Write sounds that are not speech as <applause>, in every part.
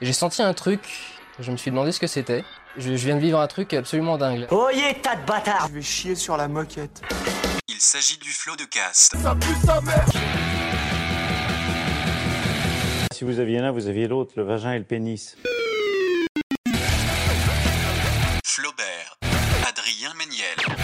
J'ai senti un truc. Je me suis demandé ce que c'était. Je, je, viens de vivre un truc absolument dingue. Oyez, tas de bâtards Je vais chier sur la moquette. Il s'agit du flot de caste. Ça pue sa mère Si vous aviez l'un, vous aviez l'autre, le vagin et le pénis. Flaubert, Adrien Méniel.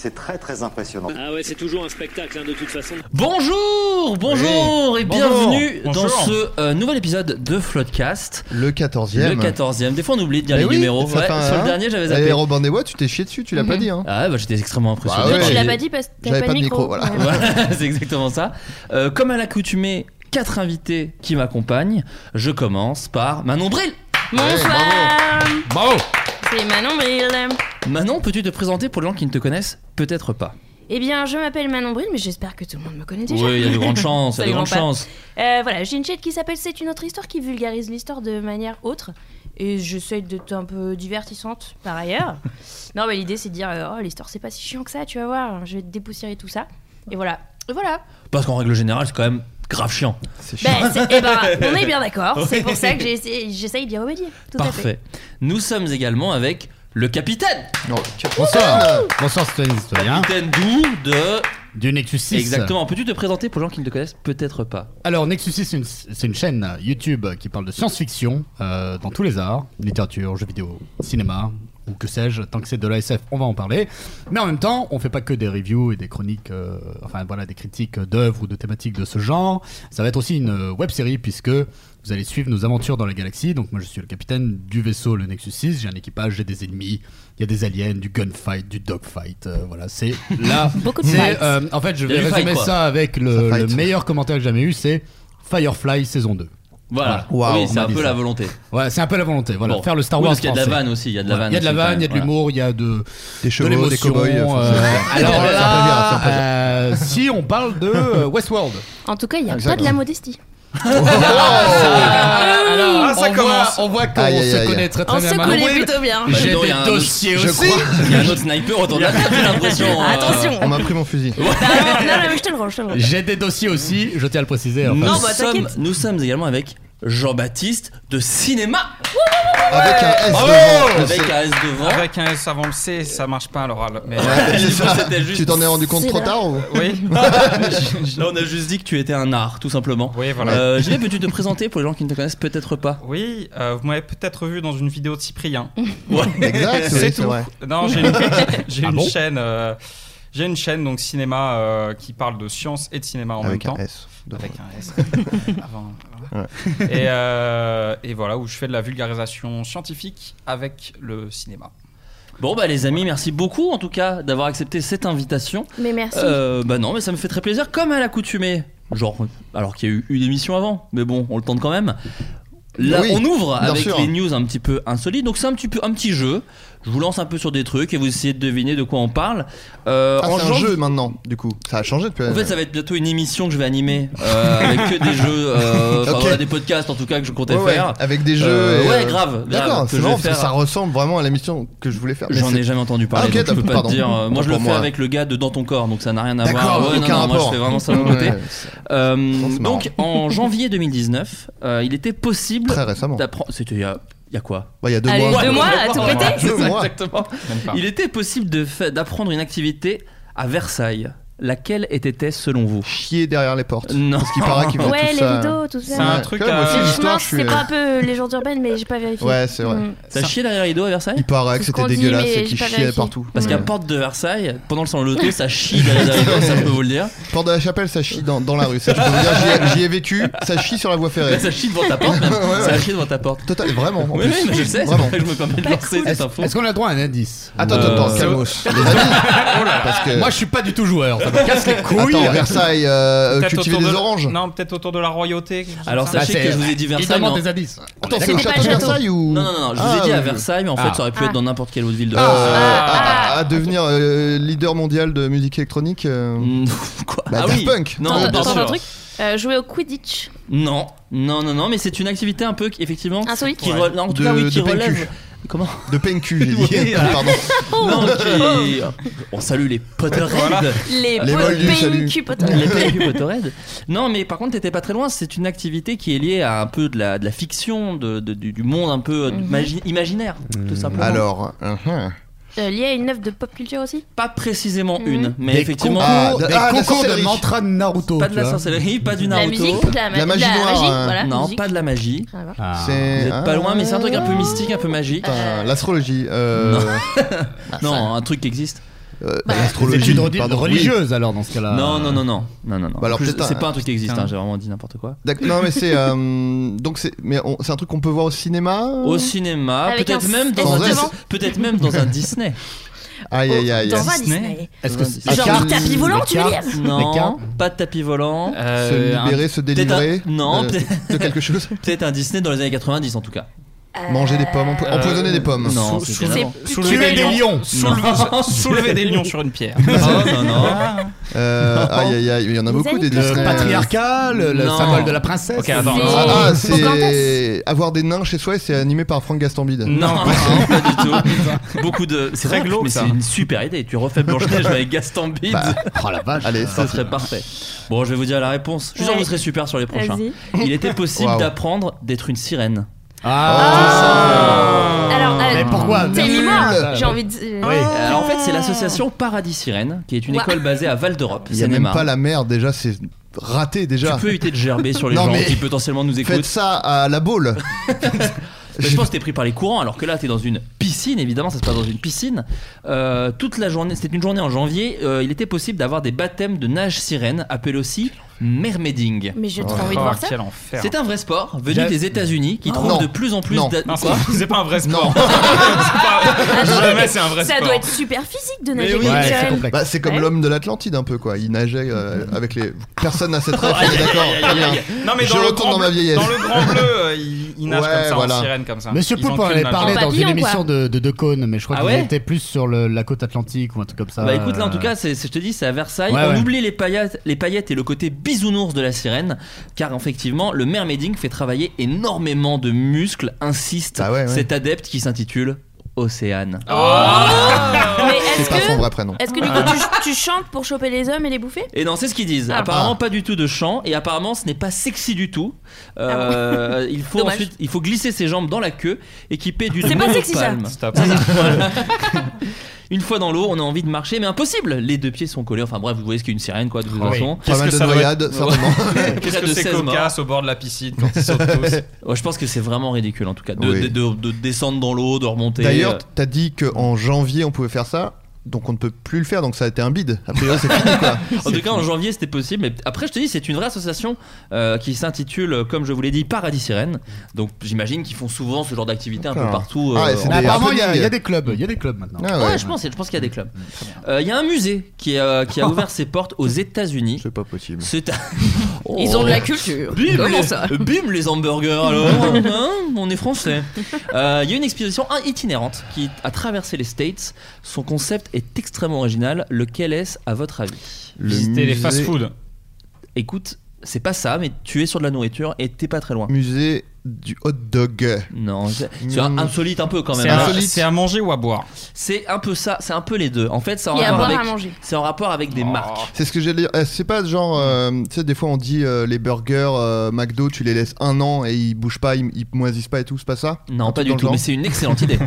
C'est très très impressionnant. Ah ouais, c'est toujours un spectacle hein, de toute façon. Bonjour, bonjour oui. et bienvenue bonjour. dans bonjour. ce euh, nouvel épisode de Floodcast. Le 14e. Le 14e. Des fois on oublie de dire eh les oui, numéros. Ouais, un, sur le hein. dernier, j'avais Eh, zappé. Et Robin Desbois, tu t'es chié dessus, tu l'as mm -hmm. Mhm. pas dit. Hein. Ah ouais, bah, j'étais extrêmement impressionné. Bah ouais, tu l'as pas dit parce que t'avais pas, pas, de micro. micro voilà. voilà <laughs> c'est exactement ça. Euh, comme à l'accoutumée, quatre invités qui m'accompagnent. Je commence par Manon Bril. Bonsoir. Hey, bravo. bravo. C'est Manon Bril. Manon, peux-tu te présenter pour les gens qui ne te connaissent peut-être pas eh bien, je m'appelle Manon Bril, mais j'espère que tout le monde me connaît déjà. Oui, il y a de grandes chances, il y a de grandes chances. Euh, voilà, j'ai une chaîne qui s'appelle C'est une autre histoire qui vulgarise l'histoire de manière autre. Et j'essaie d'être un peu divertissante par ailleurs. non, mais l'idée c'est de dire Oh, l'histoire c'est pas si chiant que ça, tu vas voir, je vais te dépoussiérer tout ça. Et voilà. Et voilà. Parce qu'en règle générale, c'est quand même grave chiant. C'est chiant. Ben, eh ben, on est bien d'accord. Ouais. C'est pour ça que j'essaye d'y remédier. Tout Parfait. À fait. Nous sommes également avec le capitaine. Oh, bonsoir. Bonsoir, citoyens citoyens. Capitaine d'où De du Nexus 6. Exactement. Peux-tu te présenter pour les gens qui ne te connaissent peut-être pas Alors, Nexus 6, c'est une, une, chaîne YouTube qui parle de science-fiction euh, dans tous les arts, littérature, jeux vidéo, cinéma, ou que sais-je, tant que c'est de la SF, on va en parler. Mais en même temps, on fait pas que des reviews et des chroniques, euh, enfin voilà, des critiques d'œuvres ou de thématiques de ce genre. Ça va être aussi une euh, web série puisque vous allez suivre nos aventures dans la galaxie. Donc moi je suis le capitaine du vaisseau, le Nexus 6, j'ai un équipage, j'ai des ennemis, il y a des aliens, du gunfight, du dogfight. Euh, voilà, <laughs> c'est là. Beaucoup de fights. Euh, en fait, je vais résumer ça avec le, ça le meilleur commentaire que j'ai jamais eu, c'est Firefly saison 2. Voilà. voilà. Wow, oui, c'est un peu ça. la volonté. Ouais, c'est un peu la volonté. Voilà, bon. faire le Star Wars. Oui, parce qu'il y a de la vanne aussi. Il y a de la vanne. Il y a de la vanne, il y a de l'humour, il y a de des chevaux, de des cowboys. Ah, Euh... <laughs> Alors là, Ah, là Ah, euh, si on parle de euh, Westworld. En tout cas, il y a Exactement. pas de la modestie. Oh, oh, ça, alors, ah, ça on, commence. Voit, on voit qu'on se connaît très très on bien. On se connaît plutôt bien. J'ai des dossiers aussi. Crois. Il y a un autre sniper autour de la table, j'ai l'impression. euh. Attention. On m'a pris mon fusil. non, non, mais je te le range. J'ai des dossiers aussi, je tiens à le préciser. hein. Enfin. Nous, bah, sommes, nous sommes également avec Jean-Baptiste de cinéma. Avec un S Bravo devant. Avec un S devant. <laughs> Avec un S avant le C, ça marche pas à l'oral. Mais... Ouais, juste... Tu t'en es rendu compte trop là. tard ou... Oui. <laughs> Là, on a juste dit que tu étais un art, tout simplement. Oui, voilà. Euh, Gilles, peux-tu te présenter pour les gens qui ne te connaissent peut-être pas Oui, euh, vous m'avez peut-être vu dans une vidéo de Cyprien. Ouais. <laughs> Exact, c'est oui, tout. Vrai. Non, j'ai <laughs> une, j'ai ah bon une chaîne. Euh... J'ai une chaîne donc cinéma euh, qui parle de science et de cinéma en Avec même temps. S, Avec un S. Avant, voilà. Ouais. Et, euh, et, voilà où je fais de la vulgarisation scientifique avec le cinéma. Bon bah les amis, merci beaucoup en tout cas d'avoir accepté cette invitation. Mais merci. Euh, bah non, mais ça me fait très plaisir comme à l'accoutumée. Genre alors qu'il y a eu une émission avant, mais bon, on le tente quand même. Là, oui, on ouvre avec sûr. les news un petit peu insolites. Donc c'est un petit peu un petit jeu. Je vous lance un peu sur des trucs et vous essayez de deviner de quoi on parle. Euh, ah, c'est genre... un jeu maintenant, du coup. Ça a changé depuis. En fait, ça va être bientôt une émission que je vais animer euh, avec que des jeux, <laughs> euh, okay. voilà, des podcasts en tout cas que je comptais ouais, faire. Ouais, avec des jeux. Et ouais, grave. D'accord. C'est marrant faire... ça ressemble vraiment à l'émission que je voulais faire. J'en ai jamais entendu Ah, parler. okay, donc je peux pas te dire. euh, Moi, non, je le fais moi. avec le gars de Dans ton corps, donc ça n'a rien à voir. Ouais, aucun non, non, moi, rapport. je fais vraiment ça de mon côté. Euh, donc, <laughs> en janvier 2019, euh, il était possible. Très récemment. C'était il y a il y a quoi Il bah, y a deux Allez, mois. Deux mois, à tout péter Exactement. Il était possible d'apprendre une activité à Versailles. Laquelle était-elle selon vous Chier derrière les portes. Non. Parce qu'il paraît qu'il veut Ouais, tout les ça. rideaux, Oh, tout ça. C'est un Ouais. truc Quand même, à- aussi, Je l'histoire, pense je que suis- c'est pas un peu légende urbaine, mais j'ai pas vérifié. Ouais, c'est vrai. Mm. T'as chié derrière les rideaux à Versailles Il paraît que C'est ce c'était qu'on dit, dégueulasse mais et qu'il j'ai pas chiait vérifié. partout. Parce qu'à Ouais. porte de Versailles, pendant le salon de l'auto, ça chie derrière les rideaux, ça je peux vous le dire. Porte de la Chapelle, ça chie dans, dans la rue. Ça, je peux vous dire, j'y ai- j'y ai, vécu, ça chie sur la voie ferrée. Là, ça chie devant ta porte, même. Ouais, <laughs> ouais. Ça chie devant ta porte. Total, vraiment. en Oui, plus. oui, mais je sais, c'est Vraiment. pour ça que je me permets de lancer cette info. Est-ce qu'on a droit à un indice Attends, attends, Euh, attends, c'est- calmos. Les amis, parce que- Moi, je suis pas du tout joueur. <laughs> Ça me casse les couilles. Attends, Versailles, euh, Peut-être cultiver autour des de la- oranges. Non, peut-être autour de la royauté. quelque chose Alors Ah, comme ça. sachez que je vous ai dit Versailles. demande mais en- des indices. Attends, c'est au C'était pas château de le château. Versailles ou. Non, non, non, non, je vous ai Ah, dit à oui. Versailles, mais en fait, Ah. ça aurait pu Ah. être dans n'importe quelle autre ville de Euh, France. à, à devenir euh, leader mondial de musique électronique euh, <laughs> Quoi bah, Ah Daft oui Punk. Non, T'entends- bien t'entends un sûr. truc Euh, Jouer au Quidditch. Non, non, non, non, mais c'est une activité un peu qui- effectivement Insolite. qui, re- non, en tout De- cas, oui, qui de PQ. relève. Comment de <laughs> PNQ, j'ai dit. Ah, Oui, voilà. Pardon. Oh. Non, qui- On salue les Potterheads. Les Les Moldus, salut. PNQ Les potentiels. PQ Potterhead. Non, mais par contre, t'étais pas très loin. C'est une activité qui est liée à un peu de la, de la fiction, de, de- du, du monde un peu euh, Mhm. magi- imaginaire, tout simplement. Hmm. Alors, euh, hein. Euh, Lié à une œuvre de pop culture aussi pas précisément Mhm. une, mais Des effectivement, Ah, concours, d- des ah, de la concours de sorcellerie. mantra de Naruto. pas de tu la vois. sorcellerie, pas du La Naruto. musique La, ma- La magie la noire, magie, hein. Eh, voilà. non, musique. pas de la magie. Rien à voir. Ah. Vous c'est. êtes pas loin, mais c'est un truc un ah. peu mystique, un peu magique. Ah, Putain, L'astrologie. <laughs> euh, Non, Bah, un truc qui existe. euh, Des L'astrologie. études redi- pardon, oui. religieuses alors dans ce cas-là. Non, non, non, non, non, non, non. Ah. Bah alors, Je- peut-être c'est un- pas un truc qui existe. Putain. hein, J'ai vraiment dit n'importe quoi. D'ac- Non, mais c'est. euh, donc, c'est mais on- c'est un truc qu'on peut voir au cinéma Au cinéma, Mmh. Avec peut-être un même S dans un devant. Dis- peut-être même dans un Disney. Aïe, aïe, aïe. Dans un Disney. Disney. Est-ce que Ah, c'est Genre cartes. le tapis volant, tu veux Les dire cartes. Non, cartes. pas de tapis volant. Se Euh, libérer, se peut-être un- délivrer. non, euh, peut-être- de quelque <laughs> chose. Peut-être un Disney dans les années 90 en tout cas. Manger des pommes, empo- Euh, empoisonner des pommes. Non, sous- c'était Ah sous- vraiment- un- C'est soulever Tuer des lions. Non. <laughs> soulever, soulever des lions sur une pierre. Non, <laughs> non, non. Euh, aïe aïe aïe, il y en a Les beaucoup des amis Le Disney. patriarcat, le, Euh, le Non. symbole de la princesse. Ok, attends. C'est- Ah, ah, c'est Pocahontas. avoir des nains chez soi et c'est animé par Franck Gastambide. Non, non, pas du <laughs> tout. Beaucoup de. C'est Très vrai que- glauque, mais ça. c'est une super idée. Tu refais Blanche-Neige avec Gaston Bide. <laughs> Bah, Oh la vache. Allez, ça serait parfait. Bon, je vais vous dire la réponse. Je suis sûr que Ouais. vous serez super sur les prochains. Vas-y. Il était possible Waouh. d'apprendre d'être une sirène. Ah. Alors, euh, Mais pourquoi T'es Nul. mémoire J'ai envie de. euh, Oui. Alors, en fait, c'est l'association Paradis Sirène, qui est une Ouah. école basée à Val d'Europe, Il y a seine même pas la mer déjà, c'est raté déjà. Tu peux éviter de gerber sur les Non, gens mais- qui potentiellement nous Faites écoutent. ça à la boule. Mais je pense que t'es pris par les courants, alors que là, t'es dans une piscine, évidemment, ça se passe dans une piscine. Euh, toute la journée, c'était une journée en janvier, euh, il était possible d'avoir des baptêmes de nage sirène, appelé aussi mermaiding. Mais j'ai trop Oh, envie de voir ça. quel enfer. C'est un vrai sport venu J'ai- des États-Unis qui trouve Ah Non. de plus en plus Bah, Non. Ah, d'a- Non, c'est Quoi <laughs> c'est pas un vrai sport. Non. C'est pas- Jamais c'est un vrai Ça sport. doit être super physique de nager oui, comme Ouais, ça. c'est complexe. Bah, c'est comme Ouais. l'homme de l'Atlantide un peu quoi. Il nageait euh, avec les. Personne n'a cette rêve, <laughs> on est d'accord. très bien. Non, mais Je dans le retourne grand dans ma bleu- vieillesse. Dans le grand bleu, euh, il, il nage Ouais, comme ça voilà. en sirène comme ça. Monsieur Ils Poulpe enclument en avait la parlé jambe. jambe. dans une Papillon, émission de, de Decaune, mais je crois Ah qu'il ouais était plus sur le- la côte atlantique ou un truc comme ça. Bah écoute, là en tout cas, c'est, c'est- je te dis, c'est à Versailles. Ouais, On ouais. oublie les paillettes, les paillettes et le côté bisounours de la sirène, car effectivement, le mermaiding fait travailler énormément de muscles, insiste Ah ouais, ouais. cet adepte qui s'intitule Océane. Mais C'est est-ce pas son que. vrai prénom. Est-ce que du coup tu, tu chantes pour choper les hommes et les bouffer Et non, c'est ce qu'ils disent. Ah. Apparemment, Ah. pas du tout de chant, et apparemment, ce n'est pas sexy du tout. Euh, <laughs> il Ah faut Dommage. ensuite, il faut glisser ses jambes dans la queue, équipé d'une C'est pas longue sexy, ça. palme. Stop. <laughs> Une fois dans l'eau, on a envie de marcher, mais impossible. Les deux pieds sont collés. Enfin bref, vous voyez ce qu'est une sirène, quoi, de toute Ah oui. façon. Pas Qu'est-ce mal que de ça doit être- noyades, certainement. Qu'est-ce Près que de c'est 16 morts. cocasse au bord de la piscine quand ils sautent tous Ouais, je pense que c'est vraiment ridicule en tout cas de, Oui. de- de- de descendre dans l'eau, de remonter. D'ailleurs, t'as dit qu'en janvier on pouvait faire ça, donc on ne peut plus le faire, donc ça a été un bide. A priori, c'est fini <laughs> quoi. en tout cas, en janvier c'était possible. Mais après, je te dis, c'est une vraie association euh, qui s'intitule, euh, comme je vous l'ai dit, Paradis Sirène. Donc j'imagine qu'ils font souvent ce genre d'activité un peu D'accord. partout. euh, Ah, et c'est Mais en- des- euh, apparemment, il y, a- happenings. il y a des clubs. Il y a des clubs maintenant. Ah Ouais, ouais. Mm, je pense, je pense qu'il y a des clubs. Euh, Il y a un musée qui, <laughs> euh, qui a ouvert ses portes aux États-Unis. C'est pas possible. C'est <laughs> Oh. Ils ont de la culture. Bim, Comment les, ça <laughs> bim, <laughs> les hamburgers alors hein, On est français Euh, Il y a une exposition hein, itinérante qui a traversé les States. Son concept est extrêmement original. Lequel est-ce à votre avis Le Visiter les musée- fast-food. Écoute, c'est pas ça, mais tu es sur de la nourriture et t'es pas très loin. Musée du hot dog. Non, c'est c'est un- insolite un peu quand même. C'est hein. insolite. C'est à manger ou à boire C'est un peu ça, c'est un peu les deux. En fait, c'est en Il y a à rapport boire, avec. à manger. C'est en rapport avec des marques. C'est ce que j'allais dire. Eh, C'est pas genre, euh, tu sais, des fois on dit euh, les burgers euh, McDo, tu les laisses un an et ils bougent pas, ils, ils moisissent pas et tout, c'est pas ça Non, pas du tout, mais c'est une excellente idée.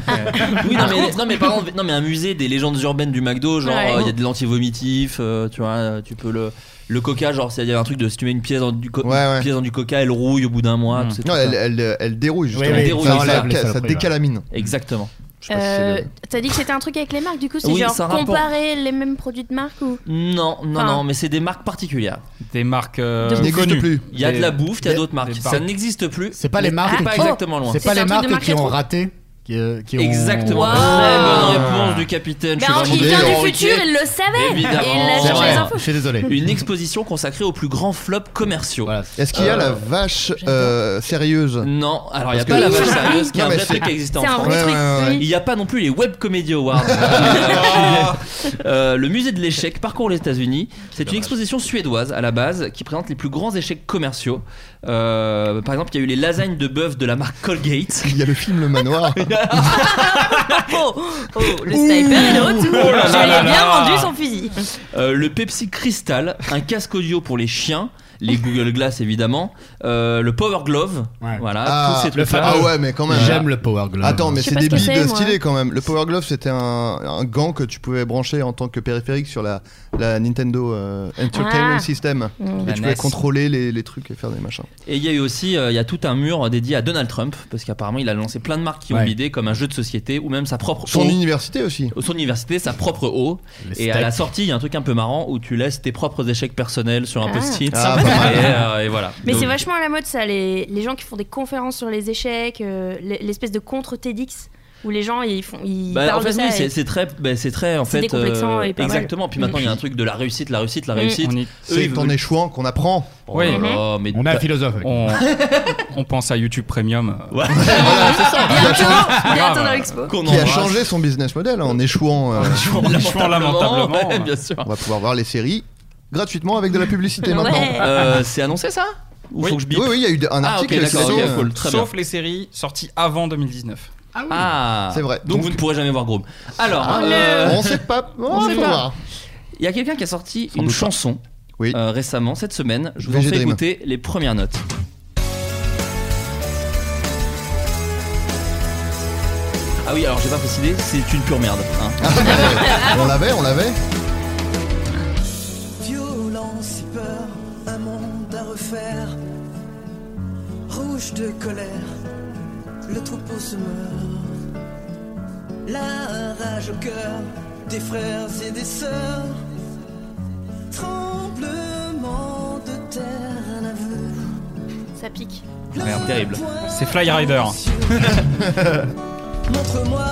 Oui, non mais, non, mais par exemple, non, mais un musée des légendes urbaines du McDo, genre Ouais. euh, il y a des lentilles vomitives, euh, tu vois, euh, tu peux le. Le coca, genre, c'est- il y a un truc de si tu mets une pièce dans du, co- une pièce dans du coca, elle rouille au bout d'un mois. tout ça, Non, tout ça. elle, elle, elle dérouille justement. Elle dérouille, ça, c'est ça- ça, les ça saloperies, décalamine. ouais. Exactement. Euh, T'as dit que c'était un truc avec les marques, du coup, c'est Oui, genre c'est un rapport. comparer les mêmes produits de marque ou. Non, non, Enfin- non, mais c'est des marques particulières. Des marques euh, Qui qui n'existent n'existent plus. Il y a de la Des- bouffe, il y a des- d'autres marques. des Ça marques. n'existe plus. C'est pas les mais marques. pas qui- exactement loin. C'est pas les marques qui ont rétro. raté. Qui, euh, qui ont- Euh, Exactement. Wow. Très bonne réponse du capitaine. Ben, je suis il vraiment vient désolé. du futur, il le savait. Évidemment. Et il a C'est cherché vrai. les infos. Je suis désolé. Une exposition consacrée aux plus grands flops commerciaux. Est-ce qu'il y a la vache euh, sérieuse Non, alors il n'y Parce a pas que- <laughs> la vache sérieuse qui est Non, un mais vrai c'est- truc qui existe en C'est un France. vrai truc, Ouais, ouais, oui. Il n'y a pas non plus les Web <laughs> Comedy Awards. Euh, euh, le musée de l'échec parcourt les États-Unis. C'est une exposition suédoise à la base qui présente les plus grands échecs commerciaux. Euh, par exemple, il y a eu les lasagnes de bœuf de la marque Colgate. Il y a le film Le Ah, Manoir. Oh, <laughs> oh, le sniper est de retour. Oh là Je là là l'ai bien là. vendu son fusil. Euh, le Pepsi Crystal, un casque audio pour les chiens, les Google Glass évidemment, euh, le Power Glove, voilà, Ah, tous ces le trucs-là. fameux- Ah ouais, mais quand même. J'aime le Power Glove. Attends, mais Je sais c'est pas des ce que billes c'est, moi. stylées quand même. Le Power Glove, c'était un, un gant que tu pouvais brancher en tant que périphérique sur la, la Nintendo euh, Entertainment Ah. System. Mm. Et La tu pouvais NES. contrôler les, les trucs et faire des machins. Et il y a eu aussi, euh, il y a tout un mur dédié à Donald Trump, parce qu'apparemment il a lancé plein de marques qui ont Ouais. l'idée, comme un jeu de société, ou même sa propre Son eau. université aussi. Son université, sa propre eau. Les et à la stacks. sortie, il y a un truc un peu marrant où tu laisses tes propres échecs personnels sur un Ah. post-it. Ah, pas mal. et, euh, et voilà. Mais Donc, c'est vachement à la mode ça, les, les gens qui font des conférences sur les échecs, euh, l- l'espèce de contre TEDx où les gens ils font ils Bah, en parlent fait, de ça oui, et- c'est- c'est très, bah, c'est très en C'est fait. euh, décomplexant et pas mal. Mm. exactement. Puis maintenant, il y <laughs> a un truc de la réussite, la réussite, la réussite. On y- Eux, C'est ils en veulent- échouant qu'on apprend. Oh là là, mais t'as- On, <laughs> on pense à YouTube Premium. Ah, Bientôt, bientôt dans l'expo. Qu'on qui a embrasse. changé son business model en échouant, euh, En échouant lamentablement, lamentablement. ouais, bien sûr. On va pouvoir voir les séries gratuitement avec de la publicité Ouais. maintenant. Euh, c'est annoncé ça Ou oui. faut que je bip oui, oui, il y a eu un Ah, article. ok, d'accord, c'est- ok, euh, cool, très Sauf les séries sorties avant 2019. bien. Ah, C'est vrai. Donc, vous ne pourrez jamais voir Groom. Alors, Ah, euh, on sait pas. on sait faut pas. voir. Il y a quelqu'un qui a sorti Sans une doute pas. chanson euh, récemment, cette semaine. Je vous en VG fais Dream. écouter les premières notes. Ah oui, alors j'ai pas précisé, c'est une pure merde. hein. On l'avait, on l'avait. Violence et peur, un monde à refaire. Rouge de colère, le troupeau se meurt. La rage au cœur des frères et des sœurs. Tremblement de terre, un aveu. Ça pique. Merde, terrible. C'est Fly Rider. <laughs> Montre-moi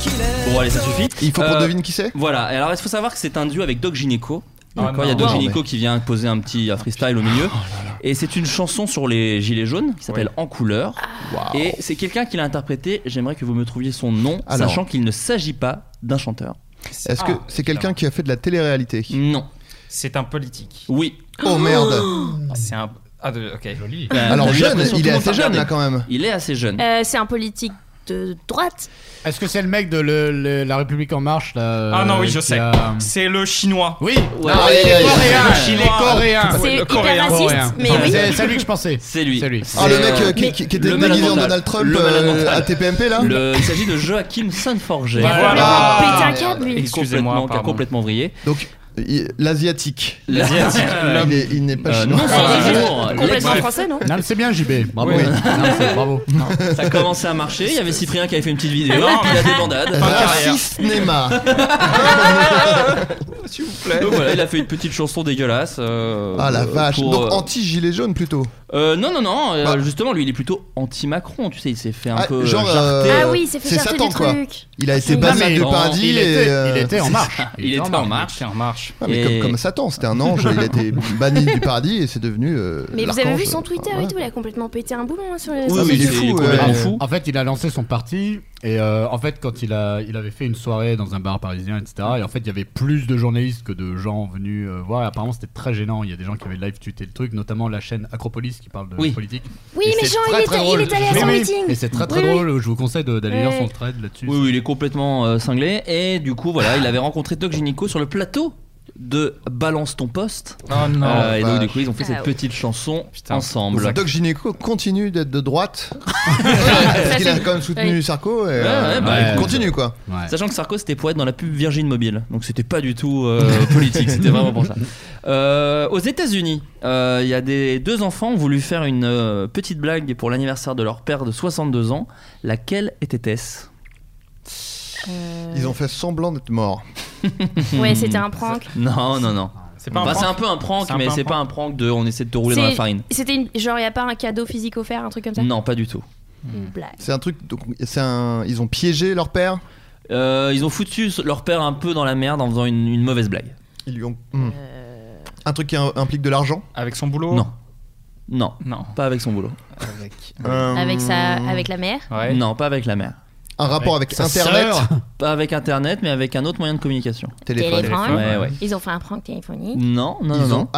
qu'il est. Bon allez ça suffit. Euh, Il faut qu'on devine qui c'est Voilà, et alors il faut savoir que c'est un duo avec Doc Gineco. Ah D'accord, il y a non. Doc Non, Gineco mais- qui vient poser un petit euh, freestyle au milieu. Oh Et c'est une chanson sur les gilets jaunes qui s'appelle En couleur. Et c'est quelqu'un qui l'a interprété. J'aimerais que vous me trouviez son nom, Alors. sachant qu'il ne s'agit pas d'un chanteur. Est-ce que c'est quelqu'un qui a fait de la télé-réalité Non. C'est un politique. Oui. Oh merde. C'est un. Ah, de- ok. Joli. Bah, Alors t'as eu jeune, l'impression que il tout est le monde assez t'a jeune regardé. là quand même. Il est assez jeune. Euh, c'est un politique de droite. Est-ce que c'est le mec de le- le- La République En Marche là, euh, Ah non, oui, je qui sais. a- C'est le chinois. Oui. Ouais. Ah, Ouais. il est Ouais. coréen. Ouais. Il est coréen. Ah C'est Le hyper coréen. raciste, Coréen. mais oui. C'est c'est lui que je pensais. C'est lui. C'est lui. Ah, le mec euh, euh, qui, mais- qui- qui était le déguisé malade en mental. Donald Trump Le malade euh, mental. à TPMP là Le- il s'agit de Joachim Sanforger. Voilà. Voilà. Il Ah. a pété un câble, lui. Qui a Excusez-moi, complètement- Qui a pardon. complètement vrillé. Donc il- l'asiatique. L'asiatique. il est- il n'est pas Euh, chinois. non, sans Ah, humour. ouais. Complètement Ouais. français, non Non, mais c'est bien JB. Bravo. Oui. Non, c'est- bravo. Ça a commencé à marcher. Il y avait Cyprien qui avait fait une petite vidéo. Ah, puis il a des bandades. Raciste <laughs> Neymar. Donc voilà, il a fait une petite chanson dégueulasse. euh, Ah la euh, vache. pour, Donc euh, anti-gilet jaune plutôt. euh, non, non, non, euh, justement, lui, il est plutôt anti-Macron, tu sais, il s'est fait un Ah, peu. genre, jarter. euh, Ah oui, il s'est fait C'est jarter des trucs. Il a été Non, banni mais de non, paradis il et, était- euh, il était en c'est- marche. <laughs> Ah, Il était en Il était en marche. Ah, mais Et- comme, comme Satan, c'était un ange, il a <laughs> été banni du paradis et c'est devenu. euh, Mais vous avez l'archange. vu son Twitter et tout, il a complètement pété un boulon hein, sur les. Oui, oui, il est fou, euh, complètement En fait, il a lancé son parti Et euh, en fait, quand il, a, il avait fait une soirée dans un bar parisien, etc., et en fait, il y avait plus de journalistes que de gens venus euh, voir, et apparemment, c'était très gênant. Il y a des gens qui avaient live tuté le truc, notamment la chaîne Acropolis qui parle de Oui. politique. Oui, Et mais c'est Jean, il très, est- très il drôle. est allé à Oui, son oui. meeting. Et c'est très très Oui, oui. drôle, je vous conseille de- d'aller lire Oui. son thread là-dessus. Oui, oui, il est complètement euh, cinglé. Et du coup, voilà, il avait rencontré Doc Gynico sur le plateau de Balance ton poste. Oh non, Euh, et donc, vache. du coup, ils ont fait Ah cette ouais. petite chanson ensemble. Donc, Doc Gynéco continue d'être de droite. parce qu'il a quand même soutenu Ouais. Sarko. Et, Ouais, euh, ouais, bah, il écoute. continue quoi. Sachant que Sarko c'était pour être dans la pub Virgin Mobile, donc c'était pas du tout euh, politique, c'était <laughs> vraiment pour ça. Euh, aux États-Unis, euh, il y a des deux enfants ont voulu faire une euh, petite blague pour l'anniversaire de leur père de 62 ans. Laquelle était-ce Ils ont fait semblant d'être morts. <laughs> Ouais, c'était un prank. <laughs> Non, non, non. C'est pas un Bah, prank un peu un prank, C'est un mais peu un c'est prank. pas un prank de on essaie de te rouler dans C'est- la farine. C'était une... genre, y a pas un cadeau physique offert, un truc comme ça Non, pas du tout. Une blague. C'est un truc. Donc, c'est un, ils ont piégé leur père. Euh, ils ont foutu leur père un peu dans la merde en faisant une, une mauvaise blague. Ils lui ont. hmm. Un truc qui im- implique de l'argent. Avec son boulot Non. Non. Pas avec son boulot. Avec, Euh, Avec, sa... Mmh. avec la mère Non, pas avec la mère. Un rapport avec, Internet. Pas avec Internet, mais avec un autre moyen de communication. Téléphone. Téléphone. Ouais, ouais. Ils ont fait un prank téléphonique. Non, non, Ils non, ont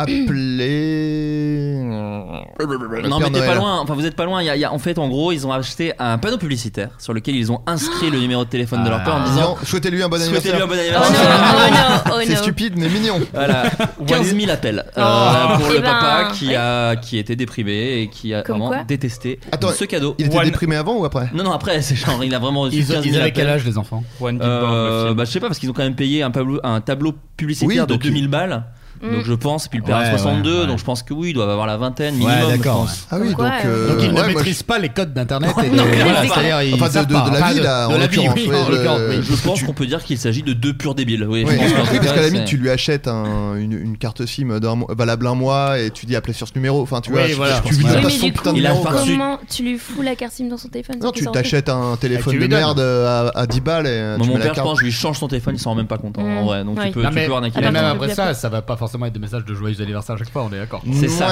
appelé. le Non, Père mais t'es pas Noël. loin. Enfin, vous êtes pas loin. Il y a- il y a- en fait, en gros, ils ont acheté un panneau publicitaire sur lequel ils ont inscrit le numéro de téléphone de leur père en disant Non, souhaitez-lui un Ah. bon anniversaire. Ah, Souhaitez-lui un bon anniversaire. Oh, no. C'est stupide mais mignon. Voilà, <laughs> 15 000 appels euh, Oh. pour Eh le ben, papa qui, a, qui était déprimé et qui a Comme vraiment quoi détesté Attends, ce cadeau. Il était déprimé avant ou après Non, non, après, c'est genre, il a vraiment reçu Ils ont- 15 ils 000 avaient quel appels. âge, les enfants Euh, bah, Je sais pas, parce qu'ils ont quand même payé un tableau, un tableau publicitaire Oui, de donc 2000 balles. Mm. Donc je pense, puis le père a Ouais, 62, ouais, ouais. donc je pense que oui, ils doivent avoir la vingtaine minimum. ouais, je d'accord. pense. Ah oui, donc. euh, donc ils ouais, ne moi, maîtrisent pas les codes d'internet. et Non, les- mais voilà, c'est ça. c'est-à-dire, ils Enfin, de- savent de- pas. de la Enfin, vie, là, de en la vie, l'occurrence, oui, ouais, en de- l'occurrence, oui. Je pense qu'on peut dire qu'il s'agit de deux purs débiles. Oui, je Oui, pense qu'en tout parce cas, qu'à la c'est- limite, tu lui achètes un- une, une carte SIM d'un mois- valable un mois et tu dis appelez sur ce numéro. Enfin, tu Oui, vois, tu- voilà. tu lui Oui, donnes pas mais son du putain coup, de il a numéro. quoi. farci- Comment tu lui fous la carte SIM dans son téléphone Non, c'est tu ça, en fait t'achètes un téléphone tu de lui donnes. merde euh, à, à 10 balles et euh, Moi, tu mets mon la père, je carte. pense, je lui change son téléphone, il s'en rend même pas compte. En Mm. vrai, donc Oui. tu peux, Non, tu mais- peux arnaquer. mais les même <laughs> gens. après ça, ça va pas forcément être des messages de joyeux anniversaire à chaque fois, on est d'accord. C'est ça.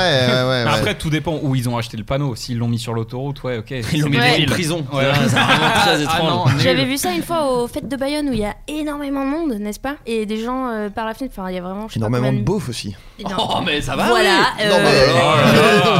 Après, tout dépend où ils ont acheté le panneau. S'ils l'ont mis sur l'autoroute, ouais, ok. Ils l'ont mis Ouais. dans une prison. Ouais. <laughs> C'est vraiment très Ah étrange. <laughs> non, nul. J'avais vu ça une fois aux fêtes de Bayonne où il y a énormément de monde, n'est-ce pas Et des gens euh, par la fenêtre, enfin il y a vraiment je sais pas Énormément combien de beaufs aussi. Oh, mais ça va. Voilà, oui. euh, Non, mais-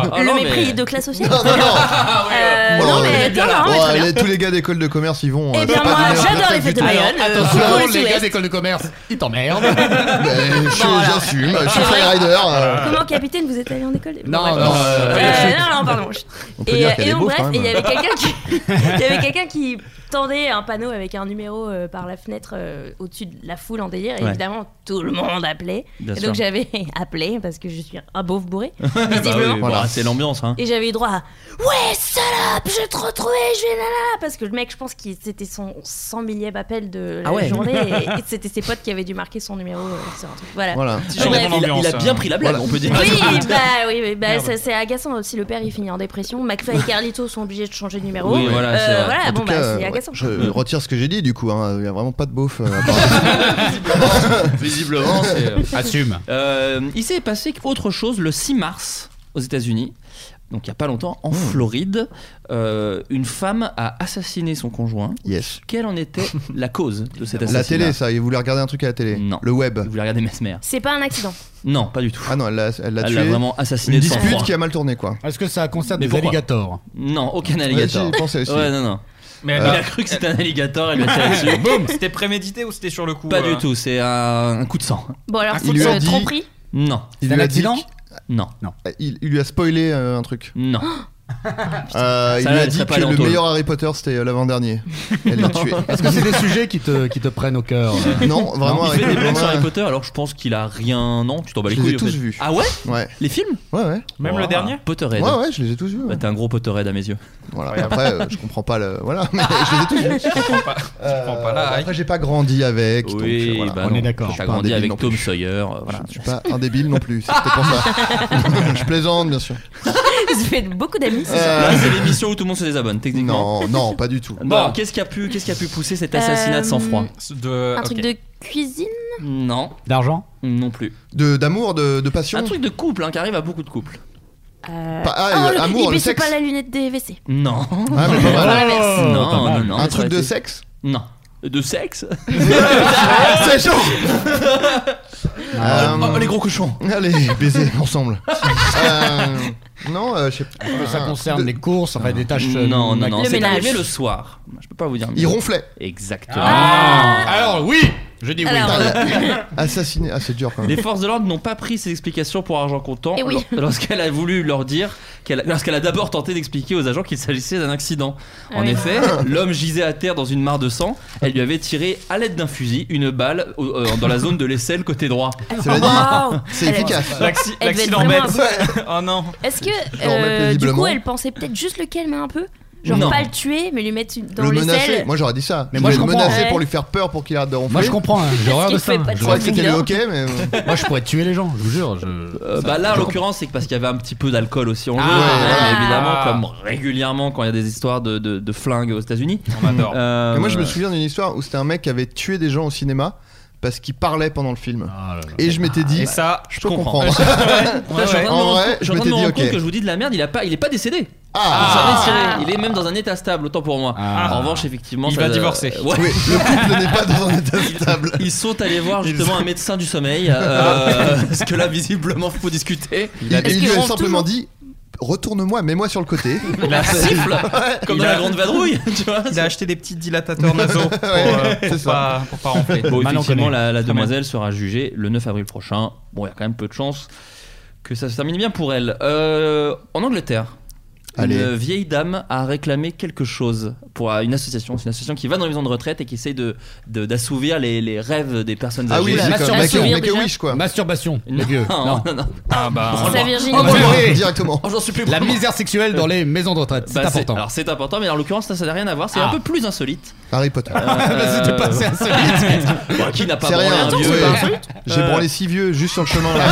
Le Ah, non, mais- mépris de classe sociale. Non, non, non. Euh, Bon, non, euh, mais attends, bon, non, mais très allez, bien. tous les gars d'école de commerce, ils vont. Eh euh, bien, c'est pas moi, donné leur j'adore tête les fêtes de du tout. Bayonne. Alors, Euh, attention, pour le les gars Sud-Ouest. d'école de commerce, ils t'emmerdent. <laughs> Ben, je suis- J'assume, je suis C'est vrai. Freerider. euh, Comment capitaine vous êtes allé en école Non, bref. non, euh, Euh, non, non, pardon. Je- On peut Et, dire euh, qu'il y a et des donc beaufs, bref, quand et il y même. avait quelqu'un qui, il y avait quelqu'un qui tendait un panneau avec un numéro euh, par la fenêtre euh, au-dessus de la foule en délire. Et Ouais. évidemment, tout le monde appelait. Bien et sûr. donc j'avais appelé parce que je suis un beauf bourré. Bah oui, visiblement. voilà, c'est l'ambiance. hein. Et j'avais eu droit à Ouais, salope, je vais te retrouver, je vais nanana. Parce que le mec, je pense que c'était son 100 millième appel de la Ah ouais. <laughs> journée. Et, et c'était ses potes qui avaient dû marquer son numéro euh, sur un truc. Voilà. Voilà. Il a- il a- il a bien pris la blague, on peut dire. <laughs> Oui, bah oui, mais bah, Merde. ça, c'est agaçant aussi. Le père il finit en dépression. McFly et Carlito sont obligés de changer de numéro. Oui, voilà, Euh, c'est vrai. voilà, En bon tout cas, bah c'est euh, agaçant. Je retire ce que j'ai dit du coup, hein. il n'y a vraiment pas de beauf. euh, à part- <laughs> Visiblement, c'est. <laughs> Assume. Euh, il s'est passé autre chose le 6 mars aux États-Unis. Donc il n'y a pas longtemps, en Floride, euh, une femme a assassiné son conjoint. Yes. Quelle en était la cause de cet assassinat la télé, ça, il voulait regarder un truc à la télé. Non. Le web. Il voulait regarder Mesmer. C'est pas un accident. Non, pas du tout. Ah non, elle l'a elle l'a Elle tué. l'a vraiment assassiné Une de sang-froid. dispute qui a mal tourné quoi. Est-ce que ça concerne Mais des pourquoi alligators Non, aucun Ouais, alligator. j'y pensais aussi. Euh, Ouais, non, non. Mais elle il a- a cru que c'était un alligator, elle lui a tiré <laughs> dessus. Boum C'était prémédité ou c'était sur le coup Pas euh, du tout, c'est un, un coup de sang. Bon <laughs> alors, Un c'est coup de une sang. tromperie. Non. Il C'est un lui a accident dit Non. Non. Il, il lui a spoilé euh, un truc. Non. Euh, il Ah, Ça, lui a elle dit serait que pas allée en le tôle. meilleur Harry Potter c'était euh, l'avant-dernier. Elle <laughs> l'a tué. Est-ce que c'est des sujets qui te, qui te prennent au cœur euh Non, vraiment. il fait Harry- des blagues sur vraiment, Harry Potter, alors je pense qu'il a rien. Non, tu t'en bats les Je les couilles. ai en tous fait. vus. Ah ouais Ouais. Les films Ah, Ouais, ouais. Même le dernier Potterhead. Ouais, ouais, je les ai tous vus. ouais. Bah, t'es un gros Potterhead à mes yeux. Voilà. Après, euh, je comprends pas le. Voilà, <laughs> mais je les ai tous vus. Euh, Je comprends pas là. Après, j'ai pas grandi avec. donc, Oui, euh, voilà. bah on non, est d'accord. Pas T'as un grandi débile avec non Tom Sawyer. euh, voilà. Je suis pas un débile non plus, c'est peut-être pour ça. je plaisante, bien sûr. Vous faites beaucoup d'amis. c'est ça Là, c'est l'émission où tout le monde se désabonne, techniquement. Non, non, pas du tout. Bon, qu'est-ce qui a pu, qu'est-ce qui a pu pousser cet assassinat de sang-froid De... Euh, Un truc de cuisine. Non, D'argent non plus. De- D'amour, de, de passion Un truc de couple, hein, qui arrive à beaucoup de couples. Euh, Pas- ah, oh, amour, il le baissait sexe. pas la lunette des WC. Non. Ah, mais pas mal. l'inverse. Non, Pas mal. non, non, Un ça truc aurait de été- sexe Non. De sexe <laughs> C'est chaud Ah, Euh, Oh, les gros cochons Allez, baiser ensemble. Euh, non, euh, je sais pas. Ça <laughs> concerne les courses, enfin des tâches. euh, Non, non, non, manuelles. c'est arrivé le soir. Je peux pas vous dire. Il ronflait. Exactement. Ah. Ah. Alors oui, je dis oui. Ah, Assassiné. Ah, c'est dur quand même. Les forces de l'ordre n'ont pas pris ces explications pour argent comptant Eh oui. lor- lorsqu'elle a voulu leur dire, qu'elle- lorsqu'elle a d'abord tenté d'expliquer aux agents qu'il s'agissait d'un accident. Ah en oui. effet, l'homme gisait à terre dans une mare de sang. Elle lui avait tiré à l'aide d'un fusil une balle au- euh, dans la zone de l'aisselle côté droit. Cela dit, c'est efficace. L'acci- euh, Elle devait être L'accident vraiment bête. oh non. Est-ce que l'en remets euh, du paisiblement. coup elle pensait peut-être juste le calmer un peu Genre Non. pas le tuer mais lui mettre une- dans le les menacer. selles. Moi j'aurais dit ça. Mais moi, vais je le comprends. menacer Ouais. pour lui faire peur pour qu'il arrête de ronfler. Moi je comprends, hein, j'ai horreur de ça. fait pas de Je- Je crois que c'était ok, mais. euh, Moi je pourrais tuer les gens, je vous jure. je- Euh, bah là, en l'occurrence, c'est que parce qu'il y avait un petit peu d'alcool aussi en jeu, voilà. mais évidemment, Ah. comme régulièrement quand il y a des histoires de, de- de flingues aux États-Unis. On adore. Euh, Et moi je me souviens d'une histoire où c'était un mec qui avait tué des gens au cinéma parce qu'il parlait pendant le film. Ah, là, là. Et je m'étais dit. Et ça, Je peux comprends. comprendre. Là, je suis en train de me En rendre vrai, compte- je suis je en train de me m'étais rendre dit, ok. compte que je vous dis de la merde, il, a pas, il est pas décédé. Ah. Il s'en est tiré. Il est même dans un état stable, autant pour moi. Ah. En revanche, effectivement, Il ça- va <laughs> divorcer. euh, ouais. Oui, le couple n'est pas dans un état stable. Ils sont allés voir justement un médecin du sommeil, euh, parce que là, visiblement, faut discuter. Il, Est-ce il qu'ils lui a ronflent simplement toujours dit Retourne-moi, mets-moi sur le côté. <laughs> Il a siffle, comme Il dans a- la grande vadrouille, <laughs> tu vois. Il a acheté des petits dilatateurs nasaux pour, euh, c'est pour ça. pas, pour pas ronfler. Bon, Maintenant qu'on effectivement, est- la, la demoiselle sera jugée le 9 avril prochain. Bon, il y a quand même peu de chances que ça se termine bien pour elle. Euh, en Angleterre, une Allez. vieille dame a réclamé quelque chose pour euh, une association. C'est une association qui va dans les maisons de retraite et qui essaye de, de- d'assouvir les, les rêves des personnes Ah oui, âgées. Oula, c'est comme la Make a- survie, Make a déjà. Wish quoi. Masturbation, les Non, vieux. non, Non. non. Ah bah. Sa Virginie. Oh, Ouais. brûle-moi, directement. Oh, j'en supplie La pour moi. misère sexuelle dans les maisons de retraite, c'est Bah, important. <laughs> Alors c'est important, mais en l'occurrence, ça ça n'a rien à voir. C'est Ah. un peu plus insolite. Harry Potter. Bah, c'était pas euh, assez insolite. Bah, qui n'a pas C'est branlé rien. un Attends, vieux c'est pas euh, insolite J'ai branlé six vieux juste sur le chemin là.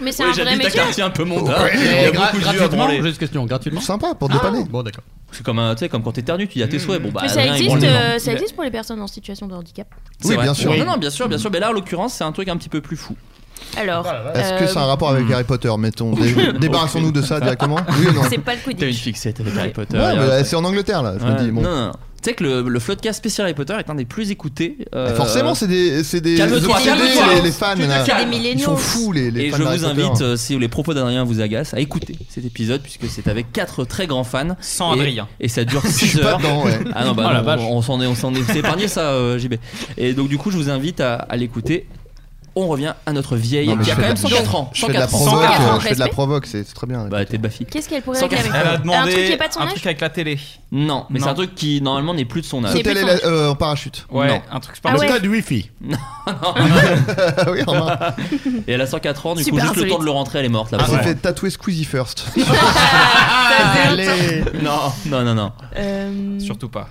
Mais c'est Oui, un vrai j'habite un métier. quartier un peu mondain. Ouais. <laughs> Il y a Et gra- beaucoup de vieux à gratuitement, branler. j'ai une question, gratuitement. Sympa pour dépanner. Bon, d'accord. C'est comme, un- tu sais, comme quand t'éternues, tu dis à tes souhaits. Bon, bah, Mais ça rien, ils existe, branlent les gens. Ah, euh, ça Mais- existe pour les personnes en situation de handicap. C'est Oui, vrai. bien sûr. Non, non, bien sûr, bien sûr. Mais là, en l'occurrence, c'est un truc un petit peu plus fou. Alors, Est-ce que euh, c'est un rapport avec Harry Potter Mettons, Dé- débarrassons-nous de ça directement. Oui ou non c'est pas le coup T'as une fixette avec Harry Potter. Ouais, et mais voilà. C'est en Angleterre là, je me Ouais. dis. Bon. Non, non, non. Tu sais que le, le floodcast spécial Harry Potter est un des plus écoutés. euh, Mais Bah, Forcément, c'est des, c'est des Calme-toi, obsédés, calme-toi. les, les fans. Tu te là. calmes. Des Ils milléniaux. sont fous les, les Et fans je d'Harry vous Potter. invite, euh, si les propos d'Adrien vous agacent, à écouter cet épisode puisque c'est avec quatre très grands fans. Sans et, Adrien. Et ça dure <laughs> Je 6 suis pas heures. dedans, ouais. Ah non, bah Oh la non, vache. on s'en est, on s'en est, c'est épargné ça, euh, JB. Et donc, du coup, je vous invite à, à l'écouter. On revient à notre vieille Non, mais qui a je quand fais même de la- 104 ans. Je fais de la 104 ans. provoque, Sans euh, quatre je fais de la respect. provoque, c'est c'est très bien. Bah, t'es Bafi. Qu'est-ce qu'elle pourrait Sans réclamer café. Elle a demandé Un truc qui est pas de son un âge truc avec la télé. Non, mais c'est Non. un truc qui normalement n'est plus de son âge. C'est- Sauter plus les- euh, en parachute. Ouais, Non. un truc Ah Le sportif. ouais. code Wi-Fi. Ah oui, remarque. Et elle a 104 ans, du coup, Super juste le insolite. temps de le rentrer, elle est morte Ah Elle là-bas. s'est fait tatouer Squeezie first. Ah, Allez. <laughs> Non, non, non, non. Euh, Surtout pas.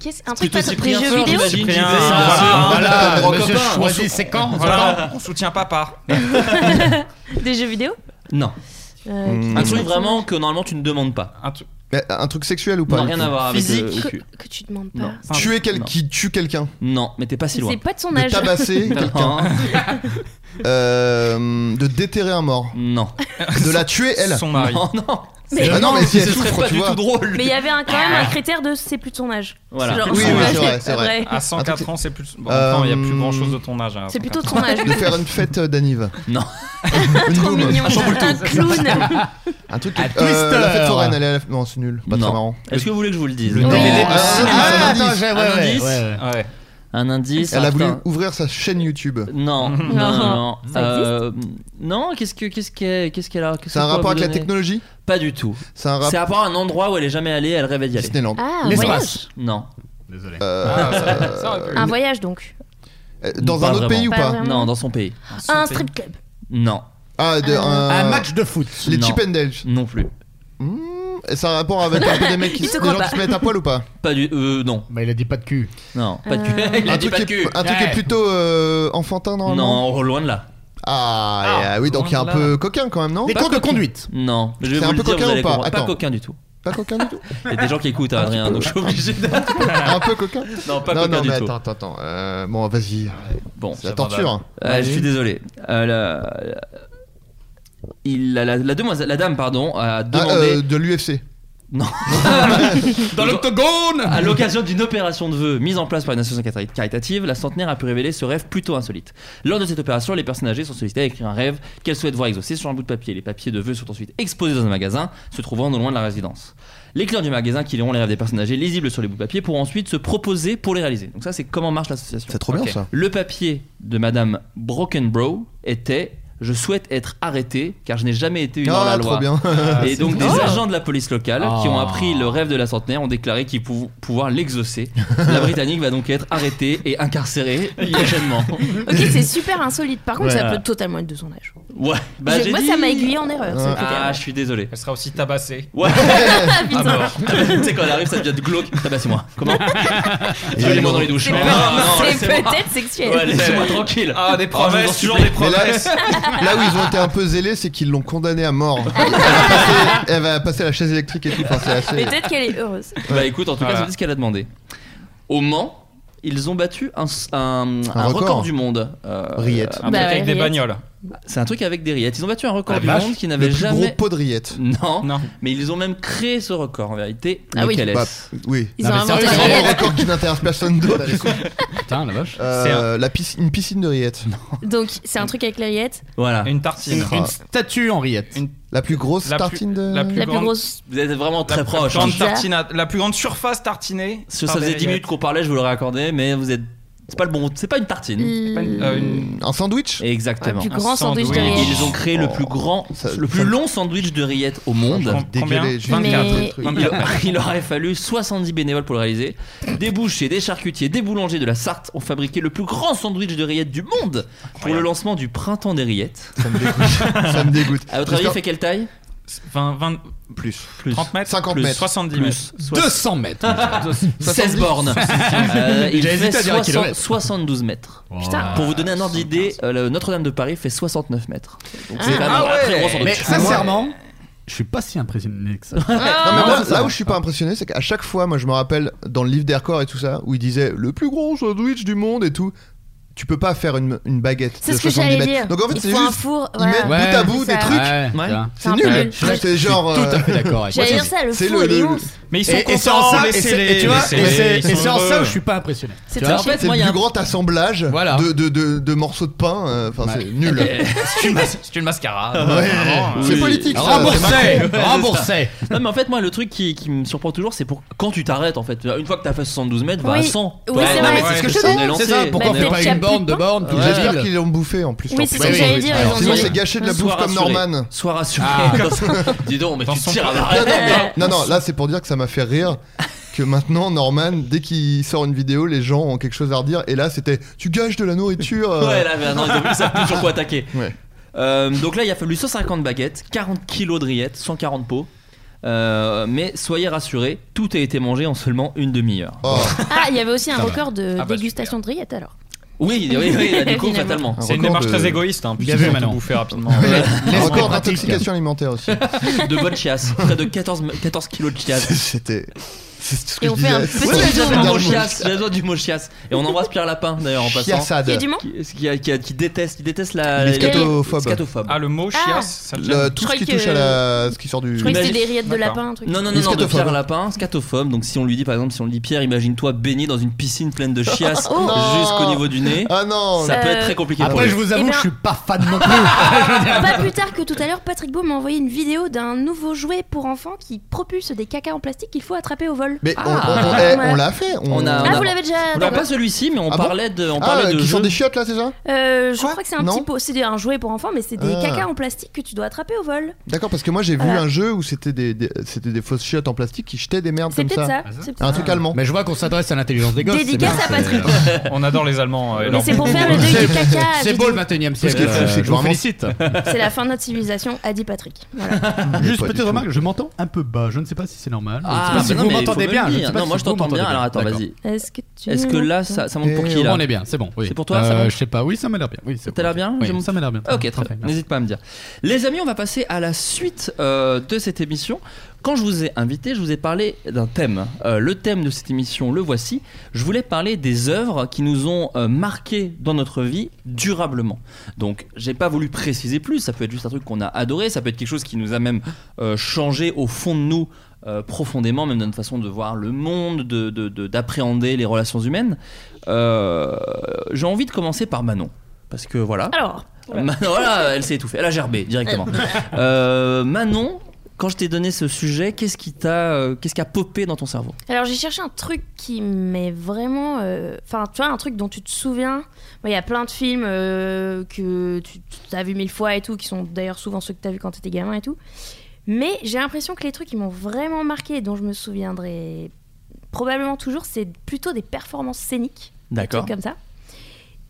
qu'est-ce- Un truc Plutôt pas de des Cyprien jeux Fort, vidéo j'imagine. Cyprien, Disait ça. voilà. Voilà, Gros monsieur copain. choisit ses camps. Voilà, on soutient pas par. Des jeux vidéo Non. Euh, Mm. Un truc vraiment que normalement tu ne demandes pas. Un truc. Mais Un truc sexuel ou pas Non, rien à voir avec Physique. le- le que, cul. que tu demandes Non. pas. Tuer quelqu'un Non. qui tue quelqu'un, Non, mais t'es pas si loin. C'est pas de son de âge. tabasser quelqu'un, Non, euh, de déterrer un mort, <laughs> non, de la tuer elle. Son mari. non, non. Mais- Ah non, mais si elle ce serait souffre, pas tu du vois. tout drôle. Mais il y avait un- quand même un critère de c'est plus de son âge. Voilà. Genre, Oui, son oui, âge, c'est vrai, c'est vrai. À Un truc- 104 ans, c'est plus. Bon, enfin, il y a plus Euh, grand chose de ton âge. hein, C'est 104 plutôt de ans. son âge. De faire une fête d'anniv. Non. Une Trop boum. mignon. Un clown. Un truc. Un euh, twister. la fête foraine, elle est à la- Non, c'est nul. Pas Non. très marrant. Est-ce que vous voulez que je vous le dise Le Non. DVD Ah, ah, attends, indice. j'ai- ouais, Un ouais, indice. ouais, ouais. Ouais. Un indice. Elle a un- voulu ouvrir sa chaîne YouTube. Non, non, Non. non, non. Ça Euh, non, qu'est-ce que, qu'est-ce qu'elle, qu'est-ce qu'elle a qu'est-ce C'est un qu'on pourrait rapport vous avec la donner technologie Pas du tout. C'est un C'est rapport. à part un endroit où elle est jamais allée, elle rêvait d'y aller. Disneyland. Ah, un voyage. L'espace. Non. Désolé. Ah, Euh, Un voyage donc. euh, Dans un Pas autre pays ou vraiment. pas Pas vraiment. Non, dans son pays. Un strip club. Non, Ah, de- un... Un match de foot. Les Non. Chip and Dales. non plus. Mmh, C'est un rapport avec un peu des mecs qui Il te se, des croit gens pas. qui se mettent à poil ou pas Pas du. Euh, non, Bah, il a dit pas de cul. non, pas de cul. Euh. <laughs> Il a Un truc, dit pas de qui est, cul. un truc qui est Ouais. plutôt euh, enfantin normalement Non, loin de là. Ah, et, euh, oui, donc il y a un là. peu coquin quand même, non Des cours de conduite. Non, je vais C'est vous un le peu dire, coquin vous allez ou pas comprendre. Pas Attends. coquin du tout. Pas coquin du tout Il y a des gens qui écoutent, hein, Adrien, donc je suis <laughs> obligé de. Un peu coquin Non, pas Non, coquin non, du mais tout. Ah, attends, attends, attends. Euh, bon, vas-y, Bon, bah. c'est la torture. Euh, je suis désolé. Euh, la- il, la, la- la demoiselle- la dame pardon, a demandé. <laughs> euh, de l'UFC. Non. Dans l'octogone <laughs> À l'occasion d'une opération de vœux mise en place par une association cari- caritative, la centenaire a pu révéler ce rêve plutôt insolite. Lors de cette opération, les personnes âgées sont sollicitées à écrire un rêve qu'elles souhaitent voir exaucé sur un bout de papier. Les papiers de vœux sont ensuite exposés dans un magasin se trouvant non loin de la résidence. Les clients du magasin qui liront les rêves des personnes âgées lisibles sur les bouts de papier pourront ensuite se proposer pour les réaliser. Donc ça, c'est comment marche l'association. C'est trop bien, ça. Le papier de Madame Brokenbrow était je souhaite être arrêté car je n'ai jamais été une Ah, hors la trop loi. bien. Et donc Ah, C'est des bien. agents de la police locale qui ont Ah. appris le rêve de la centenaire ont déclaré qu'ils pouvaient <laughs> pouvoir l'exaucer. la Britannique va donc être arrêtée et incarcérée prochainement. Ok, c'est super insolite. Par contre, ça Ouais. peut totalement être de son âge. Ouais, bah Je- j'ai moi, dit- ça m'a aiguillé en erreur. ça, peut-être. Ah, je suis désolé. Elle sera aussi tabassée. <laughs> Ouais. Ah, Putain. À mort. <laughs> tu sais quand elle arrive, ça devient de glauque. Ah, Tabassez-moi. <laughs> Comment Tuez-moi dans les douches. C'est Ah, peut- non, c'est laissez-moi. peut-être sexuel. Ouais, laissez-moi tranquille. Ah, des je vous en promesses, toujours supplie. des Mais là, promesses. là où ils ont été un peu zélés, c'est qu'ils l'ont condamnée à mort. Elle va, passer, elle va passer la chaise électrique et tout. Enfin, c'est assez. Peut-être qu'elle est heureuse. Bah écoute, en tout Voilà. cas, c'est ce qu'elle a demandé. Au Mans, ils ont battu un, un- un record. record. du monde. Euh, Rillettes. Ah, un Bah truc ouais, avec des rillettes. bagnoles. C'est un truc avec des rillettes. Ils ont battu un record La du vache, monde qui le n'avait plus jamais. gros pot de rillettes. Non, mais ils ont même créé ce record en vérité. Ah oui. Lequel Bah, est-ce oui. Ils Non, ont Ah, mais inventé C'est les vraiment un rillettes. record qui n'intéresse personne d'autre. Putain, la vache. Euh, la piscine- une piscine de rillettes. Donc, c'est un truc avec les rillettes. Voilà. Une tartine. Une statue en rillette. La plus grosse La plus- tartine de. la plus La plus grande- grosse. Vous êtes vraiment très La plus proche. grande hein. tartine à- la plus grande surface tartinée. Si par ça des faisait 10 rillettes. minutes qu'on parlait, je vous l'aurais accordé, mais vous êtes. C'est pas le bon. C'est pas une Mm. tartine. Euh, une- Un sandwich Exactement. Le plus grand sandwich de rillettes. Ils ont créé Oh. le plus grand, le plus long sandwich de rillettes au monde. Dès que Combien j'ai les- j'ai 24. les Et trucs. il, <laughs> il aurait fallu 70 bénévoles pour le réaliser. Des bouchers, des charcutiers, des boulangers de la Sarthe ont fabriqué le plus grand sandwich de rillettes du monde pour le lancement du printemps des rillettes. Ça me dégoûte. Ça me dégoûte. À votre avis, il J'espère- fait quelle taille 20, 20 Plus. Plus. 30 mètres 50 Plus. mètres. 70 Plus. mètres. Soix- 200 mètres. <laughs> 16 bornes. Euh, il J'ai fait hésité à dire un 60 kilomètre. 72 mètres. Putain. Pour vous donner un ordre d'idée, euh, le Notre-Dame de Paris fait 69 mètres. Donc c'est Ah. vraiment Ah un très ouais. gros sandwich. Mais sincèrement, Ouais. Je suis pas si impressionné que ça. Non, mais Ah, Non, moi, c'est là ça. où je suis pas impressionné, c'est qu'à chaque fois, moi je me rappelle dans le livre d'Aircore et tout ça, où il disait le plus gros sandwich du monde et tout. Tu peux pas faire une, une baguette. C'est de ce que 70 j'allais dire. mètres. Donc en fait, Il c'est faut un juste. four, ils voilà. mettent Ouais. bout à bout C'est des ça. trucs. Ouais, Ouais. tiens. C'est un nul. peu nul. Là, j'étais genre. Tout à euh, fait d'accord avec toi. J'allais dire ça, le c'est four, il est où Mais ils sont Et- et c'est en contents, ça- et laissez-les, c'est- et tu vois, laissez-les, et c'est- ils et sont c'est en ça heureux. où je suis pas impressionné. C'est Tu très vois, chiant. C'est le moi, il y a plus un- grand assemblage Voilà. de, de, de, de morceaux de pain. euh, Enfin, c'est nul. Et- C'est une mas- c'est une mascara. <laughs> Ouais. Vraiment, C'est Oui. politique. ça, Remboursé. c'est Macron. <laughs> Ouais, Remboursé. c'est ça. Non mais en fait moi le truc qui, qui me surprend toujours c'est pour quand tu t'arrêtes en fait une fois que t'as fait 72 mètres va à Oui. 100 Oui, c'est non, vrai. mais C'est ce que ce je qu'on dis. est C'est lancé ça. Pourquoi on Bah, fait mais pas tu as une borne, plus de deux bornes, tout Ouais. ça. J'espère qu'ils l'ont bouffé en plus. Oui, tant c'est pis. ce que j'allais dire, ils ont Sinon, dit- c'est gâché de la bouffe comme Norman. Sois rassuré. Ah. Dans ce- <laughs> Dis donc, mais tu son tires à plan. l'arrêt. Ah, <laughs> Non, non, là c'est pour dire que ça m'a fait rire que maintenant Norman, dès qu'il sort une vidéo, les gens ont quelque chose à redire. Et là c'était tu gâches de la nourriture. euh. Ouais, là, mais non, ils ont plus, ils savent plus sur quoi attaquer. <laughs> Ouais. Euh, donc là, il a fallu 150 baguettes, 40 kilos de rillettes, 140 pots. Euh, mais soyez rassurés, tout a été mangé en seulement une demi-heure. Oh. Ah, il y avait aussi un Ça va. record de Ah bah, dégustation de rillettes alors. Oui, oui, oui, là, du coup, Finalement. fatalement. Un C'est une record démarche de- très égoïste. Hein, Bien puisqu'ils vu, ont Manon. tout bouffé rapidement. Un record pratique. d'intoxication alimentaire <laughs> aussi. De bonne chiasse, près de 14, 14 kilos de chiasse. <laughs> C'était. C'est tout ce que Et je on fait un disais. petit Ouais, Ouais, mais c'est j'avais un un mot mot chiasse, j'avais besoin du mot chiasse. Et on embrasse Pierre Lapin d'ailleurs en passant. Il y a Chiassade. du monde Qui, qui a- qui a- qui déteste, il déteste la. Les les- scatophobes. scatophobes. Ah, le mot Ah. chiasse, ça me Le- gêne. tout Je ce croyais qui que- touche à la. ce qui sort du. Je croyais que c'était Imagine- des rillettes de D'accord. lapin, un truc. Non, non, Les non, non, de scatophobe. Pierre Lapin, scatophobe. Donc, si on lui dit par exemple, si on lui dit Pierre, imagine-toi baigné dans une piscine pleine de chiasse Oh non. jusqu'au niveau du nez. Ah non. Ça peut Euh, être très compliqué pour Après, lui. je vous Eh avoue bien- que <laughs> je suis pas fan non plus. Pas plus tard que tout à l'heure, Patrick Beau m'a envoyé une vidéo d'un nouveau jouet pour enfants qui propulse des cacas en plastique qu'il faut attraper au vol. Mais on- Ah. on, on- eh, Ouais. on l'a fait. On, On Mm. a- Ah, on a- vous l'avez déjà Non, d'accord. pas celui-ci, mais on Ah bon parlait de. On Ah, parlait de qui jeux. sont des chiottes là, c'est ça Euh, Je Quoi crois que c'est un Non. petit pot, c'est un jouet pour enfants, mais c'est des Ah. cacas en plastique que tu dois attraper au vol. D'accord, parce que moi j'ai vu Voilà. un jeu où c'était des, des- c'était des fausses chiottes en plastique qui jetaient des merdes C'est comme peut-être ça. ça. c'est peut-être Un ça. truc allemand. Mais je vois qu'on s'adresse à l'intelligence des gosses. c'est Dédicace bien, à Ah, c'est- Patrick. On adore les Allemands. euh, et Mais leur- c'est pour faire le deuil du caca. C'est j'ai beau dit. le 21 e siècle. qui est fou, euh, c'est que je vous vraiment- <laughs> félicite. C'est la fin de notre civilisation, a dit Patrick. Voilà. Juste pas du <laughs> petite tout. remarque, je m'entends un peu bas. Je ne sais pas si c'est normal. Ah, Je ne sais mais pas non, si mais vous m'entendez faut me bien, le je dire. sais pas non, si moi je vous t'entends bien. m'entendez Alors attends, bien. vas-y. Est-ce que tu. Est-ce que là, ça, ça monte pour Et qui là on est bien, c'est bon. oui. C'est pour toi, ça Euh, monte Je sais pas, oui, ça m'a l'air bien. Oui, c'est T'as l'air bien Oui, J'ai mon- ça m'a l'air bien. Ok, très bien. N'hésite pas à me dire. Les amis, on va passer à la suite euh, de cette émission. Quand je vous ai invité, je vous ai parlé d'un thème. Euh, le thème de cette émission, le voici. Je voulais parler des œuvres qui nous ont euh, marqué dans notre vie durablement. Donc, j'ai pas voulu préciser plus. Ça peut être juste un truc qu'on a adoré. Ça peut être quelque chose qui nous a même euh, changé au fond de nous euh, profondément, même dans notre façon de voir le monde, de- de- de- d'appréhender les relations humaines. Euh, j'ai envie de commencer par Manon. Parce que voilà. Alors. Manon, voilà, elle s'est étouffée. Elle a gerbé directement. <laughs> Euh, Manon, quand je t'ai donné ce sujet, qu'est-ce qui t'a, euh, qu'est-ce qui a popé dans ton cerveau Alors j'ai cherché un truc qui m'est vraiment... euh, Enfin, tu vois, un truc dont tu te souviens. Moi, Il y a plein de films euh, que tu, tu as vu mille fois et tout, qui sont d'ailleurs souvent ceux que tu as vu quand tu étais gamin et tout. Mais j'ai l'impression que les trucs qui m'ont vraiment marqué et dont je me souviendrai probablement toujours, c'est plutôt des performances scéniques. des D'accord. trucs comme ça.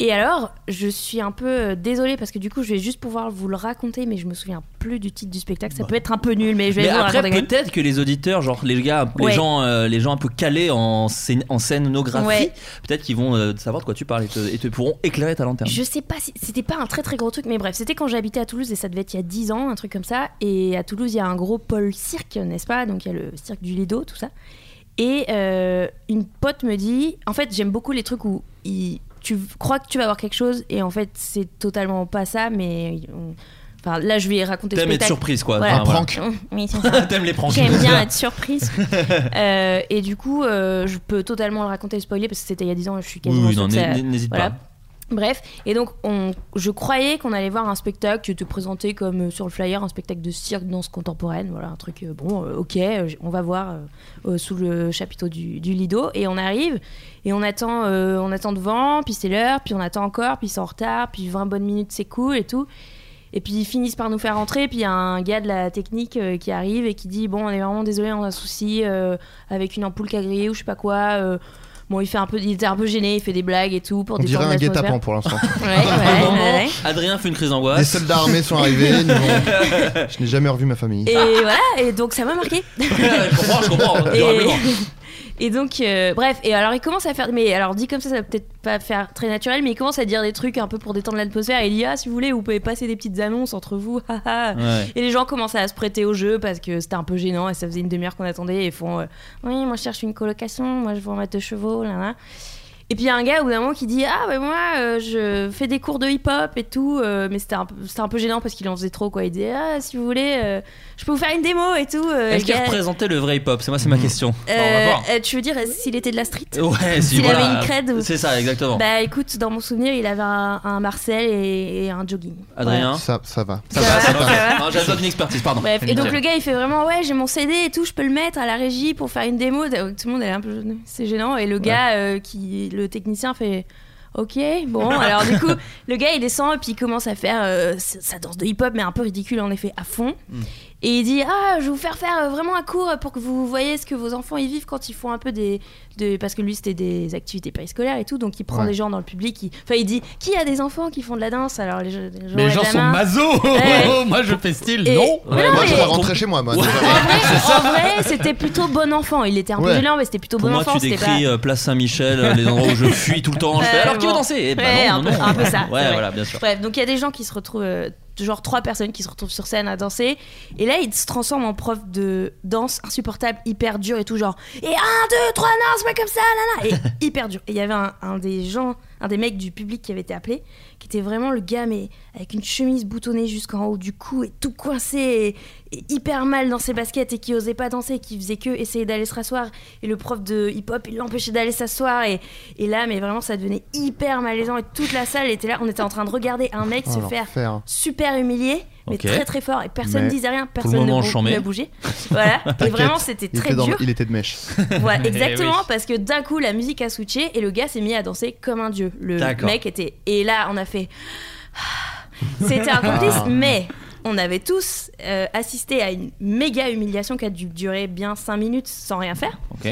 Et alors, je suis un peu euh, désolée parce que du coup, je vais juste pouvoir vous le raconter, mais je me souviens plus du titre du spectacle. Bah. Ça peut être un peu nul, mais je vais Mais vous le après, raconter quand même. peut-être que les auditeurs, genre les gars, les Ouais. gens, euh, les gens un peu calés en, scén- en scénographie, Ouais. peut-être qu'ils vont euh, savoir de quoi tu parles et te, et te pourront éclairer ta lanterne. Je sais pas, si- c'était pas un très très gros truc, mais bref, c'était quand j'habitais à Toulouse et ça devait être il y a 10 ans, un truc comme ça. Et à Toulouse, il y a un gros pôle cirque, n'est-ce pas Donc il y a le cirque du Lido, tout ça. Et euh, une pote me dit En fait, j'aime beaucoup les trucs où il- tu crois que tu vas voir quelque chose et en fait, c'est totalement pas ça, mais. on- Enfin, là, je vais raconter le T'aimes être spectacle. surprise, quoi. Voilà. Enfin, voilà. Un prank. Oui, c'est ça. <laughs> T'aimes les pranks. J'aime bien être surprise. Euh, et du coup, euh, je peux totalement le raconter et spoiler parce que c'était il y a 10 ans et je suis Oui, quasiment oui, sûre non, que ça- n'hé- n'hésite voilà. pas. Bref, et donc on, je croyais qu'on allait voir un spectacle qui était présenté comme euh, sur le flyer, un spectacle de cirque, danse contemporaine, voilà, un truc, euh, bon, euh, ok, euh, j- on va voir euh, euh, sous le chapiteau du, du Lido, et on arrive, et on attend, euh, on attend devant, puis c'est l'heure, puis on attend encore, puis c'est en retard, puis 20 bonnes minutes c'est cool et tout. Et puis ils finissent par nous faire rentrer. Puis il y a un gars de la technique euh, qui arrive et qui dit Bon, on est vraiment désolé, on a un souci euh, avec une ampoule qui a grillé ou je sais pas quoi. euh. bon, il, fait un peu, il était un peu gêné, il fait des blagues et tout. Pour On dirait détendre un l'atmosphère. guet-apens pour l'instant. ouais, ouais, ouais, ouais. <laughs> Adrien fait une crise d'angoisse. Les soldats armés sont arrivés. ils nous ont- Je n'ai jamais revu ma famille. Et voilà, et donc ça m'a <laughs> marqué. je comprends, je comprends. Et, durablement. et donc, euh, bref, et alors il commence à faire. Mais alors, dit comme ça, ça va peut-être pas faire très naturel, mais il commence à dire des trucs un peu pour détendre l'atmosphère. Et il dit Ah, si vous voulez, vous pouvez passer des petites annonces entre vous. haha. Ouais. Et les gens commencent à se prêter au jeu parce que c'était un peu gênant et ça faisait une demi-heure qu'on attendait. Et ils font euh, Oui, moi je cherche une colocation, moi je vends ma deux chevaux, là là. Et puis il y a un gars au bout d'un moment qui dit Ah, ben moi euh, je fais des cours de hip-hop et tout, euh, mais c'était un, peu- c'était un peu gênant parce qu'il en faisait trop quoi. Il dit Ah, si vous voulez, euh, je peux vous faire une démo et tout. euh, Est-ce le qu'il gars- représentait le vrai hip-hop C'est moi, Mhm. c'est ma question. euh, euh, tu veux dire s'il était de la street Ouais, si, S'il voilà. avait une crête ou- C'est ça, exactement. Bah écoute, dans mon souvenir, il avait un, un Marcel et, et un jogging. Adrien Ça, ça va. Ça, va, ça va. Non, J'ai besoin d'une expertise, pardon. Bref, et donc le gars il fait vraiment ouais j'ai mon CD et tout je peux le mettre à la régie pour faire une démo Donc, tout le monde est un peu c'est gênant et le gars euh, qui le technicien fait ok bon alors du <laughs> coup le gars il descend et puis il commence à faire euh, sa danse de hip hop mais un peu ridicule en effet à fond et il dit ah je vais vous faire faire euh, vraiment un cours pour que vous voyez ce que vos enfants ils vivent quand ils font un peu des, de- parce que lui c'était des activités périscolaires et tout donc il prend Ouais. des gens dans le public il... enfin il dit qui a des enfants qui font de la danse alors les, gens- les gens Les lèvent gens la sont main. maso <laughs> Ouais. Moi je fais style, Et- non Mais non, moi, mais- je eh, oh, vais rentrer chez moi. moi. En vrai, c'était plutôt bon enfant. Il était un peu Ouais. gênant, mais c'était plutôt Pour bon moi, enfant. tu c'était décris euh, Place Saint-Michel, euh, les endroits où je fuis tout <laughs> le temps. Je fais, Euh, alors, qui veut bon. danser Eh, bah Ouais, non, un non, peu- non. un peu ça, c'est Ouais, vrai. voilà, bien sûr. Bref, donc il y a des gens qui se retrouvent, euh, genre trois personnes qui se retrouvent sur scène à danser. Et là, il se transforme en prof de danse insupportable, hyper dur et tout, genre et un, deux, trois, non, c'est pas comme ça, là, là, et hyper dur. Et il y avait un, un des gens, un des mecs du public qui avait été appelé, qui était vraiment le gars, mais avec une chemise boutonnée jusqu'en haut du cou et tout coincé et, et hyper mal dans ses baskets et qui osait pas danser, qui faisait que essayer d'aller se rasseoir. Et le prof de hip-hop, il l'empêchait d'aller s'asseoir. Et, et là, mais vraiment, ça devenait hyper malaisant. Et toute la salle était là. On était en train de regarder un mec Oh, se faire l'enfer. super humilier, mais Ok. très très fort. Et personne Mais ne disait rien, tout le personne ne, moment bou- enchaumé. ne bougeait. Voilà. et T'inquiète, vraiment, c'était il très était dans- dur. Il était de mèche. <laughs> Voilà, Eh exactement, oui. parce que d'un coup la musique a switché et le gars s'est mis à danser comme un dieu. Le D'accord. mec était. Et là, on a fait. C'était un complice, Ah. mais on avait tous euh, assisté à une méga humiliation qui a dû durer bien 5 minutes sans rien faire. Ok.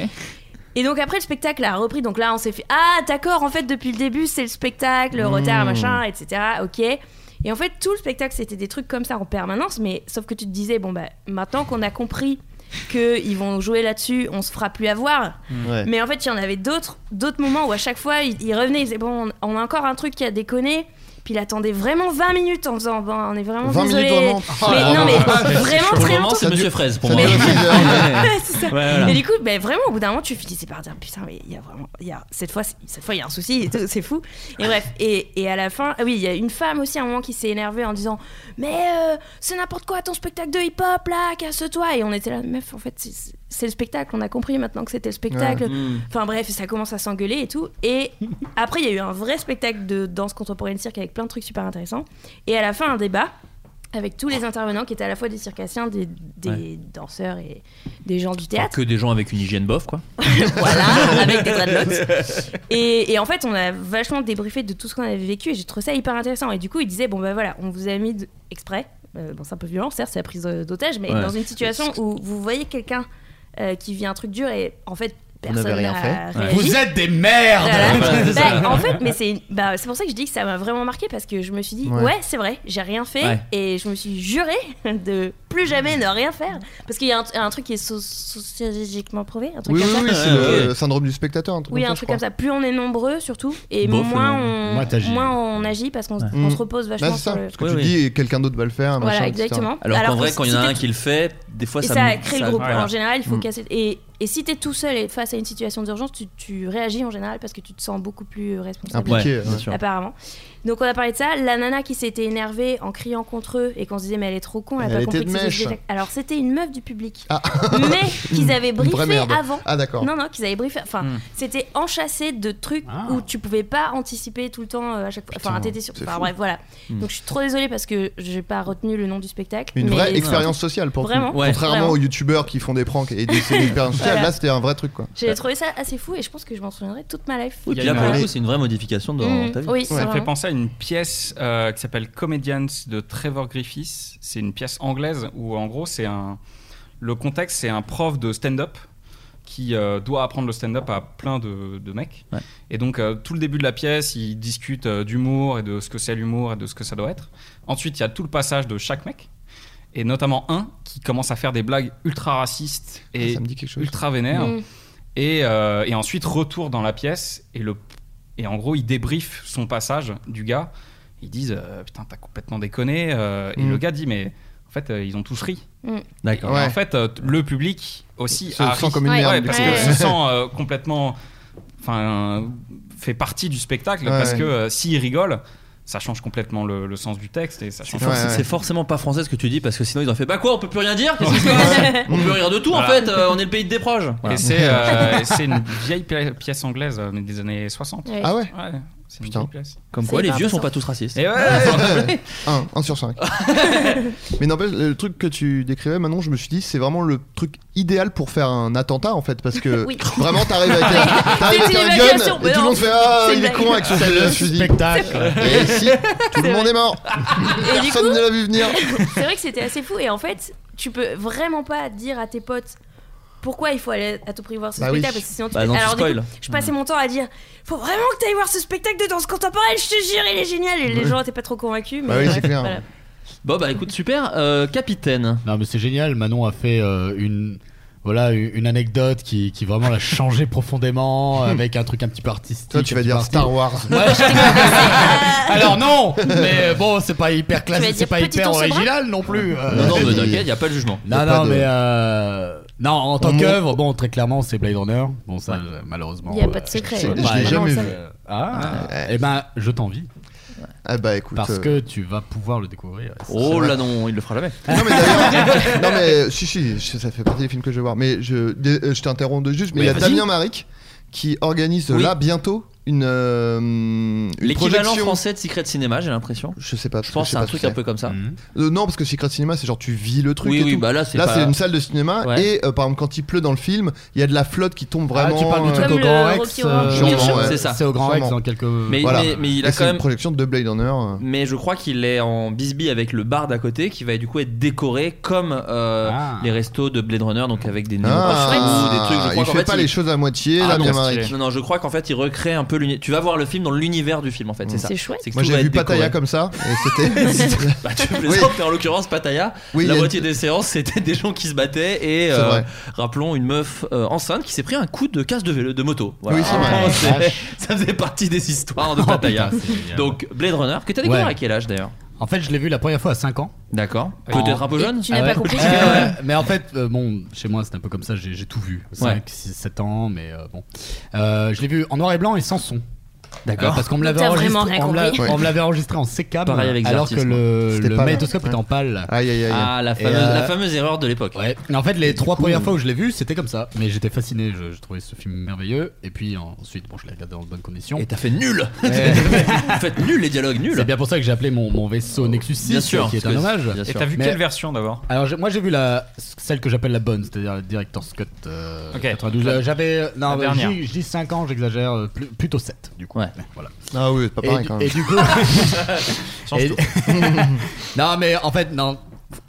Et donc après le spectacle a repris, donc là on s'est fait ah d'accord en fait depuis le début c'est le spectacle, le Mmh. retard Hmm. machin etc. Ok. Et en fait tout le spectacle c'était des trucs comme ça en permanence, mais sauf que tu te disais bon bah maintenant qu'on a compris qu'ils vont jouer là-dessus, on se fera plus avoir. Ouais. Mais en fait, il y en avait d'autres, d'autres moments où à chaque fois, ils, ils revenaient, ils disaient Bon, on on a encore un truc qui a déconné. Puis il attendait vraiment 20 minutes en faisant Bon, on est vraiment 20 désolé. minutes vraiment. Oh Mais là non, là. mais Ah, mais vraiment Pour le très moment, longtemps. c'est Monsieur Fraise pour ça moi. <laughs> dure aussi bien, Ouais, c'est ça. Ouais, voilà. Et du coup, ben, vraiment, au bout d'un moment, tu finissais par dire putain, mais il y a vraiment, il y a- cette fois, c'est- cette fois, il y a un souci, et tout, c'est fou. Et bref, et, et à la fin, ah oui, il y a une femme aussi à un moment qui s'est énervée en disant, mais euh, c'est n'importe quoi ton spectacle de hip-hop là, casse-toi. Et on était là, meuf, en fait, c'est- c'est c'est le spectacle, on a compris maintenant que c'était le spectacle. Ouais. Mm. Enfin bref, ça commence à s'engueuler et tout. Et après, il y a eu un vrai spectacle de danse contemporaine cirque avec plein de trucs super intéressants. Et à la fin, un débat avec tous les intervenants qui étaient à la fois des circassiens, des, des Ouais. danseurs et des gens du Enfin, théâtre. Que des gens avec une hygiène bof, quoi. <laughs> <laughs> voilà, avec des dreadlocks. Et, et en fait, on a vachement débriefé de tout ce qu'on avait vécu et j'ai trouvé ça hyper intéressant. Et du coup, il disait Bon, ben voilà, on vous a mis de- exprès. Euh, bon, c'est un peu violent, certes, c'est la prise euh, d'otage, mais Ouais. dans une situation où vous voyez quelqu'un euh, qui vit un truc dur et en fait, On personne n'avait rien n'a fait. réagi. Vous êtes des merdes Voilà. c'est Bah, ça. en fait, mais c'est une- bah, c'est pour ça que je dis que ça m'a vraiment marqué parce que je me suis dit, Ouais. ouais, c'est vrai, j'ai rien fait Ouais. et je me suis juré <laughs> de plus jamais ne rien faire parce qu'il y a un, un truc qui est so- sociologiquement prouvé, un truc Oui, oui, comme ça. oui, c'est le syndrome du spectateur. Un truc Oui, comme un ça, truc je comme ça. Plus on est nombreux, surtout, et Bof, moins, non. on, Moins t'agis. moins on agit parce qu'on crois. s- on Mm. se repose vachement Bah, c'est ça, sur le. Parce que tu dis, et quelqu'un d'autre va le faire. Voilà, machin, etc. exactement. Alors, Alors qu'en que vrai, si quand il y en a c'était- un qui le fait, des fois et ça. ça crée le groupe. voilà. En général, il faut Mm. casser. Et, et si t'es tout seul et face à une situation d'urgence, tu, tu réagis en général parce que tu te sens beaucoup plus responsable. Impliqué, Ouais, bien ouais. sûr. apparemment. Donc on a parlé de ça. La nana qui s'était énervée en criant contre eux et qu'on se disait mais elle est trop con, elle, a Elle pas était compris. de que c'était mèche. Ah. spectacle. Alors c'était une meuf du public, mais qu'ils avaient Une vraie briefé merde. avant. Ah, d'accord. Non non, qu'ils avaient briefé. Enfin, Hmm. c'était enchâssé de trucs où tu pouvais pas anticiper tout le temps euh, à chaque fois. Enfin, Putain, t'étais sur. c'est Enfin fou. bref, voilà. Hmm. Donc je suis trop désolée parce que j'ai pas retenu le nom du spectacle. Une mais- vraie expérience sociale pour le coup. Vraiment. Contrairement vraiment. aux youtubeurs qui font des pranks et des c'est une expérience sociale, Voilà. là c'était un vrai truc quoi. J'ai trouvé ça assez fou et je pense que je m'en souviendrai toute ma life. Oui, puis là, pour le coup, c'est une vraie modification dans Mhm. ta vie. Oui, c'est ça me fait vraiment. penser à une pièce euh, qui s'appelle Comedians de Trevor Griffiths. C'est une pièce anglaise où, en gros, c'est un. Le contexte, c'est un prof de stand-up qui euh, doit apprendre le stand-up à plein de, de mecs. Et donc, euh, tout le début de la pièce, ils discutent euh, d'humour et de ce que c'est l'humour et de ce que ça doit être. Ensuite, il y a tout le passage de chaque mec. Et notamment un qui commence à faire des blagues ultra racistes et ça me dit quelque chose. ultra vénères. Mm. Et, euh, et ensuite, retour dans la pièce. Et, le, et en gros, ils débriefent son passage du gars. Ils disent euh, Putain, t'as complètement déconné. euh, Et Mm. le gars dit Mais en fait, euh, ils ont tous ri. Mm. D'accord. Et Ouais. En fait, euh, t- le public aussi Se a sent ri. comme une Ouais. merde, Ouais, du parce coup. que Ouais. se sent euh, complètement. Enfin, fait partie du spectacle. Ouais, parce ouais. que euh, s'il rigole, ça change complètement le, le sens du texte. Et ça C'est change for- c'est forcément pas français ce que tu dis parce que sinon ils ont fait bah quoi on peut plus rien dire <laughs> qu'est-ce qui se passe <laughs> on peut rire de tout en Voilà. fait euh, on est le pays des proches Voilà. Et c'est <laughs> euh, et c'est une vieille pi- pièce anglaise euh, mais des années 60. Ouais. Ah ouais c'est une Putain. vieille pièce. Comme quoi, les vieux sont pas tous racistes. Et ouais, un, un <laughs> sur cinq. Mais n'empêche, le truc que tu décrivais, Manon, je me suis dit, c'est vraiment le truc idéal pour faire un attentat en fait, parce que Oui. vraiment t'arrives avec, <laughs> un- t'arrives C'est avec une un évacuation, gun et mais tout le non. monde fait ah C'est il une est con avec son blague. C'est le fusil. spectacle. Et si tout le monde est mort. Et du Personne coup- ne l'a vu venir. c'est vrai que c'était assez fou et en fait tu peux vraiment pas dire à tes potes pourquoi il faut aller à tout prix voir ce Bah oui. spectacle parce que sinon tu Bah fais- non, tu alors du coup, spoil. je passais mon temps à dire faut vraiment que t'ailles voir ce spectacle de danse contemporaine je te jure il est génial et les Ouais. gens étaient pas trop convaincus Bah mais bref, voilà. bon bah écoute super euh, capitaine Non, mais c'est génial. Manon a fait euh, une. Voilà une une anecdote qui, qui vraiment l'a changé <laughs> profondément avec un truc un petit peu artistique. Toi, tu vas un petit dire peu Star Wars. Ouais, je- Alors non, mais euh, bon c'est pas hyper Tu classique, vas c'est dire pas petit hyper ours brun original non plus. euh. non non mais t'inquiète y a pas de jugement Non, non, mais. euh, Non, en On tant monte- qu'œuvre, bon, très clairement, c'est Blade Runner. Bon, ça, Ouais. euh, malheureusement. Y a pas euh, de secret. sais Je l'ai pas, jamais euh, vu. Ah, eh ben, je t'envie. Ah bah écoute. Parce euh, que tu vas pouvoir le découvrir. oh vrai. là non il le fera jamais Non mais d'ailleurs, non mais euh, si si, je- ça fait partie des films que je vais voir. Mais je, dé- euh, je t'interromps de juste, mais il Oui, y a vas-y. Damien Maric qui organise Oui. là bientôt une, euh, une l'équivalent projection. français de Secret Cinéma j'ai l'impression je sais pas je pense je que c'est sais un pas truc ce que un peu comme Mm. ça Ah, Euh, non parce que Secret Cinéma c'est genre tu vis le truc Oui, et oui, tout. bah là, c'est pas- une salle de cinéma Ouais. et euh, par exemple quand il pleut dans le film il y a de la flotte qui tombe Ah, vraiment. euh, tu parles du truc au Grand Rex. euh, Sûrement, ouais. c'est ça C'est au Grand Rex Sûrement. dans <laughs> quelques. Mais- Voilà. mais- mais il a Et quand c'est une même- projection de Blade Runner. euh. mais je crois qu'il est en bisbee avec le bar d'à côté qui va du coup être décoré comme euh, Ah. les restos de Blade Runner donc avec des néons Ah, partout, des trucs je crois il qu'en fait fait, pas les choses à moitié, Ah Damien non, Maric. non, non, je crois qu'en fait il recrée un peu peu l'uni- tu vas voir le film dans l'univers du film en fait, c'est ça. C'est chouette. que Moi tout j'ai va vu être décoré. Pataya comme ça, et <laughs> c'était. Bah, <laughs> tu plaisantes, mais en l'occurrence, Pattaya, Oui, il y la a une- moitié des séances, c'était des gens qui se battaient et, C'est euh, vrai. rappelons, une meuf euh, enceinte qui s'est pris un coup de casse de, vélo, de moto. Oui, c'est vrai. Vraiment, c'est- Vache. <laughs> ça faisait partie des histoires de Pattaya. Oh, putain, c'est génial. Donc, Blade Runner, que t'as découvert Ouais. à quel âge d'ailleurs En fait, je l'ai vu la première fois à 5 ans. D'accord. Peut-être un peu jeune Ah ouais. Euh, Euh, Mais en fait, euh, bon, chez moi, c'est un peu comme ça, j'ai j'ai tout vu. 5, Ouais. 6, 7 ans, mais euh, bon. Euh, je l'ai vu en noir et blanc et sans son. D'accord. parce qu'on me l'avait T'as vraiment enregistré, rien on me l'a- compris. Ouais. on me l'avait enregistré en C-cam, Pareil avec alors Zartis, que moi. le, C'était le pas- magnétoscope était en pâle. Aïe, aïe, Ah, la Et, fameuse, euh, la fameuse erreur de l'époque. Ouais. Mais en fait, les Et du trois coup, premières fois où je l'ai vu, c'était comme ça. Mais j'étais fasciné, je, je trouvais ce film merveilleux. Et puis en- ensuite, bon, je l'ai regardé dans de bonnes conditions. Et t'as fait nul <laughs> Ouais. En fait, nul les dialogues, nul C'est bien pour ça que j'ai appelé mon, mon vaisseau Nexus 6, Bien sûr, qui est parce un que- hommage. bien Et t'as vu Mais- quelle version d'abord alors j'ai- moi j'ai vu la celle que j'appelle la bonne, c'est-à-dire la Director's Cut euh, Ok. 92. Euh, J'avais La non, dernière. je dis- je dis 5 ans, j'exagère, euh, plus- plutôt 7 du coup. Ouais. Voilà. Ah oui, c'est pas Et pareil du- quand même. Et du <laughs> coup, Change Et- tout. <laughs> non mais en fait non,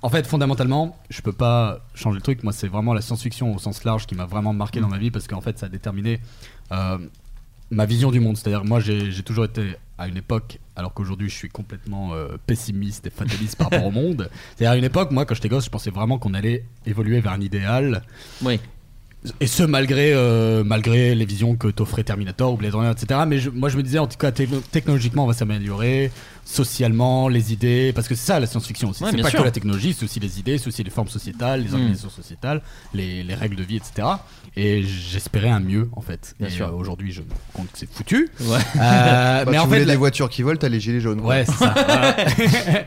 en fait fondamentalement, je peux pas changer le truc. Moi c'est vraiment la science-fiction au sens large qui m'a vraiment marqué dans ma vie parce qu'en fait ça a déterminé euh, ma vision du monde. C'est-à-dire moi j'ai j'ai toujours été à une époque, alors qu'aujourd'hui je suis complètement euh, pessimiste et fataliste par rapport au monde. <laughs> C'est-à-dire à une époque, moi quand j'étais gosse, je pensais vraiment qu'on allait évoluer vers un idéal. Oui. Et ce malgré euh, malgré les visions que t'offrait Terminator ou Blade Runner, etc. Mais je- moi je me disais en tout cas te- technologiquement on va s'améliorer, socialement les idées, parce que c'est ça la science-fiction aussi. Ouais, c'est bien pas sûr. que la technologie, c'est aussi les idées, c'est aussi les formes sociétales, les Mm. organisations sociétales, les, les règles de vie, etc. Et j'espérais un mieux en fait. Bien Et, sûr. euh, aujourd'hui je me rends compte que c'est foutu. Ouais. Euh, Bah, mais tu en voulais fait des la- voitures qui volent, t'as les gilets jaunes. quoi. Ouais, c'est ça. Voilà.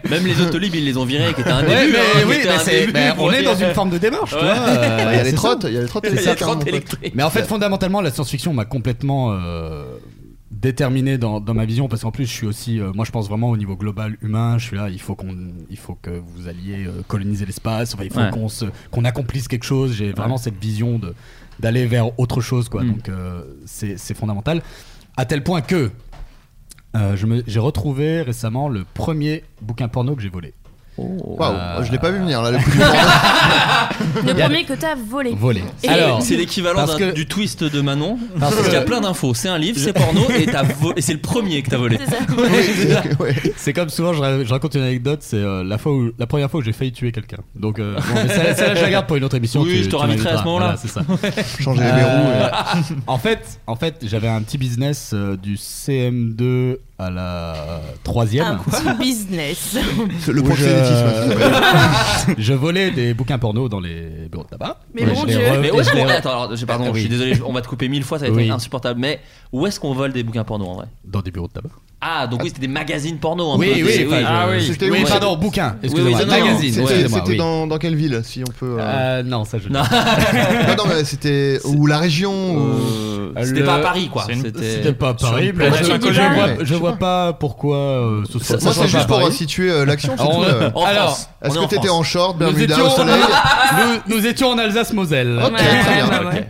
Même les autolibs, ils les ont virés, qui était un Ouais, début. mais hein, qui oui, était mais un c'est- début mais pour on est dire- dans une forme de démarche, tu Ouais. vois. euh, Il y a les c'est trottes, ça. il y a les trottes <laughs> Il y électriques, a les trottes hein, mon pote. électriques. Mais en fait, fondamentalement, la science-fiction m'a complètement euh, déterminé dans, dans ma vision parce qu'en plus, je suis aussi, euh, moi, je pense vraiment au niveau global humain. Je suis là, il faut qu'on, il faut que vous alliez euh, coloniser l'espace. Enfin, il faut Ouais. qu'on se- qu'on accomplisse quelque chose. J'ai vraiment cette vision de d'aller vers autre chose, quoi. Mm. Donc, euh, c'est c'est fondamental. À tel point que euh, je me- j'ai retrouvé récemment le premier bouquin porno que j'ai volé. Waouh, Euh, je l'ai pas vu venir là, le coup du Le premier que t'as volé. Volé. Et- Alors, c'est l'équivalent parce d'un- que- du twist de Manon. Parce Parce qu'il y a que- plein d'infos. C'est un livre, <laughs> c'est porno, et, t'as vo- et c'est le premier que t'as volé. C'est ça. <laughs> C'est comme souvent, je, ra- je raconte une anecdote, c'est euh, la, fois où- la première fois où j'ai failli tuer quelqu'un. Donc, euh, bon, mais celle- celle-là, je la garde pour une autre émission. Oui, tu- je te tu réinviterai à m'inviteras. ce moment-là. Voilà, c'est ça. Changer les Euh, verrous. en fait, en fait j'avais un petit business euh, du CM2 à la Un troisième. petit business. <laughs> et- Le où proxénétisme, ça s'appelle. je... <laughs> je volais des bouquins porno dans les bureaux de tabac. Mais Et mon je les Dieu. re- Mais et où est-ce je les qu'on. re- Attends, alors, je- pardon, Ah, je oui. suis désolé, je- on va te couper mille fois, ça va être Oui. insupportable. Mais où est-ce qu'on vole des bouquins porno en vrai Dans des bureaux de tabac. Ah, donc oui, c'était des magazines porno. Un Oui, peu, oui, des- enfin, je- Ah oui. C'était où, Oui, ouais. pardon, bouquin. oui, Excusez-moi. non, non, magazine. C'était- excusez-moi, C'était oui. dans, dans quelle ville, si on peut. euh, Euh, non, ça je. Non. Non, non, mais c'était. Ou la région. Ou... Euh, C'était Le- pas à Paris, quoi. C'est une- C'était pas sur pareil, une mais plage je, inconnue. je vois, Ouais, je je sais vois pas. pas pourquoi euh, ce soit. Moi, ce soit c'est juste pas pour pareil. situer euh, l'action, c'est Alors, tout. on- euh. En Alors, France. Est-ce On est que en t'étais en France. short, nous Bermuda, étions, au soleil <laughs> nous, nous étions en Alsace-Moselle. Ok, très bien. ouais, ouais.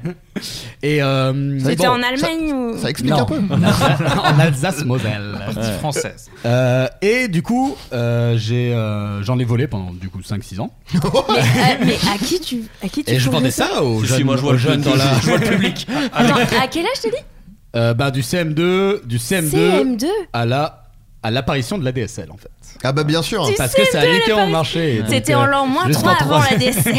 Et euh, C'était bon, en Allemagne ou. Ça explique non. un peu. <laughs> en Alsace-Moselle. Partie française. Euh, et du coup, euh, j'ai, euh, j'en ai volé pendant du coup 5-6 ans. Mais, euh, mais à qui tu. À qui tu Et je vendais vendais ça aux Si, si, jeunes, moi, je vois aux le jeunes public. dans la, Je vois le public. Attends, à quel âge t'as dit Euh, bah, du CM2, du CM2 CM2 à la, à l'apparition de la DSL en fait. Ah bah bien sûr. Du Parce que ça a CM2, niqué la mon marché. C'était Donc, en euh, l'an moins 3 jusqu'en avant trois- la DSL.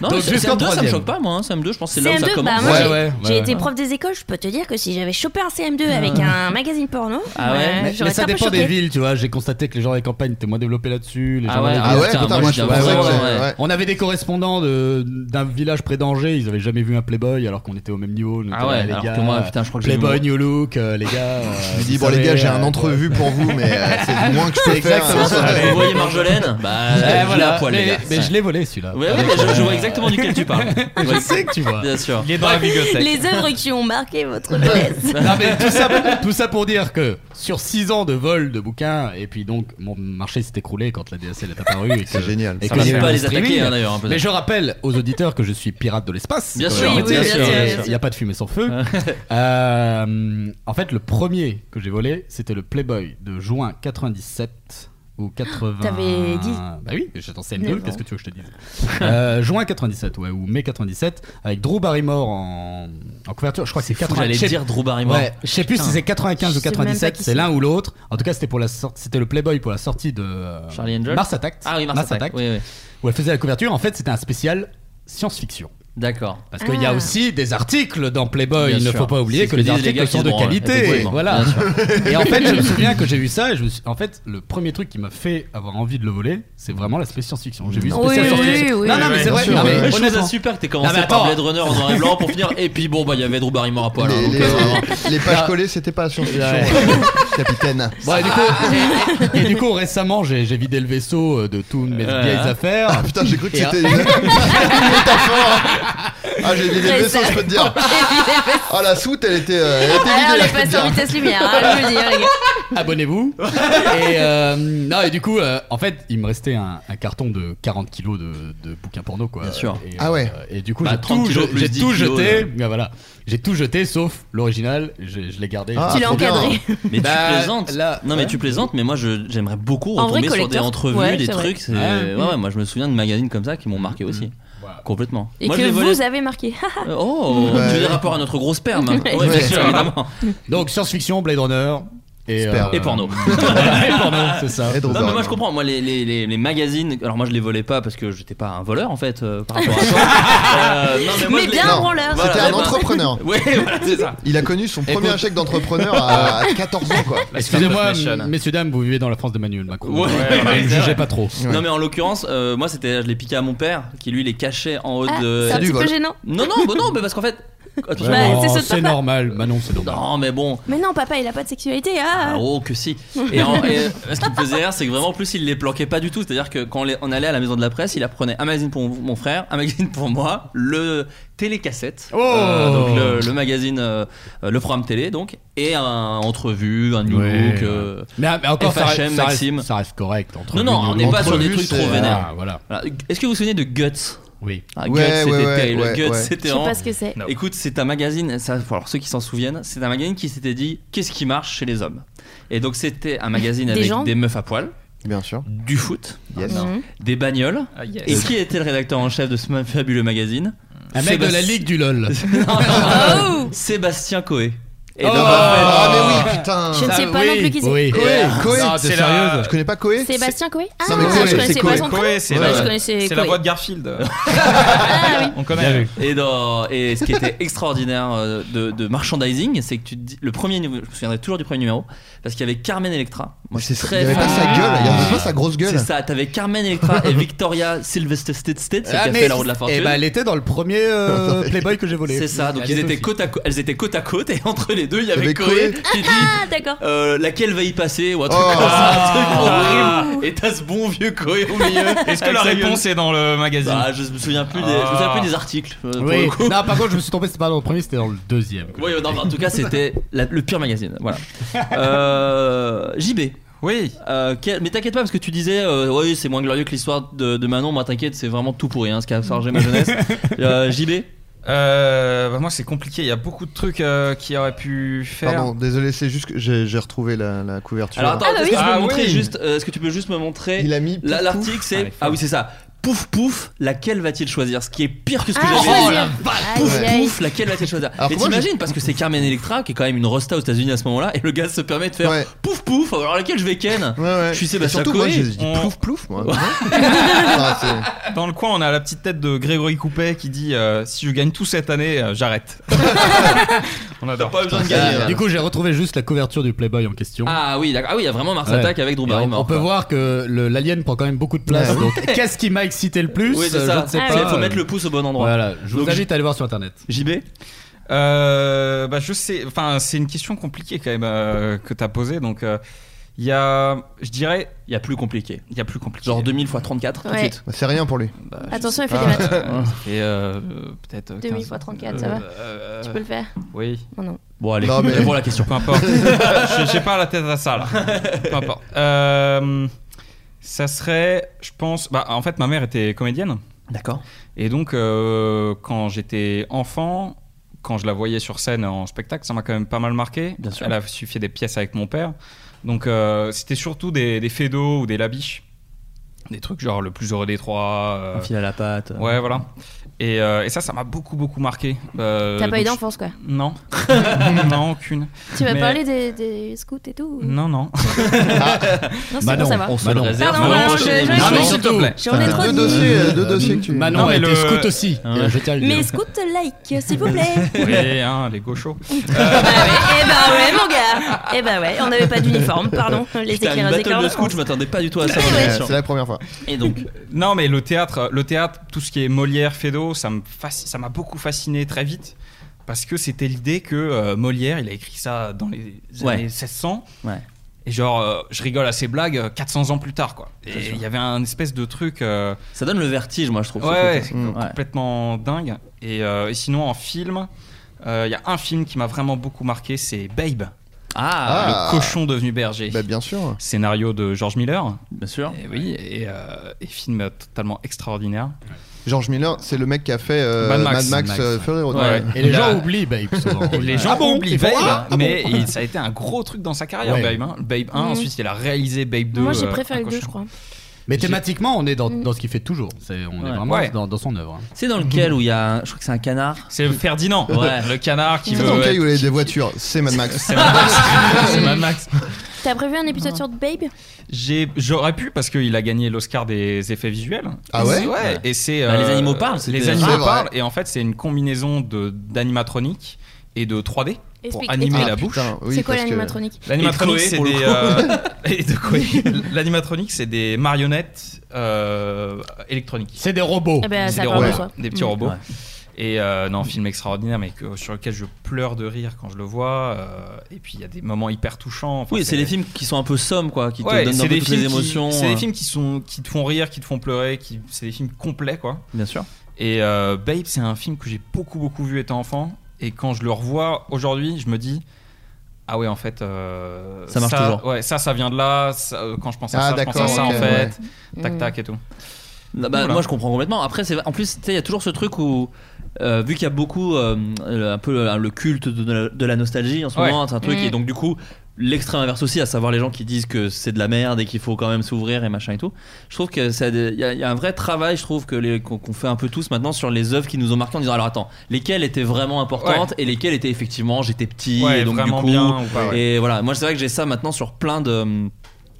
Non, Donc, mais jusqu'en CM2, ça me troisième. choque pas, moi. hein, CM2, je pense que c'est là où ça CM2, bah commence. moi Ouais, j'ai ouais, j'ai ouais, été ouais. prof des écoles, je peux te dire que si j'avais chopé un CM2 Euh, avec un magazine porno, Ah euh, ouais. Mais, j'aurais mais été ça un peu dépend des choquée. villes, tu vois. J'ai constaté que les gens des campagnes étaient moins développés là-dessus. les gens Ah ouais, des ah villes- Ah ouais, putain, putain, moi, moi, je je- suis ouais, d'accord, ouais, ouais. ouais. On avait des correspondants de- d'un village près d'Angers, ils avaient jamais vu un Playboy alors qu'on était au même niveau. nous, Ah t'as, ouais, les alors gars, que moi, putain, je crois que j'ai Playboy, vu New Look, euh, les gars. <laughs> euh, Je lui vous dis, bon, les savez, gars, j'ai euh, un entrevue pour vous, mais euh, c'est le moins que je peux C'est faire. exactement ça. Ouais. Vous voyez Marjolaine Bah, Ouais, je l'ai voilà, à poil, mais, les gars. mais je l'ai volé celui-là. Ouais, ouais, je, je vois exactement duquel tu parles. Je sais que tu <laughs> vois. Bien sûr. Il est dans la bibliothèque. Les œuvres qui ont marqué votre jeunesse. Non, mais tout, ça pour, tout ça pour dire que sur 6 ans de vol de bouquins, et puis donc mon marché s'est écroulé quand la DSL est apparue. et que- C'est génial. Et Ça que va il y a eu pas le les attaquer, streaming. hein, d'ailleurs, un peu. Mais je rappelle aux auditeurs que je suis pirate de l'espace. Bien Quand sûr, même, oui, tu sais, oui, bien euh, sûr. Il n'y a pas de fumée sans <laughs> feu. Euh, en fait, le premier que j'ai volé, c'était le Playboy de juin 97 ou 80. Ah, T'avais dit. Bah oui, j'étais en CM2, Mais qu'est-ce que tu veux que je te dise Euh, <laughs> Juin 97, ouais, ou mai 97, avec Drew Barrymore en, en couverture. Je crois que c'est fou, 80. j'allais je sais- dire Drew Barrymore. Ouais, je sais plus Putain. si c'est 95 Je ou sais même pas 97, qui c'est c'est. l'un ou l'autre. En tout cas, c'était pour la sortie, c'était le Playboy pour la sortie de euh, Charlie Angel Mars Attack. Ah oui, Mars Attack, oui, oui. Où elle faisait la couverture. En fait, c'était un spécial science-fiction. D'accord. Parce qu'il y a Ah. aussi des articles dans Playboy. Bien il ne sûr. faut pas oublier C'est ce que que les disent les articles gars qui sont de ont droit, qualité. effectivement. Voilà. Bien <laughs> sûr. Et en fait, je me souviens que j'ai vu ça. Et je me suis... En fait, le premier truc qui m'a fait avoir envie de le voler, c'est vraiment l'aspect science-fiction. J'ai vu Non. spécial Oui, science-fiction. oui, oui. Non, non, Ouais, mais c'est bien vrai. sûr, non, mais ouais. Ah, Je trouve ça honnêtement. super que t'aies Non, commencé mais par attends. Blade Runner en noir et blanc pour finir. Et puis bon, bah il y avait Drew Barrymore à poil. hein, Les, donc, les- euh, vraiment. les pages collées, c'était pas la science-fiction, Ouais. euh, capitaine. Bon, et, du Ah, coup, et du coup, récemment, j'ai j'ai vidé le vaisseau euh, de toutes mes Ouais. vieilles affaires. Ah, putain, j'ai cru que Et- c'était une- une métaphore. Ah, j'ai vidé les vaisseaux, je peux te dire. Ah, la soute, elle était, euh, elle était Ah, vidée, on là, est je peux te passé en dire. vitesse lumière, hein, je veux dire, les gars. euh, Abonnez-vous. et, euh, non, et du coup, euh, en fait, il me restait un, un carton de 40 kilos de, de bouquins porno, quoi. Bien sûr. Et, euh, Ah ouais. Et du coup, Bah, j'ai 30 tout, kilos j'ai- plus j'ai 10 tout kilos, jeté. là. Bah, voilà. J'ai tout jeté sauf l'original. Je, je l'ai gardé. Ah, Tu l'as trop bien. encadré. Mais Bah, tu plaisantes. là- non, mais ouais. tu plaisantes, mais moi je- j'aimerais beaucoup En vrai, retomber sur des collector. entrevues, Ouais, des c'est vrai. trucs. c'est- Ouais. Ouais, ouais, moi je me souviens de magazines comme ça qui m'ont marqué aussi. Mm. Complètement. Et moi, je que les vous volais- avez marqué. Oh, tu veux dire rapport à notre gros sperme hein. Ouais, bien sûr, évidemment. Donc, science-fiction, Blade Runner. Et, Sperme. Et porno. Voilà, <laughs> et porno, c'est ça. Non, mais moi je comprends, moi les, les, les, les magazines, alors moi je les volais pas parce que j'étais pas un voleur en fait euh, par rapport à toi. <laughs> Euh, non, moi, Mais je bien les- un branleur. Voilà, C'était un bah- entrepreneur. <laughs> Ouais, voilà, c'est ça. Il a connu son Et premier pour- chèque d'entrepreneur à, à 14 ans, quoi. Excusez-moi, m- messieurs, dames, vous vivez dans la France d'Emmanuel Macron. Ouais, Ne me ouais, c'est jugez vrai. pas trop. Non mais en l'occurrence, euh, moi c'était, je l'ai piqué à mon père, qui lui les cachait en haut Ah, de. c'est un petit peu gênant. Non non, bah non, mais parce <laughs> qu'en fait, attention. Vraiment, c'est ce Bah, c'est papa. normal. Manon, c'est normal. Non mais bon. Mais non, papa, il a pas de sexualité. Ah, Ah, oh <laughs> que si. Et, en- et, euh, ce qui me faisait rire, c'est que vraiment en plus il les planquait pas du tout. C'est-à-dire que quand on, les- on allait à la maison de la presse, il apprenait un magazine pour mon frère, un magazine pour moi, le télécassette, Oh. Euh, donc le, le magazine, euh, euh, le programme télé donc, et un entrevue, un new Ouais. look. euh, Mais, mais encore, ça, FHM, reste, ça, Maxime. reste, ça reste correct. Entre Non, non, on n'est pas sur des trucs trop vénères. Ah, voilà. Voilà. Est-ce que vous vous souvenez de Guts Oui. Ah, Ouais, Guts, c'était ouais, ouais, terrible. ouais, Guts, ouais. c'était Je sais vraiment- pas ce que c'est. Écoute, c'est un magazine, ça, pour alors ceux qui s'en souviennent, c'est un magazine qui s'était dit qu'est-ce qui marche chez les hommes. Et donc c'était un magazine Des avec gens des meufs à poil. Bien sûr. Du foot, Yes. Non. Mhm. des bagnoles. Ah, yes. Et qui était le rédacteur en chef de ce fabuleux magazine Un mec de la Sébastien- Ligue du <laughs> LOL. Non, Ah, non, Oh, non. Sébastien Coé. Et donc, Oh. en fait- Ah, mais oui, putain. Je ne sais Ah, pas non plus qui c'est. oui. Ah, Koé, Koé. Non, t'es C'est la- sérieuse Je connais pas Koé Sébastien Coé Ah, Non, mais Coé, je connaissais c'est pas Coé. son Coé, prénom. c'est Ouais, la- je connaissais C'est la Coé. voix de <laughs> Garfield. On Bien connaît. vu. Et, dans- et ce qui était extraordinaire euh, de, de merchandising, c'est que tu te dis, le premier numéro, je me souviendrai toujours du premier numéro, parce qu'il y avait Carmen Electra. Moi, je suis c'est- très il y avait fan. pas sa gueule, il y avait pas sa grosse gueule. C'est ça, t'avais Carmen Electra et Victoria Sylvester Ah, Stedstedt, Ah, celle qui a fait la roue de la eh fortune. Et ben, bah, elle était dans le premier <laughs> euh, Playboy que j'ai volé. C'est ça, donc Elle ils était étaient aussi. côte à côte, elles étaient côte à côte et entre les deux il y avait avait Coé Coé. qui dit Ah, d'accord. euh, laquelle va y passer ou un truc Oh. comme ça, un truc Ah. horrible. Et t'as ce bon vieux Coé au milieu. Est-ce que la réponse est dans le magazine Bah, je me souviens plus des, je me souviens plus des articles. euh, pour Oui. le coup. Non, par contre, je me suis tombé, c'était pas dans le premier, c'était dans le deuxième. Oui, non, mais en tout cas, c'était la- le pire magazine. Voilà. Euh, JB. Oui. mais t'inquiète pas parce que tu disais, euh, oui, c'est moins glorieux que l'histoire de, de Manon. Moi, t'inquiète, c'est vraiment tout pourri hein, ce qui a forgé ma jeunesse. Euh, JB. Euh, bah, moi c'est compliqué, il y a beaucoup de trucs euh, qui auraient pu faire. Pardon, désolé, c'est juste que j'ai j'ai retrouvé la, la couverture. Alors attends, est-ce que, tu peux Ah me montrer oui. juste, euh, est-ce que tu peux juste me montrer Il a mis la- pouf, l'article pouf. c'est Allez, ah oui c'est ça pouf pouf laquelle va-t-il choisir ce qui est pire que ce que Ah, j'avais choisir. dit. Aïe, pouf aïe, aïe. pouf laquelle va-t-il choisir Alors et que moi, j'ai- t'imagines parce que c'est Carmen Electra qui est quand même une rosta aux États-Unis à ce moment-là et le gars se permet de faire pouf pouf alors laquelle je vais ken je suis Et Sébastien surtout, moi, Coé. j'ai dit On- plouf plouf, moi. Dans le coin, on a la petite tête de Grégory Coupet qui dit euh, Si je gagne tout cette année, euh, j'arrête. <laughs> on adore. Pas besoin de Ah, gagner. Du coup, j'ai retrouvé juste la couverture du Playboy en question. ah oui d'accord. ah oui il y a vraiment Mars Ouais. Attack avec Drew Et on- Barrymore On peut quoi. voir que le- l'alien prend quand même beaucoup de place. Ouais. Donc, qu'est-ce qui m'a excité le plus oui c'est Euh, ça Je ne sais C'est- pas. Eh, faut mettre le pouce au bon endroit Voilà, je vous Donc, invite à aller voir sur internet. JB Euh, bah, je sais, enfin, c'est une question compliquée quand même euh, que t'as posée. Donc, euh, il y a, je dirais, il y a plus compliqué. Il y a plus compliqué. Genre 2000 fois 34 tout de Ouais. suite. C'est rien pour lui. Attention, il fait Ah, des maths. euh, ça fait, euh, peut-être 2000 15, fois 34, euh, ça va euh, Tu peux le faire Oui. Oh non. Bon, allez, Non, mais- réponds à la question. Peu <laughs> importe. Je- J'ai pas la tête à ça là. Peu importe. Euh, ça serait, je pense. Bah, en fait, ma mère était comédienne. D'accord. Et donc, euh, quand j'étais enfant, quand je la voyais sur scène en spectacle, ça m'a quand même pas mal marqué. Bien sûr. Elle a suffi des pièces avec mon père. Donc euh, c'était surtout des, des faits d'eau ou des labiches. Des trucs genre le plus heureux des trois. euh, Un fil à la patte. Ouais, <laughs> voilà. Et, euh, et ça, ça m'a beaucoup, beaucoup marqué. Euh, T'as pas eu donc d'enfance, quoi. je- Non. non, aucune. Tu m'as Mais- parlé des, des scouts et tout Non, non. Non, c'est pour savoir. le Pardon, non, je- je- je- s'il te plaît. J'en ai trop Deux dit. dossiers, euh, deux dossiers que tu. Manon Non, a mais été le- scout aussi. Hein. euh, je tiens à le dire. Mais scout like, s'il vous plaît. Oui, hein, les gauchos. <laughs> Eh bah ouais, mon gars. Eh bah ouais, on n'avait pas d'uniforme, <laughs> pardon. Les Putain, une éclaireurs des battle de cordes. scout, je m'attendais pas du tout à ça. C'est la première fois. Et donc, <laughs> Non, mais le théâtre, le théâtre, tout ce qui est Molière, Feydeau, ça me fasci- ça m'a beaucoup fasciné très vite parce que c'était l'idée que euh, Molière, il a écrit ça dans les Ouais. années 1600. Ouais. Et genre, euh, je rigole à ces blagues euh, 400 ans plus tard, quoi. Et il y avait un espèce de truc. euh, ça donne le vertige, moi, je trouve. Ouais, ce Mm, ouais, truc. c'est complètement dingue. Et, euh, et sinon, en film, euh, il y a un film qui m'a vraiment beaucoup marqué, c'est Babe. Ah. le cochon devenu berger. Bah, bien sûr. Scénario de George Miller. Bien sûr. Et oui, et, euh, et film totalement extraordinaire. George Miller, c'est le mec qui a fait euh, Mad Max, euh, Fury Road. Ouais. Et les Il a- gens oublient Babe souvent. Et les gens Ah bon oublient Ils font, Babe, ah, ah mais bon il- ça a été un gros truc dans sa carrière, Ouais. Babe. hein. Babe 1, Mhm. ensuite il a réalisé Babe 2. Moi, j'ai euh, préféré un le 2, cochon. je crois. Mais thématiquement, on est dans, dans ce qu'il fait toujours. C'est- on Ouais. est vraiment Ouais. dans, dans son œuvre. C'est dans lequel où il y a. un- Je crois que c'est un canard. C'est Ferdinand, Ouais. le canard qui C'est veut. dans le cas être- où il y a des voitures, c'est Mad Max. C'est Mad Max. C'est Mad Max. T'as prévu un épisode sur Babe J'ai- J'aurais pu parce qu'il a gagné l'Oscar des effets visuels. Ah ouais Ouais. Et c'est Bah, les animaux parlent, c'était- euh, Les animaux C'est vrai. parlent. Et en fait, c'est une combinaison de d'animatronique et de 3D pour Explique, animer explique. la Ah, bouche. putain, oui, C'est quoi parce que- l'animatronique L'animatronique, Et de c'est Koé, des. pour le euh, <laughs> et de Koé. L'animatronique, c'est des marionnettes euh, électroniques. C'est des robots. Eh ben, C'est ça des parle de robots, ça. des petits Mm. robots. Ouais. Et euh, non, film extraordinaire, mais que, sur lequel je pleure de rire quand je le vois. euh, et puis il y a des moments hyper touchants. Enfin, Oui, c'est les films qui sont un peu sommes, quoi, qui te Ouais, donnent c'est un peu des toutes films les qui- émotions. C'est euh, des films qui sont qui te font rire, qui te font pleurer, qui c'est des films complets quoi. Bien sûr. Et euh, Babe, c'est un film que j'ai beaucoup beaucoup vu étant enfant. Et quand je le revois aujourd'hui, je me dis ah ouais en fait euh, Ça marche toujours. Ouais, ça ça vient de là. ça, euh, quand je pense à Ah, ça, je pense à d'accord, ça en ok, fait. Mm. Tac tac et tout. Non, bah, Voilà. Moi, je comprends complètement. Après, c'est en plus, tu sais, il y a toujours ce truc où, euh, vu qu'il y a beaucoup, euh, euh, un peu euh, le culte de la, de la nostalgie en ce Ouais. moment, c'est un truc, Mm. et donc du coup, l'extrême inverse aussi, à savoir les gens qui disent que c'est de la merde et qu'il faut quand même s'ouvrir et machin et tout. Je trouve que ça, il y, a- il y a un vrai travail, je trouve que les- qu'on qu'on fait un peu tous maintenant sur les œuvres qui nous ont marqué en disant alors attends, lesquelles étaient vraiment importantes et lesquelles étaient effectivement j'étais petit Ouais, et donc du vraiment coup, bien ou pas, ouais. et voilà, moi c'est vrai que j'ai ça maintenant sur plein de hum,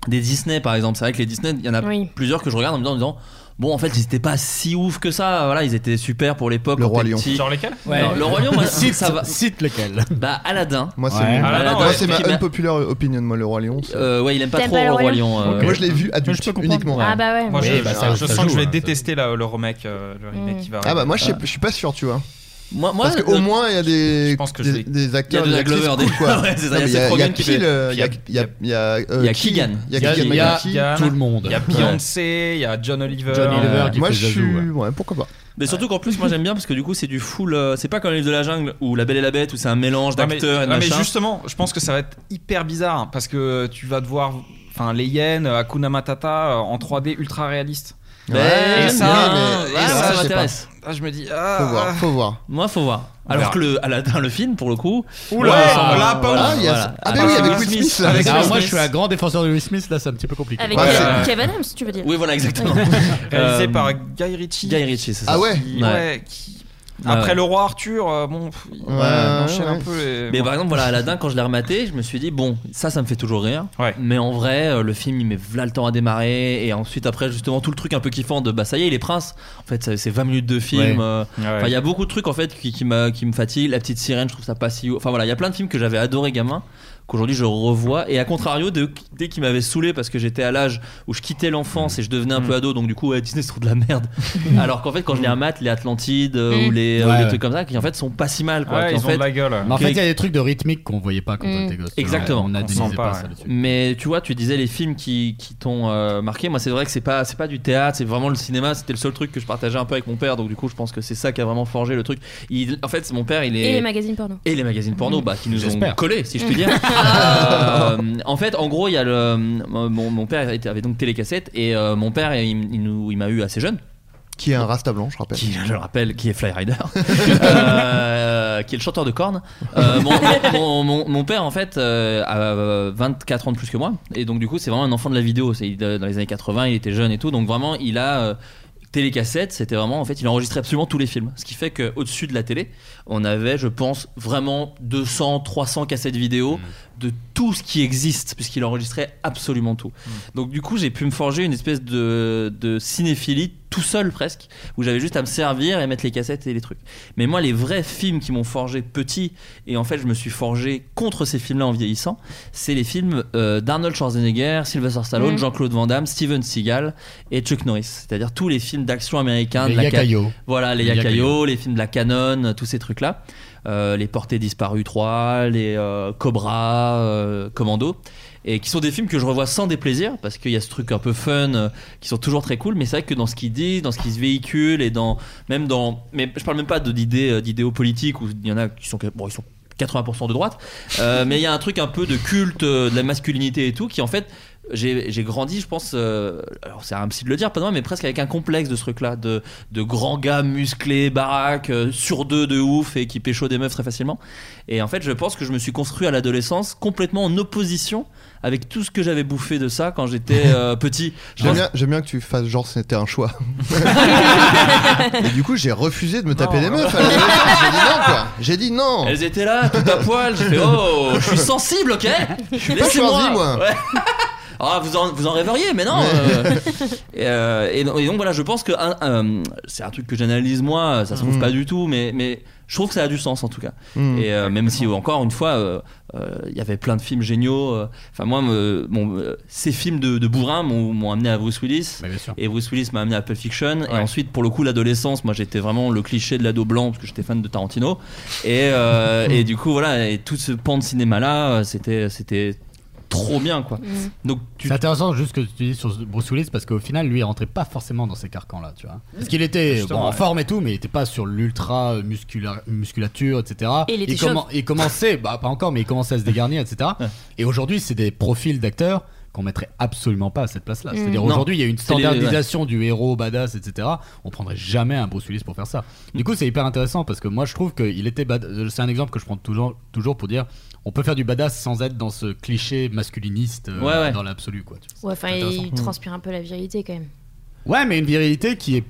des Disney par exemple. C'est vrai que les Disney, il y en a Oui. plusieurs que je regarde en me disant, en me disant, bon en fait ils étaient pas si ouf que ça. Voilà, ils étaient super pour l'époque. Le quand Roi t'es Lion. petit. Genre lesquels Ouais. Non, le <laughs> Roi Lion, moi, Cite- ça va. Cite lequel Bah Aladdin. Moi, c'est Ouais. mon- Ah, là, non, moi, ouais. c'est ma Qui m'a- unpopular opinion, moi, le Roi Lion. c'est- Euh, ouais, il aime pas T'aimes trop pas le le Roi Roi Lion. euh, Moi, je l'ai vu je adulte peux comprendre. uniquement. Ah bah ouais. Moi, Oui, je, bah, je- ça- je ça sens joue, que je vais hein, ça- détester la- le remake, euh, le remake Mm. qui va. Ah bah moi je, sais, Ah. je suis pas sûr tu vois Moi, moi, parce le- qu'au moins il y a des Je pense que je des, l'ai. des il y a acteurs de des la actrices Glover cool, des quoi. <laughs> Ouais, c'est ça, Non, mais il y il a Seth y a Rogen qui pile fait- euh, il y a il y a il y a euh, Il y a qui- Keegan. il y a Il y a- Keegan il y a- Michael Key. Keegan, tout le monde. Il y a Beyoncé, il y a John Oliver. Johnny euh, Lever qui Moi fait je Zazou, suis ouais. ouais pourquoi pas Mais surtout qu'en plus, moi j'aime bien parce que du coup, c'est du full. euh, c'est pas comme les livres de la jungle ou La Belle et la Bête où c'est un mélange Ah, mais- d'acteurs et de ah, mais machin. justement, je pense que ça va être hyper bizarre hein, parce que tu vas devoir. Enfin, les hyènes, Hakuna Matata euh, en 3D ultra réaliste. Mais Ouais, Ben, j'aime ça, bien, mais- ouais, et ça, ça je sais m'intéresse. Ah, je me dis. faut Ah, voir faut voir Moi, faut voir. On Alors verra. que le Aladdin, le film, pour le coup. Oula, Ouais, là, pas voilà, ouf. Ah, il y a- voilà. Ah, bah oui, avec Will Smith, là. Avec Alors Will moi je Smith. suis un grand défenseur de Will Smith, là c'est un petit peu compliqué. Avec Ouais, Kev- c'est- Kev Adams, tu veux dire Oui, voilà, exactement. Réalisé <laughs> Euh, par Guy Ritchie. Guy Ritchie, c'est ça. ah ouais Qui- Ouais. ouais, qui- Ah Après ouais. le roi Arthur, euh, bon, pff, il Ouais, enchaîne un ouais. peu. et- Mais bon. par exemple, voilà, Aladdin, quand je l'ai rematé, je me suis dit, bon, ça, ça me fait toujours rire. Ouais. Mais en vrai, euh, le film, il met v'là le temps à démarrer. Et ensuite, après, justement, tout le truc un peu kiffant de bah, ça y est, il est prince. En fait, ça- c'est 20 minutes de film. Ouais. euh, Ouais. Enfin, il y a beaucoup de trucs en fait qui, qui, m'a- qui me fatiguent. La petite sirène, je trouve ça pas si. Enfin voilà, il y a plein de films que j'avais adoré gamin qu'aujourd'hui je revois. Et à contrario, de, dès qu'ils m'avaient saoulé parce que j'étais à l'âge où je quittais l'enfance et je devenais un Mm. peu ado, donc du coup, ouais, Disney c'est trop de <laughs> la merde. Alors qu'en fait, quand je les remate, les Atlantides euh, ou les, euh, Mm. Ouais, les ouais. trucs comme ça, qui en fait sont pas si mal. Quoi, Ouais, Qui, ils en ont fait, de la gueule. Mais en Ok. fait, euh, il y a des trucs de rythmique qu'on voyait pas quand on Mm. était gosse. Exactement. On a On dit pas, sent pas, ça ouais. là-dessus. Mais tu vois, tu disais les films qui, qui t'ont euh, marqué. Moi, c'est vrai que c'est pas, c'est pas du théâtre, c'est vraiment le cinéma. C'était le seul truc que je partageais un peu avec mon père. Donc, du coup, je pense que c'est ça qui a vraiment forgé le truc. Il, en fait, c'est mon père, il est. Et les magazines porno. et les magazines porno bah, qui nous ont J'espère. collés, si je <laughs> puis dire. Euh, en fait, en gros, il y a euh, le. Mon, mon père était- avait donc télécassette et euh, mon père, il, il nous- il m'a eu assez jeune. Qui est un rasta blanc, je rappelle. Qui, je le rappelle, qui est Flyrider, euh, qui est le chanteur de cornes. Euh, mon, mon- mon- mon père, en fait, euh, a 24 ans de plus que moi, et donc du coup, c'est vraiment un enfant de la vidéo. C'est il, euh, dans les années 80, il était jeune et tout, donc vraiment, il a euh, télécassette. C'était vraiment, en fait, il enregistrait absolument tous les films, ce qui fait qu'au-dessus de la télé, on avait, je pense, vraiment 200, 300 cassettes vidéo de tout ce qui existe, puisqu'il enregistrait absolument tout. Donc du coup, j'ai pu me forger une espèce de, de cinéphilie tout seul presque, où j'avais juste à me servir et mettre les cassettes et les trucs. Mais moi, les vrais films qui m'ont forgé petit, et en fait, je me suis forgé contre ces films-là en vieillissant, c'est les films euh, d'Arnold Schwarzenegger, Sylvester Stallone, Mm. Jean-Claude Van Damme, Steven Seagal et Chuck Norris. C'est-à-dire tous les films d'action américains. Les de la ca- Yakayo. Voilà, les Les Yakayo, Yakayo. les films de la Canon, tous ces trucs-là. Euh, les Portées disparues 3, les euh, Cobra, euh, Commando. Et qui sont des films que je revois sans déplaisir, parce qu'il y a ce truc un peu fun, euh, qui sont toujours très cool, mais c'est vrai que dans ce qu'ils disent, dans ce qu'ils se véhiculent, et dans. Même dans. Mais je parle même pas de d'idées euh, d'idéaux politiques, où il y en a qui sont. Bon, ils sont 80% de droite, Euh, mais il y a un truc un peu de culte, euh, de la masculinité et tout, qui en fait, j'ai j'ai grandi, je pense, euh, alors c'est un petit de le dire, pas de moi, mais presque avec un complexe de ce truc-là, de, de grands gars musclés, baraques, euh, sur deux de ouf et qui pécho des meufs très facilement. Et en fait, je pense que je me suis construit à l'adolescence complètement en opposition avec tout ce que j'avais bouffé de ça quand j'étais euh, petit. Je J'aime pense- bien, j'aime bien que tu fasses genre c'était un <laughs> choix. Et du coup, j'ai refusé de me taper des meufs. à la base. J'ai dit non, quoi. J'ai dit non. Elles étaient là, tout à poil. J'ai fait oh, je suis sensible, ok Je suis pas choisi, moi. Ouais. <laughs> Ah, vous en, vous en rêveriez, mais non. euh. <laughs> et, euh, et donc- et donc voilà, je pense que un- un- c'est un truc que j'analyse moi. Ça se trouve Mm. pas du tout, mais mais je trouve que ça a du sens en tout cas. Mm. Et euh, même si encore une fois, euh, euh, il y avait plein de films géniaux. euh, Enfin moi, me- mon- euh, ces films de, de bourrin m'ont m'ont amené à Bruce Willis. Et Bruce Willis m'a amené à Pulp Fiction. Et ensuite, pour le coup, l'adolescence, moi j'étais vraiment le cliché de l'ado blanc parce que j'étais fan de Tarantino. Et, euh, et du coup voilà, et tout ce pan de cinéma là, c'était c'était trop bien quoi. Mm. Donc C'est intéressant juste ce que tu dis sur Bruce Willis parce qu'au final, lui, il rentrait pas forcément dans ces carcans-là, tu vois. Parce qu'il était Justement, bon, en ouais. forme et tout, mais il était pas sur l'ultra euh, muscula- musculature, etc. Et il était chauve. il commençait, bah pas encore, mais il commençait à se dégarnir, etc. Et aujourd'hui, c'est des profils d'acteurs qu'on mettrait absolument pas à cette place-là. Mm. C'est-à-dire Non. aujourd'hui, il y a une C'est les- ouais. standardisation du héros badass, etc. On prendrait jamais un Bruce Willis pour faire ça. Mm. Du coup, c'est hyper intéressant parce que moi, je trouve qu'il était bad. C'est un exemple que je prends toujours, toujours pour dire. On peut faire du badass sans être dans ce cliché masculiniste euh, Ouais, ouais. dans l'absolu, quoi. tu vois. Ouais, enfin, C'est intéressant. il transpire un peu la virilité quand même. Ouais, mais une virilité qui est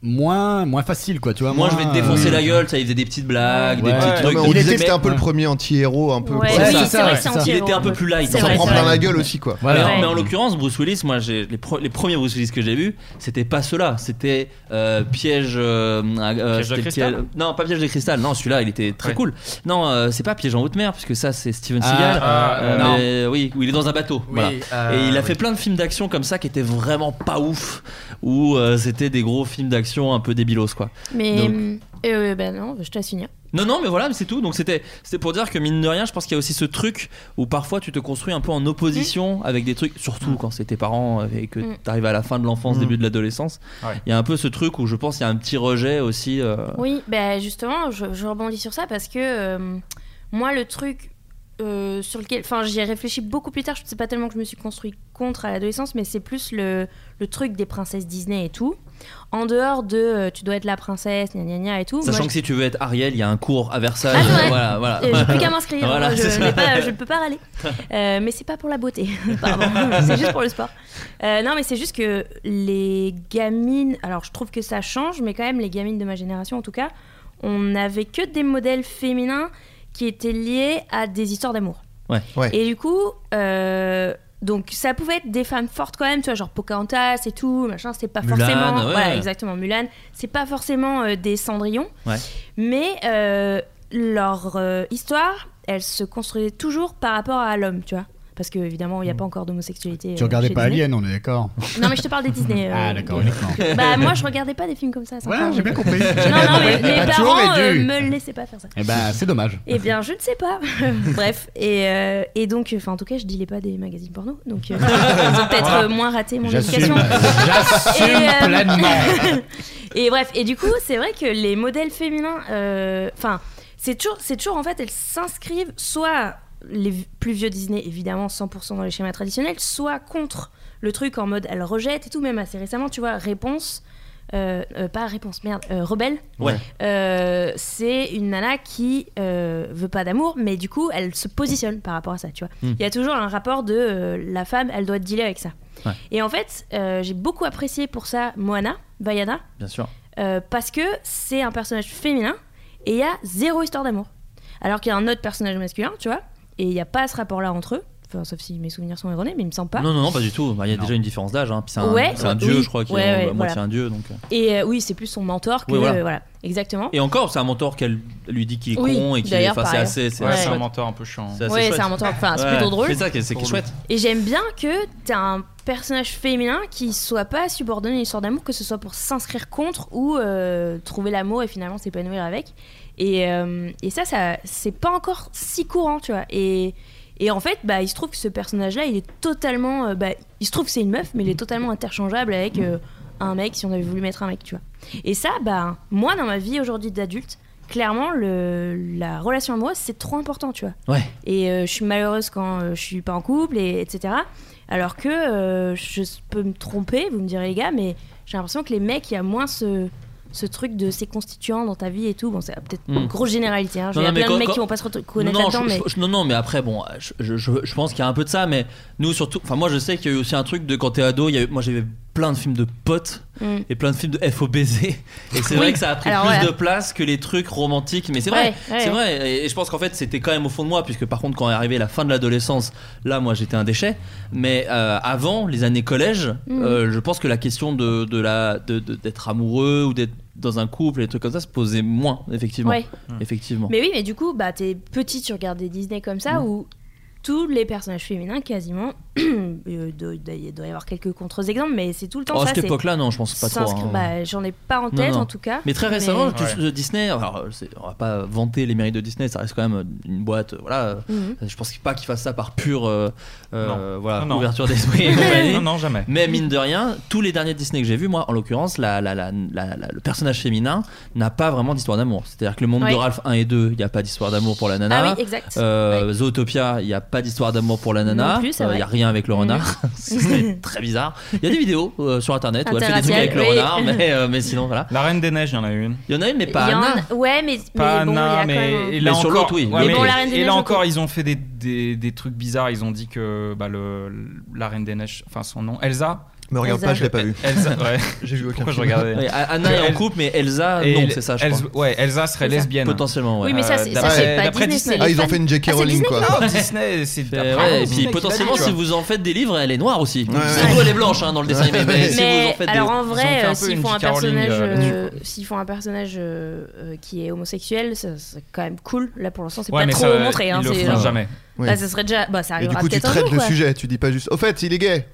moins, moins facile, quoi. Tu vois, Moi, je vais te moins, défoncer euh, la gueule, ça, il faisait des petites blagues, des Ouais. petits Non, trucs. mais on donc disait il que c'était un peu le premier anti-héros, un peu. Ouais, C'est oui, ça, c'est vrai que c'est Il anti-héros, était un un peu peu. plus light. C'est On s'en vrai, prend c'est plein vrai. la gueule aussi, quoi. Mais, Voilà. en- mais en Ouais. l'occurrence, Bruce Willis, moi, j'ai- les, pre- les premiers Bruce Willis que j'ai vus, c'était pas ceux-là. C'était euh, piège. euh, euh, Piège de c'était cristal lequel- Non, pas piège de cristal. Non, celui-là, il était très Ouais. cool. Non, euh, c'est pas piège en haute mer, puisque ça, c'est Steven Ah, Seagal. ah, Euh, non. mais oui, où il est dans un bateau. Oui, voilà. euh, Et il a oui. fait plein de films d'action comme ça qui étaient vraiment pas ouf, où euh, c'était des gros films d'action un peu débilos, quoi. Mais. Donc, euh, euh, bah non, je te la signe. non, non, mais voilà, mais c'est tout. Donc c'était, c'était pour dire que mine de rien, je pense qu'il y a aussi ce truc où parfois tu te construis un peu en Mmh. opposition avec des trucs, Mmh. surtout quand c'est tes parents euh, et que Mm. t'arrives à la fin de l'enfance, Mm. début de l'adolescence. Ouais. Il y a un peu ce truc où je pense qu'il y a un petit rejet aussi. euh, Oui, bah justement, je, je rebondis sur ça parce que euh, moi, le truc euh, sur lequel. Enfin, j'y ai réfléchi beaucoup plus tard. Je sais pas tellement que je me suis construit contre à l'adolescence, mais c'est plus le, le truc des princesses Disney et tout. En dehors de euh, tu dois être la princesse, gna gna gna et tout. Sachant moi, que si tu veux être Ariel, il y a un cours à Versailles. Ah, c'est vrai. Voilà, voilà. Euh, J'ai plus <laughs> qu'à m'inscrire, Voilà, moi, je c'est ça. n'ai pas- je ne peux pas râler. Euh, mais c'est pas pour la beauté, <laughs> pardon, c'est juste pour le sport. Euh, non, mais c'est juste que les gamines, alors je trouve que ça change, mais quand même, les gamines de ma génération en tout cas, on n'avait que des modèles féminins qui étaient liés à des histoires d'amour. Ouais. Et du coup, euh, donc ça pouvait être des femmes fortes quand même, tu vois, genre Pocahontas et tout, machin, c'est pas Mulan, forcément. ouais. Voilà, exactement, Mulan, c'est pas forcément euh, des Cendrillon. Ouais. Mais euh, leur euh, histoire, elle se construisait toujours par rapport à l'homme, tu vois. Parce que évidemment, il Mm. n'y a pas encore d'homosexualité. Tu euh, regardais chez pas Disney. Alien, on est d'accord. Non, mais je te parle des <laughs> Disney. euh, Ah, d'accord, des- uniquement. Bah, moi, je regardais pas des films comme ça. c'est Voilà, encore- j'ai bien compris. J'ai Non, bien non, mais compris. mes Bah, tu aurais parents euh, dû. me laissaient pas faire ça. Eh ben, c'est dommage. Eh bien, je ne sais pas. <laughs> Bref. Et, euh, et donc, enfin, en tout cas, je dis pas des magazines porno. Donc, euh, ils ont peut-être Voilà. euh, moins raté mon J'assume. éducation. <laughs> euh, J'assume pleinement. et bref. Et du coup, c'est vrai que les modèles féminins, euh, enfin, c'est toujours, c'est toujours en fait, elles s'inscrivent soit les v- plus vieux Disney, évidemment, 100% dans les schémas traditionnels, soit contre le truc en mode elles rejettent et tout. Même assez récemment, tu vois, réponse. euh, euh, pas réponse, merde, euh, Rebelle. Ouais. Euh, c'est une nana qui euh, veut pas d'amour, mais du coup, elle se positionne par rapport à ça, tu vois. Il Mm. y a toujours un rapport de euh, la femme, elle doit dealer avec ça. Ouais. Et en fait, euh, j'ai beaucoup apprécié pour ça Moana, Vaiana, Bien sûr. euh, parce que c'est un personnage féminin et il y a zéro histoire d'amour. Alors qu'il y a un autre personnage masculin, tu vois, et il n'y a pas ce rapport-là entre eux. Enfin, sauf si mes souvenirs sont erronés, mais il me semble pas. Non, non, non, pas du tout. Bah, Il y a déjà une différence d'âge. Hein. Puis c'est un, Ouais, c'est un oui. dieu, je crois, qui Ouais, est ouais, à moitié voilà. un dieu. Donc... euh. Et euh, oui, c'est plus son mentor que. Oui, voilà. voilà. exactement. Et encore, c'est un mentor qu'elle lui dit qu'il est Hein Oui, con et qu'il est. d'ailleurs, Enfin, c'est pareil. assez. Ouais, assez c'est un chouette. mentor un peu chiant. C'est assez Ouais, chouette. c'est un mentor. Enfin, c'est Ouais. plutôt drôle. C'est ça qui est, c'est qui est chouette. Et j'aime bien que t'as un personnage féminin qui soit pas subordonné à une histoire d'amour, que ce soit pour s'inscrire contre ou euh, trouver l'amour et finalement s'épanouir avec. Et, euh, et ça, ça c'est pas encore si courant, tu vois. Et, et en fait, bah, il se trouve que ce personnage-là, il est totalement. euh, bah, il se trouve que c'est une meuf, mais il est totalement interchangeable avec euh, un mec si on avait voulu mettre un mec, tu vois. Et ça, bah, moi, dans ma vie aujourd'hui d'adulte, clairement, le, la relation amoureuse, c'est trop important, tu vois. Ouais. Et euh, je suis malheureuse quand euh, je suis pas en couple, et, etc. Alors que euh, je s- peux me tromper, vous me direz les gars, mais j'ai l'impression que les mecs, il y a moins ce, ce truc de ces constituants dans ta vie et tout. Bon, c'est peut-être Mm. une grosse généralité. Hein. Non, Il y a non, mais plein de quand- mecs quand- qui vont pas se reconnaître non, non, là-dedans, je- mais. je- non, non, mais après, bon, je, je- je- je pense qu'il y a un peu de ça, mais nous surtout. Enfin, moi, je sais qu'il y a eu aussi un truc de quand t'es ado. il y a eu- moi, j'avais plein de films de potes Mm. et plein de films de FOBZ. Et c'est Oui. vrai que ça a pris Alors, plus voilà. de place que les trucs romantiques. Mais c'est Ouais, vrai, ouais. c'est vrai. Et, et je pense qu'en fait, c'était quand même au fond de moi, puisque par contre, quand est arrivé la fin de l'adolescence, là, moi, j'étais un déchet. Mais euh, avant, les années collège, Mm. euh, je pense que la question de, de la de- de- d'être amoureux ou d'être dans un couple et des trucs comme ça se posait moins, effectivement. Ouais. Effectivement. Mais oui, mais du coup, bah, t'es petit, tu regardes des Disney comme ça, Hmm. où tous les personnages féminins, quasiment, <clears throat> euh, doit- doit- il doit y avoir quelques contre-exemples, mais c'est tout le temps Oh, à ça. cette c'est- époque-là, non, je pense pas trop, s'inscri- hein. bah, J'en ai pas en Non, tête, non. en tout cas. Mais très récemment, Mais- tu- euh, Disney, alors, euh, c'est- on va pas vanter les mérites de Disney, ça reste quand même une boîte, euh, voilà. euh, Mhm. Je pense pas qu'ils fassent ça par pure euh, euh, voilà, Non, non. ouverture <laughs> d'esprit. et compagnie. Non, non, jamais. Mais mine de rien, tous les derniers Disney que j'ai vus, moi, en l'occurrence, la- la- la- la- la- le personnage féminin n'a pas vraiment d'histoire d'amour. C'est-à-dire que le monde Ouais. de Ralph 1 et 2, il n'y a pas d'histoire d'amour pour la nana. Ah oui, exact. Euh, Zootopia, il n'y a pas d'histoire d'amour pour la Non nana. plus, c'est Euh, vrai. Mm. Il n'y a rien avec le renard. <laughs> C'est très bizarre. Il y a des vidéos euh, sur internet où elle fait des trucs avec Interracial, le oui. renard, mais, euh, mais sinon, voilà. La Reine des Neiges, il y en a une. Il y en a une, mais pas Il y en- Anna. Ouais, mais, Ah, Pas mais bon, il y Anna, a quand mais, même. un- et là Mais sur encore- l'autre, oui. ouais, Mais mais- bon, la Reine des et là Neiges, encore, ok. ils ont fait des, des, des trucs bizarres. Ils ont dit que bah, le, la Reine des Neiges, enfin son nom, Elsa. Me regarde Elsa. pas, je l'ai pas vu. Elsa, ouais. <laughs> J'ai vu aucun Pourquoi je film. regardais Oui, Anna Que est en El- couple, mais Elsa, et non, El- c'est ça, je Elsa- crois. Ouais, Elsa serait C'est ça. lesbienne. Potentiellement, ouais. Oui, mais ça, Euh, c'est- ça, d'après- c'est pas d'après Disney, c'est les Ah, ils ont fans. fait une J.K. Ah, c'est Rowling, Disney, quoi. Non, Disney, c'est. Fait, après, Euh, ouais, c'est et puis Disney qui potentiellement, l'a dit, si tu vous en faites des livres, elle est noire aussi. ouais. Surtout, elle est blanche hein, dans le dessin animé. Mais, si vous en faites alors des... en ils ont vrai, fait un euh, peu s'ils une font un J.K. Rowling, personnage, euh, là-dessus, euh, s'ils font un personnage euh, euh, qui est homosexuel, ça, c'est quand même cool. Là pour l'instant, c'est Ouais, pas mais trop ça, montré. Hein, ils le c'est feront genre- jamais. Bah, ça serait déjà. Bah, ça Et du arrivera coup, tu peut-être un traites jour, le quoi. sujet, tu dis pas juste. Au fait, il est gay.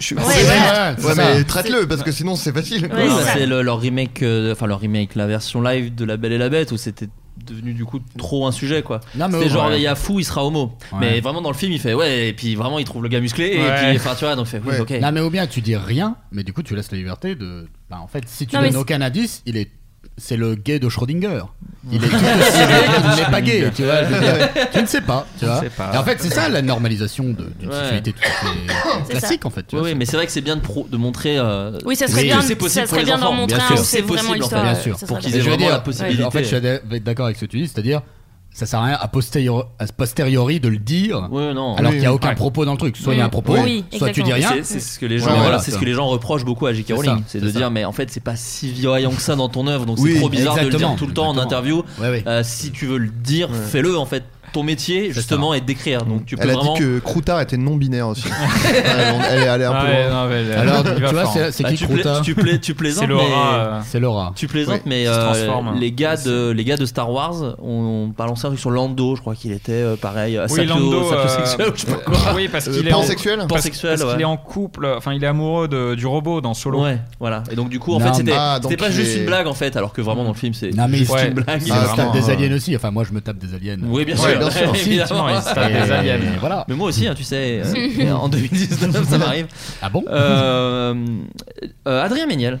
Je- Ouais, Ouais, voilà. ouais, C'est mais ça. traite-le parce que sinon c'est facile. quoi. Ouais, bah, c'est le- leur remake, euh, enfin leur remake, la version live de La Belle et la Bête où c'était devenu du coup trop un sujet quoi. Non, mais C'était ouais. genre il y a fou, il sera homo. Ouais. Mais vraiment dans le film il fait ouais et puis vraiment il trouve le gars musclé Ouais. et puis enfin tu vois donc il fait oui, ok. Non, mais ou bien tu dis rien, mais du coup tu laisses la liberté de. Bah, en fait, si tu Non, mais donnes c'est- aucun indice, il est. C'est le gay de Schrödinger. Il est tout aussi <laughs> gay, il n'est pas gay, tu vois. je veux dire. Tu ne sais pas, tu Je vois. sais pas. Et en fait, c'est ça la normalisation de- d'une Ouais. sexualité tout à fait C'est classique, ça. en fait. tu Oui, vois, oui, mais c'est vrai que c'est bien de, pro- de montrer. euh, Oui, ça serait que bien- c'est possible ça pour serait les bien d'en enfants, montrer bien un où sûr. c'est vraiment possible, en fait. l'histoire, Bien euh, sûr, ça Pour serait qu'ils Mais aient je veux vraiment dire, la possibilité. En fait, je suis d'ac- d'accord avec ce que tu dis, c'est-à-dire, ça sert à rien a posteriori, a posteriori de le dire, alors non. Oui, qu'il n'y a oui. aucun Ouais. propos dans le truc. Soit il y a un propos, soit tu dis rien. C'est- C'est ce que les gens, Ouais, voilà, voilà, c'est ce ça. que les gens reprochent beaucoup à J.K. C'est Rowling, ça, c'est de c'est ça. dire mais en fait c'est pas si violent que ça dans ton œuvre, donc Oui, c'est trop bizarre de le dire exactement, tout le temps en exactement. interview. Ouais, ouais. Euh, si tu veux le dire, Ouais. fais-le en fait. Ton métier justement est d'écrire, donc tu peux Elle a vraiment. dit que Croutard était non binaire aussi. Ouais, bon, elle, est, elle est un peu. Ouais, loin. non, mais elle- Alors, il tu va vois, fort. c'est- c'est Bah, qui tu, pla- Croutard tu, pla- tu plaisantes, C'est Laura, mais- euh, C'est Laura. Tu plaisantes, Oui, mais qui se euh, transforme. hein. les gars de les gars de Star Wars ont balancé un truc sur Lando, je crois qu'il était euh, pareil, euh, sapio- sapiosexuel, euh, je sais pas quoi. Oui, parce Euh, qu'il est pansexuel Ah, en- parce- Pansexuel, parce qu'il ouais. est en couple, enfin il est amoureux de- du robot dans Solo. Ouais, voilà. Et donc du coup, en fait, c'était c'était pas juste une blague en fait, alors que vraiment dans le film, c'est Non, mais juste c'est- une blague. Il Ah, se tape euh, des aliens aussi. Enfin, moi, je me tape des aliens. <laughs> Oui, bien sûr, <laughs> évidemment. Et Voilà. <laughs> Mais moi aussi, hein, tu sais, euh, en 2019, ça m'arrive. Ah bon euh, euh, Adrien Méniel.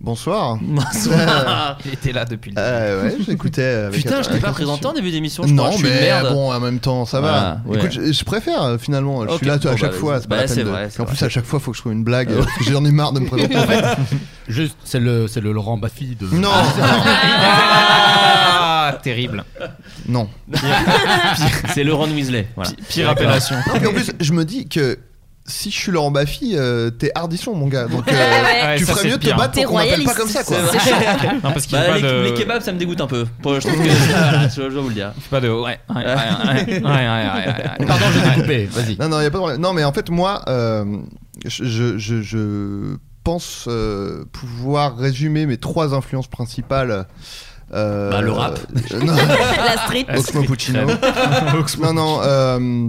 Bonsoir. <laughs> Bonsoir. Il était là depuis le Euh, ouais, j'écoutais. avec Putain, je t'ai avec pas attention. présenté en début d'émission. je Non, crois, je suis une mais merde. bon, en même temps, ça va. Voilà, Écoute, ouais. je, je préfère euh, finalement. Je Ok, suis là toi, bon, à chaque bah, fois. vas-y. c'est pas Bah, la peine c'est de- vrai, c'est en plus, vrai. à chaque fois, faut que je trouve une <laughs> blague. euh, parce que J'en ai marre de me présenter. en fait. Juste, c'est le, c'est le Laurent Baffy de. <laughs> Non. Ah, terrible. Non. C'est Laurent Weasley. Voilà. pire appellation. Non, puis en plus, je me dis que. Si je suis Laurent Baffy, euh, t'es hardisson, mon gars. Donc, euh, Ouais, tu ça, ferais c'est mieux de te bien. battre pour qu'on m'appelle pas comme ça, quoi. C'est vrai. Non, <laughs> parce qu'il Bah, fait pas les, de- les kebabs, ça me dégoûte un peu. Pour- Je trouve que. voilà, je, je dois vous le dire. Je sais pas de. Ouais. ouais, ouais, ouais, ouais, ouais, ouais, <laughs> ouais. Pardon, je t'ai coupé, vas-y. Non, non, y a pas de problème. Non, mais en fait, moi, euh, je, je- je- je pense euh, pouvoir résumer mes trois influences principales. euh, Bah, le rap. euh, <laughs> non. La street. Oxmo Puccino. non, non. euh,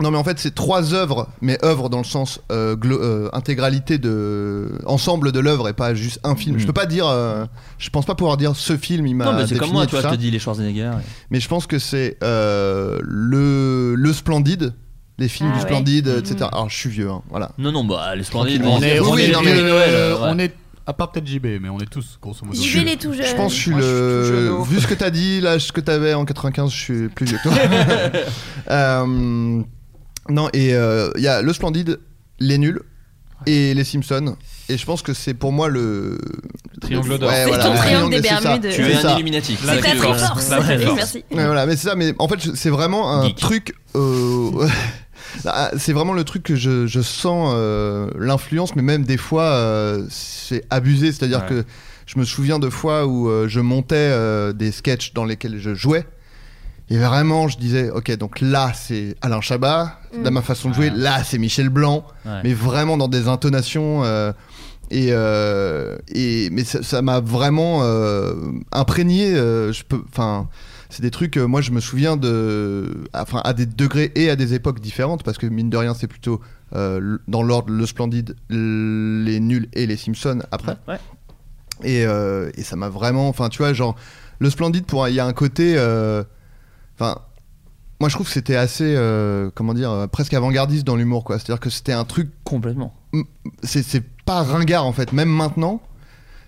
non, mais en fait, c'est trois œuvres, mais œuvres dans le sens euh, glo- euh, intégralité de. ensemble de l'œuvre et pas juste un film. Je peux pas dire. euh, je pense pas pouvoir dire ce film, il m'a. Mm. Non, mais c'est défini comme moi, et tu tout vois, je te ça. dis les Schwarzenegger. Mais je pense que c'est euh, le, le Splendide, les films Ah du ouais. Splendide, etc. Alors je suis vieux, hein, voilà. Non, non, bah, les Splendides. Tranquillement. bon, On est- c'est- on c'est- est- c'est- on c'est- est- Noël, Euh, ouais. on est, à part peut-être JB, mais on est tous grosso modo. JB, il est tout jeune. Je pense que je suis Moi, le. je suis tout jeune, oh. Vu ce que t'as dit, l'âge que t'avais en 95, je suis plus vieux <laughs> que toi. Euh, non, et il y a le Splendide, les Nuls et les Simpsons. Et je pense que c'est pour moi le. triangle d'or. Ouais, C'est voilà, ton le triangle des c'est ça. Bermudes. Tu C'est es un ça. Illuminati. C'est ta D'accord. triforce. La triforce. Merci. Ouais, voilà, mais c'est ça. Mais en fait, je- c'est vraiment un Geek. truc. euh, <laughs> ah, c'est vraiment le truc que je, je sens euh, l'influence, mais même des fois, euh, c'est abusé. C'est-à-dire Ouais. que je me souviens de fois où euh, je montais euh, des sketchs dans lesquels je jouais. Et vraiment, je disais, ok, donc là, c'est Alain Chabat, Mm. dans ma façon de jouer, là, c'est Michel Blanc, Ouais. mais vraiment dans des intonations. euh, et, euh, et mais ça ça m'a vraiment euh, imprégné. euh, je peux, enfin, c'est des trucs. euh, moi, je me souviens de, enfin, à des degrés et à des époques différentes, parce que mine de rien, c'est plutôt euh, l- dans l'ordre le Splendide, l- les Nuls et les Simpsons après. Ouais. Et, euh, et ça m'a vraiment, enfin, tu vois, genre le Splendide pour, un- il y a un côté, euh, enfin. moi, je trouve que c'était assez, euh, comment dire, euh, presque avant-gardiste dans l'humour, quoi. C'est-à-dire que c'était un truc Complètement. c'est c'est pas ringard en fait même maintenant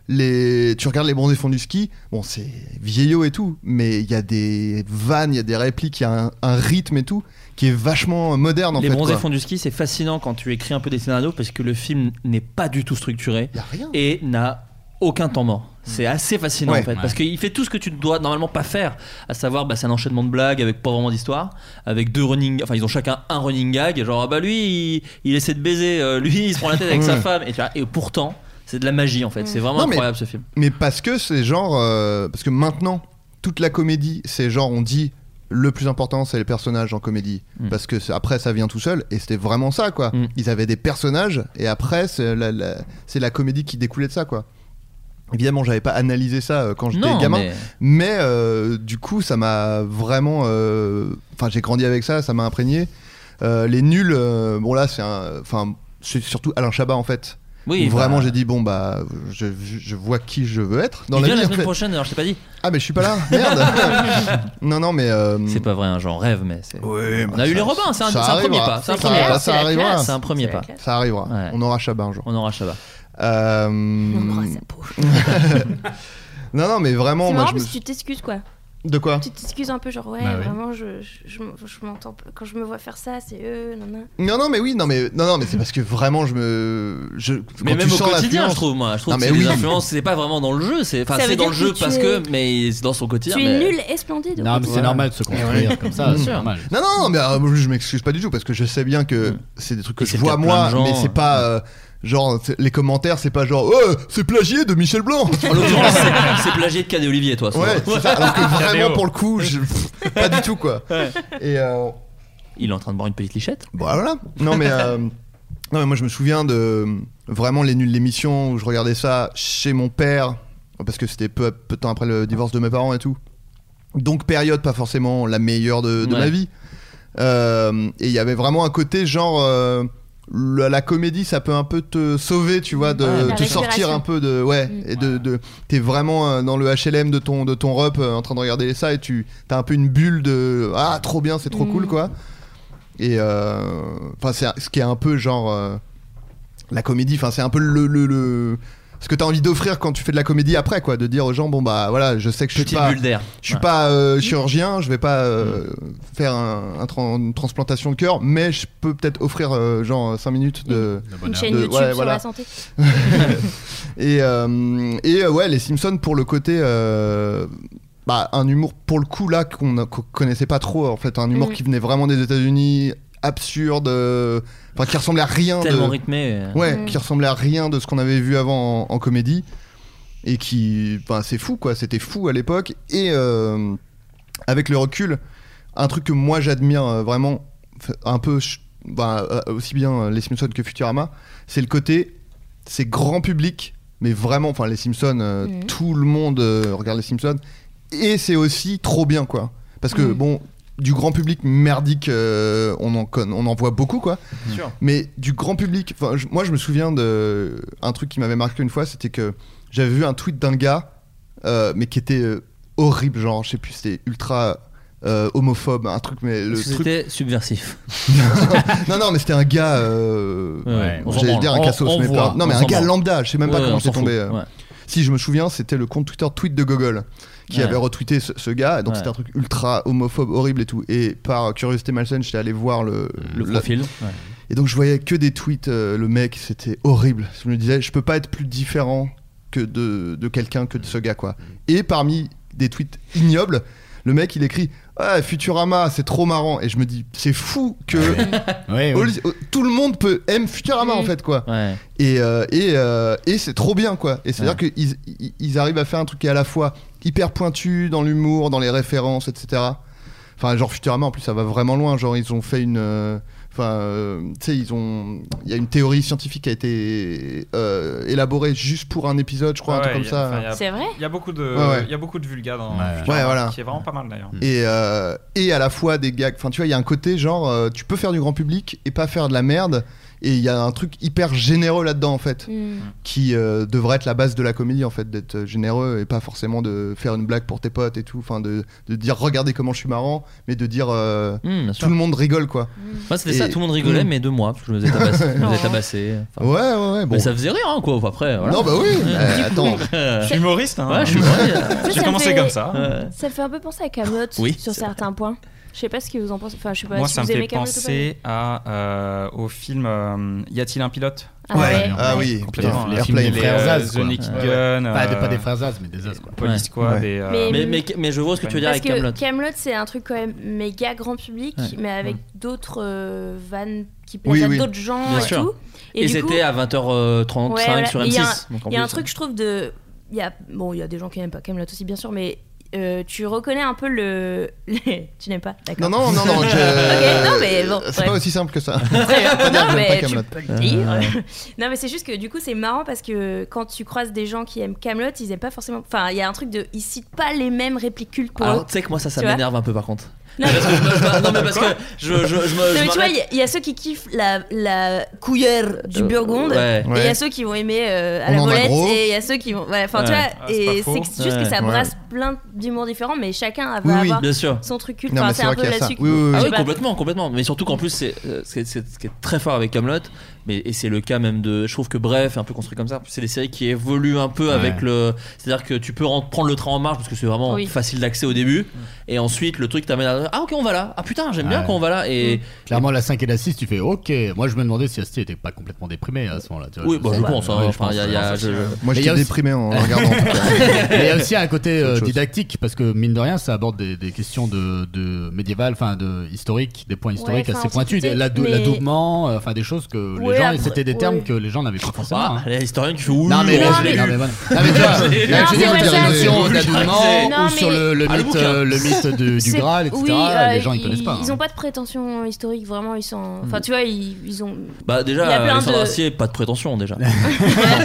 les tu regardes les bronzés fonds du ski bon c'est vieillot et tout mais il y a des vannes il y a des répliques il y a un, un rythme et tout qui est vachement moderne en Les fait bronzés quoi. font du ski, c'est fascinant quand tu écris un peu des scénarios parce que le film n'est pas du tout structuré y a Bah rien et n'a aucun temps mort. C'est assez fascinant Hmm. Ouais. en fait parce qu'il fait tout ce que tu ne dois normalement pas faire, à savoir bah, c'est un enchaînement de blagues avec pas vraiment d'histoire, avec deux running, enfin ils ont chacun un running gag, genre ah bah lui il, il essaie de baiser, euh, lui il se prend la tête avec sa Ouais. femme et, tu vois, et pourtant c'est de la magie en fait, c'est vraiment Hmm. Non, mais- incroyable ce film. mais parce que c'est genre euh, parce que maintenant toute la comédie c'est genre on dit le plus important c'est les personnages en comédie Mm. parce que c'est- après ça vient tout seul et c'était vraiment ça quoi Mm. ils avaient des personnages et après c'est la, la- c'est la comédie qui découlait de ça quoi évidemment j'avais pas analysé ça euh, quand j'étais Non, gamin mais- Mais euh, du coup, ça m'a vraiment. euh, Enfin, j'ai grandi avec ça, ça m'a imprégné. Euh, les nuls, euh, bon là, c'est un. Enfin, c'est surtout Alain Chabat en fait. Oui, Où vraiment, bah, j'ai dit bon bah, je, je vois qui je veux être dans il la vient vie. la en semaine fait. prochaine alors je t'ai pas dit. Ah mais je suis pas là, <laughs> merde. <laughs> non non mais. euh, C'est pas vrai, hein, j'en rêve mais c'est. ouais, On bah, a eu ça- les Robins, c'est un, ça hein. c'est un premier arrivera. pas, c'est un Ça premier arrivera, pas. ça arrivera. C'est un premier pas. Ça arrivera. Ouais. On aura Chabat un <laughs> jour. On aura Chabat. Euh, Oh, <laughs> non non mais vraiment, C'est moi marrant je me. parce que tu t'excuses quoi. De quoi Tu t'excuses un peu, genre ouais, Bah ouais. vraiment, je, je, je- je m'entends pas. Quand je me vois faire ça, c'est eux, nan, nan. Non non mais oui non mais non non mais c'est parce que vraiment je me je Mais quand même tu au sens quotidien, l'influence- je trouve, moi. Je trouve Non, que mais c'est des oui. influences, c'est pas vraiment dans le jeu. C'est enfin, Ça veut c'est dans dire le jeu que tu parce es- que, mais c'est dans son quotidien. tu es mais- nul et splendide. Non, mais c'est normal de se construire comme ça, Bien c'est sûr. normal. Non, non, non, mais euh, je m'excuse pas du tout parce que je sais bien que c'est des trucs que Mm. Et c'est je le vois cas de moi, plein de mais gens, hein. c'est pas euh, genre c'est- les commentaires, c'est pas genre oh, c'est plagié de Michel Blanc. <laughs> En l'occurrence, c'est- c'est plagié de Cadet Olivier, toi. souvent. Oh, ouais, c'est ça. <laughs> Alors que vraiment Caméo. pour le coup, je- pff, pas du tout quoi. Et euh, Il est en train de boire une petite lichette. Bon, ah, voilà. Non, mais. <laughs> euh, Non mais moi je me souviens de vraiment les nuls l'émission où je regardais ça chez mon père parce que c'était peu, peu de temps après le divorce de mes parents et tout donc période pas forcément la meilleure de, de Ouais. ma vie Euh, et il y avait vraiment un côté genre euh, la, la comédie ça peut un peu te sauver tu vois de Ouais. Mm. Ah, La te sortir récupération. un peu de ouais Mm. et de, de- t'es vraiment euh, dans le HLM de ton de ton rep euh, en train de regarder ça et tu t'as un peu une bulle de ah trop bien c'est trop Mm. cool quoi et euh, enfin c'est ce qui est un peu genre euh, la comédie enfin c'est un peu le, le, le- ce que tu as envie d'offrir quand tu fais de la comédie après quoi de dire aux gens bon bah voilà je sais que je suis Petite pas bulle d'air. je suis Ouais. Mm. pas Mm. euh, chirurgien je vais pas euh, faire un- un tran- une transplantation de cœur mais je peux peut-être offrir euh, genre 5 minutes de Une chaîne de- YouTube ouais, sur voilà. la santé. et euh, et euh, ouais les Simpsons pour le côté euh, bah, un humour pour le coup là qu'on a- qu'on connaissait pas trop en fait un humour Mm. qui venait vraiment des États-Unis absurde euh, enfin qui ressemblait à rien Tellement de- rythmé, euh. ouais Mm. qui ressemblait à rien de ce qu'on avait vu avant en, en comédie et qui enfin c'est fou quoi c'était fou à l'époque et euh, avec le recul un truc que moi j'admire euh, vraiment f- un peu ch- bah, euh, aussi bien euh, les Simpsons que Futurama c'est le côté c'est grand public mais vraiment enfin les Simpsons euh, Mhm. tout le monde euh, regarde les Simpsons et c'est aussi trop bien quoi parce que Mm. bon du grand public merdique euh, on en con- on en voit beaucoup quoi Bien sûr. mais du grand public, enfin, je- moi je me souviens de un truc qui m'avait marqué une fois, c'était que j'avais vu un tweet d'un gars, euh, mais qui était euh, horrible, genre je sais plus, c'était ultra euh, homophobe, un truc, mais le Parce que truc. C'était subversif. non, non, mais c'était un gars. euh, Ouais, on s'en J'allais branle. dire un On- cassos, on mais voit, pas- Non, on mais un s'en gars branle. lambda, je sais même pas Ouais, comment on c'est s'en fout, tombé. euh. ouais. Si je me souviens, c'était le compte Twitter tweet de Gogol qui Ouais. avait retweeté ce, ce gars, donc Ouais. c'était un truc ultra homophobe, horrible et tout. Et par curiosité malsaine, j'étais allé voir le, Le la- profil, ouais. Et donc je voyais que des tweets, euh, le mec, c'était horrible. Je me disais, je peux pas être plus différent que de, de quelqu'un que de ce gars, quoi. Et parmi des tweets ignobles, le mec, il écrit ah, Futurama, c'est trop marrant. Et je me dis, c'est fou <laughs> que Ouais, ouais. Oli- euh, tout le monde peut aime Futurama, en fait, quoi. Et, euh, et, euh, et c'est trop bien, quoi. Et c'est-à-dire qu'ils ils- ils arrivent à faire un truc qui est à la fois hyper pointu dans l'humour, dans les références, etc. Enfin, genre Futurama, en plus, ça va vraiment loin. Genre, ils ont fait une. euh, Enfin, euh, tu sais, ils ont. Il y a une théorie scientifique qui a été euh, élaborée juste pour un épisode, je crois, un Ouais, truc comme il y a- ça. enfin, il y a- Il y a beaucoup de, Ouais, ouais. il y a beaucoup de vulga dans Ouais, Futurama, voilà. qui est vraiment pas mal d'ailleurs. Et, euh, et à la fois des gags. Enfin, tu vois, il y a un côté genre, euh, tu peux faire du grand public et pas faire de la merde. Et il y a un truc hyper généreux là-dedans, en fait, Mm. qui euh, devrait être la base de la comédie, en fait, d'être généreux et pas forcément de faire une blague pour tes potes et tout. Enfin, de, de dire, regardez comment je suis marrant, mais de dire, euh, tout le monde rigole, quoi. Hmm, Moi, c'était Et- ça, tout le monde rigolait, Mm. mais de moi, parce que je me faisais tabasser. je me <laughs> faisais tabasser. Enfin, Ouais, ouais, ouais. Bon. Mais ça faisait rire, hein, quoi. Après, voilà. Non, bah Ah, oui, mais attends. Je suis humoriste, hein. Ouais, je suis humoriste. Ça, J'ai ça commencé fait- comme ça. Ça me fait un peu penser à Camelot Oui, sur c'est certains points. Je sais pas ce que vous en pensez. Enfin, je sais pas Moi, si ça me vous aimez fait Camelot ou pas. penser à, euh, au film euh, Y a-t-il un pilote Ah Ouais. ouais. Ah oui, complètement. les- les films des Les, frères euh, Zaz, The quoi. Naked Ouais. Gun. Pas des- euh, pas des frères Zaz, mais des Zaz, quoi. Police Ouais. Squad. Ouais. et, euh, Mais- Mais, mais, mais je vois ce que tu veux dire Parce avec Camelot. que Camelot, c'est un truc quand même méga grand public, Ouais. mais avec Mm. d'autres euh, vannes qui plaisent Oui, à oui. d'autres gens Bien et sûr. tout. Et, du coup- c'était à euh, 20h35 Eh Ouais, voilà. sur Et Il y a M6. un, donc en il y a un plus, truc, je trouve, de. Il y a, bon, il y a des gens qui n'aiment pas Camelot aussi, bien sûr, mais euh, tu reconnais un peu le. <laughs> les- tu n'aimes pas D'accord. Non, non, non, non. je- <laughs> Euh, Ok, non, mais euh, bon. C'est bref. pas aussi simple que ça. Non, mais tu Kaamelott. peux le dire. non, mais c'est juste que du coup, c'est marrant parce que quand tu croises des gens qui aiment Camelot, ils aiment pas forcément. Enfin, il y a un truc de. Ils citent pas les mêmes répliques cultes pour eux. hein. Alors, tu sais que moi, ça, ça Tu vois m'énerve un peu par <laughs> contre. Parce que je me- non, mais parce que je, je, je, me- je Non, mais tu vois, m'arrête. il y a- il y, a ceux qui kiffent la, la couillère du Ah. Euh, Burgonde, ouais. et il y Ouais. a ceux qui vont aimer euh, à On la en a molette, gros. et il y a ceux qui vont. ouais, Enfin, Ouais. tu Ah, vois, c'est et pas c'est faux. juste que ça Ouais. brasse plein d'humours différents, mais chacun va Oui, oui, avoir bien sûr. son truc culte. Non, Enfin, mais c'est un c'est vrai peu qu'il y a là-dessus. ça. que- je Ah sais oui, pas. complètement, complètement. Mais surtout qu'en plus, c'est euh, c'est- c'est ce qui est très fort avec Camelot. Mais et c'est le cas même de. Je trouve que Bref est un peu construit comme ça. C'est des séries qui évoluent un peu Ouais. avec le. C'est-à-dire que tu peux rentrer- prendre le train en marche parce que c'est vraiment Oui. facile d'accès au début. Et ensuite, le truc t'amène à. Ah ok, on va là. Ah putain, j'aime bien Ouais. Mm. quand on va là. Et. Clairement, la 5 et la 6, tu fais OK. Moi, je me demandais si Asti était pas complètement déprimé à ce moment-là. tu vois. Oui, bah, je Ouais, pense, hein. ouais, Enfin, il y a- il y a- pense. je- je- Moi, Mais j'étais il y a aussi- déprimé en en regardant. en tout cas. Mais <laughs> il y a aussi un côté C'est autre euh, chose. didactique parce que mine de rien, ça aborde des, des questions de, de médiéval, enfin de historique, des points historiques enfin, assez pointus, antiquité, des- l'ado- mais- l'adoubement, euh, enfin des choses que Ouais, les gens, après- c'était des termes ouais. que les gens n'avaient pas forcément. Ah, hein. la historienne qui fait ouh, Non mais, oh, non, je mais, l'ai non, lu. mais voilà. Non, mais tu vois, Je l'ai là, je lu. veux dire, sur Non, mais la ça, notion c'est- d'adoubement Non, ou sur mais- le, le Ah, le mythe, bouquin. euh, le mythe de- du C'est- Graal, etc. oui, euh, les gens ils connaissent pas. Ils hein. ont pas de prétention historique, vraiment. Ils sont. Enfin, Mm. tu vois, ils, ils ont. Bah déjà, Il y a plein Alexandre de- Astier, pas de <laughs> prétention déjà. moi,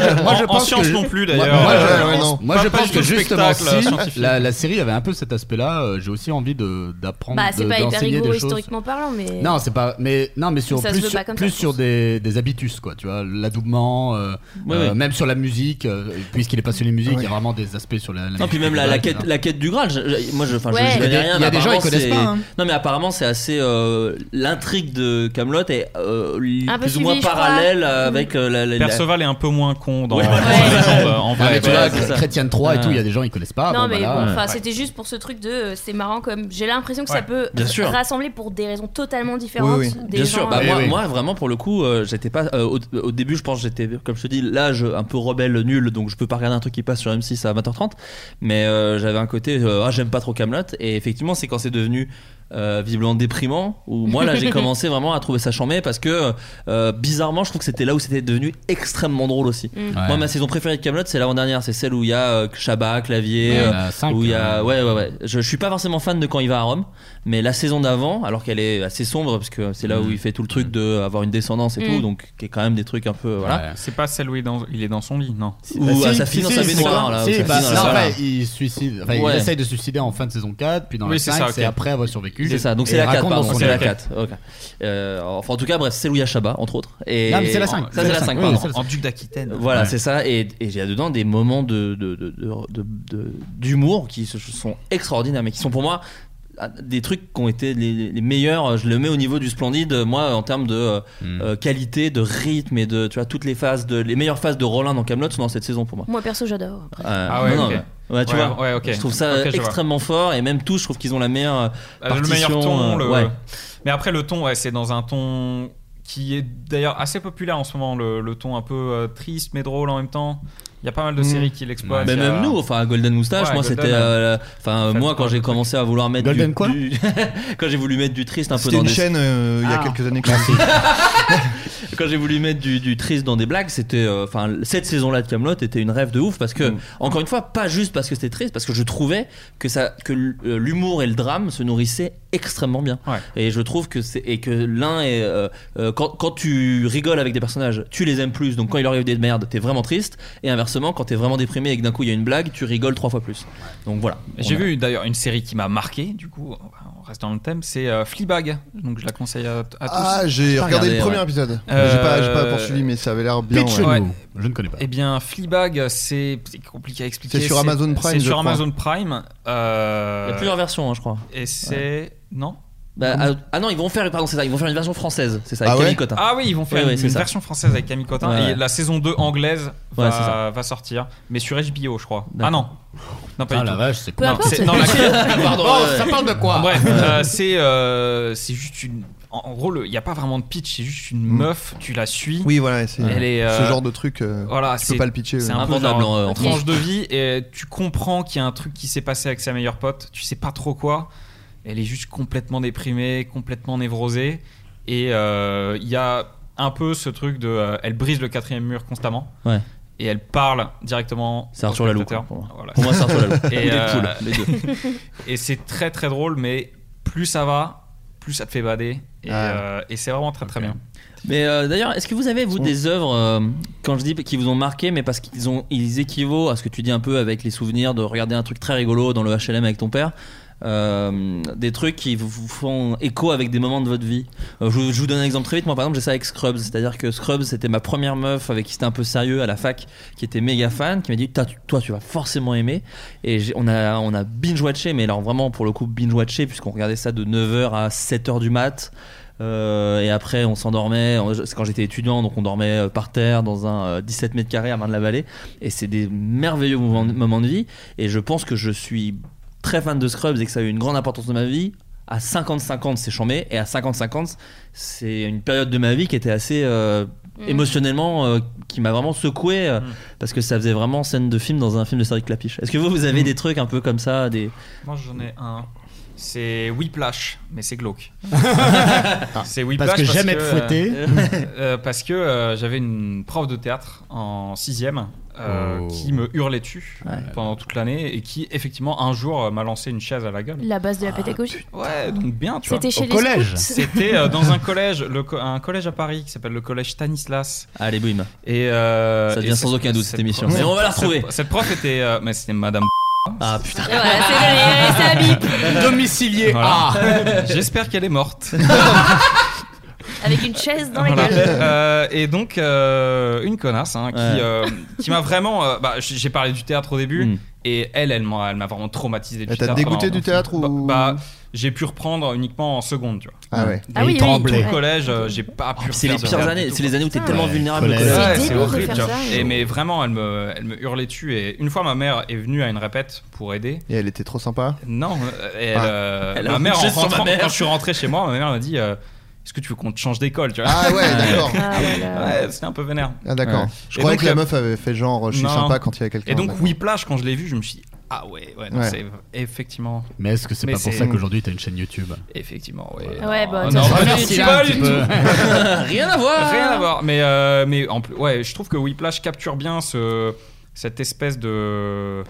je, moi, En- je en pense que science je- non plus, Moi- d'ailleurs. Moi, Euh, je, ouais, pense- non. moi, Pas- je pas pense du que tout justement, spectacle si scientifique. la, la série avait un peu cet aspect-là, euh, j'ai aussi envie de- d'apprendre, Bah, c'est de- pas hyper d'enseigner rigoureux des choses. historiquement parlant, mais. Non, c'est pas. Mais non, mais sur Ça se plus veut sur, pas comme ça, plus je sur des, des habitus quoi. Tu vois, l'adoubement, euh, Ouais, euh, ouais. même sur la musique, euh, puisqu'il est passionné de musique, il y a vraiment des aspects sur la. la Non, puis même la, la quête, la quête du Graal. je- je- moi, je, enfin, je- Ouais, je connais Il y a des- rien, il y a des gens, ils apparemment, connaissent c'est- pas, hein. Non, mais apparemment, c'est assez. euh, L'intrigue de Camelot est euh, li- Un peu plus ou moins suivi, je crois. parallèle avec euh, la, la- la- Perceval est un peu moins con dans Oui, dans voilà. la légende, euh, en Non, vrai. mais tu Ouais, vois, c'est ça. Chrétien 3 et tout, il y a Ouais. des gens, ils connaissent pas. non, bon, mais bah là, bon, euh, enfin, ouais. c'était juste pour ce truc de euh, c'est marrant comme. J'ai l'impression que ça Ouais, peut bien sûr. rassembler pour des raisons totalement différentes. Des Bien gens, sûr, bah, euh, moi, moi, vraiment pour le coup, euh, j'étais pas euh, au, au début, je pense, que j'étais comme je te dis, l'âge un peu rebelle nul, donc je peux pas regarder un truc qui passe sur M6 à 20h30, mais euh, j'avais un côté euh, ah j'aime pas trop Camelot et effectivement c'est quand c'est devenu euh, visiblement déprimant où moi <laughs> là j'ai commencé vraiment à trouver ça chambé parce que euh, bizarrement je trouve que c'était là où c'était devenu extrêmement drôle aussi. Mm. Moi Ouais. ma saison préférée de Camelot c'est l'avant dernière, c'est celle où il y a euh, Chabat, Clavier, Ouais, euh, la cinq, hein. où il y a ouais ouais ouais. Je, je suis pas forcément fan de quand il va à Rome, mais la saison d'avant, alors qu'elle est assez sombre parce que c'est là Mm. où il fait tout le truc de avoir une descendance et Mm. tout, donc qui est quand même des trucs un peu voilà. C'est pas celle où il est dans, il est dans son lit, non Ou euh, à sa fille dans sa baignoire, là, Si, ou sa bah, fille dans la non, salle. ouais, il suicide. Enfin, Ouais. il essaye de se suicider en fin de saison 4, puis dans Oui, la c'est 5, ça, ok. c'est après avoir survécu. C'est ça, donc Et c'est la raconte 4, dans pardon, son c'est la livre. 4. ok. Euh, enfin, en tout cas, bref, c'est où il y a Chabat, entre autres. Et Non, mais c'est la cinq. Ça, c'est la 5, Oui, pardon. c'est la cinq. En duc d'Aquitaine. Voilà, Ouais. c'est ça. Et et il y a dedans des moments d'humour de, de, de- de- d'humour qui se- sont extraordinaires, mais qui sont pour moi ah, des trucs qui ont été les, les meilleurs. Je le mets au niveau du splendide, moi, en termes de euh, Hmm. euh, qualité, de rythme et de, tu vois, toutes les phases, de, les meilleures phases de Roland dans Camelot sont dans cette saison pour moi. Moi perso, j'adore. après. Euh, Ah ouais, non, non, ok. mais- ouais, tu Ouais, vois, ouais, ok. je trouve ça Ok, je vois. extrêmement fort et même tous, je trouve qu'ils ont la meilleure euh, Ah, partition. le meilleur ton. euh, le- ouais. Mais après, le ton, ouais, c'est dans un ton qui est d'ailleurs assez populaire en ce moment, le, le ton un peu euh, triste mais drôle en même temps. Il y a pas mal de Mmh. séries qui l'exploitent. Mais Il y a- même nous, enfin Golden Moustache, Bah, euh, Ouais, moi Golden, c'était, euh, enfin Faites moi pas quand j'ai commencé à vouloir mettre Golden du, quoi du- <laughs> quand j'ai voulu mettre du triste un peu C'était dans une des- chaîne euh, il y a quelques années. qui- <laughs> quand j'ai voulu mettre du, du triste dans des blagues, c'était, euh, enfin cette saison-là de Camelot était une rêve de ouf parce Mm. que encore une fois, pas juste parce que c'était triste, parce que je trouvais que ça, que l- euh, l'humour et le drame se nourrissaient extrêmement bien. Et je trouve que c'est et que l'un est euh, euh, quand, quand tu rigoles avec des personnages, tu les aimes plus. Donc quand il leur arrive des merdes, t'es vraiment triste. Et inversement, quand t'es vraiment déprimé et que d'un coup il y a une blague, tu rigoles trois fois plus. Donc voilà. J'ai On a- vu d'ailleurs une série qui m'a marqué, du coup, on reste dans le thème, c'est euh, Fleabag. Donc je la conseille à, à tous. Ah, j'ai regardé le premier épisode. Euh, J'ai pas, j'ai pas poursuivi, mais ça avait l'air bien. pitch-nous. ouais. Je ne connais pas. Eh bien, Fleabag, c'est c'est compliqué à expliquer. C'est sur Amazon Prime, C'est je sur crois. Amazon Prime. euh, Il y a plusieurs versions, hein, je crois. Et c'est. Non Bah, ah, ah non, ils vont faire, pardon, c'est ça, ils vont faire une version française, c'est ça, Ah avec ouais Camille Cotin. Ah oui, ils vont faire Ouais, une, ouais, c'est une ça. version française avec Camille Cotin. Ouais, Et ouais. la saison 2 anglaise Ouais, c'est va, va sortir, mais sur HBO, je crois. Ah D'accord. non non, pas Ah du la tout. vache, c'est Non, quoi c'est- <laughs> non, la- Pardon, Oh, Bon, ouais. ça parle de quoi Bref, euh, c'est euh, c'est juste une. En en gros, le- il n'y a pas vraiment de pitch, c'est juste une meuf, tu la suis. Oui, voilà, c'est Elle est, euh, Mm. ce genre de truc. euh, voilà, tu c'est- peux pas le pitcher. C'est euh. un peu genre tranche de vie et tu comprends qu'il y a un truc qui s'est passé avec sa meilleure pote. Tu sais pas trop quoi. Elle est juste complètement déprimée, complètement névrosée. Et euh, il y a un peu ce truc de, euh, elle brise le quatrième mur constamment. Ouais. Et elle parle directement. C'est au Arthur Laloux, spectateur. quoi, hein, pour moi. Voilà. Pour moi, c'est Arthur Laloux. Ou Et, Deadpool, euh, les deux. et c'est très très drôle, mais plus ça va, plus ça te fait bader. Et, Ah. euh, et c'est vraiment très très bien. Mais euh, d'ailleurs, est-ce que vous avez, vous, des œuvres, euh, quand je dis qui vous ont marqué, mais parce qu'ils ont, ils équivaut à ce que tu dis un peu avec les souvenirs de regarder un truc très rigolo dans le HLM avec ton père euh, des trucs qui vous- vous font écho avec des moments de votre vie. Euh, je, vous- je vous donne un exemple très vite. Moi, par exemple, j'ai ça avec Scrubs. C'est-à-dire que Scrubs, c'était ma première meuf avec qui c'était un peu sérieux à la fac, qui était méga fan, qui m'a dit T'as- Toi, tu vas forcément aimer. Et j'ai- on a, on a binge-watché, mais alors vraiment, pour le coup, binge-watché, puisqu'on regardait ça de 9h à 7h du mat. Euh, et après, on s'endormait. On- C'est quand j'étais étudiant, donc on dormait euh, par terre dans un euh, 17 mètres carrés à Marne-la-Vallée. Et c'est des merveilleux moments, moments de vie. Et je pense que je suis très fan de Scrubs et que ça a eu une grande importance dans ma vie. À 50-50, c'est chambé. Et à 50-50, c'est une période de ma vie qui était assez euh, Mm. émotionnellement, euh, qui m'a vraiment secoué. euh, Parce que ça faisait vraiment scène de film dans un film de Cédric Clapiche. Est-ce que vous, vous avez Mm. des trucs un peu comme ça des... Moi j'en ai un. C'est Whiplash, mais c'est glauque. c'est Whiplash Parce que j'aime être euh, fouetté. euh, parce que euh, j'avais une prof de théâtre en 6 Oh. qui me hurlait dessus pendant toute l'année et qui effectivement un jour euh, m'a lancé une chaise à la gueule. La base de la pédagogie. Ouais, donc bien, Ah, tu C'était vois. chez les collège. scouts. <laughs> C'était euh, dans un collège, le co- un collège à Paris qui s'appelle le collège Stanislas. Allez, boum. Et euh, Ça devient et sans cette- aucun doute, cette émission. prof- Mais on va la cette- retrouver. <laughs> Cette, prof était, euh, mais c'était Madame. Ah putain. Et <laughs> voilà, c'est le- c'est la bip. Domicilié ah. J'espère qu'elle est morte. Avec une chaise dans la Voilà. gueule. Euh, et donc euh, une connasse hein, qui, Ouais. Hmm. euh, qui m'a vraiment euh, bah, j- j'ai parlé du théâtre au début Et elle, elle m'a, elle m'a vraiment traumatisé. Elle t'a dégoûté du théâtre ou bah, j'ai pu reprendre uniquement en seconde, tu vois. Ah ouais. Ah oui, Tout oui, le oui. collège, euh, j'ai pas pu. Oh, c'est faire les de pires rien années, du tout, c'est les années où t'es tellement vulnérable au Ouais, collège. ouais, C'est c'est débile de horrible. faire tu vois. ça. Et mais vraiment, elle me, elle me hurlait dessus. Et une fois, ma mère est venue à une répète pour aider. Et elle était trop sympa Non, euh, elle, Ah. euh, Elle a ma mère, en juste sur ma rentrant, mère. quand je suis rentré chez moi, ma mère m'a dit euh, Est-ce que tu veux qu'on te change d'école tu vois Ah ouais, <laughs> d'accord. Ah Ouais, C'était un peu vénère. Ah d'accord. Ouais. Je Et croyais donc, que la euh, meuf avait fait genre je suis non. sympa quand il y a quelqu'un. Et donc, d'accord. Whiplash, quand je l'ai vu, je me suis dit Ah ouais, ouais, non, Ouais. c'est effectivement. Mais est-ce que c'est Mais pas pour c'est- ça qu'aujourd'hui t'as une chaîne YouTube Effectivement, oui. Ouais, non, bah, non, ça- pas Merci, du- là, pas un du petit tout. peu. <laughs> Rien à voir. Rien à voir. Mais, euh, mais en plus, ouais, je trouve que Whiplash capture bien ce, cette espèce de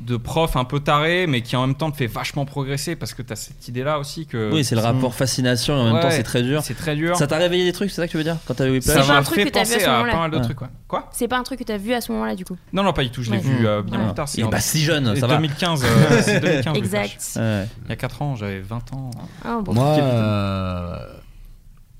de prof un peu taré mais qui en même temps te fait vachement progresser parce que t'as cette idée là aussi que Oui, c'est Hmm. le rapport fascination et en même temps Ouais, c'est très dur. c'est très dur Ça t'a réveillé des trucs, c'est ça que tu veux dire Quand t'avais Ça Whiplash m'a un truc fait que t'as vu à penser ce à moment-là. pas mal de Ouais. trucs ouais. quoi C'est pas un truc que t'as vu à ce moment-là du coup. non non pas du tout je l'ai Ouais. vu euh, bien Ouais. plus tard c'est Il est en- pas si jeune, c'est ça va. 2015 euh, c'est 2015 Exact. Ouais. il y a 4 ans j'avais 20 ans Ah, bon. Moi, euh,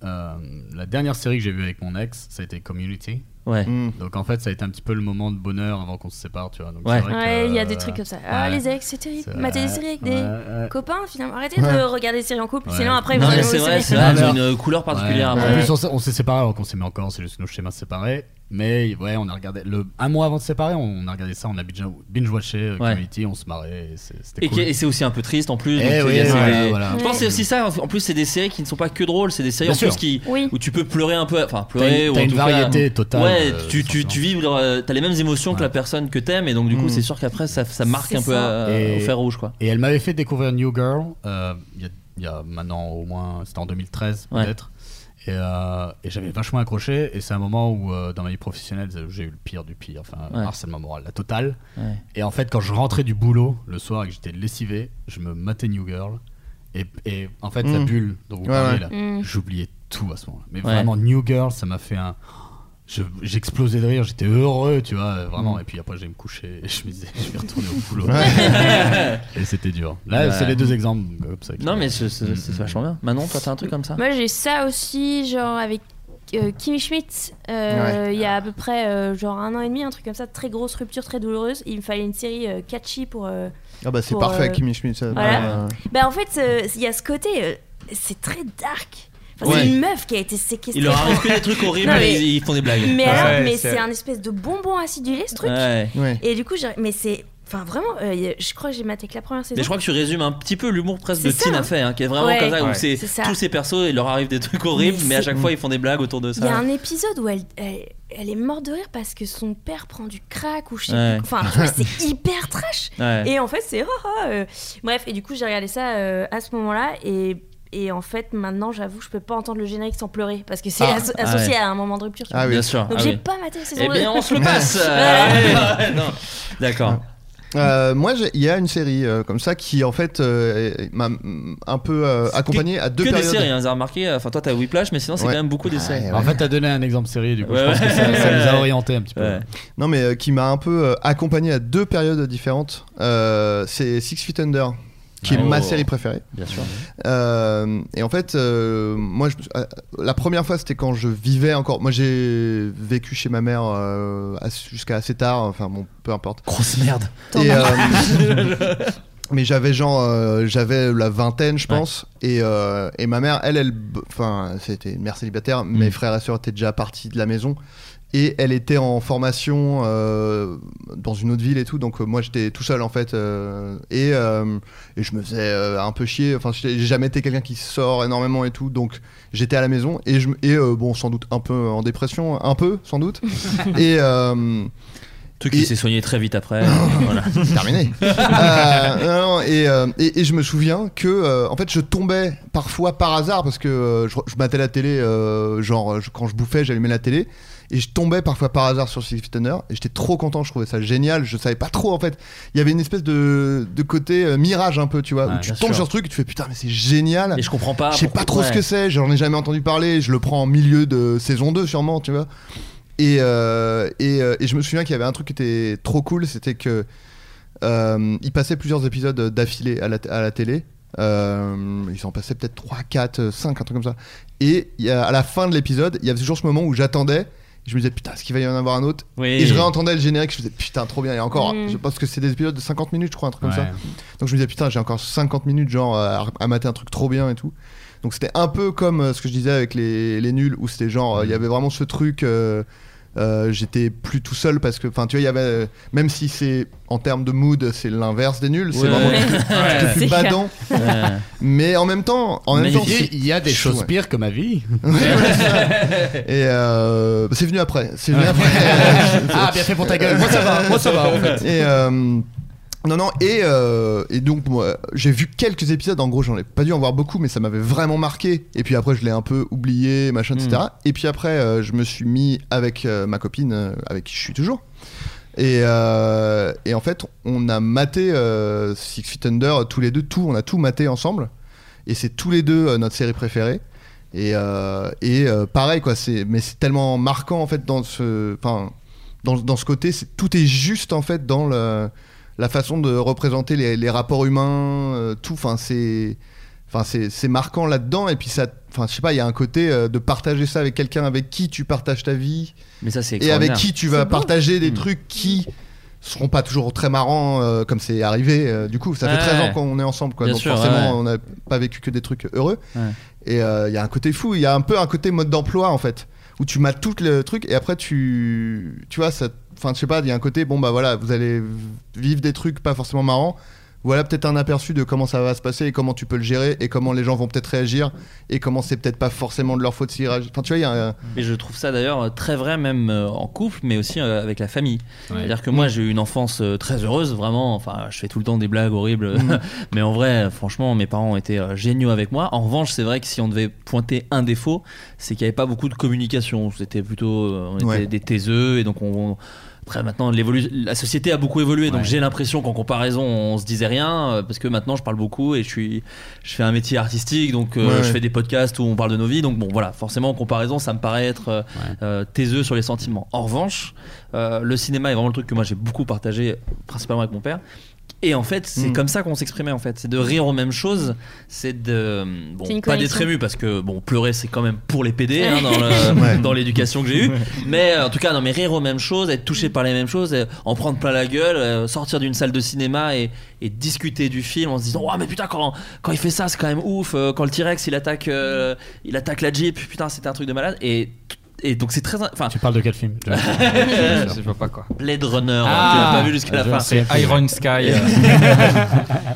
euh, la dernière série que j'ai vue avec mon ex, ça a été Community. Ouais. Mm. Donc en fait, ça a été un petit peu le moment de bonheur avant qu'on se sépare, tu vois. Donc, Ouais. c'est vrai que, Ouais, il y a euh, des trucs comme ça. Ah, ouais. les ex, c'est terrible. C'est Mater des vrai. séries avec Ouais, des ouais. copains, finalement. Arrêtez de Ouais. regarder des séries en couple, Ouais. sinon après, Non, vous mais allez c'est vous vrai, séparer. c'est vrai, elles ont une couleur particulière. Ouais. En Ouais. plus, on s'est- on s'est séparés alors qu'on s'est mis encore, c'est juste que nos schémas se séparaient. Mais ouais, on a regardé. Le, un mois avant de se séparer, on a regardé ça, on a binge- binge-watché euh, Ouais. Community, on se marrait, et c'est- c'était Et, cool. qui- et c'est aussi un peu triste en plus. Eh donc, oui, il y a ces- voilà, voilà. Je pense que c'est aussi ça. En plus, c'est des séries qui ne sont pas que drôles, c'est des séries Bien en sûr. plus qui, Oui. où tu peux pleurer un peu. Enfin, T'as pleurer une- ou t'as en une tout cas- variété totale, Ouais, euh, tu, tu, tu vis, euh, t'as les mêmes émotions que la personne que t'aimes, et donc du coup, Mm. c'est sûr qu'après, ça, ça marque C'est un peu ça. à- au fer rouge, quoi. Et elle m'avait fait découvrir New Girl euh, il y, a- il y a maintenant au moins, c'était en 2013 Ouais. peut-être. Et, euh, et j'avais vachement accroché. Et c'est un moment où, euh, dans ma vie professionnelle, j'ai eu le pire du pire, enfin, Ouais. harcèlement moral, la totale. Ouais. Et en fait, quand je rentrais du boulot le soir et que j'étais lessivé, je me matais New Girl. Et, et en fait, la Mm. bulle dont vous Ouais, parliez ouais. là, Mm. j'oubliais tout à ce moment-là. Mais Ouais. vraiment, New Girl, ça m'a fait un. je- J'explosais de rire, j'étais heureux, tu vois, euh, vraiment. Mm. Et puis après, j'ai me couché et <laughs> je me disais, je vais retourner au boulot. Ouais. <laughs> et c'était dur. Là, Ouais. c'est les deux exemples euh, comme ça. qui- Non, mais c'est c'est- Mm. c'est vachement bien. Manon, toi, t'as un truc comme ça Moi, j'ai ça aussi, genre avec euh, Kimi Schmidt, euh, il y a à peu près euh, genre un an et demi, un truc comme ça, très grosse rupture, très douloureuse. Il me fallait une série euh, catchy pour. euh, Ah bah c'est pour, parfait euh, Kimi Schmidt. ça. Voilà. Ouais. Bah, en fait, euh, il y a ce côté, euh, c'est très dark. Enfin, Ouais. C'est une meuf qui a été séquestrée. Il leur arrive que des trucs horribles, Non, mais- et ils, ils font des blagues. Mais, Ouais. alors, Ouais, mais c'est- c'est un espèce de bonbon acidulé ce truc. Ouais. Ouais. Et du coup, j'ai- mais c'est. Enfin, vraiment, euh, y a- je crois que j'ai maté que la première saison. Mais je crois que tu résumes un petit peu l'humour presque de C'est ça, Tina hein. Fey, hein, qui est vraiment Ouais. comme ça, où Ouais. c'est C'est ça. tous ces persos, il leur arrive des trucs horribles, mais, à chaque fois, ils font des blagues autour de Il y a ça. un épisode où elle, elle, elle est morte de rire parce que son père prend du crack ou je sais Ouais. plus. Enfin, tu vois, <laughs> c'est hyper trash. Ouais. Et en fait, c'est. oh, oh, euh. Bref, et du coup, j'ai regardé ça euh, à ce moment-là et. Et en fait, maintenant, j'avoue, je peux pas entendre le générique sans pleurer parce que c'est Ah. asso- Ah associé ouais. à un moment de rupture. tu Ah vois. oui. Bien sûr. Donc, ah j'ai oui. pas maté la saison Eh deux. bien, <laughs> on se le passe. euh, ouais, <laughs> non. D'accord. Euh, moi, j'ai- il y a une série euh, comme ça qui en fait euh, m'a mm, un peu euh, accompagné à deux que des périodes. séries, hein, vous avez remarqué. Enfin, toi, t'as Whiplash, mais sinon, c'est Ouais. quand même beaucoup des séries. En fait, t'as donné un exemple série, du coup, Ouais, je pense ouais. que ça, ça les a Ouais. orientés un petit peu. Ouais. Non, mais euh, qui m'a un peu euh, accompagné à deux périodes différentes. Euh, c'est Six Feet Under, qui est Oh. ma série préférée. Bien sûr. Euh, et en fait, euh, moi, je, euh, la première fois, c'était quand je vivais encore. Moi, j'ai vécu chez ma mère euh, ass- jusqu'à assez tard. Enfin, bon, peu importe. Grosse merde. Et, euh, mais j'avais genre, euh, j'avais la vingtaine, je pense. Et, euh, et ma mère, elle, elle, b- enfin, c'était une mère célibataire. Mm. Mes frères et sœurs étaient déjà partis de la maison. Et elle était en formation euh, dans une autre ville et tout, donc euh, moi j'étais tout seul en fait. euh, et, euh, et je me faisais euh, un peu chier. Enfin, j'étais- j'ai jamais été quelqu'un qui sort énormément et tout, donc j'étais à la maison et, je, me- et euh, bon, sans doute un peu en dépression, un peu sans doute. et. euh, Truc qui Et- s'est soigné très <laughs> vite après. euh, voilà. c'est terminé. Euh, non, non, et, euh, et- et je me souviens que euh, en fait je tombais parfois par hasard parce que euh, je, je battais la télé, euh, genre je- quand je bouffais, j'allumais la télé. Et je tombais parfois par hasard sur Six Feet Under et j'étais trop content, je trouvais ça génial, je savais pas trop en fait. Il y avait une espèce de, de côté euh, mirage un peu, tu vois, Ouais, où tu bien tombes sûr. sur ce truc et tu fais putain mais c'est génial. Et je comprends pas. Je sais pas trop pourquoi- ce que ouais. c'est, j'en ai jamais entendu parler, je le prends en milieu de saison 2 sûrement, tu vois. Et, euh, et, euh, et je me souviens qu'il y avait un truc qui était trop cool, c'était que euh, il passait plusieurs épisodes d'affilée à la, à la télé. Euh, ils en passaient peut-être 3, 4, 5, un truc comme ça. Et il y a- à la fin de l'épisode, il y avait toujours ce moment où j'attendais Je me disais, putain, est-ce qu'il va y en avoir un autre Oui. Et je réentendais le générique, je me disais, putain, trop bien. Et encore, Mm. je pense que c'est des épisodes de 50 minutes, je crois, un truc Ouais. comme ça. Donc je me disais, putain, j'ai encore 50 minutes, genre, à, à mater un truc trop bien et tout. Donc c'était un peu comme euh, ce que je disais avec les, les nuls, où c'était genre, euh, Mm. il y avait vraiment ce truc. euh, euh, j'étais plus tout seul parce que enfin tu vois il y avait euh, même si c'est en termes de mood c'est l'inverse des nuls c'est Ouais. vraiment Ouais. je te <laughs> C'est fais clair. badant Ouais. mais en même temps en Mais même temps il y a- c'est- <laughs> il y a des je- choses ouais. pires que ma vie. <laughs> et euh, c'est venu après. C'est venu Ouais. après. <laughs> Ah, bien fait pour ta gueule. Moi ça va, Moi, ça va, en fait. Et euh, non non et euh, et donc moi j'ai vu quelques épisodes. En gros j'en ai pas dû en voir beaucoup, mais ça m'avait vraiment marqué. Et puis après je l'ai un peu oublié, machin, etc. Et puis après euh, je me suis mis avec euh, ma copine, euh, avec qui je suis toujours. Et, euh, et en fait, on a maté euh, Six Feet Under euh, tous les deux, tout, on a tout maté ensemble. Et c'est tous les deux euh, notre série préférée. Et, euh, et euh, pareil, quoi, c'est, mais c'est tellement marquant en fait dans ce, enfin, dans, dans ce côté, c'est, tout est juste en fait dans le, la façon de représenter les, les rapports humains, euh, tout, enfin, c'est. Enfin, c'est c'est marquant là-dedans, et puis ça. Enfin, je sais pas, il y a un côté euh, de partager ça avec quelqu'un avec qui tu partages ta vie. Mais ça, c'est Et avec extraordinaire. Hmm. qui tu vas C'est beau. partager des trucs qui seront pas toujours très marrants euh, comme c'est arrivé. euh, du coup, ça fait Ouais. 13 ans qu'on est ensemble, quoi. Bien donc sûr, forcément, ouais. on n'a pas vécu que des trucs heureux. Ouais. Et euh, il y a un côté fou, il y a un peu un côté mode d'emploi en fait, où tu mates tout le truc et après tu, tu vois, ça, enfin je sais pas, il y a un côté, bon bah voilà, vous allez vivre des trucs pas forcément marrants. Voilà peut-être un aperçu de comment ça va se passer et comment tu peux le gérer et comment les gens vont peut-être réagir et comment c'est peut-être pas forcément de leur faute s'ils réagissent. Enfin tu vois, il y a un- Et je trouve ça d'ailleurs euh, très vrai, même euh, en couple, mais aussi euh, avec la famille. Ouais. C'est-à-dire que moi, j'ai eu une enfance euh, très heureuse, vraiment. Enfin, je fais tout le temps des blagues horribles. Mhm. <laughs> mais en vrai, euh, franchement, mes parents étaient euh, géniaux avec moi. En revanche, c'est vrai que si on devait pointer un défaut, c'est qu'il n'y avait pas beaucoup de communication. C'était plutôt. euh, on était Ouais. des taiseux, et donc on. on- Après, maintenant, l'évolu- la société a beaucoup évolué, donc Ouais. j'ai l'impression qu'en comparaison, on se disait rien, euh, parce que maintenant, je parle beaucoup et je, suis, je fais un métier artistique, donc euh, Ouais, je ouais. fais des podcasts où on parle de nos vies. Donc bon, voilà, forcément en comparaison, ça me paraît être euh, euh, taiseux sur les sentiments. En revanche, euh, le cinéma est vraiment le truc que moi j'ai beaucoup partagé, principalement avec mon père. Et en fait, c'est Mm. comme ça qu'on s'exprimait en fait. C'est de rire aux mêmes choses, c'est de bon, C'est une pas d'être connexion. ému parce que bon, pleurer c'est quand même pour les <laughs> PD hein, dans, le- Ouais. dans l'éducation que j'ai eue. Mais euh, en tout cas, non, mais rire aux mêmes choses, être touché par les mêmes choses, euh, en prendre plein la gueule, euh, sortir d'une salle de cinéma et, et discuter du film en se disant, oh mais putain quand, quand il fait ça, c'est quand même ouf. Euh, Quand le T-Rex il attaque, euh, il attaque la Jeep, putain c'était un truc de malade. Et et donc c'est très, enfin. Tu parles de quel film <laughs> tu vois Je vois pas quoi. Blade Runner, hein, Ah, tu l'as pas vu jusqu'à la je fin. sais plus. Iron Sky, euh. <laughs>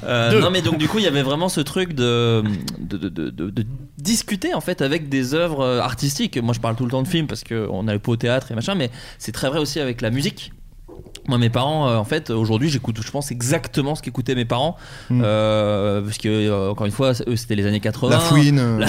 Euh, Deux. non mais donc du coup il y avait vraiment ce truc de de, de- de- de- de discuter en fait avec des œuvres euh, artistiques. Moi je parle tout le temps de films parce qu'on n'allait pas au théâtre et machin, mais c'est très vrai aussi avec la musique. Moi, mes parents, euh, en fait, aujourd'hui, j'écoute, je pense, exactement ce qu'écoutaient mes parents. Hmm. Euh, parce que, euh, encore une fois, eux, c'était les années 80. La fouine, euh.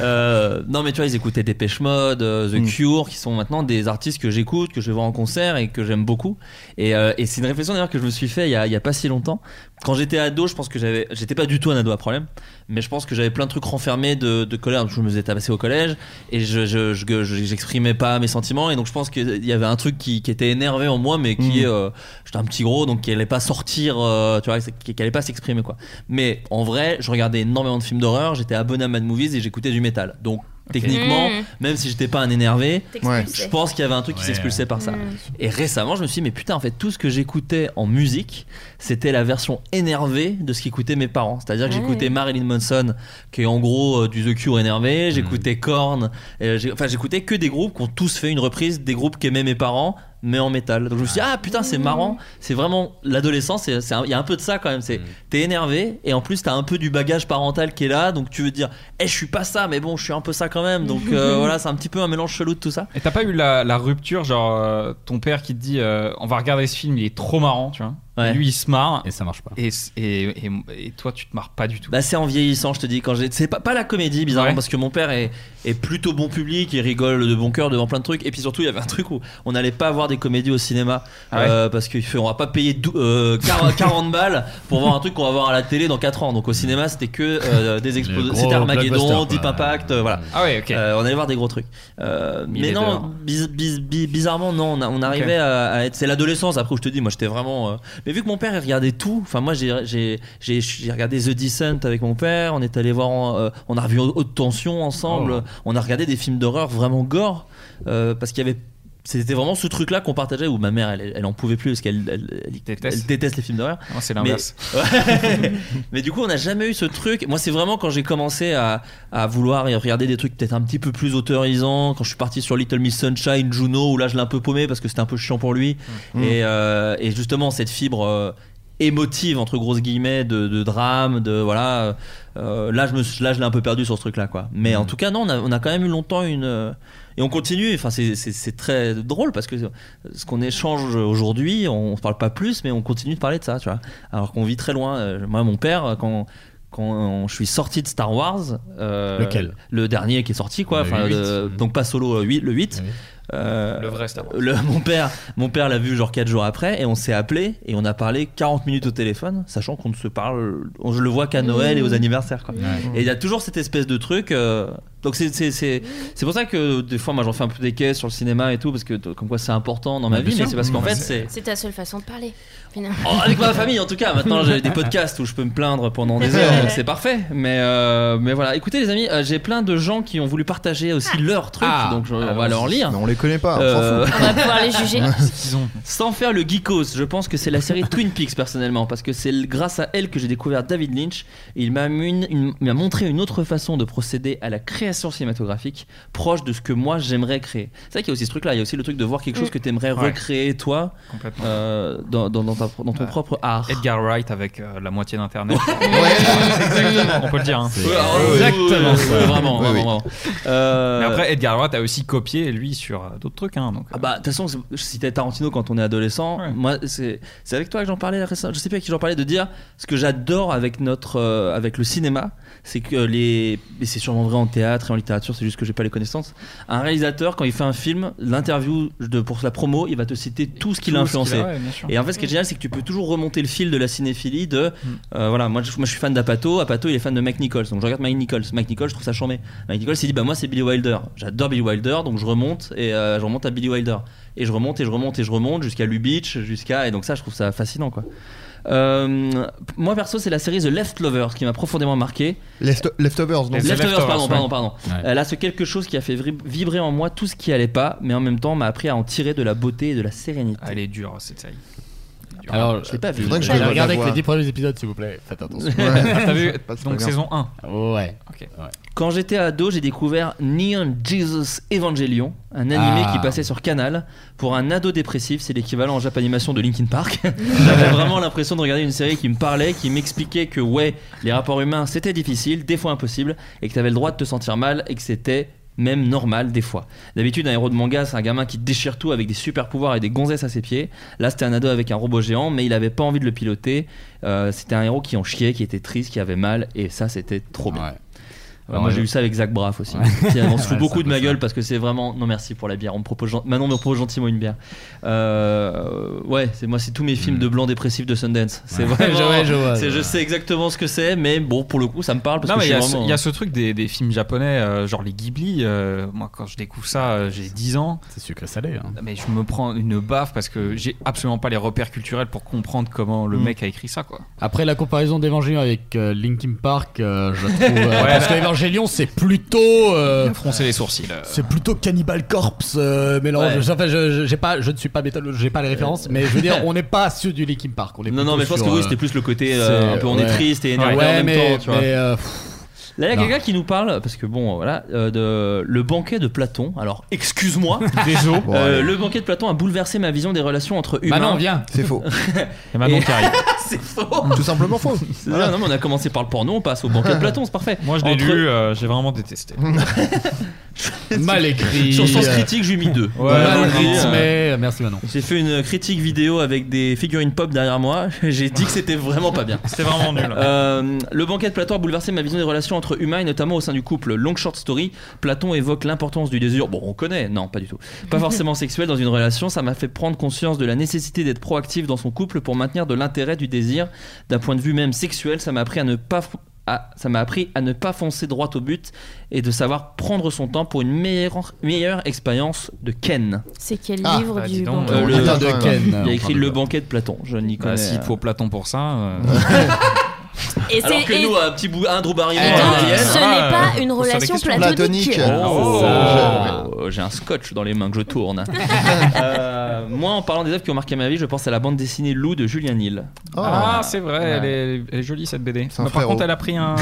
Euh, non mais tu vois ils écoutaient Dépêche Mode, euh, The Mm. Cure, qui sont maintenant des artistes que j'écoute, que je vois en concert et que j'aime beaucoup. Et, euh, et c'est une réflexion d'ailleurs que je me suis fait il y a, il y a pas si longtemps. Quand j'étais ado, je pense que j'avais, j'étais pas du tout un ado à problème, mais je pense que j'avais plein de trucs renfermés de, de colère. Je me faisais tabasser au collège et je, je- je- je- j'exprimais pas mes sentiments et donc je pense qu'il y avait un truc qui, qui était énervé en moi, mais qui Mm. euh, j'étais un petit gros donc qui allait pas sortir, euh, tu vois, qui, qui allait pas s'exprimer quoi. Mais en vrai, je regardais énormément de films d'horreur, j'étais abonné à Mad Movies et j'écoutais du métal. Donc techniquement, Mm. même si j'étais pas un énervé, T'expulsais. je pense qu'il y avait un truc qui Ouais. s'expulsait par ça. Mm. Et récemment, je me suis dit, mais putain, en fait, tout ce que j'écoutais en musique, c'était la version énervée de ce qu'écoutaient mes parents. C'est-à-dire que Ouais. j'écoutais Marilyn Manson, qui est en gros euh, du The Cure énervé, j'écoutais Korn, euh, j'ai- enfin, j'écoutais que des groupes qui ont tous fait une reprise des groupes qu'aimaient mes parents, mais en métal. Donc je me suis dit, ah putain, c'est marrant, c'est vraiment l'adolescence, c'est- c'est un- il y a un peu de ça quand même. C'est T'es énervé, et en plus, t'as un peu du bagage parental qui est là, donc tu veux dire, eh, je suis pas ça, mais bon, je suis un peu ça quand même. <laughs> Donc euh, voilà, c'est un petit peu un mélange chelou de tout ça. Et t'as pas eu la, la rupture, genre euh, ton père qui te dit euh, on va regarder ce film, il est trop marrant, tu vois. Ouais. Et Lui il se marre. Et ça marche pas. Et, et, et toi tu te marres pas du tout. Bah c'est en vieillissant, je te dis. Quand j'ai, c'est pas, pas la comédie bizarrement Ouais. parce que mon père est, est plutôt bon public, il rigole de bon cœur devant plein de trucs. Et puis surtout, il y avait un truc où on n'allait pas voir des comédies au cinéma Ah ouais. euh, parce qu'il fait, on va pas payer dou- euh, <laughs> 40, 40 balles pour voir un truc qu'on va voir à la télé dans 4 ans. Donc au cinéma, c'était que euh, des Le explosions, gros c'était Armageddon, blockbuster, Deep Impact, euh, voilà. Ah ouais, ok. Euh, on allait voir des gros trucs. Euh, Mille mais et non, dehors. biz- biz- bi- bizarrement non, on, a- on arrivait à, à être, c'est l'adolescence après où je te dis, moi j'étais vraiment. euh, Mais vu que mon père il regardait tout, enfin moi j'ai- j'ai j'ai- j'ai regardé The Descent avec mon père, on est allé voir, en- euh, on a revu Haute Tension ensemble, Oh. on a regardé des films d'horreur vraiment gore euh, parce qu'il y avait c'était vraiment ce truc là qu'on partageait où ma mère elle, elle en pouvait plus parce qu'elle elle- elle- elle déteste les films d'horreur c'est <laughs> l'inverse. mais, <laughs> mais du coup, on n'a jamais eu ce truc. Moi, c'est vraiment quand j'ai commencé à, à vouloir et regarder des trucs peut-être un petit peu plus autorisants, quand je suis parti sur Little Miss Sunshine, Juno, où là, je l'ai un peu paumé parce que c'était un peu chiant pour lui. Mm. Et, euh, et justement, cette fibre. euh, émotive entre grosses guillemets de, de drame de voilà euh, là je me suis- là je l'ai un peu perdu sur ce truc là quoi mais Mm. en tout cas non on a, on a quand même eu longtemps une euh, et on continue enfin c'est- c'est c'est très drôle parce que ce qu'on échange aujourd'hui on, se parle pas plus mais on continue de parler de ça tu vois alors qu'on vit très loin Euh, moi mon père quand quand je suis sorti de Star Wars euh, Lequel le dernier qui est sorti Le quoi enfin, huit. euh, donc pas solo euh, huit- le 8 euh, Le vrai Star Wars. le- <laughs> mon père, mon père l'a vu genre 4 jours après et on s'est appelé et on a parlé 40 minutes au téléphone, sachant qu'on ne se parle, on, je le vois qu'à Noël Mmh. et aux anniversaires. Quoi. Et il y a toujours cette espèce de truc. euh, donc c'est c'est- c'est- c'est pour ça que des fois moi j'en fais un peu des caisses sur le cinéma et tout parce que t- comme quoi c'est important dans ma Ouais, vie, bien mais sûr. c'est parce qu'en Mmh. fait c'est C'est ta seule façon de parler. finalement. Oh, avec ma famille en tout cas. Maintenant j'ai <laughs> des podcasts où je peux me plaindre pendant des heures, donc c'est parfait. Mais euh, mais voilà, écoutez les amis, euh, j'ai plein de gens qui ont voulu partager aussi Ah. leurs trucs, Ah. donc je- on bah, va leur lire. on les connaît pas. on s'en Euh, fout. On <laughs> va pouvoir les juger. Sans faire le geekos, je pense que c'est la série Twin Peaks personnellement, parce que c'est grâce à elle que j'ai découvert David Lynch. Et il m'a une- une- m'a montré une autre façon de procéder à la création cinématographique, proche de ce que moi j'aimerais créer. C'est vrai qu'il y a aussi ce truc-là, il y a aussi le truc de voir quelque chose que tu aimerais Mm. Ouais. recréer toi Complètement. euh, dans, dans- dans ta- dans ton propre art. Edgar Wright avec euh, la moitié d'Internet. <laughs> Exactement. On peut le dire. hein. C'est- Ouais, ouais, Exactement. ouais, ouais, vraiment, Oui, vraiment, oui. vraiment. Euh, Mais après, Edgar Wright a aussi copié, lui, sur euh, d'autres trucs. hein, donc, Ah bah, de toute façon, c'est- je citais Tarantino quand on est adolescent. Moi, c'est c'est avec toi que j'en parlais récemment. Je sais plus à qui j'en parlais de dire ce que j'adore avec notre euh, avec le cinéma, c'est que euh, les et c'est sûrement vrai en théâtre et en littérature, c'est juste que j'ai pas les connaissances. Un réalisateur quand il fait un film, l'interview de pour la promo, il va te citer tout ce qu'il a Tout ce qu'il a, influencé. ouais, bien sûr. Mm. et en fait, ce qui est génial, c'est que tu peux toujours remonter le fil de la cinéphilie de euh, voilà, moi je, moi, je suis fan d'Apato, Apato il est fan de Mike Nichols. Donc je regarde Mike Nichols, Mike Nichols, je trouve ça charmé. Mike Nichols il dit bah moi c'est Billy Wilder. J'adore Billy Wilder, donc je remonte et euh, je remonte à Billy Wilder et je remonte et je remonte et je remonte jusqu'à Lubitsch, jusqu'à et donc ça je trouve ça fascinant quoi. Euh, moi perso c'est la série The Leftovers qui m'a profondément marqué. Left- leftovers, donc. Les Leftovers, pardon, pardon, pardon. Ouais. Elle a ce quelque chose qui a fait vri- vibrer en moi tout ce qui allait pas, mais en même temps m'a appris à en tirer de la beauté et de la sérénité. Elle est dure, cette série. Alors, je l'ai pas vu. Faudrait que je J'ai la regardé regarde avec avec les les 10 dix premiers premiers- épisodes, s'il vous plaît. Faites attention. Ouais. <laughs> T'as <laughs> vu Donc saison 1. Ouais. Ok. Quand j'étais ado, j'ai découvert Neon Jesus Evangelion, un animé Ah. qui passait sur Canal. Pour un ado dépressif, c'est l'équivalent en japanimation de Linkin Park. J'avais vraiment l'impression de regarder une série qui me parlait, qui m'expliquait que ouais, les rapports humains c'était difficile, des fois impossible, et que t'avais le droit de te sentir mal, et que c'était même normal des fois. D'habitude, un héros de manga, c'est un gamin qui déchire tout avec des super pouvoirs et des gonzesses à ses pieds. Là, c'était un ado avec un robot géant, mais il avait pas envie de le piloter. Euh, c'était un héros qui en chiait, qui était triste, qui avait mal, et ça, c'était trop bien. Voilà, Ouais, moi ouais. j'ai eu ça avec Zach Braff aussi. Qui, <laughs> on se fout Ouais, beaucoup c'est de ma gueule parce que c'est vraiment non merci pour la bière. On me propose gen- Manon me propose gentiment une bière. Euh, Ouais, c'est moi c'est tous mes films de blanc dépressif de Sundance. C'est Mm. Ouais. vraiment. Ouais, <laughs> je vois, je c'est- je vois. sais exactement ce que c'est, mais bon pour le coup ça me parle parce Non, que mais il y, je a suis ce- vraiment. il y a ce truc des, des films japonais, euh, genre les Ghibli. euh, moi, quand je découvre ça, euh, j'ai 10 ans. C'est sucré salé. hein. Mais je me prends une baffe parce que j'ai absolument pas les repères culturels pour comprendre comment le Mm. mec a écrit ça, quoi. Après la comparaison d'Evangelion avec euh, Linkin Park, euh, je la trouve. euh, Ouais. parce que Evangelion, c'est plutôt. euh, Froncer les sourcils. euh. C'est plutôt Cannibal Corpse euh, mélange. Ouais. Enfin, je, je- j'ai pas, je ne suis pas métal, j'ai pas les Euh. références, mais je <laughs> veux dire, on n'est pas sur du Linkin Park. On est Non non plutôt mais je pense sur, que oui euh, c'était plus le côté euh, c'est- un peu on est ouais. triste et énervé Ouais, en même mais- temps. Tu vois. mais, euh, Là, il y a non. quelqu'un qui nous parle, parce que bon, voilà, euh, de le banquet de Platon. Alors, excuse-moi. Désolé. Bon, Euh, allez. le banquet de Platon a bouleversé ma vision des relations entre Bah humains. bah non, viens. C'est <laughs> faux. Et Manon Et- qui <laughs> arrive. c'est faux. Tout simplement faux. C'est ça, non, mais on a commencé par le porno, on passe au banquet de Platon, c'est parfait. Moi, je l'ai Entre- lu, euh, j'ai vraiment détesté. <laughs> <laughs> mal écrit. <laughs> Euh, Sur Sens Critique, j'ai mis deux. euh, Ouais, euh, Mal mal écrit, rythmé. Merci Manon. J'ai fait une critique vidéo avec des figurines pop derrière moi. <laughs> J'ai dit que c'était vraiment pas bien. C'était vraiment nul. Euh, le banquet de Platon a bouleversé ma vision des relations entre humains et notamment au sein du couple. Long short story, Platon évoque l'importance du désir. Bon, on connaît, non, pas du tout. <laughs> Pas forcément sexuel dans une relation, ça m'a fait prendre conscience de la nécessité d'être proactif dans son couple pour maintenir de l'intérêt du désir. D'un point de vue même sexuel, ça m'a appris à ne pas à- ça m'a appris à ne pas foncer droit au but et de savoir prendre son temps pour une meilleure, meilleure expérience de Ken. C'est quel Ah, livre bah, du dis donc, banquier euh, le- Platon de Ken. Il y a écrit Enfin, Le banquet de Platon. Je n'y Bah, connais. s'il faut Platon pour ça. euh, Et Alors c'est- que et- nous, un petit bout, un Drew Eh, Barrymore, Et un donc, Ken. Ah. ce n'est pas une on sort des relation questions. platonique. Ah, Oh, Ça, J'ai un scotch dans les mains que <laughs> je tourne. Euh, moi, en parlant des œuvres qui ont marqué ma vie, je pense à la bande dessinée Lou de Julien Hill. Ah, c'est vrai, elle, est, elle est jolie cette BD. un Bah, par frérot. contre, elle a pris un,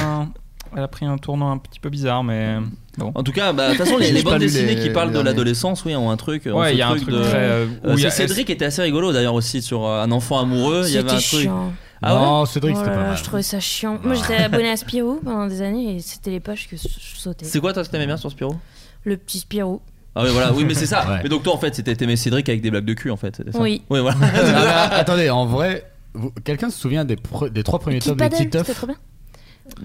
elle a pris un tournant un petit peu bizarre, mais bon. En tout cas, bah, de <laughs> toute façon, les, J'ai les pas bandes lu dessinées les- qui parlent les de derniers. l'adolescence, oui, ont un truc. ont Ouais, ce il y a un truc très, euh, Euh, où il y c'est a- Cédric qui était assez rigolo d'ailleurs aussi sur euh, un enfant amoureux. Il y avait un C'était truc. chiant. Ah ouais Non, Cédric, Oh là <laughs> là, Je trouvais ça chiant. Bah. Moi, j'étais abonné à Spirou pendant des années et c'était les pages que je sautais. C'est quoi toi que t'aimais bien sur Spirou Le petit Spirou. Ah oui, voilà, oui, mais c'est <laughs> ça. Ouais. Mais donc toi, en fait, c'était t'aimais Cédric avec des blagues de cul, en fait. c'était ça Oui. Oui, voilà. Euh, mais attendez, en vrai, vous- quelqu'un se souvient des, pre- des trois premiers tomes de Paddle, Titeuf c'était trop bien.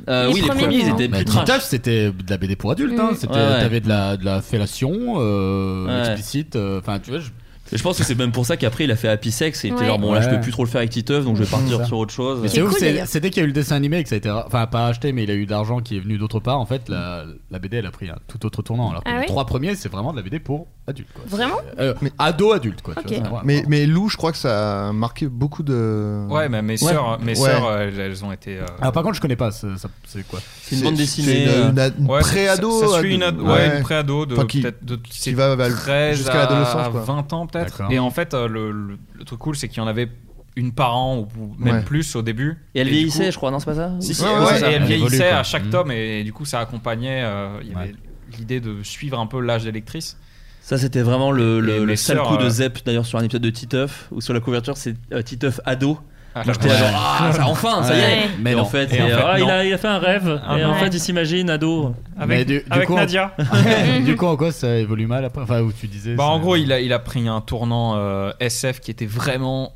Euh, oui, les premiers, ils étaient Bah, plus trash. Titeuf, c'était de la BD pour adultes. hein. Mm. C'était- Ouais, ouais. T'avais de la, de la fellation euh, Ouais. explicite. euh, Enfin, tu vois, je- Et Je pense que c'est même pour ça qu'après il a fait Happy Sex et il était Ouais. genre bon là je Ouais. peux plus trop le faire avec Titeuf donc je vais partir Ça. sur autre chose. Mais c'est ouf, c'est- c'est dès qu'il y a eu le dessin animé que ça a été. ra- Enfin, pas acheté, mais il a eu de l'argent qui est venu d'autre part. En fait, la, la BD, elle a pris un tout autre tournant. Alors que Ah les oui trois premiers, c'est vraiment de la BD pour adultes. Quoi. Vraiment Euh, Ado-adulte, quoi. tu Ok. vois, voilà. Mais, mais Lou, je crois que ça a marqué beaucoup de. Ouais, mais mes sœurs, mes Ouais. sœurs, elles, elles ont été. euh, Ah, par contre, je connais pas. ce- ça- C'est quoi C'est une bande C'est dessinée. une, euh, une Ouais, pré-ado. ça- ça suit une ado- ado- ouais, une pré-ado de Enfin, qui, peut-être de- qui va va- 13 jusqu'à l'adolescence. à quoi. 20 ans peut-être. D'accord. Et en fait, euh, le, le- le truc cool, c'est qu'il y en avait une par an ou ou même Ouais. plus au début. Et elle du vieillissait, coup- je crois, non, c'est pas ça Si, si, Ouais, ouais, ouais, c'est ouais. ça, Elle elle évolue, vieillissait quoi. à chaque Mhm. tome et, et du coup, ça accompagnait. euh, Il y avait l'idée de suivre un peu l'âge de l'électrice. Ça, c'était vraiment le, Et le, mes le sale sœurs, coup de euh, Zep, d'ailleurs, sur un épisode de Titeuf, où sur la couverture, c'est euh, Titeuf ado. Ah, Moi, j'étais là, ouais. genre, ah, ça, enfin, ça y est! Ouais. Mais et en non. fait, Et c'est, en fait, euh, ah, il non. a- il a fait un rêve. Ah et en non. fait, il s'imagine ado. Mais du- du coup, en- <laughs> <laughs> du coup, en quoi ça évolue mal après Enfin, où tu disais. Bah, en ça- gros, il a, il a pris un tournant euh, SF qui était vraiment.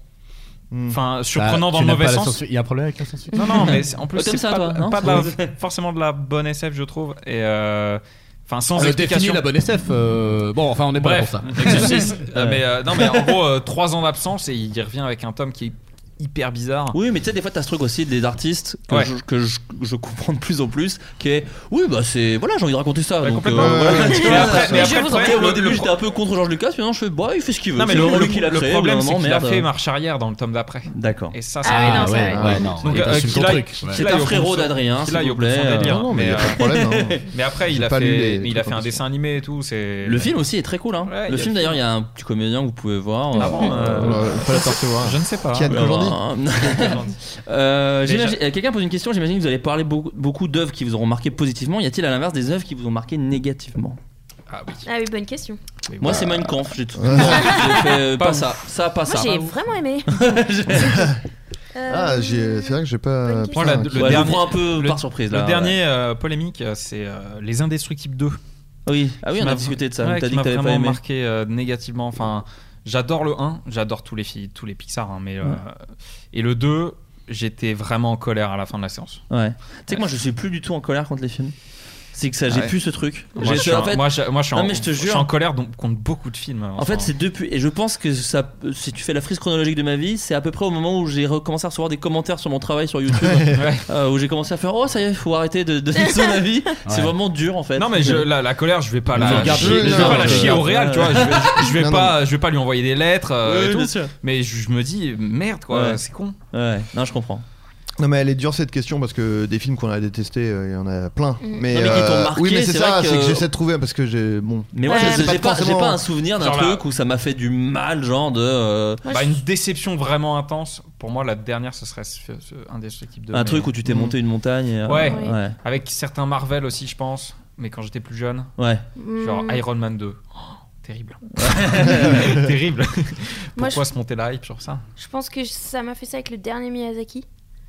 Enfin, surprenant Bah, dans tu le n'as mauvais pas la sens. sensu- Il y a un problème avec la sensualité. Non, non, mais c'est- <laughs> en Oh, plus, t'aimes c'est ça, pas, toi, non pas <laughs> de la- forcément de la bonne SF, je trouve. Et euh, enfin, sans Euh, définis explication. la bonne SF. euh, Bon, enfin, on est pas là Bref, Ah pour ça. <laughs> exorciste. Ah, Euh, mais euh, non, mais <laughs> en gros, euh, trois ans d'absence et il revient avec un tome qui est hyper bizarre. Oui, mais tu sais, des fois, t'as ce truc aussi des artistes que, Ouais. je, que je, je comprends de plus en plus, qui est oui, bah c'est voilà, j'ai envie de raconter ça. donc, Bah, complètement. euh, voilà. Ouais, ouais, ouais. Tu <laughs> vois, Mais après- mais je après, vous le en prie, problème- au le- début, le- j'étais un peu contre Georges Lucas, mais non, je fais bah, il fait ce qu'il veut. Non, mais C'est le, vraiment le- lui qui l'a le créé, problème, au bout d'un c'est qu'il moment, a merde. fait marche arrière dans le tome d'après. D'accord. Et ça, Ah c'est oui, non, pas- ça, ouais, ouais, non, Donc, il euh, assume qu'il ton aille- truc, qu'il ouais. aille C'est un au bout frérot de son- d'Adrien, qu'il aille s'il au vous bout de son plaît. délire. Non, non, mais Mais, y a euh, pas de problème, <laughs> hein. mais après, J'ai il a pas lu les- fait, mais les il a trucs fait un comme ça. dessin animé et tout. C'est Le film aussi est très cool. Hein. Ouais, le il y a- film d'ailleurs, il y a un petit comédien que vous pouvez voir. Ah bon, euh, <laughs> On va pas l'apercevoir. je ne sais pas. Kian Ouais, Kojandi. bah, <laughs> euh, Déjà. j'imagine- euh, Quelqu'un pose une question. J'imagine que vous allez parler beaucoup, beaucoup d'œuvres qui vous auront marqué positivement. Y a-t-il à l'inverse des œuvres qui vous ont marqué négativement Ah oui, bonne question. Moi, c'est Mein Kampf. <laughs> J'ai tout. non, j'ai fait, euh, pas, Pas ça. Ça, pas Moi, ça. j'ai <laughs> vraiment aimé. Euh, Ah, j'ai- c'est vrai que j'ai pas. Moi, la- putain, le qui- Ouais, dernier, je vous prends un peu le- par surprise, là, Le ouais. dernier euh, polémique, euh, c'est euh, les Indestructibles 2. Oui. Ah oui, Qui on a m'a- discuté de ça. ouais, T'as qui dit que m'a t'avais pas vraiment aimé. marqué euh, négativement. Enfin, j'adore le 1, j'adore tous les filles, tous les Pixar, hein, mais euh, Ouais. et le 2, j'étais vraiment en colère à la fin de la séance. Ouais. Tu sais que moi, je suis plus du tout en colère contre les films. C'est que ça, j'ai Ouais. plus ce truc. Moi, J'ai- je suis en en- fait- moi, je- moi, je suis Non, en- mais je te je suis jure. en colère donc, contre beaucoup de films. hein, En fait, c'est depuis, et je pense que ça, si tu fais la frise chronologique de ma vie, c'est à peu près au moment où j'ai recommencé à recevoir des commentaires sur mon travail <laughs> sur YouTube, euh, où j'ai commencé à faire oh ça y est, faut arrêter de donner son avis. C'est Ouais. vraiment dur en fait. Non mais je- la, la colère, je vais pas Je la, regarde chier, les je vais gens, pas la je chier au regarde. réel, tu vois. Je, je- je vais Non, non, pas, Ah, je vais pas lui envoyer des lettres euh, Oui, et oui, tout. bien sûr. Mais je, je me dis merde quoi, Ouais. c'est con. Ouais, non je comprends. Non mais elle est dure cette question parce que des films qu'on a détestés, euh, il y en a plein. Mm. Mais, Non, mais qui euh, t'ont marqué, oui, mais c'est c'est vrai ça, que- c'est que j'essaie de trouver parce que j'ai bon. Mais moi, je- j'ai c'est pas, j'ai forcément- pas un souvenir d'un Genre la- truc où ça m'a fait du mal, genre de. euh, Bah, une déception vraiment intense. Pour moi, la dernière, ce serait ce, ce Indestructible 2. Un mais- truc où tu t'es monté une montagne et, euh, Mhm. Ouais. ouais. Avec certains Marvel aussi, je pense. Mais quand j'étais plus jeune. Ouais. Genre Mm. Iron Man 2. Oh, <laughs> terrible. <laughs> Ouais. terrible. Moi, Pourquoi je- se monter la hype sur ça Je pense que ça m'a fait ça avec le dernier Miyazaki.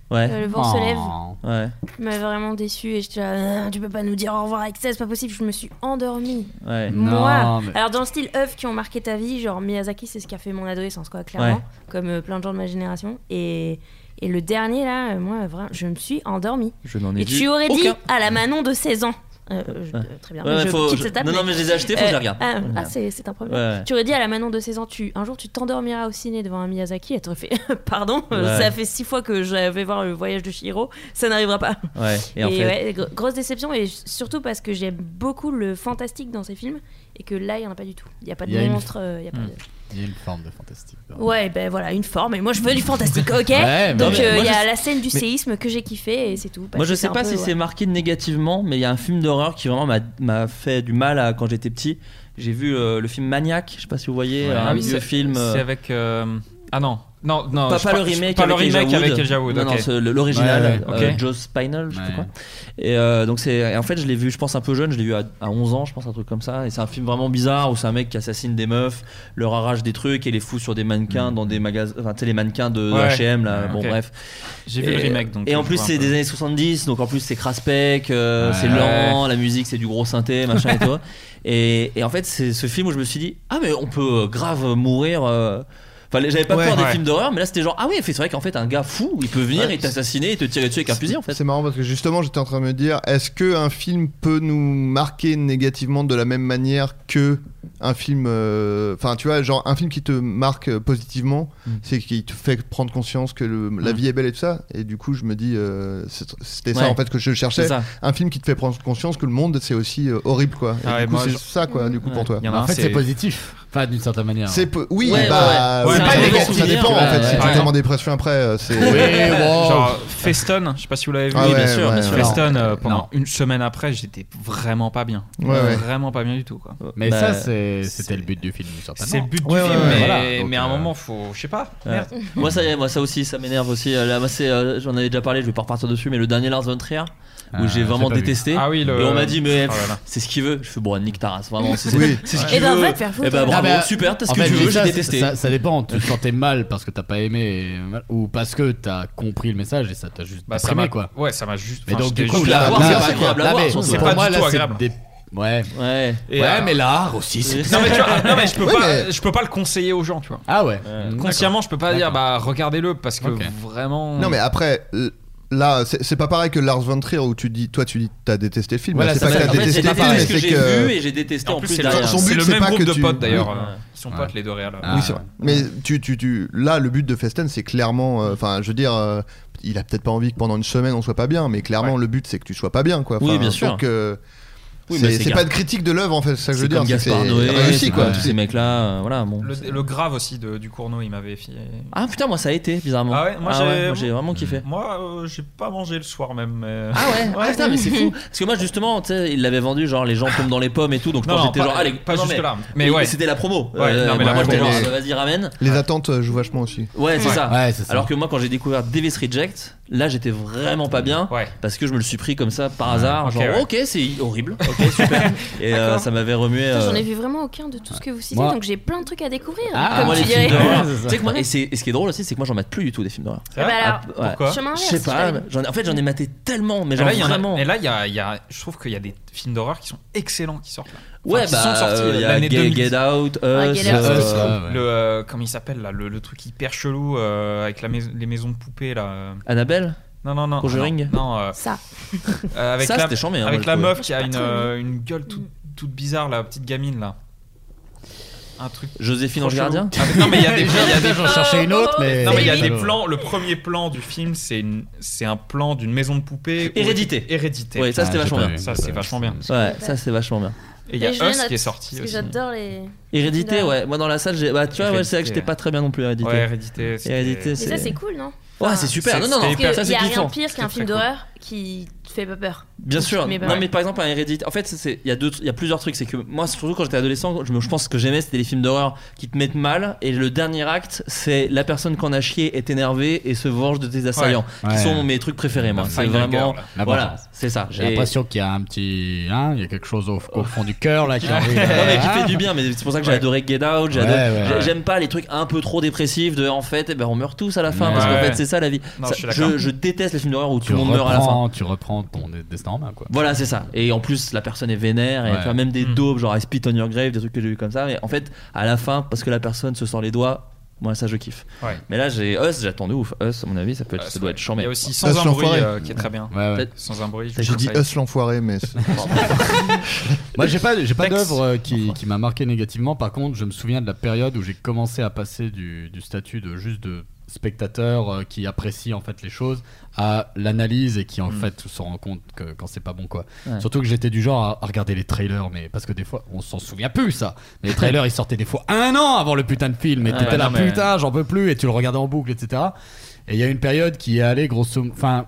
Ouais. Euh, le vent se Oh. lève. Ah. Ouais. Il m'a vraiment déçu et j'étais là, Ah, tu peux pas nous dire au revoir avec ça, c'est pas possible. Je me suis endormie. Ouais. Moi. Non, mais- Alors, dans le style œuvres qui ont marqué ta vie, genre Miyazaki, c'est ce qui a fait mon adolescence, quoi, clairement. Ouais. Comme euh, plein de gens de ma génération. Et. Et le dernier là, euh, moi vraiment, je me suis endormie. Je n'en ai Et vu tu aurais dit aucun. à la Manon de 16 ans. Euh, je- très bien. Ouais, Mais ouais, je faut- quitte je- cette table, non, mais- non, mais je les ai achetés, faut que je les regarde. Ah, Ouais. ah, c'est c'est un problème. Ouais, ouais. Tu aurais dit à la Manon de 16 ans, tu, un jour tu t'endormiras au ciné devant un Miyazaki, elle t'aurait fait <laughs> Pardon, euh, Ouais. ça fait six fois que j'avais voir le voyage de Chihiro, ça n'arrivera pas. Ouais, Et, et en fait- ouais, gr- grosse déception, et surtout parce que j'aime beaucoup le fantastique dans ces films, et que là il n'y en a pas du tout. Il n'y a pas de Il y a une- monstre, euh, il n'y a pas Hmm. de. Il y a une forme de fantastique. Ouais, ben voilà, une forme, et moi je veux du fantastique, ok Ouais, mais- Donc Non, mais euh, il moi, y a je- la scène du mais- séisme que j'ai kiffé, et c'est tout. parce Moi, je que sais un pas peu, si ouais. c'est marqué négativement, mais il y a un film d'horreur qui vraiment m'a- m'a fait du mal à- quand j'étais petit. J'ai vu euh, le film Maniac, je sais pas si vous voyez, un vieux c'est- film. euh, C'est avec. euh, Ah non, non, non. pas, je pas par- le je- remake, pas le avec, remake Elijah avec Wood. Elijah Wood, Non, ok. non, ce- le- l'original, Ouais, euh, ok. Joe Spinal, je sais pas quoi. Et euh, donc c'est, et en fait, je l'ai vu, je pense un peu jeune, je l'ai vu à, à 11 ans, je pense un truc comme ça. Et c'est un film vraiment bizarre où c'est un mec qui assassine des meufs, leur arrache des trucs et les fout sur des mannequins dans des magasins, enfin tu sais les mannequins de, de Mm. Ouais. H&M là. Ouais, Bon ok. bref. J'ai vu le Et- remake, donc, euh, Et en je plus vois un c'est peu. des années 70, donc en plus c'est craspec, euh, c'est Ouais. lent, la musique c'est du gros synthé, machin et <laughs> tout. Et, et en fait c'est ce film où je me suis dit ah mais on peut euh, grave mourir. euh, Enfin, les- j'avais pas Ouais. peur des Ouais. films d'horreur, mais là c'était genre ah oui, c'est vrai qu'en fait un gars fou, il peut venir Ouais, et t'assassiner et te tirer dessus avec un fusil en fait. C'est marrant parce que justement, j'étais en train de me dire est-ce que un film peut nous marquer négativement de la même manière que un film euh, enfin tu vois genre un film qui te marque euh, positivement, c'est qui te fait prendre conscience que le- la vie est belle et tout ça et du coup, je me dis euh, c'est- c'était ça Ouais. en fait que je cherchais, C'est ça. un film qui te fait prendre conscience que le monde c'est aussi euh, horrible quoi. Et Ah ouais, du coup, moi, c'est je- ça quoi du coup pour toi. en fait, c'est positif. Enfin, d'une certaine manière. C'est peu- oui, Ouais, bah, ouais, ouais. c'est Ouais, pas mais négatif, c'est ça dépend positif, en fait. ouais, Si ouais. tu es en dépression après, euh, c'est. <laughs> Genre Feston, je sais pas si vous l'avez vu. Ah ouais, Bien sûr, ouais, bien sûr. Feston, Non. euh, pendant Non. une semaine après, j'étais vraiment pas bien. Ouais, ouais. Vraiment pas bien du tout. Euh, Quoi. Mais bah, ça, c'est- c'était le but du film, certainement. C'est le but du Ouais, ouais, film, ouais. mais, Voilà. mais à un moment, faut. Je sais pas. Ouais. Merde. moi ça y est, moi ça aussi ça m'énerve aussi Euh, là moi, c'est, euh, j'en avais déjà parlé je vais pas repartir dessus mais le dernier Lars von Trier où Ah, j'ai vraiment j'ai pas vu. détesté Ah oui, le- et on m'a dit mais Oh là là. c'est ce qu'il veut je fais bon nique ta race vraiment c'est, c'est- Oui. c'est ce Ouais. qu'il Eh veut ben, va te faire foutre. Eh ben, Ah bravo bah, super t'as ce en que fait, tu j'ai veux j'ai ça, détesté Ça, ça dépend, tu te sentais mal parce que t'as pas aimé euh, ou parce que t'as compris le message et ça t'a juste Bah, ça déprimé m'a- quoi. ouais, ça m'a juste- Mais enfin, donc j'étais du coup juste là, à voir, là, c'est là, pas agréable à là, voir, mais surtout. pour C'est pas moi du là tout c'est agréable. des- Ouais. Ouais. Et, ouais, euh, mais l'art aussi. c'est- Non mais, tu vois, non, mais je peux Oui, pas, mais- je peux pas le conseiller aux gens, tu vois. <laughs> Ah ouais. Consciemment, je peux pas dire bah regardez-le parce que Ok. vraiment. Non mais après euh, là c'est c'est pas pareil que Lars von Trier où tu dis toi tu dis t'as détesté le film Voilà, c'est ça pas que Bah, t'as m'a- en fait, détesté j'ai le film détesté mais ce que c'est j'ai que euh, vu et j'ai détesté en, En plus, plus c'est le- derrière. son C'est but le c'est même pas groupe que de tu potes, d'ailleurs, Oui. euh, ils sont potes, les deux réals. Oui, c'est Ah, vrai. mais tu, tu, tu là le but de Festen c'est clairement euh, enfin je veux dire euh, il a peut-être pas envie que pendant une semaine on soit pas bien mais clairement le but c'est que tu sois pas bien quoi Oui, Enfin, bien sûr. donc, euh, Oui, mais c'est c'est c'est gar- pas de critique de l'œuvre en fait, c'est ça que je veux dire. c'est comme c'est que Gaspard c'est Noé réussi c'est quoi. comme tu tous sais. ces mecs là voilà bon Le, le grave aussi de, du Cournot, il m'avait fait. ah putain moi ça a été bizarrement Ah ouais, moi Ah j'ai ouais, moi, j'ai vraiment kiffé Moi, euh, j'ai pas mangé le soir même. mais- euh, Ah ouais, <laughs> Ah, putain, mais c'est fou. Parce que moi, justement, tu sais, il l'avait vendu, genre les gens tombent dans les pommes et tout. Donc je Non, pense que non, pas- j'étais genre, allez, pas non, jusque-là. Mais ouais. C'était la promo. Euh, Ouais, non, mais moi, la j'étais promo, genre, ouais. vas-y, ramène. Les attentes euh, jouent vachement aussi. Ouais, c'est ça. Ouais, c'est ça. Alors que moi, quand j'ai découvert Davis Reject, là, j'étais vraiment pas bien. Parce que je me le suis pris comme ça par hasard. Ok, Genre, ouais. ok, c'est horrible. Ok, super. <laughs> <laughs> et euh, ça m'avait remué. Putain, J'en euh, ai vu vraiment aucun de tout ce que vous citez, Moi- donc j'ai plein de trucs à euh, découvrir. Ah, comme moi, tu les dirais. <laughs> films d'horreur. Tu Euh, sais que moi, moi, et, c'est- et ce qui est drôle aussi, c'est que moi, j'en mate plus du tout des films d'horreur. Eh ben alors, Ah, ouais. pourquoi Chemin Je inverse, sais pas. j'imagine. j'en ai- En fait, j'en ai maté tellement, mais Et genre Ah là, il y en a- vraiment. Et là, il y a- il y a- je trouve qu'il y a des films d'horreur qui sont excellents qui sortent là. Enfin, Ouais, qui bah, sont sortis euh, il y a l'année Get- 2000. Get Out, Ah, Ouais, Us, Get Out. euh, Us, ouais. le, euh, comment il s'appelle là, le, le truc hyper chelou euh, avec la mais- les maisons de poupées là. euh. Annabelle Non, non, non. Conjuring Non, non, euh, Ça. euh, avec Ça, la, c'était chambé, hein, moi, avec je la trouvais. meuf qui a Moi, j'ai une, pas trop aimé. euh, une gueule toute, toute bizarre, la petite gamine là. Un truc. Joséphine trop Ange chelou. Gardien Ah, mais Non, mais il y a des <laughs> plans. il y a des- J'en cherchais une autre, mais. Non, mais il y a des Alors. plans. Le premier plan du film, c'est une- c'est un plan d'une maison de poupées. où- Hérédité. Hérédité. Ouais, ça, c'était Ah, vachement j'ai pas bien. vu, Ça, j'ai c'est pas vu. vachement bien. Ouais, ça c'est vachement bien. Et il y a Mais je viens Us de- qui est sorti Parce que aussi. j'adore les. Hérédité, J'adore. ouais. Moi dans la salle, j'ai... bah tu vois, ouais, c'est vrai que Hérédité, j'étais pas ouais. très bien non plus à Hérédité. Ouais, Hérédité, c'était- Hérédité, Mais Mais ça, c'est cool, non Ouais, c'est super. Non, non, non. Parce ça qu'il c'est y a rien kiffant. de pire qu'un film d'horreur qui te fait pas peur. Bien sûr. Mais non, pas mal. mais par exemple, un Hérédité. En fait, c'est- c'est- il y, a deux- il y a plusieurs trucs. C'est que moi, surtout quand j'étais adolescent, je, me- je pense que ce que j'aimais, c'était les films d'horreur qui te mettent mal. Et le dernier acte, c'est la personne qu'on a chié est énervée et se venge de tes assaillants. Ouais. Qui Ouais. sont mes trucs préférés, moi. La C'est Final vraiment. Girl, là. Voilà, L'abondance. c'est ça. J'ai Et- l'impression qu'il y a un petit. hein, il y a quelque chose au, au fond du cœur là qui <laughs> non arrive. mais qui hein. fait du bien mais c'est pour ça que j'ai Ouais. adoré Get Out j'ai Ouais, adoré- ouais, j'ai- ouais. j'aime pas les trucs un peu trop dépressifs de en fait eh ben on meurt tous à la fin Ouais. parce qu'en Ouais. fait c'est ça la vie Non, Ça- je suis d'accord. je, je déteste les films d'horreur où tout Tu le monde meurt à la fin reprends, tu reprends ton destin en main quoi. voilà c'est ça et en plus la personne est vénère et Ouais. tu vois Mm. même des daubes genre I spit on your grave des trucs que j'ai vu comme ça mais en fait à la fin parce que la personne se sort les doigts Moi, ça, je kiffe. Ouais. Mais là, j'ai Us, j'attends de ouf. Us, à mon avis, ça, peut être, Us, ça doit ouais. être chambé. Il y a aussi Sans Us, un bruit, l'enfoiré. euh, qui est très bien. Ouais, ouais. Peut-être- Sans un bruit, je J'ai dit conseille. Us l'enfoiré, mais. c'est- Moi, j'ai pas, j'ai pas Texte. d'œuvre euh, qui, qui m'a marqué négativement. Par contre, je me souviens de la période où j'ai commencé à passer du, du statut de juste de spectateur euh, qui apprécie en fait les choses à l'analyse et qui en Mm. fait se rend compte que quand c'est pas bon quoi. Ouais. Surtout que j'étais du genre à, à regarder les trailers, mais parce que des fois on s'en souvient plus ça. Mais les <laughs> trailers ils sortaient des fois un an avant le putain de film et Ouais, t'étais Ah ouais, là non, mais- putain j'en peux plus et tu le regardais en boucle etc. Et il y a une période qui est allée grosso enfin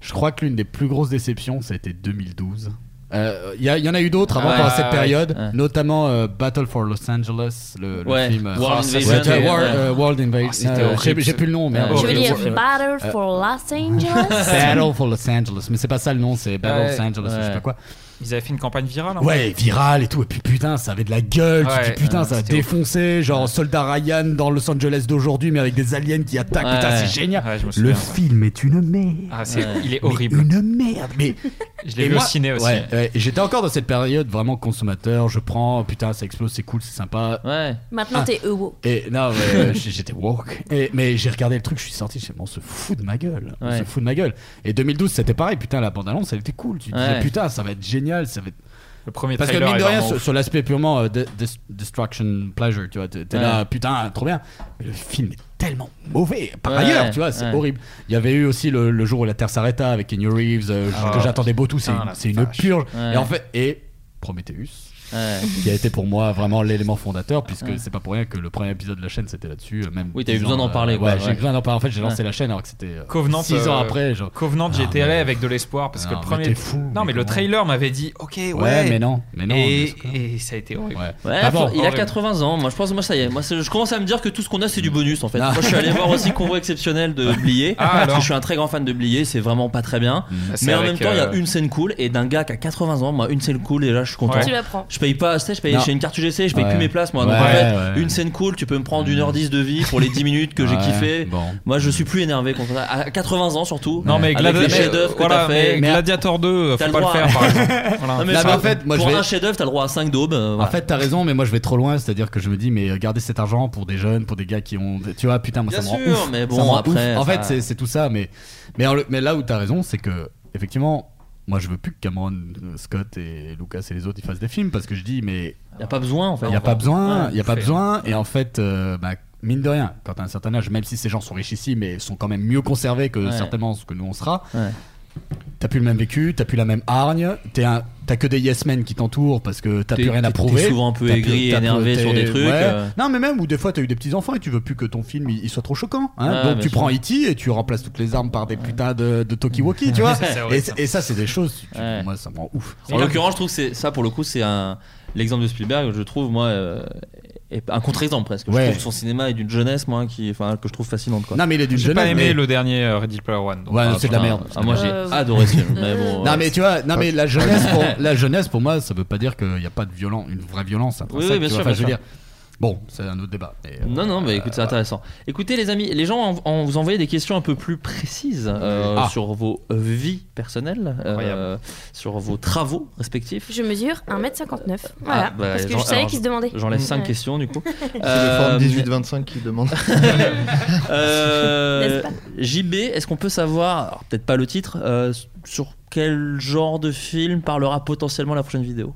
je crois que l'une des plus grosses déceptions, ça a été 2012. Euh, Il y, a- il y en a eu d'autres avant Ouais, pendant ouais, cette Ah, ouais. période, Ouais. notamment euh, Battle for Los Angeles, le, le Ouais, film euh, World français. Invasion. Ouais, War- Ouais. euh, World Invasion. Ah, c'était Euh, horrible, j'ai- J'ai ce- plus le nom, mais Ouais. Je veux dire Euh, Battle euh, for <laughs> Los Angeles. <laughs> Battle for Los Angeles, mais c'est pas ça le nom, c'est Battle Los Angeles, je sais pas quoi. Ils avaient fait une campagne virale. en Ouais, fait. viral et tout. Et puis putain, ça avait de la gueule. tu Ouais, te dis putain, ouais, ça a c'était ouf. défoncé. Genre soldat Ryan dans Los Angeles d'aujourd'hui, mais avec des aliens qui attaquent. Ouais. Putain, c'est génial. Ouais, je me souviens, le ouais. film est une merde. Ah, c'est- Ouais. il est Mais horrible. Une merde. Mais Je l'ai Et vu moi- au ciné aussi. ouais, ouais. Et J'étais encore dans cette période vraiment consommateur. Je prends, putain, ça explose, c'est cool, c'est sympa. Ouais. Maintenant, Ah. t'es Ewo. Et non, mais, <laughs> euh, j- j'étais woke. Et- mais j'ai regardé le truc, je suis sorti, je me on se fout de ma gueule. On Ouais. se fout de ma gueule. Et 2012, c'était pareil, putain, la bande-annonce, elle était cool. Tu te disais, Ouais. putain, ça va être génial, ça va être. Le premier Parce que trailer mine de est rien, vraiment sur, ouf. sur l'aspect purement euh, de- de- destruction pleasure, tu vois, t'es t'es Ouais. là, putain, trop bien. Mais le film est tellement mauvais. Par Ouais, ailleurs, tu vois, c'est ouais. horrible. Il y avait eu aussi le, le jour où la Terre s'arrêta avec Keanu Reeves, euh, Ah. que j'attendais beau tout, c'est Putain, une- la c'est une vache. purge. Ouais. Et en fait, et Prometheus Ouais. qui a été pour moi vraiment l'élément fondateur puisque Ouais. c'est pas pour rien que le premier épisode de la chaîne c'était là-dessus euh, même Oui, t'as eu dix besoin ans, d'en euh, parler, quoi, ouais, j'ai ouais. eu besoin d'en parler en fait j'ai lancé Ouais. la chaîne alors que c'était euh, Covenant. six euh, ans après genre Covenant, Ah, j'étais mais- allé avec de l'espoir parce que le Ah, mais premier. t'es fou, non, mais mais le comment trailer m'avait dit, ok, ouais. Ouais, mais non, mais non, Et, mais et ça a été horrible. Ouais, Ah bon, il a horrible. 80 ans. Moi, je pense, moi, ça y est. Moi, c'est- je commence à me dire que tout ce qu'on a, c'est du bonus en fait. Moi, je suis allé voir aussi Convoi exceptionnel de Blié. Ah, parce alors. que je suis un très grand fan de Blié. C'est vraiment pas très bien. C'est Mais en avec, même temps, il y a euh, une scène cool. Et d'un gars qui a 80 ans, moi, une scène cool. Et là, je suis content. Ouais. Tu la prends. Je paye pas. Tu sais, je paye. Non. J'ai une carte UGC. Je paye Ouais. plus mes places. Moi, donc Ouais, en fait, ouais. une scène cool. Tu peux me prendre 1h10 de vie pour les 10 minutes que j'ai Ouais, kiffé. bon. Moi, je suis plus énervé contre ça. À 80 ans surtout. Non, mais, avec Gladi- les mais, chefs-d'œuvre que voilà, t'as fait. mais Gladiator euh, 2, faut T'as le pas le droit. faire <laughs> par exemple. Voilà. Non, mais Là, ça, mais en fait, moi, pour je vais- un chef-d'œuvre, t'as le droit à 5 daubes. euh, en voilà. fait t'as raison mais moi je vais trop loin c'est à dire que je me dis mais euh, gardez cet argent pour des jeunes pour des gars qui ont tu vois putain moi Bien ça me rend sûr, ouf, mais bon, ça me rend après, ouf. en ça- fait c'est- c'est tout ça mais mais, en le- mais là où t'as raison c'est que effectivement moi je veux plus que Cameron euh, Scott et Lucas et les autres ils fassent des films parce que je dis mais y a pas besoin en fait. Il n'y a pas besoin, il y a pas c'est- besoin. Et en fait, euh, bah, mine de rien, quand t'as un certain âge, même si ces gens sont richissimes et sont quand même mieux conservés que Ouais. certainement ce que nous on sera, Ouais. t'as plus le même vécu, t'as plus la même hargne, t'es un- t'as que des yes men qui t'entourent parce que t'as T'es- plus rien à t'es- t'es prouver. souvent un peu T'as aigri plus- et t'as plus- énervé sur t'es- des trucs, ouais. euh. Non, mais même, ou des fois t'as eu des petits enfants et tu veux plus que ton film il, il soit trop choquant. hein. Ouais, Donc bien tu sûr. prends E.T. et tu remplaces toutes les armes par des putains de, de <laughs> talkie-walkie, tu vois. Ça, c'est et, horrible, ça. et ça, c'est des choses, tu- moi ça me rend ouf. En l'occurrence, je trouve que c'est- ça, pour le coup, c'est un l'exemple de Spielberg. Je trouve moi euh, est un contre-exemple presque. Ouais. Je trouve que son cinéma est d'une jeunesse moi qui, enfin, que je trouve fascinante quoi. Non, mais il est d'une J'ai pas jeunesse, aimé mais- le dernier euh, Ready Player One. donc, Ouais, voilà, c'est de la voilà. merde. Ah, moi j'ai Euh, adoré ce <laughs> film. Mais bon, Non euh, mais tu vois, non mais la Ouais. jeunesse, <laughs> pour, la jeunesse pour moi, ça veut pas dire qu'il n'y a pas de violence, une vraie violence. Oui, oui, bien sûr, bien je veux sûr. dire, bon, c'est un autre débat. mais, euh, Non, non, mais écoute, c'est intéressant. Écoutez, les amis, les gens en- en- vous envoyez des questions un peu plus précises euh, Ah. sur vos euh, vies personnelles, euh, Incroyable. sur vos travaux respectifs. Je mesure 1m59. Voilà. Ah, bah, parce que j'en- je savais alors, qu'ils se demandaient. J'enlève 5 Ouais. questions du coup. C'est Euh, le forum 18-25 qui demande. Euh, N'est-ce pas JB, Euh, est-ce qu'on peut savoir, alors peut-être pas le titre, euh, sur quel genre de film parlera potentiellement la prochaine vidéo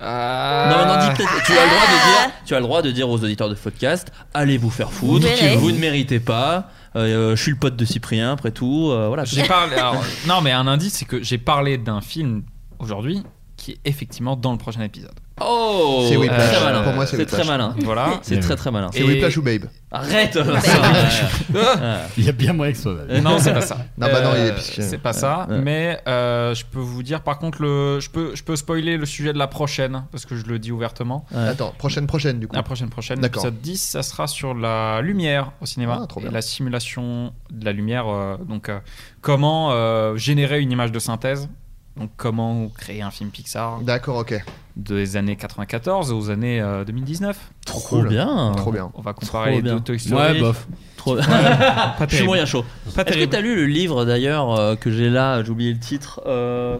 Ah. Non, mais non, dis peut-être. Tu as le droit Ah. de dire. Tu as le droit de dire aux auditeurs de podcast, allez vous faire foutre. Vous verrez. Vous ne méritez pas. euh, je suis le pote de Cyprien, après tout. euh, voilà. J'ai parlé. alors, euh, non, mais un indice, c'est que j'ai parlé d'un film aujourd'hui qui est effectivement dans le prochain épisode. Oh, C'est Whiplash. très malin. Pour moi, c'est c'est très Whiplash. malin. Voilà. C'est très très malin. C'est Et- Whiplash ou Babe Arrête. euh, C'est ça, Whiplash. ouais. Ah. <laughs> Il y a bien moyen que ce Euh, <laughs> soit. euh, Non, c'est pas ça. Non, bah non, il est Euh, puisque- C'est pas ça. Ouais. Mais euh, je peux vous dire, par contre, le, je, peux, je peux spoiler le sujet de la prochaine, parce que je le dis ouvertement. Ouais. Attends, prochaine, prochaine du coup. La prochaine, prochaine, D'accord. l'épisode 10, ça sera sur la lumière au cinéma. Ah, trop bien. Et la simulation de la lumière. euh, donc, euh, comment euh, générer une image de synthèse. Donc, comment créer un film Pixar D'accord, ok. des années 94 aux années euh, 2019. Trop Cool. bien. Trop bien. On va comparer Trop les bien. bah, deux Toy Story. Ouais, bof. Trop- <laughs> Pas Je suis terrible. moyen chaud. Pas Est-ce que terrible. t'as lu le livre d'ailleurs euh, que j'ai là J'ai oublié le titre. euh,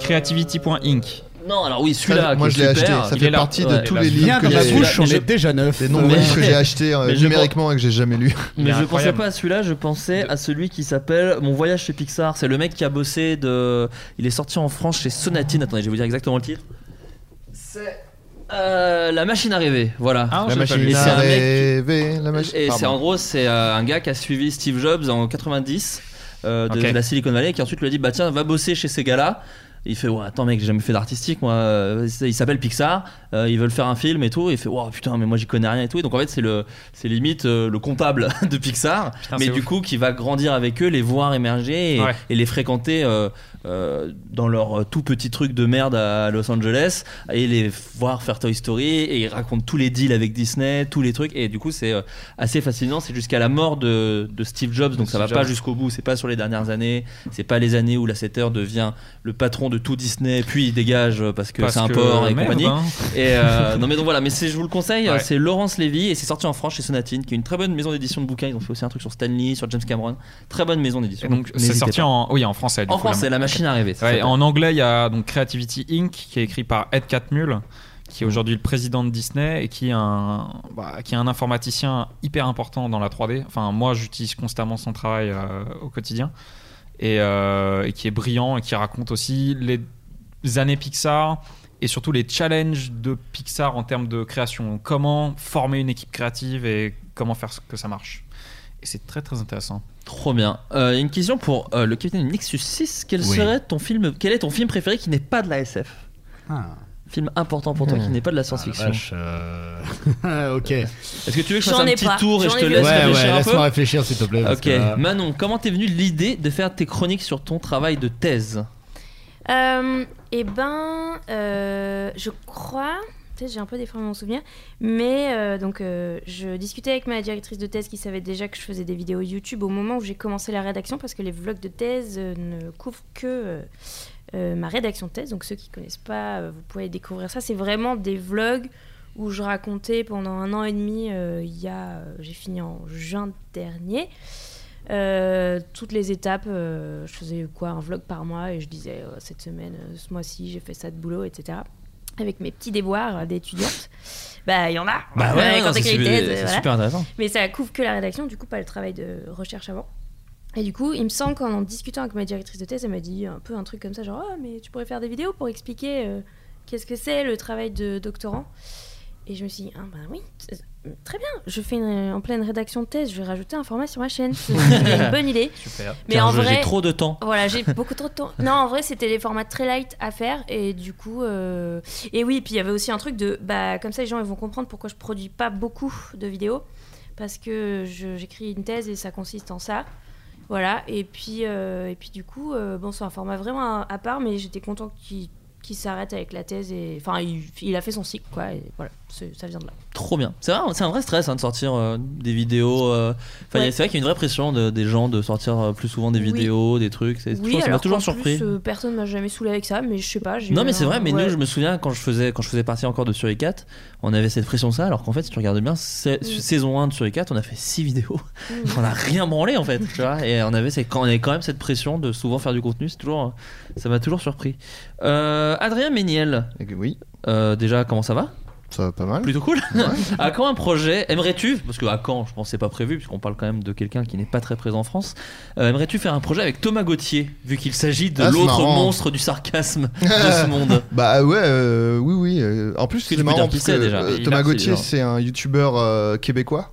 Creativity.inc. Non, alors oui, celui-là. Ça, moi, qui est je l'ai super, acheté. Ça il fait est là. partie de Ouais. tous les livres que dans ma j'ai- bouche, on Mais est je- déjà neuf. Ah. Des nombreux Mais- livres que j'ai achetés euh, Mais je- numériquement et que j'ai jamais lus. Mais je pensais pas à celui-là, je pensais à celui qui s'appelle Mon voyage chez Pixar. C'est le mec qui a bossé de. Il est sorti en France chez Sonatine. Attendez, je vais vous dire exactement le titre. C'est. euh, la machine à rêver, voilà. La j'ai pas machine lu. Et à c'est un mec- rêver, la machine- Et c'est Pardon. en gros, c'est euh, un gars qui a suivi Steve Jobs en 90 euh, de, Ok. de la Silicon Valley, qui ensuite lui a dit bah tiens, va bosser chez ces gars-là. Il fait ouais attends mec j'ai jamais fait d'artistique moi Euh, c'est- il s'appelle Pixar euh, ils veulent faire un film et tout et il fait ouais putain mais moi j'y connais rien et tout et donc en fait c'est le c'est limite euh, le comptable <laughs> de Pixar mais c'est du ouf. coup qui va grandir avec eux les voir émerger et, Ouais. et les fréquenter euh, euh, dans leur euh, tout petit truc de merde à Los Angeles et les voir faire Toy Story et ils racontent tous les deals avec Disney, tous les trucs et du coup c'est euh, assez fascinant, c'est jusqu'à la mort de, de Steve Jobs donc ça va Steve pas Jobs. jusqu'au bout, c'est pas sur les dernières années, c'est pas les années où la 7 heures devient le patron de tout Disney puis il dégage euh, parce que Parce c'est un que, porc et merde, compagnie. hein. Et euh, non mais donc voilà, mais c'est je vous le conseille, Ouais. c'est Laurence Lévy et c'est sorti en France chez Sonatine qui est une très bonne maison d'édition de bouquins, ils ont fait aussi un truc sur Stanley, sur James Cameron, très bonne maison d'édition. Et donc c'est N'hésitez sorti pas. en, oui, en français. du En coup, français, La Machine à rêver, ça Ouais, s'appelle. en anglais, il y a donc Creativity Inc. qui est écrit par Ed Catmull, qui est aujourd'hui le président de Disney et qui est un, bah, qui est un informaticien hyper important dans la 3D. Enfin, moi, j'utilise constamment son travail euh, au quotidien et, euh, et qui est brillant et qui raconte aussi les années Pixar et surtout les challenges de Pixar en termes de création. Comment former une équipe créative et comment faire que ça marche. Et c'est très très intéressant. Trop bien. Euh, une question pour euh, le capitaine Nexus 6. Quel Oui. serait ton film Quel est ton film préféré qui n'est pas de la SF Ah, Film important pour toi qui n'est pas de Ah, la science-fiction. euh, <laughs> ok. Est-ce que tu veux que je J'en fasse un ai petit pas. tour et J'en je te ai vu laisse Ouais, ouais, réfléchir un peu euh, laisse-moi réfléchir, s'il te plaît, parce Ok. que là- Manon, comment t'es venue l'idée de faire tes chroniques sur ton travail de thèse Euh, eh ben, euh, je crois, peut-être j'ai un peu déformé mon souvenir, mais euh, donc euh, je discutais avec ma directrice de thèse qui savait déjà que je faisais des vidéos YouTube au moment où j'ai commencé la rédaction parce que les vlogs de thèse euh, ne couvrent que euh, euh, ma rédaction de thèse. Donc ceux qui connaissent pas, euh, vous pouvez découvrir ça. C'est vraiment des vlogs où je racontais pendant un an et demi. euh, Il y a, euh, j'ai fini en juin dernier. Euh, toutes les étapes, euh, je faisais quoi un vlog par mois et je disais euh, cette semaine, euh, ce mois-ci, j'ai fait ça de boulot, etc. Avec mes petits déboires euh, d'étudiante, bah il y en a. Bah ouais, Euh, non, quand c'est t'écris une super- thèse, euh, c'est voilà. super intéressant. Mais ça couvre que la rédaction, du coup pas le travail de recherche avant. Et du coup, il me semble qu'en en discutant avec ma directrice de thèse, elle m'a dit un peu un truc comme ça, genre Ah, mais tu pourrais faire des vidéos pour expliquer euh, qu'est-ce que c'est le travail de doctorant. Et je me suis dit, ah ben oui, t- très bien, je fais une- en pleine rédaction de thèse, je vais rajouter un format sur ma chaîne. C'est une bonne idée. Super. Tiens, je- j'ai trop de temps. Voilà, j'ai <laughs> beaucoup trop de temps. Non, en vrai, c'était des formats très light à faire. Et du coup. euh, Et oui, puis il y avait aussi un truc de. Bah, comme ça, les gens ils vont comprendre pourquoi je produis pas beaucoup de vidéos. Parce que je- j'écris une thèse et ça consiste en ça. Voilà. Et puis, euh, et puis du coup, euh, bon, c'est un format vraiment à, à part, mais j'étais content qu'il qu'il s'arrête avec la thèse. et Enfin, il, il a fait son cycle, quoi. Et voilà, c'est- ça vient de là. Trop bien. C'est vrai, c'est un vrai stress hein, de sortir euh, des vidéos. euh, enfin, Ouais. C'est vrai qu'il y a une vraie pression de- des gens de sortir euh, plus souvent des Oui. vidéos, des trucs. C'est- je trouve- Oui, ça m'a alors toujours qu'en surpris. Plus, euh, personne m'a jamais saoulé avec ça, mais je sais pas. j'ai eu Non mais c'est un- vrai, mais ouais. nous je me souviens quand je faisais quand je faisais partie encore de Sur les 4, on avait cette pression ça alors qu'en fait si tu regardes bien sa- Mm. saison 1 de Sur les 4, on a fait 6 vidéos. Mm. <laughs> on a rien branlé en fait, tu vois et on avait c'est quand on avait quand même cette pression de souvent faire du contenu, c'est toujours ça m'a toujours surpris. Euh, Adrien Méniel. euh, Oui. déjà comment ça va Ça va pas mal. Plutôt cool. <laughs> à quand un projet Aimerais-tu parce que à quand je pense que c'est pas prévu puisqu'on parle quand même de quelqu'un qui n'est pas très présent en France. euh, Aimerais-tu faire un projet avec Thomas Gauthier vu qu'il s'agit de Ah, c'est l'autre marrant. monstre du sarcasme <laughs> de ce monde Bah ouais, euh, oui, oui. euh, En plus, Est-ce que c'est tu peux marrant dire qui parce c'est que déjà euh, Il a- Thomas c'est Gauthier, genre- c'est un youtubeur euh, québécois.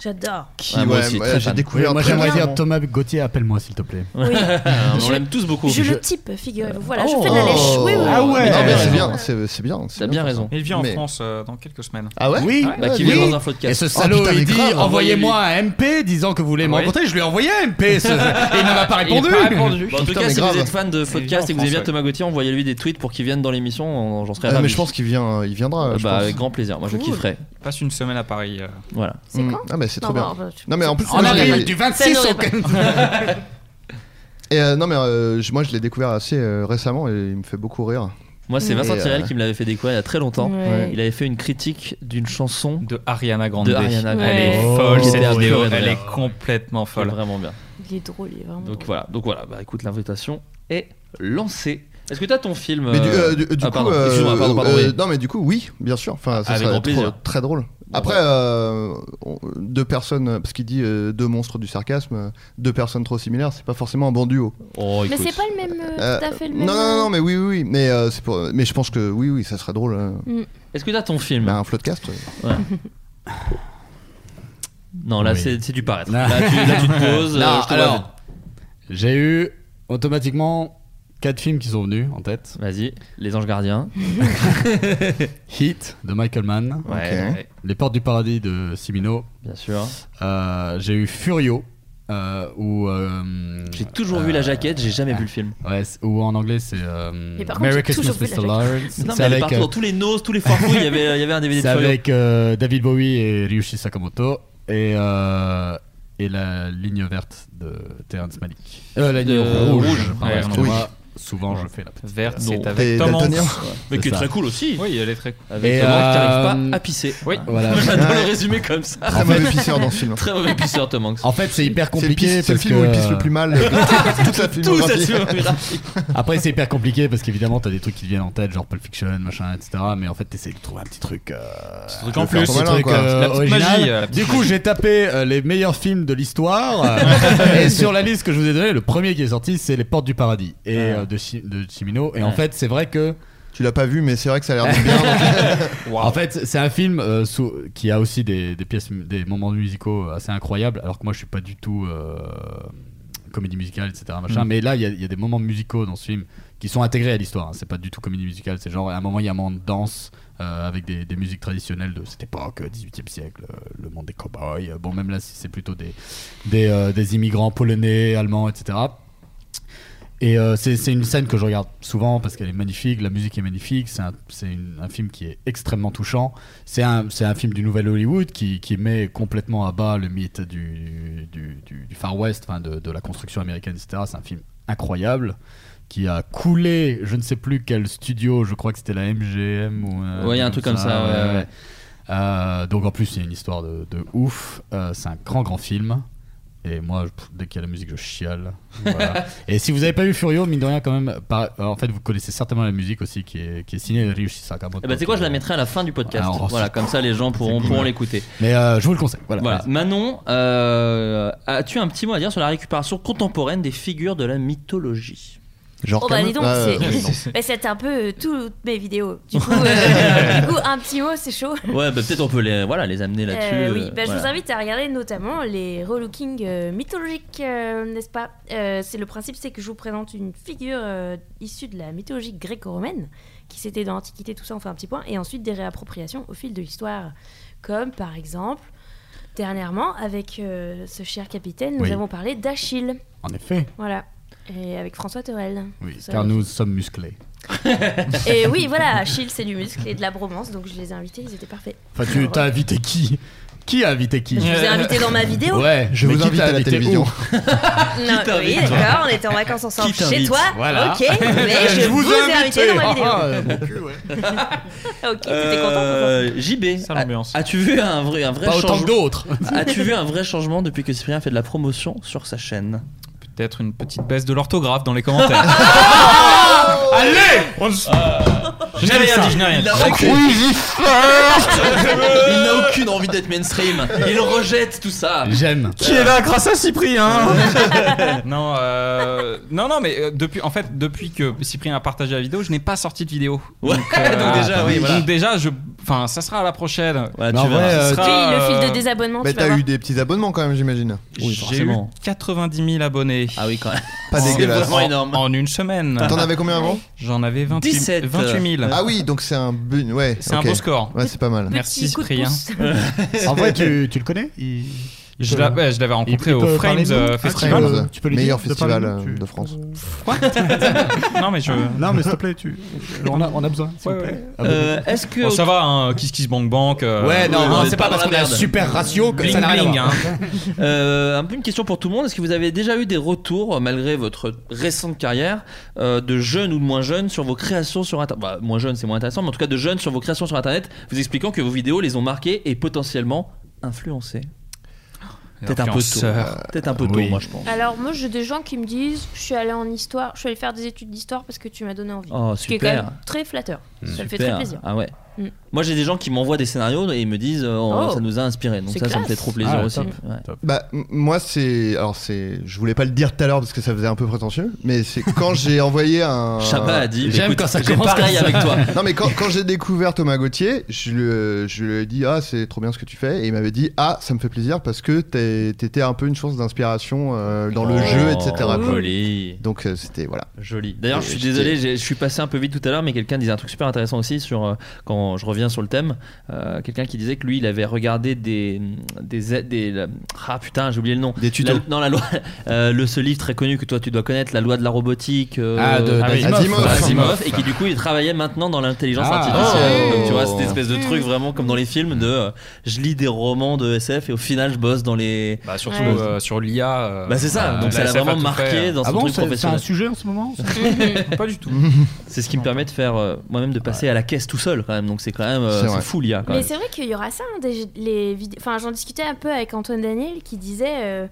J'adore. Qui, ouais, ouais, j'ai découvert. Oui, moi très j'aimerais récemment. dire Thomas Gauthier, appelle-moi s'il te plaît. Oui. Ah, on l'aime tous Oh, beaucoup. Je, Je- le type, figurez-vous. Voilà, Oh. je fais de la lèche. Oui, oui. Ah ouais. Mais non, mais Ouais. c'est bien, c'est c'est bien. T'as c'est bien pour raison. ça. Il vient en Mais- France euh, dans quelques semaines. Ah ouais Oui, bah, qui oui. vient dans un podcast. Et ce Oh, salaud, putain, Ah mais il dit grave, envoyez-moi un MP disant que vous voulez me rencontrer. Je lui ai envoyé un MP <laughs> ce- et il ne m'a pas répondu. Bon, en tout cas, si vous êtes fan de podcast et que vous aimez bien ouais. Thomas Gauthier, envoyez-lui des tweets pour qu'il vienne dans l'émission. on- J'en serais Ah, ravi. mais je pense qu'il vient, il viendra. Euh, je bah, pense. avec grand plaisir. Moi, je Cool. kifferais. Passe une semaine à Paris. euh. Voilà. C'est Mm. quand Ah, mais c'est trop Non, bien. bah, bah, je- Non, mais en plus, En moi, avril Ah, j'ai- du 26 Ça au n'aurait Et euh, non, mais euh, je- moi, je l'ai découvert assez euh, récemment et il me fait beaucoup rire. Moi, c'est Et, Vincent Tirel euh, qui me l'avait fait découvrir il y a très longtemps. Ouais. Il avait fait une critique d'une chanson de Ariana Grande. De Ariana Grande. Elle est Oh, folle qui cette était un vidéo, bébé de elle rire. est complètement folle. Vraiment bien. Il est drôle, il est vraiment. Donc voilà, donc voilà, bah écoute, l'invitation est lancée. Est-ce que t'as ton film Mais du, euh, euh, du- du ah, coup, pardon, euh, excuse-moi, pardon, pardon, euh, oui. non mais du coup, oui, bien sûr. Enfin, ça Avec serait grand trop- plaisir. Bah, très drôle. Après, euh, on- deux personnes, parce qu'il dit euh, deux monstres du sarcasme, euh, deux personnes trop similaires, c'est pas forcément un bon duo. Oh, Mais c'est pas le même, euh, Euh, tout à fait le même. non, non, non, mais oui, oui, oui. Mais, euh, c'est pour- mais je pense que oui, oui, ça serait drôle. euh. Mm. Est-ce que t'as ton film Bah, Un floodcast. Ouais. <laughs> Non, là, Oui. c'est c'est du paraître. Là, tu, là, tu <laughs> te poses. euh, Non, je te vois alors, venir. j'ai eu automatiquement quatre films qui sont venus en tête. Vas-y, Les Anges Gardiens. <laughs> Hit de Michael Mann. Ouais, ouais. Les Portes du Paradis de Simino. Bien sûr. Euh, j'ai eu Furio. euh, où, j'ai toujours Euh, vu la jaquette, j'ai jamais vu le film. Ouais, c'est- ou en anglais c'est euh, Mais par contre, Merry j'ai Christmas toujours vu la Mr. Lawrence. jaquette. Non, C'est mais elle est avec, partout, euh, dans tous les noses, tous les foirefous, il y avait il y avait un DVD de C'est Furio. avec euh, David Bowie et Ryushi Sakamoto et, euh, et la ligne verte de Terrence Malick. Euh, la ligne Euh, rouge. rouge. pardon, Ouais, excuse-moi. rouge. Souvent je fais la petite- Vert, euh, c'est non. avec Tom Hanks. Mais qui C'est est très ça. cool aussi. Oui, elle est très cool. Avec Et, Thomas qui arrive euh, pas à pisser. Ah. oui, voilà. <laughs> J'adore Ouais. le résumer comme ça. Très mauvais pisseur dans ce film. Très mauvais pisseur, Tom Hanks. En fait, c'est hyper C'est le, pisse- compliqué. c'est le parce film que- où il pisse le plus mal de toute- toute sa Tout sa filmographie. filmographie. <laughs> Après, c'est hyper compliqué parce qu'évidemment, t'as des trucs qui te viennent en tête, genre Pulp Fiction, machin, etc. Mais en fait, t'essayes de trouver un petit truc. euh, truc de en faire plus. ton C'est malin, truc, quoi. euh, la petite Original. magie, euh, la petite Du coup, magie. j'ai tapé euh, les meilleurs films de l'histoire. <laughs> euh, et sur la liste que je vous ai donnée, le premier qui est sorti, c'est Les Portes du Paradis Ah. et euh, de, Chi- de Cimino. Et en Ouais. fait, c'est vrai que. Tu l'as pas vu, mais c'est vrai que ça a l'air <laughs> de bien. En fait, c'est un film euh, sous- qui a aussi des, des pièces, des moments musicaux euh, assez incroyables. Alors que moi, je suis pas du tout euh, comédie musicale, etc. Machin. Mm. Mais là, il y, a- il y a des moments musicaux dans ce film qui sont intégrés à l'histoire. hein. C'est pas du tout comédie musicale. C'est genre à un moment, il y a un moment de danse euh, avec des, des musiques traditionnelles de cette époque, euh, 18e siècle, euh, le monde des cowboys. Euh, Bon, même là, c'est plutôt des des, euh, des immigrants polonais, allemands, etc. Et euh, c'est c'est une scène que je regarde souvent parce qu'elle est magnifique, la musique est magnifique, c'est un, c'est une- un film qui est extrêmement touchant. C'est un, c'est un film du nouvel Hollywood qui, qui met complètement à bas le mythe du, du, du- du Far West, enfin de, de la construction américaine, etc. C'est un film incroyable qui a coulé, je ne sais plus quel studio, je crois que c'était la MGM ou... euh, Ouais, il y a un truc comme ça, ouais, ouais. Euh, donc en plus, il y a une histoire de, de ouf. Euh, c'est un grand, grand film. Et moi, je- pff, dès qu'il y a la musique, je chiale. Voilà. et si vous n'avez pas vu Furio, mine de rien, quand même, par- euh, en fait, vous connaissez certainement la musique aussi qui est, qui est signée Ryushi Sakamoto. Eh ben, tu sais quoi, je la mettrai à la fin du podcast. Euh, Alors, voilà, c'est- comme ça, les gens pourront, cool. pourront l'écouter. Mais euh, je vous le conseille. Voilà. Voilà. Manon, euh, as-tu un petit mot à dire sur la récupération contemporaine des figures de la mythologie Genre Oh bah dis donc, c'est- <laughs> mais c'est un peu euh, toutes mes vidéos. <laughs> Du coup, euh, du coup, un petit mot, c'est chaud. Ouais, bah, peut-être on peut les, voilà, les amener là-dessus. Euh, euh, oui, bah, je vous voilà. invite à regarder notamment les relookings euh, mythologiques, euh, n'est-ce pas Euh, C'est le principe, c'est que je vous présente une figure euh, issue de la mythologie gréco-romaine, qui s'était dans l'Antiquité, tout ça, on fait un petit point, et ensuite des réappropriations au fil de l'histoire, comme par exemple dernièrement avec euh, ce cher capitaine, nous Oui. avons parlé d'Achille, En effet. voilà, et avec François Torel. Oui, Ça- car nous sommes musclés. <laughs> Et oui, voilà, Achille, c'est du muscle et de la bromance, donc je les ai invités, ils étaient parfaits. Enfin, tu t'as invité qui Qui a invité qui Je Euh, vous ai invité dans ma vidéo. Ouais, Je mais vous qui invite t'a à la invité télévision. où Non, oui, t'invite d'accord, on était en vacances ensemble Qui t'invite chez toi. Voilà. <laughs> Ok, mais je, vous, ai invité dans ma vidéo. Ah, euh, mon cul, ouais. ok, t'étais content Euh, JB, a- as-tu vu un vrai, un vrai Pas autant changement que <laughs> d'autres. As-tu vu un vrai changement depuis que Cyprien fait de la promotion sur sa chaîne Peut-être une petite baisse de l'orthographe dans les commentaires. Allez Je n'ai rien dit, je n'ai rien Il dit. <laughs> a aucune... Il n'a aucune envie d'être mainstream. Il rejette tout ça. <laughs> J'aime. Qui est là grâce à Cyprien Non, euh, <laughs> non, non, mais euh, depuis, en fait, depuis que Cyprien a partagé la vidéo, je n'ai pas sorti de vidéo. Ouais, donc déjà, oui, voilà. donc déjà, je, enfin, ça sera à la prochaine. tu Mais en verras. vrai, Ça euh, sera, Oui, le fil de euh, désabonnement, Mais tu vas bah, t'as voir. eu des petits abonnements quand même, j'imagine. J'ai eu 90 000 abonnés. Ah oui, quand même. Pas C'est dégueulasse. vraiment énorme. En une semaine. T'en avais combien avant J'en avais 28, euh, 17. 28 000. Ah oui, donc c'est un bu- ouais. C'est un ok. beau score. Ouais, c'est pas mal. Merci Cyprien. En vrai, tu, tu le connais Il- il Je peut- l'a- ouais, je l'avais rencontré il- il au peut Frames, parler de nous euh, Ah, Festival. tu peux- tu peux lui Meilleur dire de parler festival de nous, euh, tu- de France. Non, mais je. Non, mais s'il te plaît, tu. On a, on a besoin, s'il te plaît. Ah, Euh, Est-ce que Bon, ça va, hein, Kiss Kiss Bank Bank. euh, Ouais, non, hein, on est c'est pas pas dans parce la qu'on a un merde. super hein. ratio que Bling, ça n'a rien bling, à hein. voir. <laughs> Euh, un peu une question pour tout le monde. Est-ce que vous avez déjà eu des retours, euh, malgré votre récente carrière, euh, de jeunes ou de moins jeunes sur vos créations sur Internet bah, Moins jeunes, c'est moins intéressant, mais en tout cas de jeunes sur vos créations sur Internet, vous expliquant que vos vidéos les ont marquées et potentiellement influencées Peut-être un peu tôt. Influenceur. Peut-être un peu tôt, Oh, Oui. moi je pense. Alors moi j'ai des gens qui me disent je suis allé en histoire, je suis allé faire des études d'histoire parce que tu m'as donné envie. Oh, Ce qui est quand super. même très flatteur. Ça me fait Super. très plaisir. Ah ouais. Mm. Moi j'ai des gens qui m'envoient des scénarios et ils me disent euh, oh, Oh. ça nous a inspiré. Donc ça, C'est ça me classe. fait trop plaisir Ah, aussi. top. Ouais. Bah, m- moi, c'est. Alors, c'est. Je voulais pas le dire tout à l'heure parce que ça faisait un peu prétentieux, mais c'est quand j'ai envoyé un. Chabat a dit, J'aime écoute, quand ça j'ai commence commence pareil comme ça. avec toi. Non, mais quand, quand j'ai découvert Thomas Gauthier, je lui, je lui ai dit, ah, c'est trop bien ce que tu fais. Et il m'avait dit, ah, ça me fait plaisir parce que t'es- t'étais un peu une source d'inspiration euh, dans le Oh, jeu, etc. quoi. joli. Donc, euh, c'était. Voilà. Joli. D'ailleurs, Et je suis j'étais- désolé, j'ai- je suis passé un peu vite tout à l'heure, mais quelqu'un disait un truc super intéressant aussi sur euh, quand je reviens sur le thème. euh, quelqu'un qui disait que lui, il avait regardé des des, des- la- ah putain, j'ai oublié le nom. Des tutos. La, non, la loi, <laughs> euh, le ce livre très connu que toi tu dois connaître, la loi de la robotique. euh, Ah, de- oui. d'Asimov. Voilà, Asimov. Asimov, et qui du coup, il travaillait maintenant dans l'intelligence Ah. artificielle. Oh. Donc, tu vois, cette espèce de truc vraiment comme dans les films de euh, je lis des romans de SF et au final je bosse dans les. Bah, surtout, Ouais. euh, sur l'IA. euh, bah c'est ça. euh, donc la ça l'a SF a vraiment tout marqué fait. hein. dans Ah son bon, truc c'est- c'est un professionnel. sujet en ce moment ça Pas du tout. C'est ce qui me permet de faire euh, moi-même de passer à la caisse tout seul quand même. Donc c'est quand même euh, C'est c'est vrai. fou l'IA quand Mais même. c'est vrai qu'il y aura ça, hein, des- les vidéos. Enfin, j'en discutais un peu avec Antoine Daniel qui disait, euh,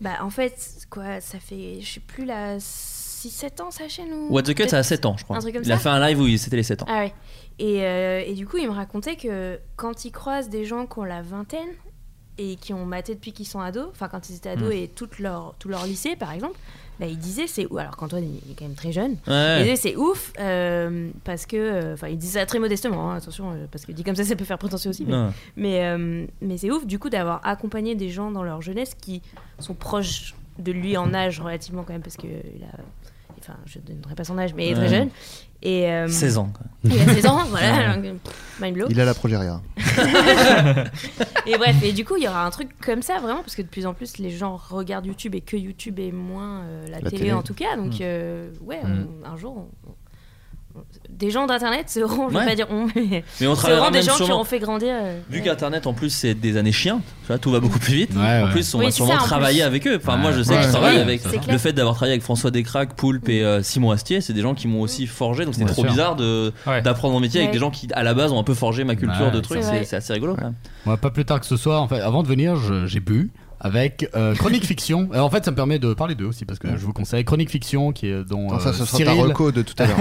bah en fait, quoi, ça fait, je sais plus là, 6-7 ans sa chaîne ou. What the Cut peut-être- ça a 7 ans je crois. Un truc comme il a ça. fait un live où il- c'était les 7 ans. Ah ouais. Et, euh, et du coup, il me racontait que quand il croise des gens qui ont la vingtaine et qui ont maté depuis qu'ils sont ados, enfin quand ils étaient ados Mm. et toute leur, tout leur lycée par exemple, bah, il disait c'est ou alors qu'Antoine il est quand même très jeune, Ouais. <laughs> il disait c'est ouf euh, parce que euh, enfin il disait ça très modestement hein, attention euh, parce que dit comme ça ça peut faire prétentieux aussi mais Ouais. mais, euh, mais c'est ouf du coup d'avoir accompagné des gens dans leur jeunesse qui sont proches de lui en âge relativement quand même parce que il a enfin je donnerai pas son âge mais il est très Ouais. jeune et euh, 16 ans, quoi. il a 16 <laughs> ans voilà Ouais. donc, pff, mind blow Il a la progéria. <laughs> et bref, et du coup, il y aura un truc comme ça vraiment, parce que de plus en plus, les gens regardent YouTube et que YouTube est moins euh, la, La télé, télé. en tout cas. Donc, Mm. euh, ouais, Mm. on- un jour, on- on- des gens d'internet seront, je Ouais. vais pas dire on, mais, Mais on travaillera seront des même gens qui sûrement. auront fait grandir. euh, Vu ouais. qu'Internet en plus c'est des années chiens, tu vois, tout va beaucoup plus vite. En ouais. plus on Oui, va c'est sûrement ça, en travailler plus. avec eux. Enfin moi je sais Ouais. que je Ouais. travaille Oui, avec c'est le clair. fait d'avoir travaillé avec François Descraques, Poulpe et euh, Simon Astier, c'est des gens qui m'ont aussi forgé. Donc c'est Bien trop sûr. bizarre de d'apprendre mon métier avec Ouais. des gens qui à la base ont un peu forgé ma culture Ouais. de trucs. C'est C'est vrai. c'est assez rigolo quand même. Moi, pas plus tard que ce soir, en fait, avant de venir, je- j'ai bu avec euh, Chronique Fiction. Euh, en fait, ça me permet de parler d'eux aussi parce que je vous conseille Chronique Fiction qui est dont Non, ça, euh, ce sera ta Cyril reco de tout à l'heure.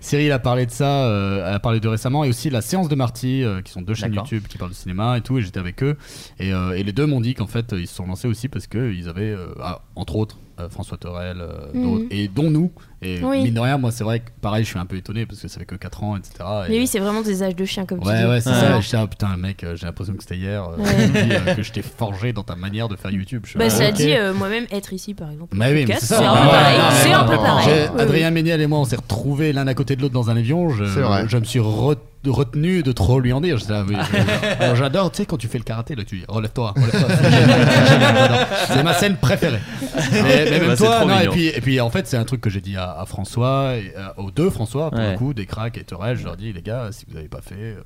Cyril a parlé de ça, euh, a parlé de récemment et aussi la séance de Marty euh, qui sont deux chaînes D'accord. YouTube qui parlent de cinéma et tout et j'étais avec eux et, euh, et les deux m'ont dit qu'en fait ils se sont lancés aussi parce que ils avaient euh, ah, entre autres euh, François Torel euh, Mhm. d'autres, et dont nous et Oui. mine de rien moi c'est vrai que pareil je suis un peu étonné parce que ça fait que 4 ans etc et- Mais oui, c'est vraiment des âges de chien comme tu Ouais, dis. ouais, c'est ça. J'étais un putain, mec, euh, j'ai l'impression que c'était hier euh, Ouais. je dis, euh, que je t'ai forgé dans ta manière de faire YouTube. Je suis Bah, là, ça Ah, ok. dit euh, moi-même être ici par exemple. Bah oui, mais podcast, c'est ça. un peu Ouais, pareil. ouais, C'est ouais, un peu ouais. pareil. J'ai- Oui, oui. Adrien Méniel et moi, on s'est retrouvés l'un à côté de l'autre dans un avion. Je, C'est vrai. je me suis re- retenu de trop lui en dire. Je disais, ah <laughs> oui, je- Alors, J'adore, tu sais, quand tu fais le karaté, là, tu dis relève-toi, relève-toi. C'est génial, c'est génial, <laughs> j'adore. C'est ma scène préférée. Et, mais même Bah, c'est toi, trop non, et, mignon. puis, et puis en fait, c'est un truc que j'ai dit à, à François, et, à- aux deux François, pour Ouais. le coup, des cracks et Torel. Je leur dis, les gars, si vous n'avez pas fait. euh,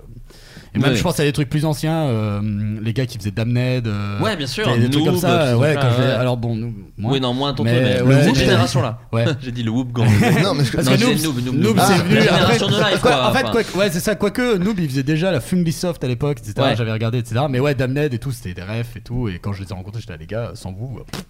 Et Ouais, même, ouais. je pense à des trucs plus anciens, euh, les gars qui faisaient Damned. euh, Ouais, bien sûr, Des, des trucs Noob, comme ça. tout euh, ouais, ça, quand je les- ouais. Alors bon, nous, moins. Oui, non, moins ton Mais, mais, ouais, le mais- Whoop génération là. Ouais. <laughs> J'ai dit le Whoop gang. Non, mais parce j'ai que dit Noob, Noob, c'est Ah, venu la après. génération de live, Quoi, quoi, en fait, enfin. quoi, ouais, c'est ça. Quoique, Noob, il faisait déjà la Fungisoft à l'époque, etc. Ouais. J'avais regardé, etc. Mais ouais, Damned et tout, c'était des refs et tout. Et quand je les ai rencontrés, j'étais là, les gars, sans vous, pff,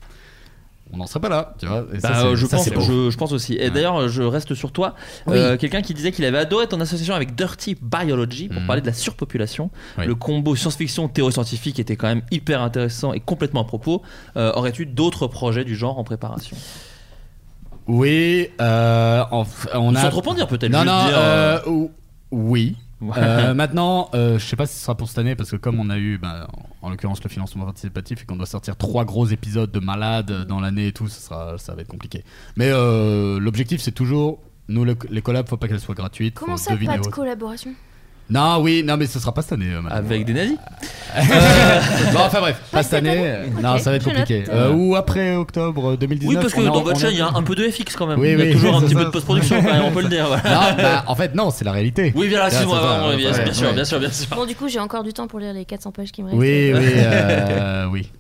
on n'en serait pas là, tu vois. Et ça, Bah, c'est- euh, je, ça, pense, c'est beau. je, je pense aussi. Et d'ailleurs, je reste sur toi. Oui. Euh, Quelqu'un qui disait qu'il avait adoré ton association avec Dirty Biology pour Mhm. parler de la surpopulation. Oui. Le combo science-fiction théorie scientifique était quand même hyper intéressant et complètement à propos. Euh, Aurais-tu d'autres projets du genre en préparation Oui, euh, en f- on a. Sans trop en dire, peut-être, Non, juste non. dire, euh, ou- oui. Ouais. <laughs> Euh, maintenant, euh, je sais pas si ce sera pour cette année parce que comme on a eu, bah, en en l'occurrence, le financement participatif et qu'on doit sortir trois gros épisodes de malades dans l'année et tout, ça sera, ça va être compliqué. Mais euh, l'objectif, c'est toujours, nous le- les collabs, faut pas qu'elles soient gratuites. faut Comment ça, deviner pas de autre- collaboration non, oui, non, mais ce sera pas cette année. euh, Avec des nazis Ah, <laughs> bah. Bon, enfin bref, pas cette année. euh, Non, ça va être je note. compliqué. Euh, ou après octobre euh, 2019. Oui, parce que on est dans en- votre on est- chaîne, il y a un peu de FX quand même. Oui, il y a oui, <laughs> toujours un c'est petit ça. peu de post-production quand même, on peut le dire. voilà. <laughs> Non, bah, en fait, non, c'est la réalité. Oui, voilà, Là, c'est excuse-moi, ça, vraiment, oui, bien, ouais, bien sûr, ouais. bien sûr, bien sûr. Bon, du coup, j'ai encore du temps pour lire les 400 pages qui me restent. Oui, oui, <laughs> euh, oui.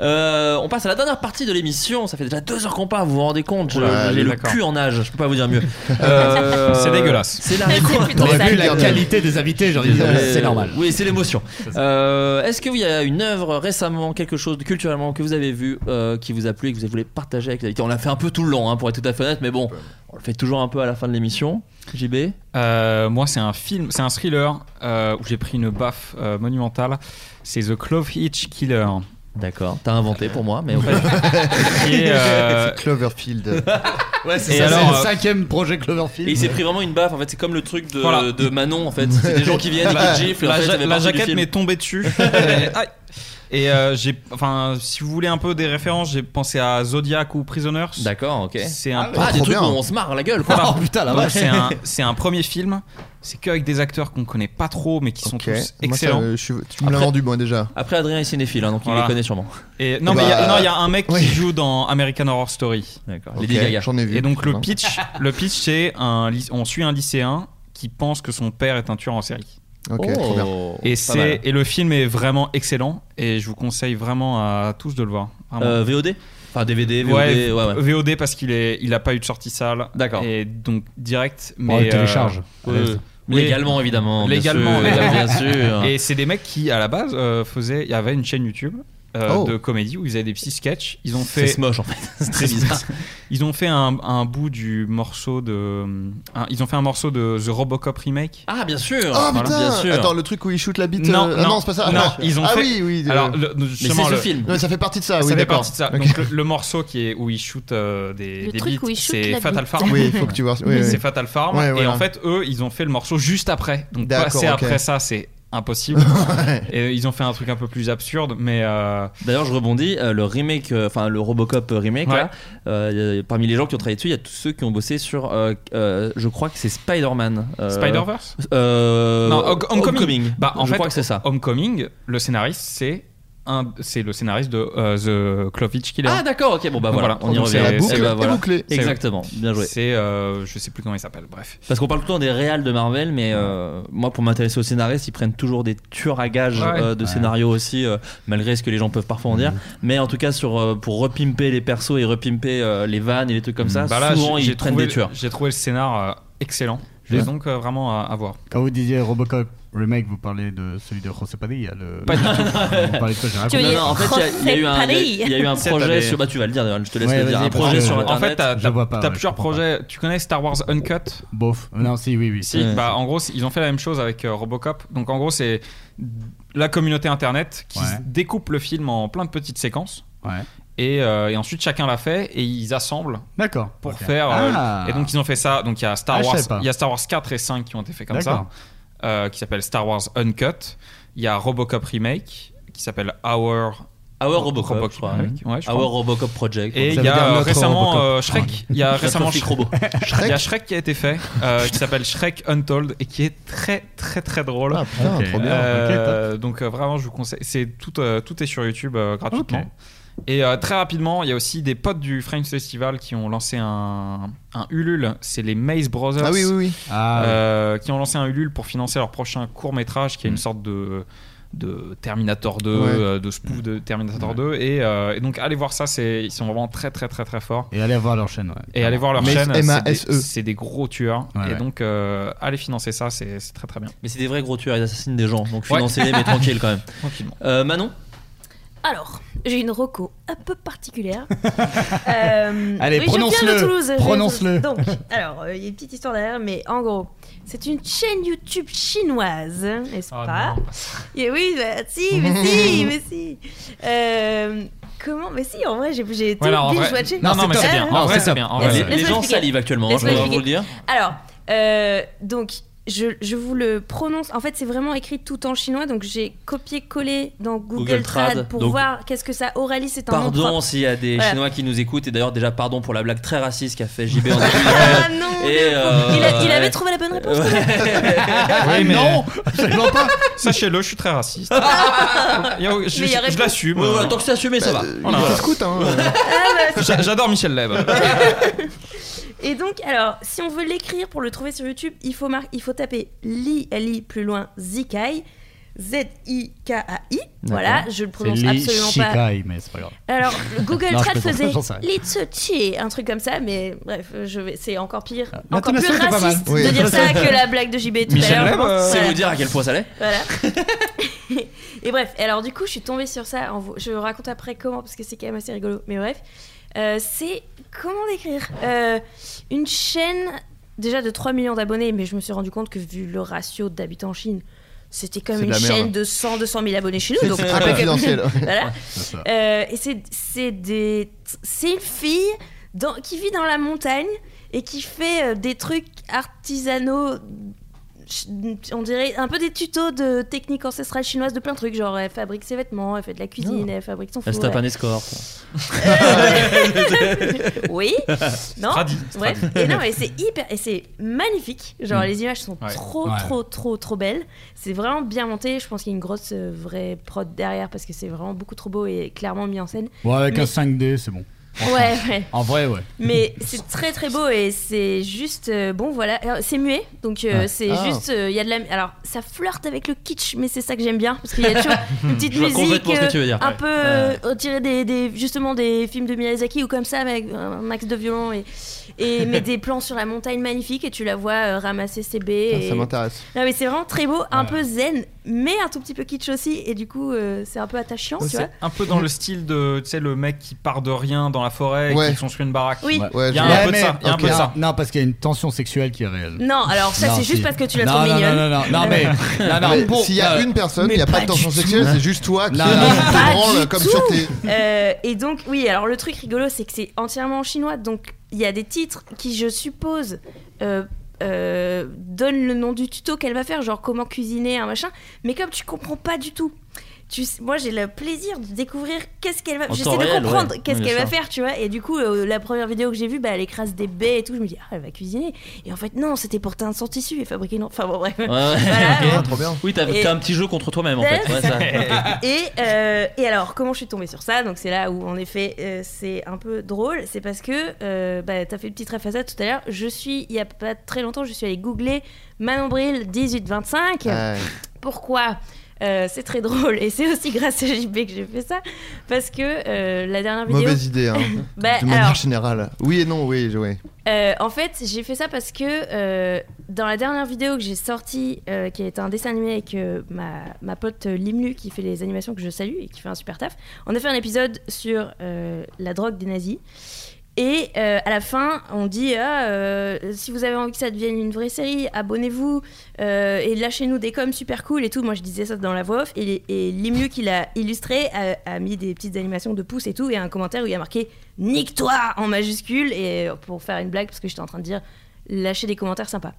Euh, on passe à la dernière partie de l'émission. Ça fait déjà deux heures qu'on part, vous vous rendez compte Je- Ouais, J'ai le d'accord. cul en âge, je peux pas vous dire mieux. Euh, C'est dégueulasse. C'est la C'est plutôt Mais ça. vu la qualité personnalité des invités, j'ai envie de dire, Euh, c'est normal. Oui, c'est l'émotion. Euh, Est-ce qu'il y a une œuvre récemment, quelque chose de culturellement que vous avez vu, euh, qui vous a plu et que vous voulez partager avec les invités On l'a fait un peu tout le long, hein, pour être tout à fait honnête, mais bon, on le fait toujours un peu à la fin de l'émission. JB Euh, moi, c'est un film, c'est un thriller euh, où j'ai pris une baffe euh, monumentale. C'est The Clove Hitch Killer. D'accord, t'as inventé pour moi, mais au fait. Et, euh, C'est Cloverfield. Ouais, c'est Et ça, alors, c'est le euh, Cinquième projet Cloverfield. Et il s'est pris vraiment une baffe, en fait, c'est comme le truc de, Voilà. de Manon, en fait. C'est des gens qui viennent et Bah, qui giflent. en La, fait, ça ja- fait la partie du jaquette film. m'est tombée <laughs> dessus. et aïe. Et, euh, j'ai, enfin, si vous voulez un peu des références, j'ai pensé à Zodiac ou Prisoners. D'accord, ok. C'est un Ah, des trucs où on se marre la gueule, quoi. Voilà. Oh, putain, la Donc, vache. C'est <laughs> un, c'est un premier film. C'est qu'avec des acteurs qu'on connaît pas trop, mais qui sont Ok. Moi, tous ça, excellents. euh, je suis- tu me l'as vendu, moi, déjà. Après, Adrien est cinéphile, hein, donc il les connaît sûrement. Eh Et, non, Bah, mais il y a- non, il y, a euh, un mec oui. qui joue dans American Horror Story. D'accord. Lady Ok, Gaga. j'en ai vu. Et donc, le Non. pitch, le pitch c'est un, lyc- on suit un lycéen qui pense que son père est un tueur en série. Ok, Oh, trop bien. Et, pas mal. c'est, et le film est vraiment excellent. Et je vous conseille vraiment à tous de le voir. Vraiment. Euh, VOD Enfin, DVD, VOD, ouais, Ouais, ouais. VOD parce qu'il est, il a pas eu de sortie sale. D'accord. Et donc direct, mais il télécharge. euh, Ouais. euh, Mais légalement, évidemment, bien Légalement, sûr, légalement. bien sûr. Et c'est des mecs qui à la base euh, faisaient, il y avait une chaîne YouTube. euh, Oh. de comédie où ils avaient des petits sketchs ils ont C'est fait moche, en fait. <laughs> C'est très bizarre. <laughs> ils ont fait un, un bout du morceau de un- ils ont fait un morceau de The Robocop remake Ah, bien sûr Ah Voilà. putain Bien sûr. Attends, le truc où ils shootent la bite. Non, euh, ah non, c'est pas ça. non, Ah, ils ont ah fait- oui, oui. de- Alors, le- le- justement, le- Non, mais ça fait partie de ça, ça oui, fait d'accord. partie de ça. Ok. Donc, le, le morceau qui est où ils shootent euh, des, Le des truc où beats, ils shootent la c'est Fatal bite. Farm. Oui, faut que tu vois- oui, oui. c'est Fatal Farm. Ouais, Et voilà. en fait, eux, ils ont fait le morceau juste après. Donc D'accord, passer ok. après ça, c'est <laughs> impossible. Et ils ont fait un truc un peu plus absurde, mais euh, D'ailleurs, je rebondis, euh, le remake, euh, enfin le Robocop remake, là, euh, y a- parmi les gens qui ont travaillé dessus, il y a tous ceux qui ont bossé sur, euh, euh, je crois que c'est Spider-Man. euh, Spider-Verse euh, non, Hom- Homecoming. Bah, en je fait, crois que c'est ça. Homecoming, le scénariste, c'est un, c'est le scénariste de euh, The Clovitch Killer. Ah, d'accord, ok, bon, bah, Donc, voilà, on y Donc, revient. c'est- La boucle c'est- est bah, voilà. bouclée. C'est- Exactement, bien joué. C'est, euh, je sais plus comment il s'appelle, bref. Parce qu'on parle tout le temps des réals de Marvel, mais euh, moi, pour m'intéresser aux scénaristes, ils prennent toujours des tueurs à gages Ouais. euh, de Ouais. Mhm. scénarios aussi, euh, malgré ce que les gens peuvent parfois en dire. Mais en tout cas, sur, euh, pour repimper les persos et repimper euh, les vannes et les trucs comme ça, Bah là, souvent j'ai- j'ai ils prennent trouvé- des tueurs. J'ai trouvé le scénar euh, excellent. Ouais. J'ai donc euh, vraiment à, à voir. Quand vous disiez Robocop remake, vous parlez de celui de José Padilla. Le... Pas du tout. <laughs> Vous parlez de quoi, j'ai raconté. Non, non, en fait, il y a- il y, a eu un- il y a- il y a eu <laughs> un C'est projet pas des- sur. Bah, tu vas le dire, d'ailleurs, je te laisse Ouais, le dire. vas-y, Un projet parle. sur En Internet. fait, t'as Je vois pas, t'as- t'as ouais, plusieurs je comprends projets. Tu connais Star Wars Uncut Bof. Non, si, oui, oui. Si, bah, en gros, ils ont fait la même chose avec euh, Robocop. Donc, en gros, c'est la communauté internet qui Ouais. se découpe le film en plein de petites séquences. Ouais. Et, euh, et ensuite, chacun l'a fait et ils assemblent D'accord. pour Ok. faire. euh, Ah. Et donc, ils ont fait ça. Donc, il y a Star Ah, je Wars, savais pas. il y a Star Wars 4 et 5 qui ont été faits comme D'accord. ça, euh, qui s'appelle Star Wars Uncut. Il y a Robocop Remake qui s'appelle Our. Our Robocop, je crois. Remake. Ouais, je Our crois. Robocop Project. Et il Ça veut y dire a euh, notre récemment Robocop. euh, Shrek. Il y a Notre récemment flic robot. Il y a Shrek qui a été fait, euh, qui s'appelle Shrek Untold et qui est très très très drôle. Ah, putain, Ok. trop bien. Euh, donc euh, vraiment, je vous conseille. C'est tout, euh, tout est sur YouTube euh, gratuitement. Et euh, très rapidement, il y a aussi des potes du Frames Festival qui ont lancé un, un Ulule. C'est les Maze Brothers. Ah oui, oui, oui. Ah, Euh, Qui ont lancé un Ulule pour financer leur prochain court métrage, qui est une sorte de de Terminator 2, Ouais. euh, de spoof de Terminator 2 et, euh, et donc allez voir ça, c'est ils sont vraiment très très très très forts. Et allez voir leur chaîne. ouais. Et allez voir leur Mais- chaîne, c'est des, E. M.A.S.E.. c'est des gros tueurs. Ouais, et <laughs> ouais. donc, euh, allez financer ça, c'est c'est très très bien. Mais c'est des vrais gros tueurs, ils assassinent des gens. Donc Ouais. financez-les, mais tranquille quand même. <laughs> Tranquillement. Euh, Manon Alors, j'ai une roco un peu particulière. <laughs> Euh, Allez, je viens de prononce-le. Toulouse, je- Prononce-le. Donc, alors, euh, il y a une petite histoire derrière, mais en gros, c'est une chaîne YouTube chinoise, n'est-ce Ah pas Et oui, bah, si, mais <laughs> si, mais si. Euh, comment Mais si, en vrai, j'ai j'ai tout alors, en binge vrai- watché. non, non, mais c'est bien, en Ah, vrai, ah, c'est bien, en laisse- vrai. laisse-moi Les gens expliquer. salivent actuellement, hein, Laisse-moi je dois vous expliquer. le dire. Alors, euh, donc, je, je vous le prononce. En fait, c'est vraiment écrit tout en chinois, donc j'ai copié-collé dans Google, Google Trad, Trad, pour donc- voir qu'est-ce que ça. Oralis, c'est un nom Pardon propre. s'il y a des Voilà. Chinois qui nous écoutent et d'ailleurs déjà pardon pour la blague très raciste qu'a <laughs> fait JB en début. Ah non Et, euh, il, a- il avait ouais. trouvé la bonne réponse. Ouais. quand même. Ah, Oui, mais- Non, absolument pas. Sachez-le, je suis très <laughs> raciste. Il y a- je Mais il y a je- je réponse. l'assume. <laughs> Ouais, voilà, tant que c'est assumé, ça va. Voilà. Il est hein. J'a- J'adore Michel Leb. Et donc, alors, si on veut l'écrire pour le trouver sur YouTube, il faut, mar- il faut taper Li, Li plus loin, Zikai. Z-I-K-A-I. Voilà, je le prononce C'est Lee absolument pas. Shikai, mais c'est pas grave. Alors, le Google <laughs> Non, je Trad plaisante, faisait j'en sais rien. Litsuchi, un truc comme ça, mais bref, je vais- c'est encore pire, encore plus L'intonation était pas mal. raciste Oui. de dire ça que la blague de JB tout à Michel l'heure. Leb, euh, c'est Voilà. vous dire à quel point ça l'est. Voilà. et bref, alors du coup, je suis tombée sur ça. en vo- Je vous raconte après comment, parce que c'est quand même assez rigolo. Mais bref, Euh, c'est. Comment décrire Euh, Une chaîne déjà de 3 millions d'abonnés, mais je me suis rendu compte que vu le ratio d'habitants en Chine, c'était quand même C'est une de la merde. chaîne de 100, 200 000 abonnés chez nous. C'est Donc, très c'est pas confidentiel, comme- ouais. voilà. C'est ça. Euh, et c'est- c'est des. C'est une fille dans- qui vit dans la montagne et qui fait euh, des trucs artisanaux on dirait un peu des tutos de techniques ancestrales chinoises de plein de trucs genre elle fabrique ses vêtements elle fait de la cuisine elle fabrique son four Elle se tape elle- un escorte. Euh, <laughs> oui non Stradi, bref stradi. et non mais c'est hyper et c'est magnifique genre Mm. les images sont Ouais. trop Ouais. trop trop trop belles c'est vraiment bien monté je pense qu'il y a une grosse euh, vraie prod derrière parce que c'est vraiment beaucoup trop beau et clairement mis en scène Bon, avec Mais- un 5D, c'est bon. ouais ouais En vrai, ouais. mais c'est très très beau et c'est juste euh, bon voilà Alors, c'est muet donc euh, Ouais. c'est Ah. juste euh, il y a de la alors ça flirte avec le kitsch mais c'est ça que j'aime bien parce qu'il y a toujours une petite Je vois musique complètement ce que tu veux dire. un Ouais. peu euh, tirée des, des- justement des films de Miyazaki ou comme ça avec un max de violon et, et <laughs> mais des plans sur la montagne magnifiques et tu la vois euh, ramasser ses baies Ça, et- ça m'intéresse. non mais c'est vraiment très beau un Ouais. peu zen mais un tout petit peu kitsch aussi et du coup euh, c'est un peu attachant tu vois C'est un peu dans le style de, tu sais, le mec qui part de rien dans la forêt et Ouais. qui construit une baraque. Oui. Il y a un peu de mais- ça. Il y a un peu de ok. ça. Non, parce qu'il y a une tension sexuelle qui est réelle. Non, alors ça, Non, c'est juste si. parce que tu la Non, trouves non, mignonne. Non, non, non, non, <laughs> mais. non, non, Mais pour- S'il y a euh, une personne, il n'y a mais pas de tension du sexuelle, tout. c'est juste toi qui Non, non, non. te Pas branle du comme sur tes. Euh, et donc, oui, alors le truc rigolo, c'est que c'est entièrement en chinois. Donc, il y a des titres qui, je suppose, euh, euh, donnent le nom du tuto qu'elle va faire, genre comment cuisiner, un machin. Mais comme tu comprends pas du tout. Tu, sais- moi j'ai le plaisir de découvrir qu'est-ce qu'elle va En j'essaie temps de réel, comprendre ouais. qu'est-ce Oui, bien qu'elle va sûr. faire tu vois et du coup euh, la première vidéo que j'ai vue bah elle écrase des baies et tout je me dis ah elle va cuisiner et en fait non c'était pour teindre son tissu et fabriquer une enfin bon bref Ouais, Voilà, ouais, bon. <laughs> ok. Oui, t'as Et- t'as un petit jeu contre toi-même en fait. Ouais, <laughs> ça, ok. et, euh, et alors, comment je suis tombée sur ça Donc, c'est là où, en effet, euh, c'est un peu drôle. C'est parce que euh, bah, t'as fait une petite référence à ça tout à l'heure. Je suis, il y a pas très longtemps, je suis allée googler Manon Bril 1825. Ouais. Pourquoi Euh, c'est très drôle et c'est aussi grâce à JB que j'ai fait ça parce que euh, la dernière vidéo Mauvaise idée, hein. Bah, de manière alors, générale. Oui et non, oui, je- oui. euh, en fait, j'ai fait ça parce que euh, dans la dernière vidéo que j'ai sortie, euh, qui est un dessin animé avec euh, ma, ma pote euh, Limlu, qui fait les animations que je salue et qui fait un super taf, on a fait un épisode sur euh, la drogue des nazis. Et euh, à la fin, on dit ah, euh, si vous avez envie que ça devienne une vraie série, abonnez-vous euh, et lâchez-nous des coms super cool et tout. Moi, je disais ça dans la voix off. Et, et Limlu, qui l'a illustré, a, a mis des petites animations de pouces et tout. Et un commentaire où il y a marqué Nique-toi en majuscule. Et euh, pour faire une blague, parce que j'étais en train de dire lâchez des commentaires sympas.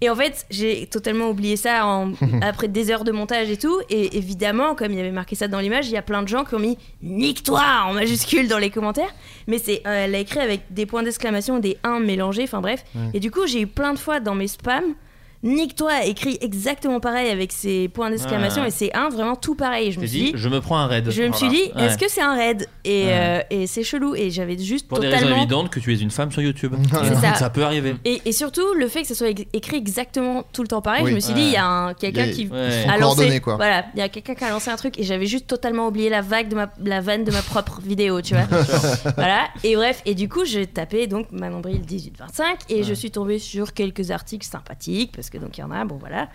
Et en fait, j'ai totalement oublié ça en- après des heures de montage et tout. Et évidemment, comme il y avait marqué ça dans l'image, il y a plein de gens qui ont mis Nique-toi en majuscule dans les commentaires. Mais c'est, euh, elle a écrit avec des points d'exclamation, des 1 mélangés, enfin bref. Ouais. Et du coup, j'ai eu plein de fois dans mes spams. Nique-toi écrit exactement pareil avec ses points d'exclamation Ah. et ses 1 vraiment tout pareil. Je me T'es suis dit, dit, je me prends un raid. je me suis dit, Ouais. est-ce que c'est un raid Et, Ouais. euh, et c'est chelou. Et j'avais juste Pour des raisons totalement évidentes que tu es une femme sur YouTube. C'est ça. ça peut arriver. et, et surtout, le fait que ça soit ex- écrit exactement tout le temps pareil, Oui. je me suis Ouais. dit, il y a un- quelqu'un Il y a- qui ouais. a Ils sont lancé. coordonnés, quoi. Voilà, il y a quelqu'un qui a lancé un truc et j'avais juste totalement oublié la vague de ma, la vanne de ma propre vidéo, tu vois. voilà, et bref, et du coup, j'ai tapé donc Manon Bril 1825 et je suis tombée sur quelques articles sympathiques parce que donc il y en a, bon voilà.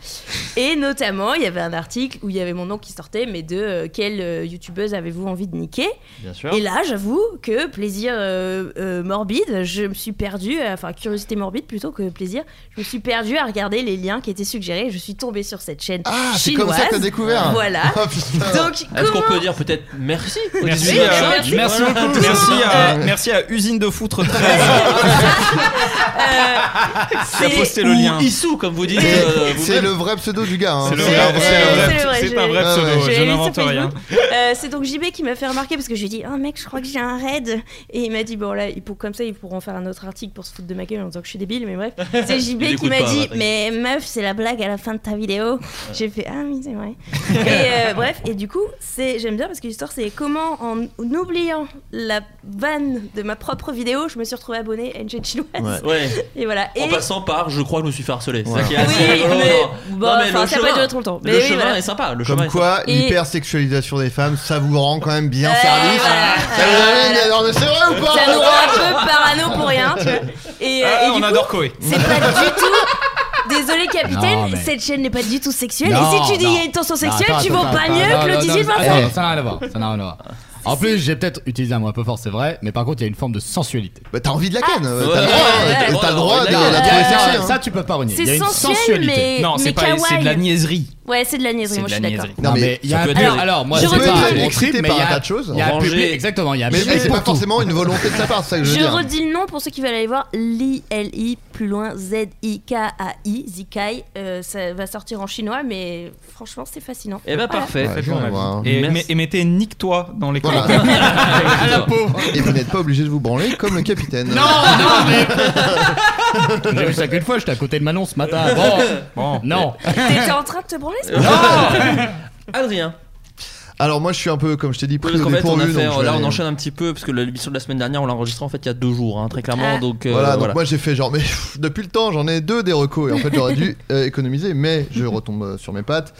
Et notamment, il y avait un article où il y avait mon nom qui sortait, mais de euh, quelle euh, youtubeuse avez-vous envie de niquer Bien sûr. et là, j'avoue que plaisir euh, euh, morbide, je me suis perdue, euh, enfin curiosité morbide plutôt que plaisir, je me suis perdue à regarder les liens qui étaient suggérés. Je suis tombée sur cette chaîne Ah, c'est chinoise. comme ça que t'as découvert. Voilà. <laughs> Oh, putain. Donc, Est-ce qu'on comment- peut dire peut-être merci aux Merci, éditeurs euh, Merci. merci, Voilà. beaucoup. merci, à, merci à Usine de Foutre <laughs> 13 qui a C'est- posté le ou lien. Issou, comme vous dites. C'est- euh, vous-même. C'est le vrai pseudo du gars. hein. C'est le vrai- euh, c'est le vrai- c'est j'ai- un vrai j'ai- pseudo, j'ai je lu sur n'invente rien. Facebook. Euh, c'est donc JB qui m'a fait remarquer parce que je lui ai dit Oh mec, je crois que j'ai un raid. Et il m'a dit Bon, là, ils pour, comme ça, ils pourront faire un autre article pour se foutre de ma gueule en disant que je suis débile, mais bref. C'est Ils JB qui écoutent m'a pas, dit Patrick. Mais meuf, c'est la blague à la fin de ta vidéo. J'ai fait Ah oui, c'est vrai. et euh, bref, et du coup, c'est, j'aime bien parce que l'histoire, c'est comment, en oubliant la vanne de ma propre vidéo, je me suis retrouvée abonnée à une chaîne chinoise. Ouais. <laughs> Et voilà. En Et- passant par, je crois que je me suis fait harceler. C'est ça qui est Oui, assez rigolo. mais Non, bon, non, mais enfin, le ça a pas chemin- duré trop longtemps. Mais le oui, chemin voilà. est sympa. Le chemin Comme est quoi, Et- l'hypersexualisation des femmes, ça vous rend quand même bien service. Ça vous donne une énorme- C'est vrai ou pas Ça nous rend un peu parano pour rien, tu vois. Et, Ah, euh, et du coup, Koé. c'est pas du tout. Désolé, capitaine, Non, mais- cette chaîne n'est pas du tout sexuelle. Non, et si tu dis non. il y a une tension Non, sexuelle, attends, tu attends, vaux pas attends, mieux attends, que le attends, 18 attends, Vincent. eh, Ça n'a rien à voir. Ça n'a rien à voir. En plus, j'ai peut-être utilisé un mot un peu fort, c'est vrai, mais par contre, il y a une forme de sensualité. Bah, t'as envie de la canne. Ouais, t'as le droit, t'as- ouais, ouais, t'as le ouais, droit ouais, de la ouais, trouver ouais, sexy, hein. Ça, tu peux pas renier. Ah, C'est Il y a une sensuel, sensualité. mais- Non, c'est mais pas- kawaii. c'est de la niaiserie. Ouais, c'est de la niaiserie, C'est moi de je la suis d'accord. niaiserie. Non, mais mais il y a ça un peut public- être- Alors, moi, ça c'est peut pas être un excité trip, mais par il y a- un tas de choses. Il y a un Ranger- public, exactement. Il y a un Mais public c'est pas pour tout. forcément une volonté de sa part, c'est ça que je veux Je dire. redis le nom pour ceux qui veulent aller voir L-I-L-I, plus loin Z-I-K-A-I, Zikai. Euh, ça va sortir en chinois, mais franchement, c'est fascinant. Eh ben Voilà. parfait. Ouais, je vais en avoir un. Et, Merci. mais- et mettez nique-toi dans les Voilà. commentaires. Et vous n'êtes pas obligé de vous branler comme le capitaine. Non, non, mais. J'ai vu ça qu'une fois, j'étais à côté de Manon ce matin. Bon, non. T'étais en train de te branler <laughs> ce Adrien. Alors moi je suis un peu comme je t'ai dit pris Parce au qu'en fait, on dépourvu, a donc fait, je vais là, on aller- enchaîne un petit peu parce que l'émission de la semaine dernière, on l'a enregistrée en fait il y a deux jours, hein, très clairement. Donc euh, voilà, donc moi j'ai fait genre mais pff, depuis le temps j'en ai deux des recos et en fait j'aurais <laughs> dû euh, économiser mais je retombe euh, sur mes pattes.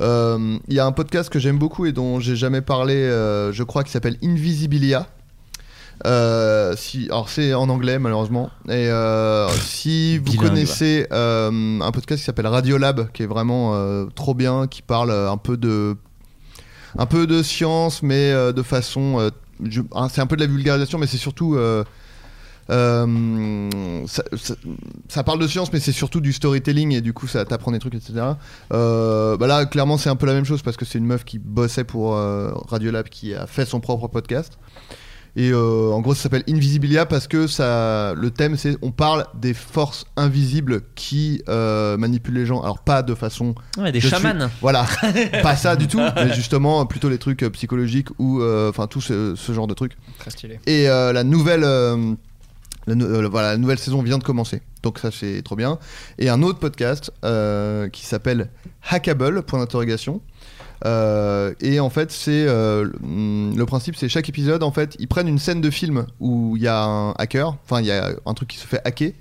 Euh, Il y a un podcast que j'aime beaucoup et dont j'ai jamais parlé, euh, je crois, qui s'appelle Invisibilia. Euh, si, alors c'est en anglais malheureusement. Et euh, si vous Bilingue, connaissez euh, un podcast qui s'appelle Radiolab, qui est vraiment euh, trop bien, qui parle euh, un peu de un peu de science, mais euh, de façon. euh, je- ah, c'est un peu de la vulgarisation, mais c'est surtout. euh, euh, ça, ça- ça parle de science, mais c'est surtout du storytelling et du coup ça t'apprend des trucs, etc. Euh, bah là, clairement, c'est un peu la même chose parce que c'est une meuf qui bossait pour euh, Radiolab qui a fait son propre podcast. Et euh, en gros, ça s'appelle Invisibilia parce que ça, le thème, c'est on parle des forces invisibles qui euh, manipulent les gens. Alors pas de façon Ah Ouais, des je suis- chamans. voilà, <laughs> pas ça du tout, mais justement plutôt les trucs euh, psychologiques ou euh, enfin tout ce, ce genre de trucs. Très stylé. Et euh, la nouvelle. euh, la, nou- euh, voilà, la nouvelle saison vient de commencer, donc ça c'est trop bien. Et un autre podcast euh, qui s'appelle Hackable point d'interrogation. Euh, et en fait, c'est euh, le- mm, le principe, c'est chaque épisode en fait, ils prennent une scène de film où il y a un hacker, enfin il y a un truc qui se fait hacker,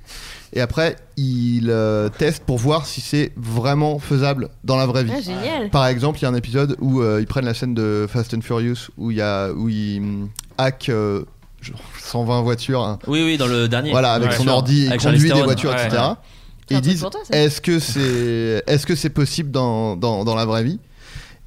et après ils euh, testent pour voir si c'est vraiment faisable dans la vraie vie. Ah, génial. Par exemple, il y a un épisode où euh, ils prennent la scène de Fast and Furious où il y a où ils mm, hackent euh, genre 120 voitures. hein. Oui, oui, dans le dernier. Voilà, avec Ouais, son sûr. ordi, il Avec Charlize conduit des Theron. voitures, Ouais. etc. Et un ils truc disent pour toi, ça. est-ce que c'est est-ce que c'est possible dans, dans, dans la vraie vie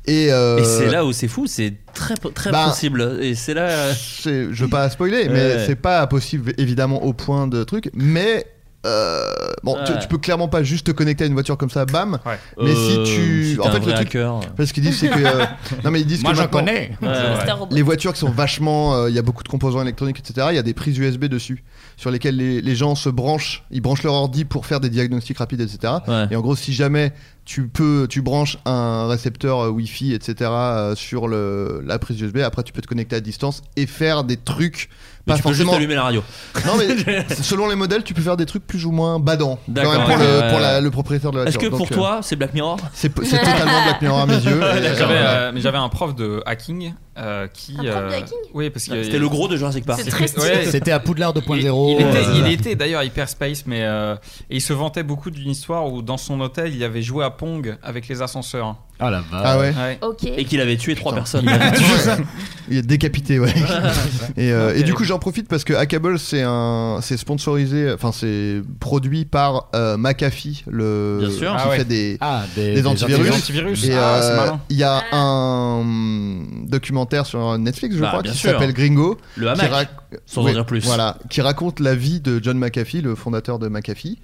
Et, euh, Et c'est là où c'est fou, c'est très très Bah, possible. Et c'est là. euh, c'est- je veux pas spoiler, mais Ouais. c'est pas possible évidemment au point de truc, mais euh, bon, tu, Ouais. tu peux clairement pas juste te connecter à une voiture comme ça, bam. Mais Euh, si tu, si t'es en un fait, vrai le truc, hacker. parce qu'ils disent c'est que <laughs> euh, non mais ils disent Moi, que j'en maintenant, connais. Ouais, ouais. les voitures qui sont vachement, euh, il y a beaucoup de composants électroniques, etc. Il y a des prises USB dessus sur lesquelles les, les gens se branchent, ils branchent leur ordi pour faire des diagnostics rapides, etc. Et en gros, si jamais tu peux, tu branches un récepteur euh, Wi-Fi, etc. euh, sur le, la prise USB, après tu peux te connecter à distance et faire des <laughs> trucs. Mais pas tu peux forcément juste allumer la radio. non <laughs> mais selon les modèles, tu peux faire des trucs plus ou moins badants. D'accord, Quand même, pour, ouais, le, ouais, pour la- ouais. le propriétaire de la Est-ce voiture. que Donc, pour euh, toi, c'est Black Mirror c'est c'est totalement Black Mirror à mes <laughs> yeux. Et, euh, J'avais, voilà. euh, mais j'avais un prof de hacking euh, qui. Un prof de euh, hacking Oui, parce que C'était le gros de Jurassic Park. C'est très stylé. C'était à Poudlard 2.0. Il était, euh, il était d'ailleurs Hyperspace, mais euh, et il se vantait beaucoup d'une histoire où dans son hôtel il avait joué à Pong avec les ascenseurs. Ah la vache. Ah ouais. Ok. Et qu'il avait tué trois personnes. Il <laughs> avait tué ça. Il est décapité, ouais. et, euh, Ok. et du coup, j'en profite parce que Hackable, c'est un, c'est sponsorisé, enfin c'est produit par euh, McAfee, le Bien sûr. qui Ah ouais. fait des, Ah, des- des antivirus. antivirus. Et, Ah, c'est euh, malin. il y a un documentaire sur Netflix, je Bah, crois, bien qui sûr. s'appelle Gringo, Le hamac, qui rac- sans en dire plus. Voilà, qui raconte la vie de John McAfee, le fondateur de McAfee.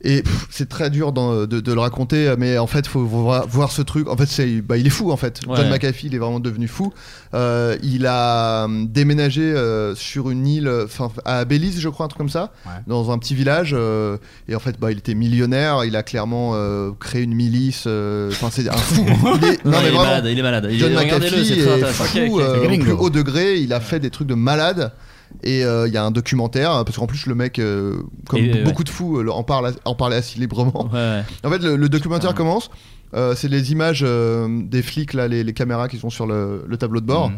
Et pff, c'est très dur d'en- de, de le raconter, mais en fait, faut voir, voir ce truc. En fait, c'est, bah, il est fou, en fait. Ouais. John McAfee, il est vraiment devenu fou. Euh, il a hum, déménagé euh, sur une île, enfin, à Belize, je crois, un truc comme ça, dans un petit village. euh, et en fait, bah, il était millionnaire. Il a clairement euh, créé une milice. euh, Enfin, c'est un <laughs> fou. Il est- Non, non, il mais est vraiment. malade, il est malade. Il John est- regardez-le, c'est McAfee très est intéressant. fou, Ok, ok. euh, au Gringo. plus haut degré. Il a fait des trucs de malade. Et euh, il y a un documentaire, parce qu'en plus le mec, euh, comme Et, ouais. beaucoup de fous, euh, en, parle, en parlait assez librement. En fait, le, le Ah. documentaire commence, Mm. euh, c'est les images euh, des flics, là, les, les caméras qui sont sur le, le tableau de bord.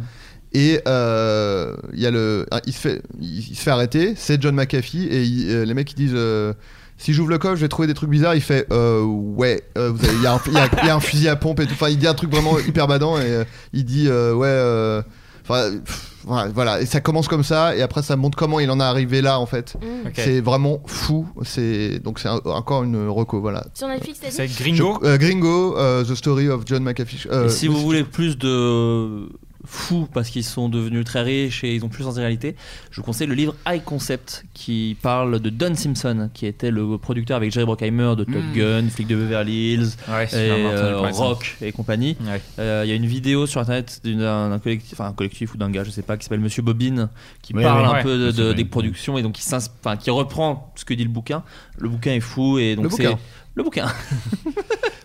Et euh, il y a le, ah, il, se fait, il, il se fait arrêter, c'est John McAfee, et il- euh, les mecs ils disent euh, Si j'ouvre le coffre, je vais trouver des trucs bizarres. Il fait Euh, Ouais, euh, vous avez- il y, a un- il y a- il y a un fusil à pompe et tout. Enfin, il dit un truc vraiment hyper badant et euh, il dit euh, Ouais, euh, enfin, pff, voilà, voilà. Et ça commence comme ça, et après ça montre comment il en est arrivé là en fait. Mm. Ok. C'est vraiment fou. C'est donc c'est un- encore une reco, voilà. Sur Netflix, t'as dit Je- euh, Gringo, euh, The Story of John McAfee. euh, Et si vous voulez plus de fous parce qu'ils sont devenus très riches et ils ont plus de réalité, je vous conseille le livre High Concept qui parle de Don Simpson qui était le producteur avec Jerry Bruckheimer de Top Hmm. Mm. Gun, Flic de Beverly Hills, Ouais, et, c'est un mortel, euh, par exemple. Rock et compagnie. Euh, Il y a une vidéo sur internet d'une- d'un d'un collectif, enfin un collectif ou d'un gars, je sais pas, qui s'appelle Monsieur Bobine qui Ouais, parle ouais, un ouais. peu de- Monsieur de- des Bobine. productions et donc qui, s'ins- enfin, qui reprend ce que dit le bouquin. Le bouquin est fou et donc Le c'est bouquin. le bouquin.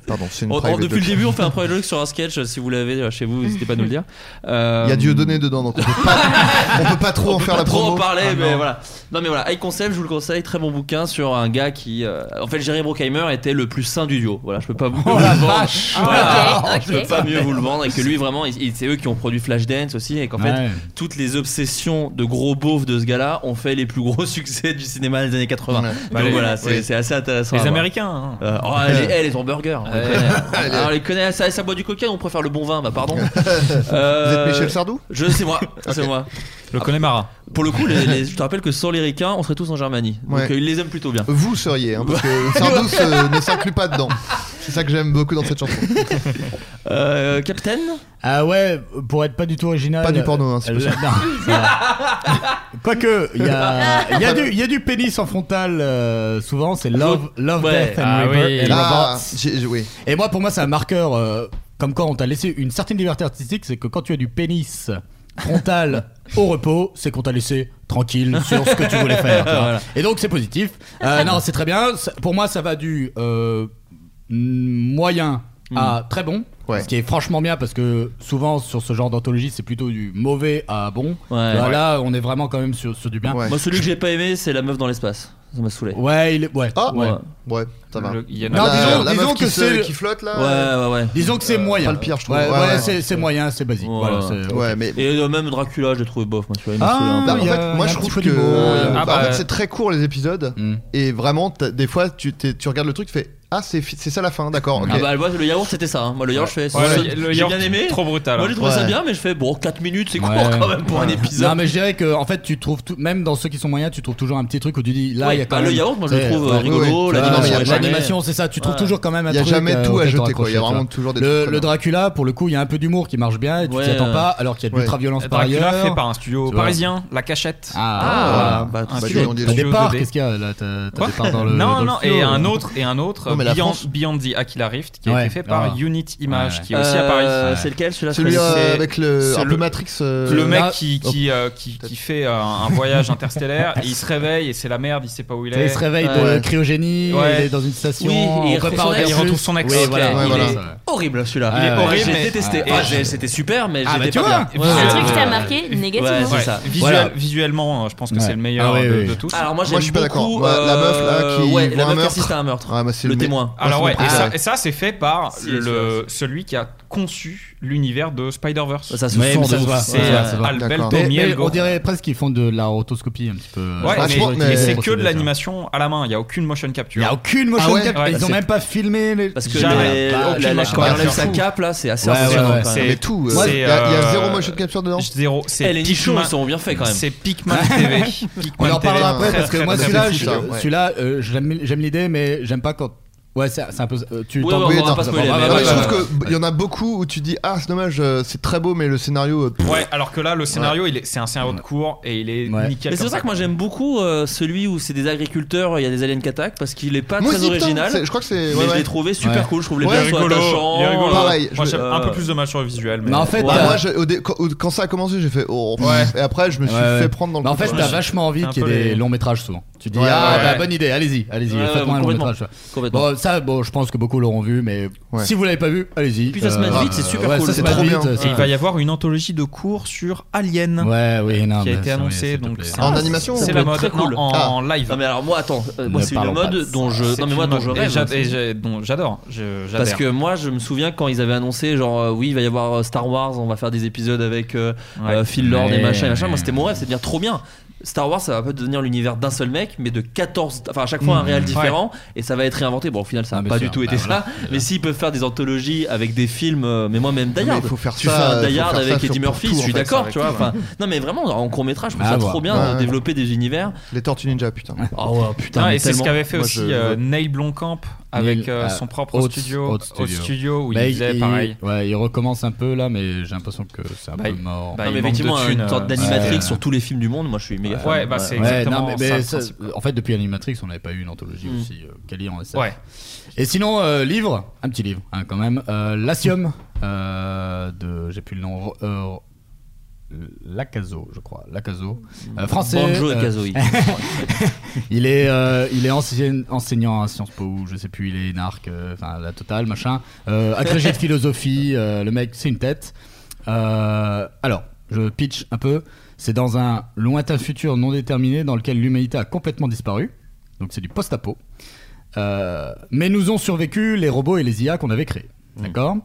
Pardon, c'est une On- on- private depuis le joke. début, <laughs> on fait un private joke sur un sketch. Si vous l'avez euh, chez vous, n'hésitez pas à nous le dire. Euh, Il y a Dieudonné dedans, donc on peut pas, on peut pas trop en peut faire pas la trop promo. en parler, Ah, mais non. voilà. Non, mais voilà, High Concept, je vous le conseille, très bon bouquin sur un gars qui. euh, en fait, Jerry Bruckheimer était le plus sain du duo. Voilà, je peux pas vous le vendre. vache Voilà, Ah, ok, Je peux ok. pas mieux vous le vendre. Et que lui, vraiment, il- il- c'est eux qui ont produit Flashdance aussi. Et qu'en Ouais. fait, toutes les obsessions de gros beaufs de ce gars-là ont fait les plus gros <laughs> succès du cinéma des années 80. Ouais. Donc Bah, les- voilà, c'est oui. c'est assez intéressant. Les à voir. Américains, hein. Euh, oh, elle, est- elle est en burger. On les <laughs> Ouais. connaît. Elle est- Ah, on les connaît, ça, ça boit du coca, on préfère le bon vin, bah <laughs> pardon. Vous euh, êtes Michel Sardou Je sais moi, <laughs> c'est Ok. moi. Le Connemara. Pour le coup, les- les- je te rappelle que sans les ricains, on serait tous en Germanie. Ouais. Donc euh, ils les aiment plutôt bien. Vous seriez, hein, parce <laughs> que Sardou se- ne s'inclut pas dedans. C'est ça que j'aime beaucoup dans cette chanson. Euh, Captain Ah ouais, pour être pas du tout original. Pas du porno, hein, c'est euh, possible. <laughs> non, ça va. Quoique, il y a, il y, a du- il y a du pénis en frontal euh, souvent, c'est Love, love Ouais. Death and, Ah Reaper- oui. and Ah, Robots. j'ai- j'ai- oui. Et moi, pour moi, c'est un marqueur. euh, comme quand on t'a laissé une certaine liberté artistique, c'est que quand tu as du pénis <laughs> frontal au repos, c'est qu'on t'a laissé tranquille sur ce que tu voulais faire. tu vois. Voilà. Et donc, c'est positif. Euh, non, c'est très bien. Ça- Pour moi, ça va du euh, moyen Hmm. à très bon. Ce qui est franchement bien parce que souvent sur ce genre d'anthologie c'est plutôt du mauvais à bon. Voilà, Ouais. Là on est vraiment quand même sur, sur du bien. Moi, celui que j'ai pas aimé, c'est la meuf dans l'espace. Ça m'a saoulé. Ouais, il est... ouais. Ah, ouais. Ouais, ça va. Le- il y en a- Non, La- disons, la meuf disons qui que se- c'est qui flotte, là, Ouais, ouais, ouais. Disons que c'est moyen. Euh, pas le pire, je trouve. Ouais, Ouais, ouais, ouais. c'est c'est moyen, c'est basique. Voilà, c'est- Ouais, mais- Et euh, même Dracula, je l'ai trouvé bof. Moi, tu vois, il m'a Ah, saoulé un peu. Bah, en il y a- fait, il y a moi un je petit trouve peu que d'humour, euh, il y a- bah, en Ah, fait, bah. c'est très court les épisodes hmm. et vraiment t'as- des fois tu, t'es- tu regardes le truc tu fais ah c'est fi- c'est ça la fin d'accord ok. Ah bah moi, le yaourt c'était ça, hein. moi le yaourt je fais Ouais, ça- le- le j'ai yaourt, bien aimé trop brutal, Moi hein. j'ai trouvé ça Ouais. bien mais je fais bon 4 minutes c'est court Ouais. quand même pour un Ouais. épisode. Non, mais je dirais que en fait, tu trouves tout- même dans ceux qui sont moyens, tu trouves toujours un petit truc où tu dis là, il Ouais, y a quand bah, même. le yaourt, moi, je le Ouais, trouve, euh, ouais, rigolo, ouais. l'animation, Ouais, il y a ouais, jamais- l'animation, c'est ça. Tu trouves Ouais. toujours quand même un Il y a truc, euh, jamais tout à auquel jeter, t'accroches, quoi. Il y a tu vois. vraiment toujours des trucs Le, très le bien. Dracula, pour le coup, il y a un peu d'humour qui marche bien. et Tu t'y Ouais. attends pas, alors qu'il y a de l'ultra-violence par Eh, Dracula ailleurs. fait par un studio Tu vois. parisien, La Cachette. Ah, Voilà. bah, Un bah, studio- on dit- un t'as studio des parts, 2D. qu'est-ce qu'il y a, là, t'as- t'as Quoi des parts dans le- dans Non, le non, studio, et un euh. autre, et un autre, Non, mais la Beyond, France- Beyond the Aquila Rift, qui a Ouais, été fait par ah. Unit Image, Ouais. qui est aussi à Paris. Euh, c'est lequel celui-là Celui, je connais. euh, C'est- avec le c'est un peu Matrix euh, Le mec là. qui, Oh. qui, euh, qui, qui fait euh, un <laughs> voyage interstellaire, et il se réveille et c'est la merde, il sait pas où il Tu vois, est. Il se réveille de Ouais. cryogénie, Ouais. il est dans une station. Oui, et on il peut retrouve pas son en ex. dire Il plus. retrouve son ex, Oui, ok. voilà. Ouais, Ouais, voilà. voilà. horrible celui-là. Il est Ouais, horrible, J'ai mais- détesté. Ah, Ah, je- j'ai- c'était super, mais Ah, bah, j'étais tu pas vois. bien. Un truc qui t'a marqué négativement. Ouais, c'est Ouais. ça. Visuel- Voilà. Visuellement, euh, je pense que Ouais. c'est le meilleur Ah, oui, de, oui. de tous. Alors, moi, moi je suis pas d'accord beaucoup, Ouais, la meuf euh, là qui ouais, voit la un meurtre. meurtre assiste à un meurtre. Ouais, moi, Ah, bah, c'est Le mec- témoin. moi, Ah, Alors c'est ouais, mon et ça, préféré. et ça, c'est fait par Si, si, le, celui qui a conçu l'univers de Spider-Verse. Ça se Ouais, sent, mais ça de se ouf. voit, C'est ouais, ça se voit. Alberto Mais- mais Mielgo. On dirait presque qu'ils font de la rotoscopie un petit peu. euh, Ouais, sur mais, les- mais sur les c'est que de procédés, ça. l'animation à la main, il n'y a aucune motion capture. Il n'y a aucune motion capture, ils ont même pas filmé les. Parce que Jamais. les- Pas- la- la- aucune quand motion elle enlève sa capture. cape là, c'est assez Ouais, impressionnant. ouais, ouais. quand même. Mais tout, Ouais. euh, il y, a- il euh, y a zéro motion capture dedans Zéro. C'est Eh, les nichons, Pikmin- ils sont bien faits quand même. C'est Pikmin TV. Pikmin On en TV, parlera après très, parce que très, moi très celui-là, bon je- film. Ouais. celui-là, euh, j'aime j'aime l'idée, mais j'aime pas quand. Ouais, c'est c'est un peu. euh, Tu Ouais, t'en- ouais, on va pas t'en- spoiler, ouais, mais ouais, Non, mais ouais, je ouais. trouve qu'il y en a beaucoup où tu dis ah c'est dommage euh, c'est très beau mais le scénario euh, pff, Ouais, alors que là, le scénario, il est- c'est un scénario de cours et il est nickel. Mais c'est comme pour ça que moi j'aime beaucoup euh, celui où c'est des agriculteurs, il y a des aliens qui attaquent parce qu'il est pas Moi très aussi, putain, original. c'est- je crois que c'est- Mais ouais, je ouais. l'ai trouvé super Ouais. cool, je trouve les Ouais, persos rigolo, attachants. Il est rigolo. Pareil, Moi, je- j'aime euh, un peu plus de mal sur le visuel. Mais, Mais en fait, Ouais. Bah, t'as- moi, je- au dé- quand, au- quand ça a commencé, j'ai fait oh, pff, et après je me suis Ouais, ouais. fait prendre dans le. Mais en fait, coup. t'as vachement envie Un qu'il y peu ait des les- longs métrages souvent. Tu dis Ouais, ah ouais, bah, ouais. bonne idée, allez-y, allez-y, Ouais, ouais, faites-moi un long complètement. métrage. Complètement. Bon ça bon je pense que beaucoup l'auront vu mais si vous l'avez pas vu, allez-y. Puis ça se Euh, passe vite, c'est super ouais, cool. ça se passe vite, Et euh, c'est- il va y avoir une anthologie de cours sur Alien. Ouais, <laughs> oui, non, qui a mais été c'est- oui, annoncée s'il te donc plaît. c'est- En c'est- animation C'est Ça la peut mode être très cool. non, en Ah. en live. Non, mais alors moi, attends, euh, moi, Ne c'est une parlons pas de mode ça. dont je. C'est Non, mais moi, une dont mode. je Et rêve. j'a- et j'ai- dont J'adore. je- Parce j'adhère. que moi, je me souviens quand ils avaient annoncé, genre, euh, oui, il va y avoir euh, Star Wars, on va faire des épisodes avec euh, Ouais. euh, Phil Lord et Ouais. machin, et machin. Moi, c'était mon rêve, c'est de dire trop bien. Star Wars, ça va pas devenir l'univers d'un seul mec, mais de 14. Enfin, à chaque fois, un Mmh. réel Ouais. différent, et ça va être réinventé. Bon, au final, Ah, ça n'a bien pas sûr. du tout Bah, été voilà. ça. Mais s'ils peuvent faire des anthologies avec des films, euh, mais moi, même Die Mais Hard. il faut faire tu ça, fais un Die faut Hard faire ça avec sur- Eddie pour Murphy, tout, je en suis fait, d'accord, ça, tu vois. avec- hein. enfin, Non, mais vraiment, en court métrage, je trouve Bah, Ah, ça à voir. trop bien Ouais, de ouais. développer des univers. Les Tortues Ninja, putain. Ah ouais, putain, Non, mais et c'est ce tellement. qu'avait fait Moi, aussi je- euh, Neil Blomkamp avec euh, Ah, son propre Haute- studio, Haute Haute studio où Bah, il faisait pareil. Ouais, il recommence un peu là mais j'ai l'impression que c'est un Bah, peu il- mort. bah, Non, mais il manque de effectivement, euh, thunes, une sorte euh, d'animatrix ouais. sur tous les films du monde, moi je suis méga fan. Ouais, bah, c'est Ouais, exactement non, mais- mais ça, le ça- principe, en fait, depuis Animatrix, on n'avait pas eu une anthologie Mm. aussi euh, quali en SF. Ouais. Et sinon, euh, livre, un petit livre hein, quand même. Euh, L'Asium euh, de, j'ai plus le nom, euh, Lacazo, je crois. Lacazo. Euh, français. Banjo et euh, <laughs> Kazooie. il est, euh, il est ancien- enseignant à Sciences Po, je sais plus, il est narc, euh, enfin la totale, machin. Euh, agrégé de philosophie, euh, le mec, c'est une tête. Euh, alors, je pitch un peu. C'est dans un lointain futur non déterminé dans lequel l'humanité a complètement disparu. Donc c'est du post-apo. Euh, mais nous ont survécu les robots et les IA qu'on avait créés. D'accord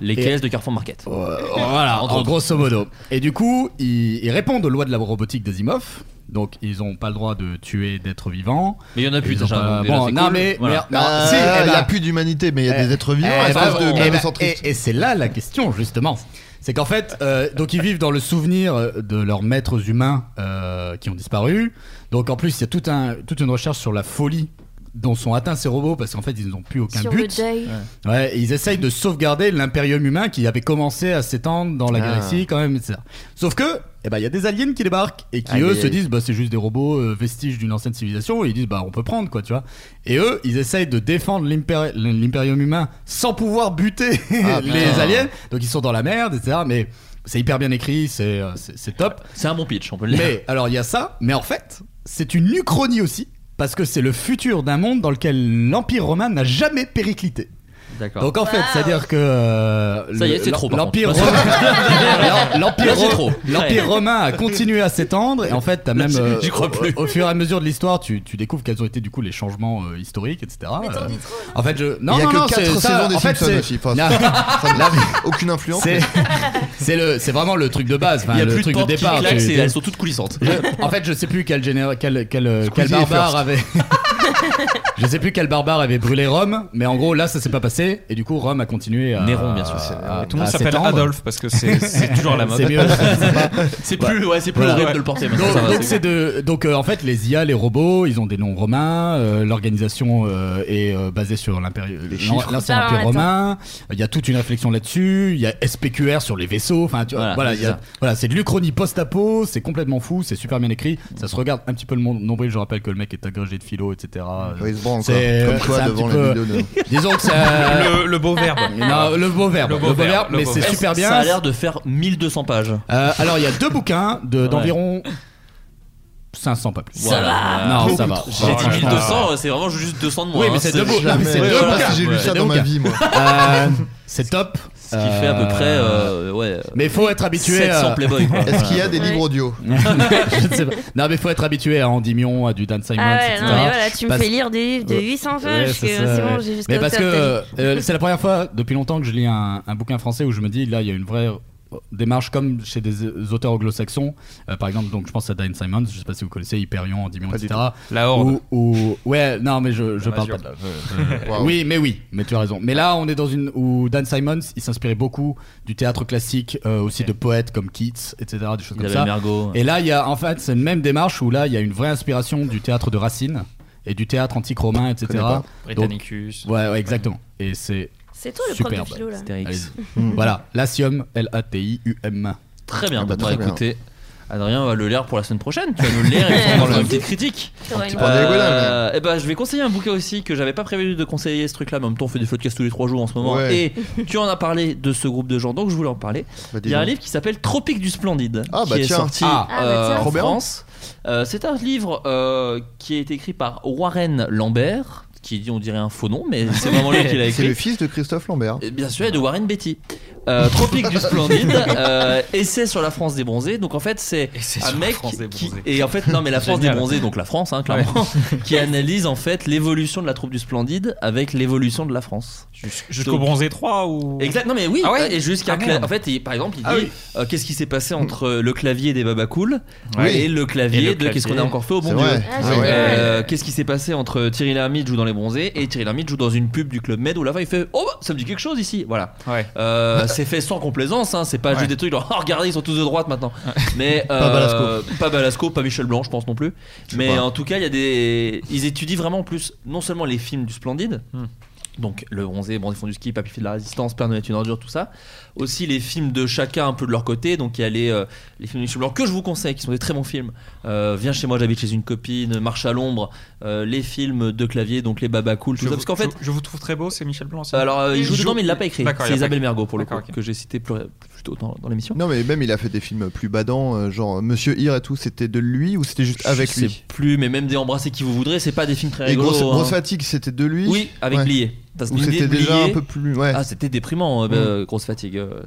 Les Et- Oh. caisses de Carrefour Market. voilà, Entre Euh, en autres. grosso modo. Et du coup, ils, ils répondent aux lois de la robotique d'Asimov. Donc, ils n'ont pas le droit de tuer d'êtres vivants. Mais il y en a plus Ils ont déjà, pas- donc déjà, Bon, c'est non, cool. mais. Voilà. mais- non, Ah, si, eh il n'y ben, a plus d'humanité, mais il y a eh, des êtres vivants eh à ben, force eh de ben, malocentrisme. Et, et c'est là la question, justement. C'est qu'en fait, euh, donc ils vivent dans le souvenir euh, de leurs maîtres humains euh, qui ont disparu. Donc en plus, il y a tout un, toute une recherche sur la folie dont sont atteints ces robots parce qu'en fait, ils n'ont plus aucun Sur but. le deuil. Ouais, et ils essayent de sauvegarder l'impérium humain qui avait commencé à s'étendre dans la Ah. galaxie quand même, etc. Sauf que, eh ben, il y a des aliens qui débarquent et qui Aïe, eux aïe, se aïe. disent, bah, c'est juste des robots euh, vestiges d'une ancienne civilisation. Et ils disent, bah, on peut prendre quoi, tu vois. Et eux, ils essayent de défendre l'impéri- l'impérium humain sans pouvoir buter <laughs> Ah, les putain. aliens. Donc ils sont dans la merde, etc. Mais c'est hyper bien écrit, c'est euh, c'est- <laughs> c'est top. C'est un bon pitch, on peut le dire. Mais alors il y a ça, mais en fait, c'est une uchronie aussi, parce que c'est le futur d'un monde dans lequel l'Empire romain n'a jamais périclité. D'accord. Donc en fait, c'est-à-dire que euh, Ça y est, le- c'est trop, par L'Empire contre. romain, <laughs> Là, l'Empire c'est ro- trop. l'Empire Ouais. romain a continué à s'étendre et en fait, t'as Là, même c'est- euh, j'y crois au- plus. Au, fur et à mesure de l'histoire, tu, tu découvres quels ont été du coup les changements euh, historiques, etc. Euh, en fait, je non il y a non que non, 4 c'est saisons ça, des en fait, Simpsons c'est- aussi. Enfin, Non. ça <laughs> n'a <laughs> aucune influence. C'est mais- c'est le c'est vraiment le truc de base, enfin, Il y a le plus de truc de portes qui départ. claquent, tu- c'est- tu- elles sont toutes coulissantes. je- en fait, je sais plus quel général, quel quel, euh, quel Squeezie et barbare First. avait. <laughs> je sais plus quel barbare avait brûlé Rome, mais en gros là, ça s'est pas passé et du coup Rome a continué. À, Néron, bien sûr. à- C'est- à- Tout le à monde s'appelle s'étendre. Adolphe parce que c'est c'est toujours la mode. C'est <laughs> mieux. c'est pas- C'est plus, ouais, c'est plus Voilà. horrible de le porter. maintenant, Donc, ça va, donc c'est c'est de, donc euh, en fait les IA, les robots, ils ont des noms romains. euh, L'organisation euh, est euh, basée sur l'impéri- l'an- chiffres. l'ancien Ah, empire attends. romain. Il y a toute une réflexion là-dessus. Il y a SPQR sur les vaisseaux. Enfin, tu vois, Voilà, voilà, c'est il y a- ça. voilà, c'est de l'Uchronie post-apo. C'est complètement fou. C'est super bien écrit. Ça se regarde un petit peu le monde nombril. Je rappelle que le mec est agrégé de philo, etc. Ouais, il se branle, quoi. C'est- Comme quoi, c'est un devant les petit peu- <laughs> vidéos de- Disons <laughs> que ça. Le, le beau verbe. Non, le beau verbe, le beau verbe, le mais beau c'est verbe. super tout. bien. Ça a l'air de faire 1200 pages. Euh, alors, il y a deux bouquins de- d'environ 500, pas plus. Voilà. Non, ça va. J'ai dit 1200, euh, c'est vraiment juste 200 de moins. Ah, Oui, mais hein, c'est deux bouquins. jamais- Non, mais c'est Ouais, deux voilà. bouquins. si j'ai lu Ouais. ça C'est dans ma donc- vie, moi. Euh, c'est top. Ce qui fait à peu près, euh, ouais. Mais faut être habitué euh, 700 à. Playboy. quoi. <laughs> Est-ce qu'il y a Voilà. des livres audio <laughs> Je ne sais pas. Non, mais faut être habitué à Andimion, à du Dan Simon, Ah ouais, etc. non, mais voilà, tu me Parce- fais lire des livres de Ouais. 800 Ouais, pages, parce que c'est ça, c'est bon, ouais. j'ai jusqu'à Mais parce que octobre, t'as dit. euh, c'est la première fois depuis longtemps que je lis un, un bouquin français où je me dis là il y a une vraie euh, démarche comme chez des euh, auteurs anglo-saxons Euh, par exemple donc je pense à Diane Simons je sais pas si vous connaissez Hyperion Endymion Pas du etc La Horde. Ou- ou- ouais non mais je, je La parle masure. pas de là Mmh. Je- je- Waouh. oui mais oui mais tu as raison mais là on est dans une où Dan Simons il s'inspirait beaucoup du théâtre classique euh, aussi de poètes comme Keats etc des choses Il comme avait hein. ça Mergo. et là, il y a en fait, c'est une même démarche où là, il y a une vraie inspiration du théâtre de Racine et du théâtre antique romain, etc. connais pas. Donc, Britannicus. ouais, ouais, exactement. Et c'est C'est toi le prof de Superbe. philo là. <laughs> Astérix. Hmm. allez-y. voilà, Latium, L A T I U M. Très bien, Ah bah, bah, très bien. écoutez. Adrien va le lire pour la semaine prochaine. Tu vas nous le lire et <laughs> on fera une petite critique. Un petit peu en diagonale, et ben, je vais conseiller un bouquet aussi que j'avais pas prévu de conseiller ce truc-là. Mais en même temps, on fait des podcasts tous les trois jours en ce moment. Ouais. Et tu en as parlé de ce groupe de gens, donc je voulais en parler. Bah, dis Il y a un donc. livre qui s'appelle Tropique du Splendide, Ah, bah, qui tiens. est sorti Ah. Ah, bah, euh, tiens. en Trop bien. France. Euh, c'est un livre euh, qui est écrit par Warren Lambert, qui dit on dirait un faux nom, mais c'est vraiment lui qui l'a <laughs> C'est écrit. Oh le fils de Christophe Lambert. Et Bien sûr, et de Warren Beatty. Euh, Tropique <laughs> du Splendide, euh, essai sur la France des bronzés. Donc en fait, c'est un sur la mec France des qui bronzés. et en fait non <laughs> mais la France des Génial. bronzés, donc la France hein, clairement, <laughs> qui analyse en fait l'évolution de la troupe du Splendide avec l'évolution de la France. Jusqu'au Donc- bronzé 3 ou. Exact. Non mais oui. Ah ouais Et jusqu'à Ah cla- merde. en fait, il- par exemple, il dit Ah oui. euh, qu'est-ce qui s'est passé entre euh, le clavier des Babacool Ouais. et le clavier Et le de qu'est-ce qu'on a clavier. encore fait au bon C'est Dieu. vrai. Ah, c'est Euh, Qu'est-ce qui s'est passé entre Thierry Lhermitte joue dans les Bronzés et Thierry Lhermitte joue dans une pub du club Med où là-bas il fait oh bah, ça me dit quelque chose ici. Voilà. Euh, c'est fait sans complaisance. hein, C'est pas Ouais. juste des trucs genre <laughs> oh, regardez ils sont tous de droite maintenant. Mais euh, Pas Balasco. pas Balasco, pas Michel Blanc, je pense non plus. Mais pas. en tout cas, il y a des. Ils étudient vraiment en plus non seulement les films du Splendide. Donc le bronzé, bronzé fond du ski, papy fait de la résistance, Père Noël est une ordure, tout ça. Aussi les films de chacun un peu de leur côté. Donc il y a les, euh, les films de Michel Blanc que je vous conseille, qui sont des très bons films. Euh, Viens chez moi, j'habite chez une copine, Marche à l'ombre, euh, les films de clavier, donc les Baba Cool, tout ça. Parce qu'en fait, je, je vous trouve très beau, c'est Michel Blanc. aussi alors euh, il joue Il joue- dedans, mais il l'a pas écrit. D'accord, il C'est l'a pas Isabelle écrit. Mergot pour le coup D'accord, ok. que j'ai cité plus, plus tôt dans, dans l'émission. Non, mais même il a fait des films plus badants, euh, genre Monsieur Hir et tout, c'était de lui ou c'était juste avec je sais lui plus, mais même des embrassés qui vous voudrez, c'est pas des films très Et rigolos. Grosse, hein. Grosse Fatigue, c'était de lui Oui, avec Ouais. Blié. Parce que Ou l'idée c'était de déjà Blié- un peu plus. Ouais. Ah, c'était déprimant, euh, Mm. euh, grosse fatigue. euh,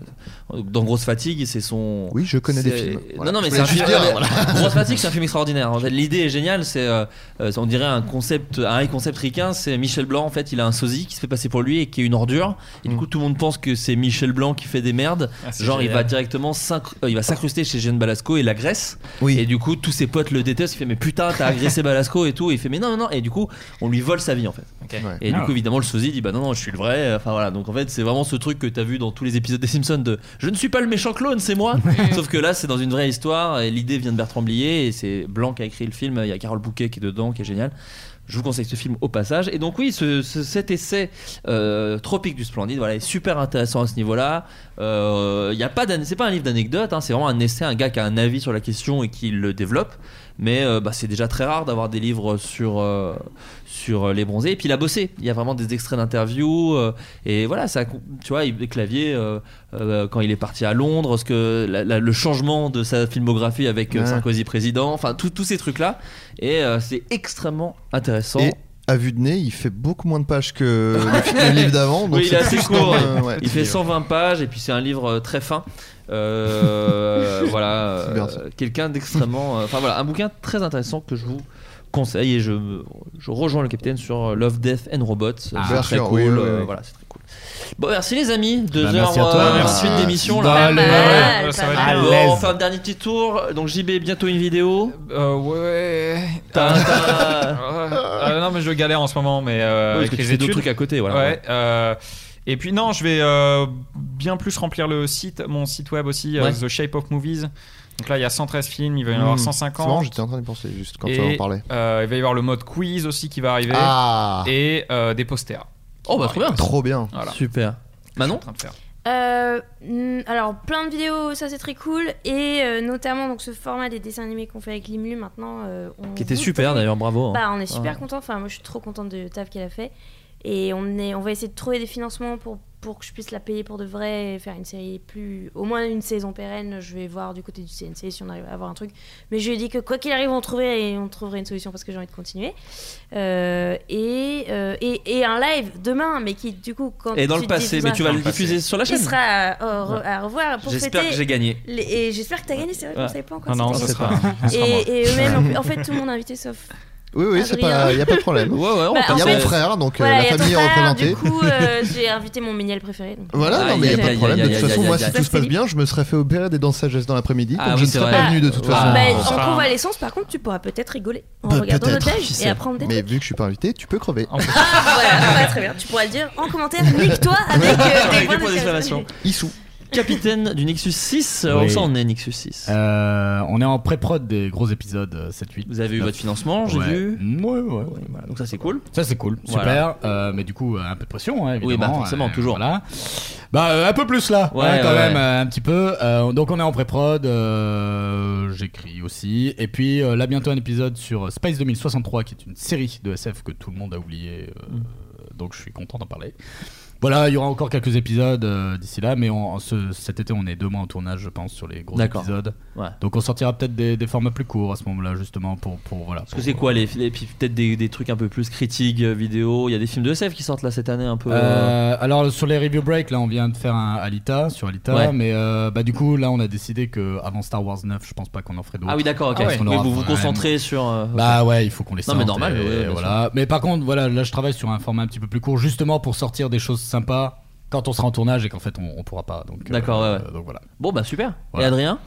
Dans Grosse Fatigue, c'est son. Oui, je connais des c'est- films. Voilà. Non, non, mais Je c'est un voulais film. juste dire, non, mais- voilà. Grosse Fatigue, c'est un film extraordinaire. En fait, l'idée est géniale. C'est, euh, euh, on dirait un concept, un high concept ricain. C'est Michel Blanc. En fait, il a un sosie qui se fait passer pour lui et qui est une ordure. Et Mm. du coup, tout le monde pense que c'est Michel Blanc qui fait des merdes. Ah, c'est Genre, il va génial. directement s'inc- euh, il va s'incruster chez Jeanne Balasco et la Grèce. Et du coup, tous ses potes le détestent. Il fait mais putain, t'as agressé Balasco et tout. Et il fait mais non, non, non. Et du coup, on lui vole sa vie en fait. Et du coup, évidemment, le sosie dit Bah non, non, je suis le vrai. Enfin voilà, donc en fait, c'est vraiment ce truc que t'as vu dans tous les épisodes des Simpsons de Je ne suis pas le méchant clone, c'est moi. Sauf que là, c'est dans une vraie histoire et l'idée vient de Bertrand Blier et c'est Blanc qui a écrit le film. Il y a Carole Bouquet qui est dedans, qui est génial. Je vous conseille ce film au passage. Et donc, oui, ce- ce- cet essai euh, Tropique du Splendide voilà, est super intéressant à ce niveau-là. Euh, Il y a pas d'an- c'est pas un livre d'anecdotes, hein, c'est vraiment un essai, un gars qui a un avis sur la question et qui le développe. Mais euh, bah, c'est déjà très rare d'avoir des livres sur, euh, sur euh, les bronzés. Et puis il a bossé. Il y a vraiment des extraits d'interviews. euh, et voilà, ça, tu vois, il, Clavier, euh, euh, quand il est parti à Londres, ce que, la- la- le changement de sa filmographie avec euh, Ouais. Sarkozy président, enfin, tout- tous ces trucs-là. Et euh, c'est extrêmement intéressant. Et à vue de nez, il fait beaucoup moins de pages que le, fi- le livre d'avant. donc Oui, il est c'est assez plus court. dans le- ouais. ouais. Il fait 120 pages et puis c'est un livre euh, très fin. <laughs> Euh, voilà, C'est euh, bien, ça. quelqu'un d'extrêmement. euh, Enfin voilà, un bouquin très intéressant que je vous conseille et je, me- je rejoins le capitaine sur euh, Love, Death and Robots. Ah, c'est bien très sûr, cool. oui, oui, euh, oui. Voilà, c'est très cool. Bon, merci les amis. Deux Bah, heures merci à toi. euh, Merci. suite d'émission Bah, là. allez, ouais, Ah, ouais, ça va être Bon, bien. on fait un dernier petit tour. Donc JB, bientôt une vidéo. Euh, ouais. T'as- Euh, <laughs> t'as- euh, non, mais je galère en ce moment, mais euh, Ouais, parce avec que tu les fais d'autres études. trucs à côté, voilà, Ouais, ouais. euh, et puis non, je vais euh, bien plus remplir le site, mon site web aussi, euh, Ouais. The Shape of Movies. Donc là, il y a 113 films, il va y en Hmm. avoir C'est marrant, 150. j'étais en train de penser juste quand Et, on en parlait. euh, il va y avoir le mode quiz aussi qui va arriver. Ah. Et euh, des posters. Oh bah trop bien. Trop bien. Voilà. Super. Manon en train de faire. Euh, mm, alors plein de vidéos, ça c'est très cool et euh, notamment donc ce format des dessins animés qu'on fait avec Limlu maintenant. euh, on Qui était vous super fait- d'ailleurs, bravo, hein. Bah on est super Ouais. content. Enfin moi je suis trop contente de taf qu'elle a fait et on est, on va essayer de trouver des financements pour pour que je puisse la payer pour de vrai et faire une série plus au moins une saison pérenne. Je vais voir du côté du CNC si on arrive à avoir un truc. Mais je lui ai dit que quoi qu'il arrive on trouverait et on trouverait une solution parce que j'ai envie de continuer Euh, et, euh, et et un live demain mais qui du coup quand Et dans tu le te passé, diffuseras- mais tu vas le Dans diffuser sur la chaîne. Il sera à, au re- Ouais. à revoir pour J'espère fêter que j'ai gagné. les- et j'espère que t'as gagné, c'est vrai qu'on Ouais. savait pas encore. Non, non, c'était ça qui. sera- ça sera moi. Et, et eux-mêmes, en- en fait, tout le monde est invité sauf. Oui, oui, c'est Adrien. pas, y a pas de problème. Ouais, ouais, on Bah, Il y a en fait- mon frère, donc euh, Voilà, il y la a ton famille est frère, représentée. Du coup, <laughs> euh, j'ai invité mon méniel préféré. donc. Voilà, non, mais il Ah, Aïe, n'y a pas aïe, de problème. aïe, De toute aïe, façon, aïe, moi, aïe, si aïe. tout se passe bien, je me serais fait opérer des dents de sagesse dans l'après-midi. donc Ah oui, je ne c'est serais vrai. pas venu de toute Ah. façon. Bah, Et on en sera- convalescence, par contre, tu pourras peut-être rigoler en Bah, regardant le peut-être, qui déj sait. et apprendre des Mais trucs. vu que je suis pas invité, tu peux crever. <laughs> Voilà, ouais, très bien. Tu pourras le dire en commentaire, nique-toi avec euh, des Avec des points points d'exclamation. Issou. Capitaine du Nexus 6, euh, Oui. où ça on est Nexus 6 Euh, on est en pré-prod des gros épisodes euh, 7-8. Vous avez eu votre financement, j'ai Ouais. vu. Ouais, ouais, ouais. voilà, donc ça c'est cool. Ça c'est cool, super. Voilà. euh, mais du coup, euh, un peu de pression, hein, évidemment. Oui, bah, forcément, toujours. Voilà. Bah, euh, un peu plus là, Ouais, hein, quand ouais, même, ouais. euh, un petit peu. Euh, donc on est en pré-prod, euh, j'écris aussi. Et puis euh, là, bientôt un épisode sur Space 2063, qui est une série de SF que tout le monde a oublié. euh, Mm. Donc je suis content d'en parler. Voilà, il y aura encore quelques épisodes euh, d'ici là, mais on- en ce- cet été on est deux mois en tournage, je pense, sur les gros D'accord. épisodes. Ouais. Donc on sortira peut-être des, des formats plus courts à ce moment-là, justement, pour, pour voilà. Parce que c'est quoi les, les- puis peut-être des, des trucs un peu plus critiques euh, vidéo. Il y a des films de SF qui sortent là cette année un peu. euh, Euh, alors sur les review break, là on vient de faire un Alita sur Alita, Ouais. mais euh, bah du coup là on a décidé que avant Star Wars 9, je pense pas qu'on en ferait d'autres. Ah oui, d'accord, ok. Parce qu'on Oui, aura vous vous vraiment- concentrez sur. euh, ok. Bah ouais, il faut qu'on les Non, mais sorte, normal. et ouais, ouais, bien voilà. Mais par contre, voilà, là je travaille sur un format un petit peu plus court, justement pour sortir des choses sympas quand on sera en tournage et qu'en fait on, on pourra pas. Donc euh, D'accord, ouais, ouais. euh, donc voilà. Bon, bah super. Voilà. Et Adrien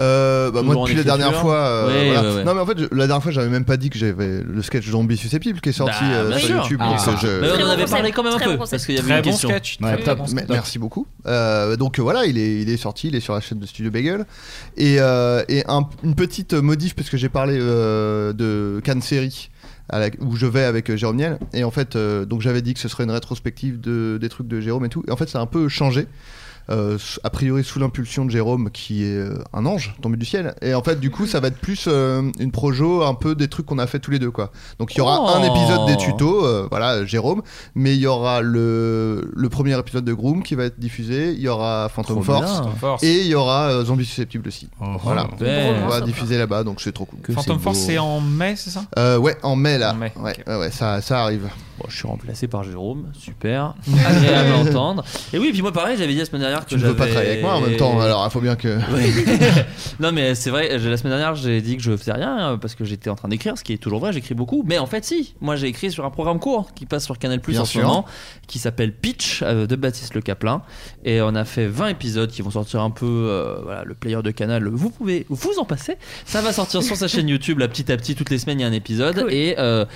Euh, bah, moi Toujours en depuis la dernière écriture. fois euh, Ouais, voilà. ouais, ouais. non mais en fait je- la dernière fois j'avais même pas dit que j'avais le sketch zombie susceptible qui est sorti Bah, euh, bien sur sûr. YouTube Ah. donc, euh, je- Mais on en Très bon avait parlé concept, quand même un très peu, bon concept. parce qu'il y avait Très une bon question. sketch, très top. bon Mais- sketch. merci beaucoup Euh, donc euh, voilà il est, il est sorti il est sur la chaîne de Studio Bagel et, euh, et un- une petite modif parce que j'ai parlé euh, de Cannes Série à la- où je vais avec euh, Jérôme Niel et en fait euh, donc j'avais dit que ce serait une rétrospective de, des trucs de Jérôme et tout et en fait ça a un peu changé euh, s- a priori sous l'impulsion de Jérôme qui est euh, un ange tombé du ciel et en fait du coup ça va être plus euh, une projo un peu des trucs qu'on a fait tous les deux quoi donc il y aura Oh. un épisode des tutos euh, voilà Jérôme mais il y aura le, le premier épisode de Groom qui va être diffusé il y aura Phantom Trop Force, bien. Phantom Force. Oh. et il y aura euh, Zombie Susceptible aussi Oh, voilà Une romance, on va ça. diffuser là-bas donc c'est trop cool Phantom Force, c'est en mai, c'est ça Euh, ouais en mai là ouais, ouais, ouais, ça, ça arrive bon, je suis remplacé par Jérôme super agréable <laughs> à entendre. Et oui, puis moi pareil, j'avais dit la semaine dernière que tu ne veux pas j'avais- travailler avec moi en même temps alors il faut bien que <laughs> Oui. <laughs> non mais c'est vrai, je- la semaine dernière j'ai dit que je faisais rien euh, parce que j'étais en train d'écrire, ce qui est toujours vrai, j'écris beaucoup. Mais en fait si, moi j'ai écrit sur un programme court qui passe sur Canal Plus Bien en sûr. ce moment, qui s'appelle Pitch euh, de Baptiste Le Caplin. Et on a fait 20 épisodes qui vont sortir un peu, euh, voilà, le player de Canal, vous pouvez vous en passer. Ça va sortir sur sa chaîne YouTube, là petit à petit, toutes les semaines il y a un épisode. Et... euh,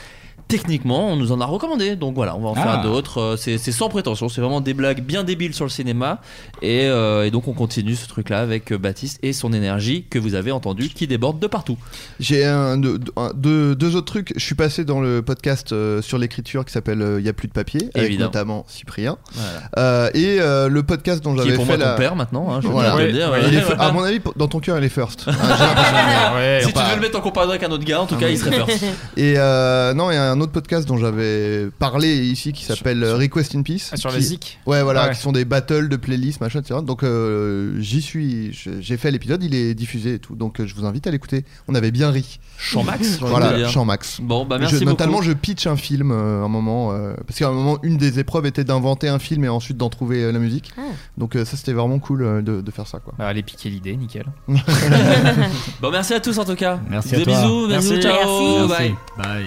Techniquement, on nous en a recommandé, donc voilà, on va en Ah. faire d'autres. Euh, C'est c'est sans prétention, c'est vraiment des blagues bien débiles sur le cinéma. Et, euh, et donc on continue ce truc-là avec euh, Baptiste et son énergie que vous avez entendu qui déborde de partout. J'ai un, deux, un- deux, deux autres trucs. Je suis passé dans le podcast euh, sur l'écriture qui s'appelle Il y a plus de papier, avec Évidemment. notamment Cyprien. Voilà. Euh, et euh, le podcast dont Qui est j'avais fait pour moi la- ton père maintenant, hein, je vais Voilà. te le dire. Il est- Voilà. À <laughs> mon avis, dans ton cœur, il est <laughs> first. Hein, j'ai oh. si tu Enfin, veux le mettre en comparaison avec un autre gars, en tout cas, il serait first. Et euh, non, il y a un autre podcast dont j'avais parlé ici qui s'appelle euh, Request in Peace. Ah, sur qui- les zik. Ouais, voilà, Ouais. qui sont des battles de playlists, machin, etc. Donc euh, j'y suis, je- j'ai fait l'épisode, il est diffusé et tout. Donc euh, je vous invite à l'écouter. On avait bien ri. Champ Max, je veux Voilà, dire. Champ Max. Bon, bah, merci Je- Notamment, beaucoup. je pitch un film euh, un moment. euh, parce qu'à un moment, une des épreuves était d'inventer un film et ensuite d'en trouver euh, la musique. Ah. Donc euh, ça, c'était vraiment cool euh, de, de faire ça, quoi. Bah, allez piquer l'idée, <laughs> nickel. Bon, merci à tous en tout cas. Merci Des à toi. bisous, bisous, Merci. Merci. ciao, bye. Bye.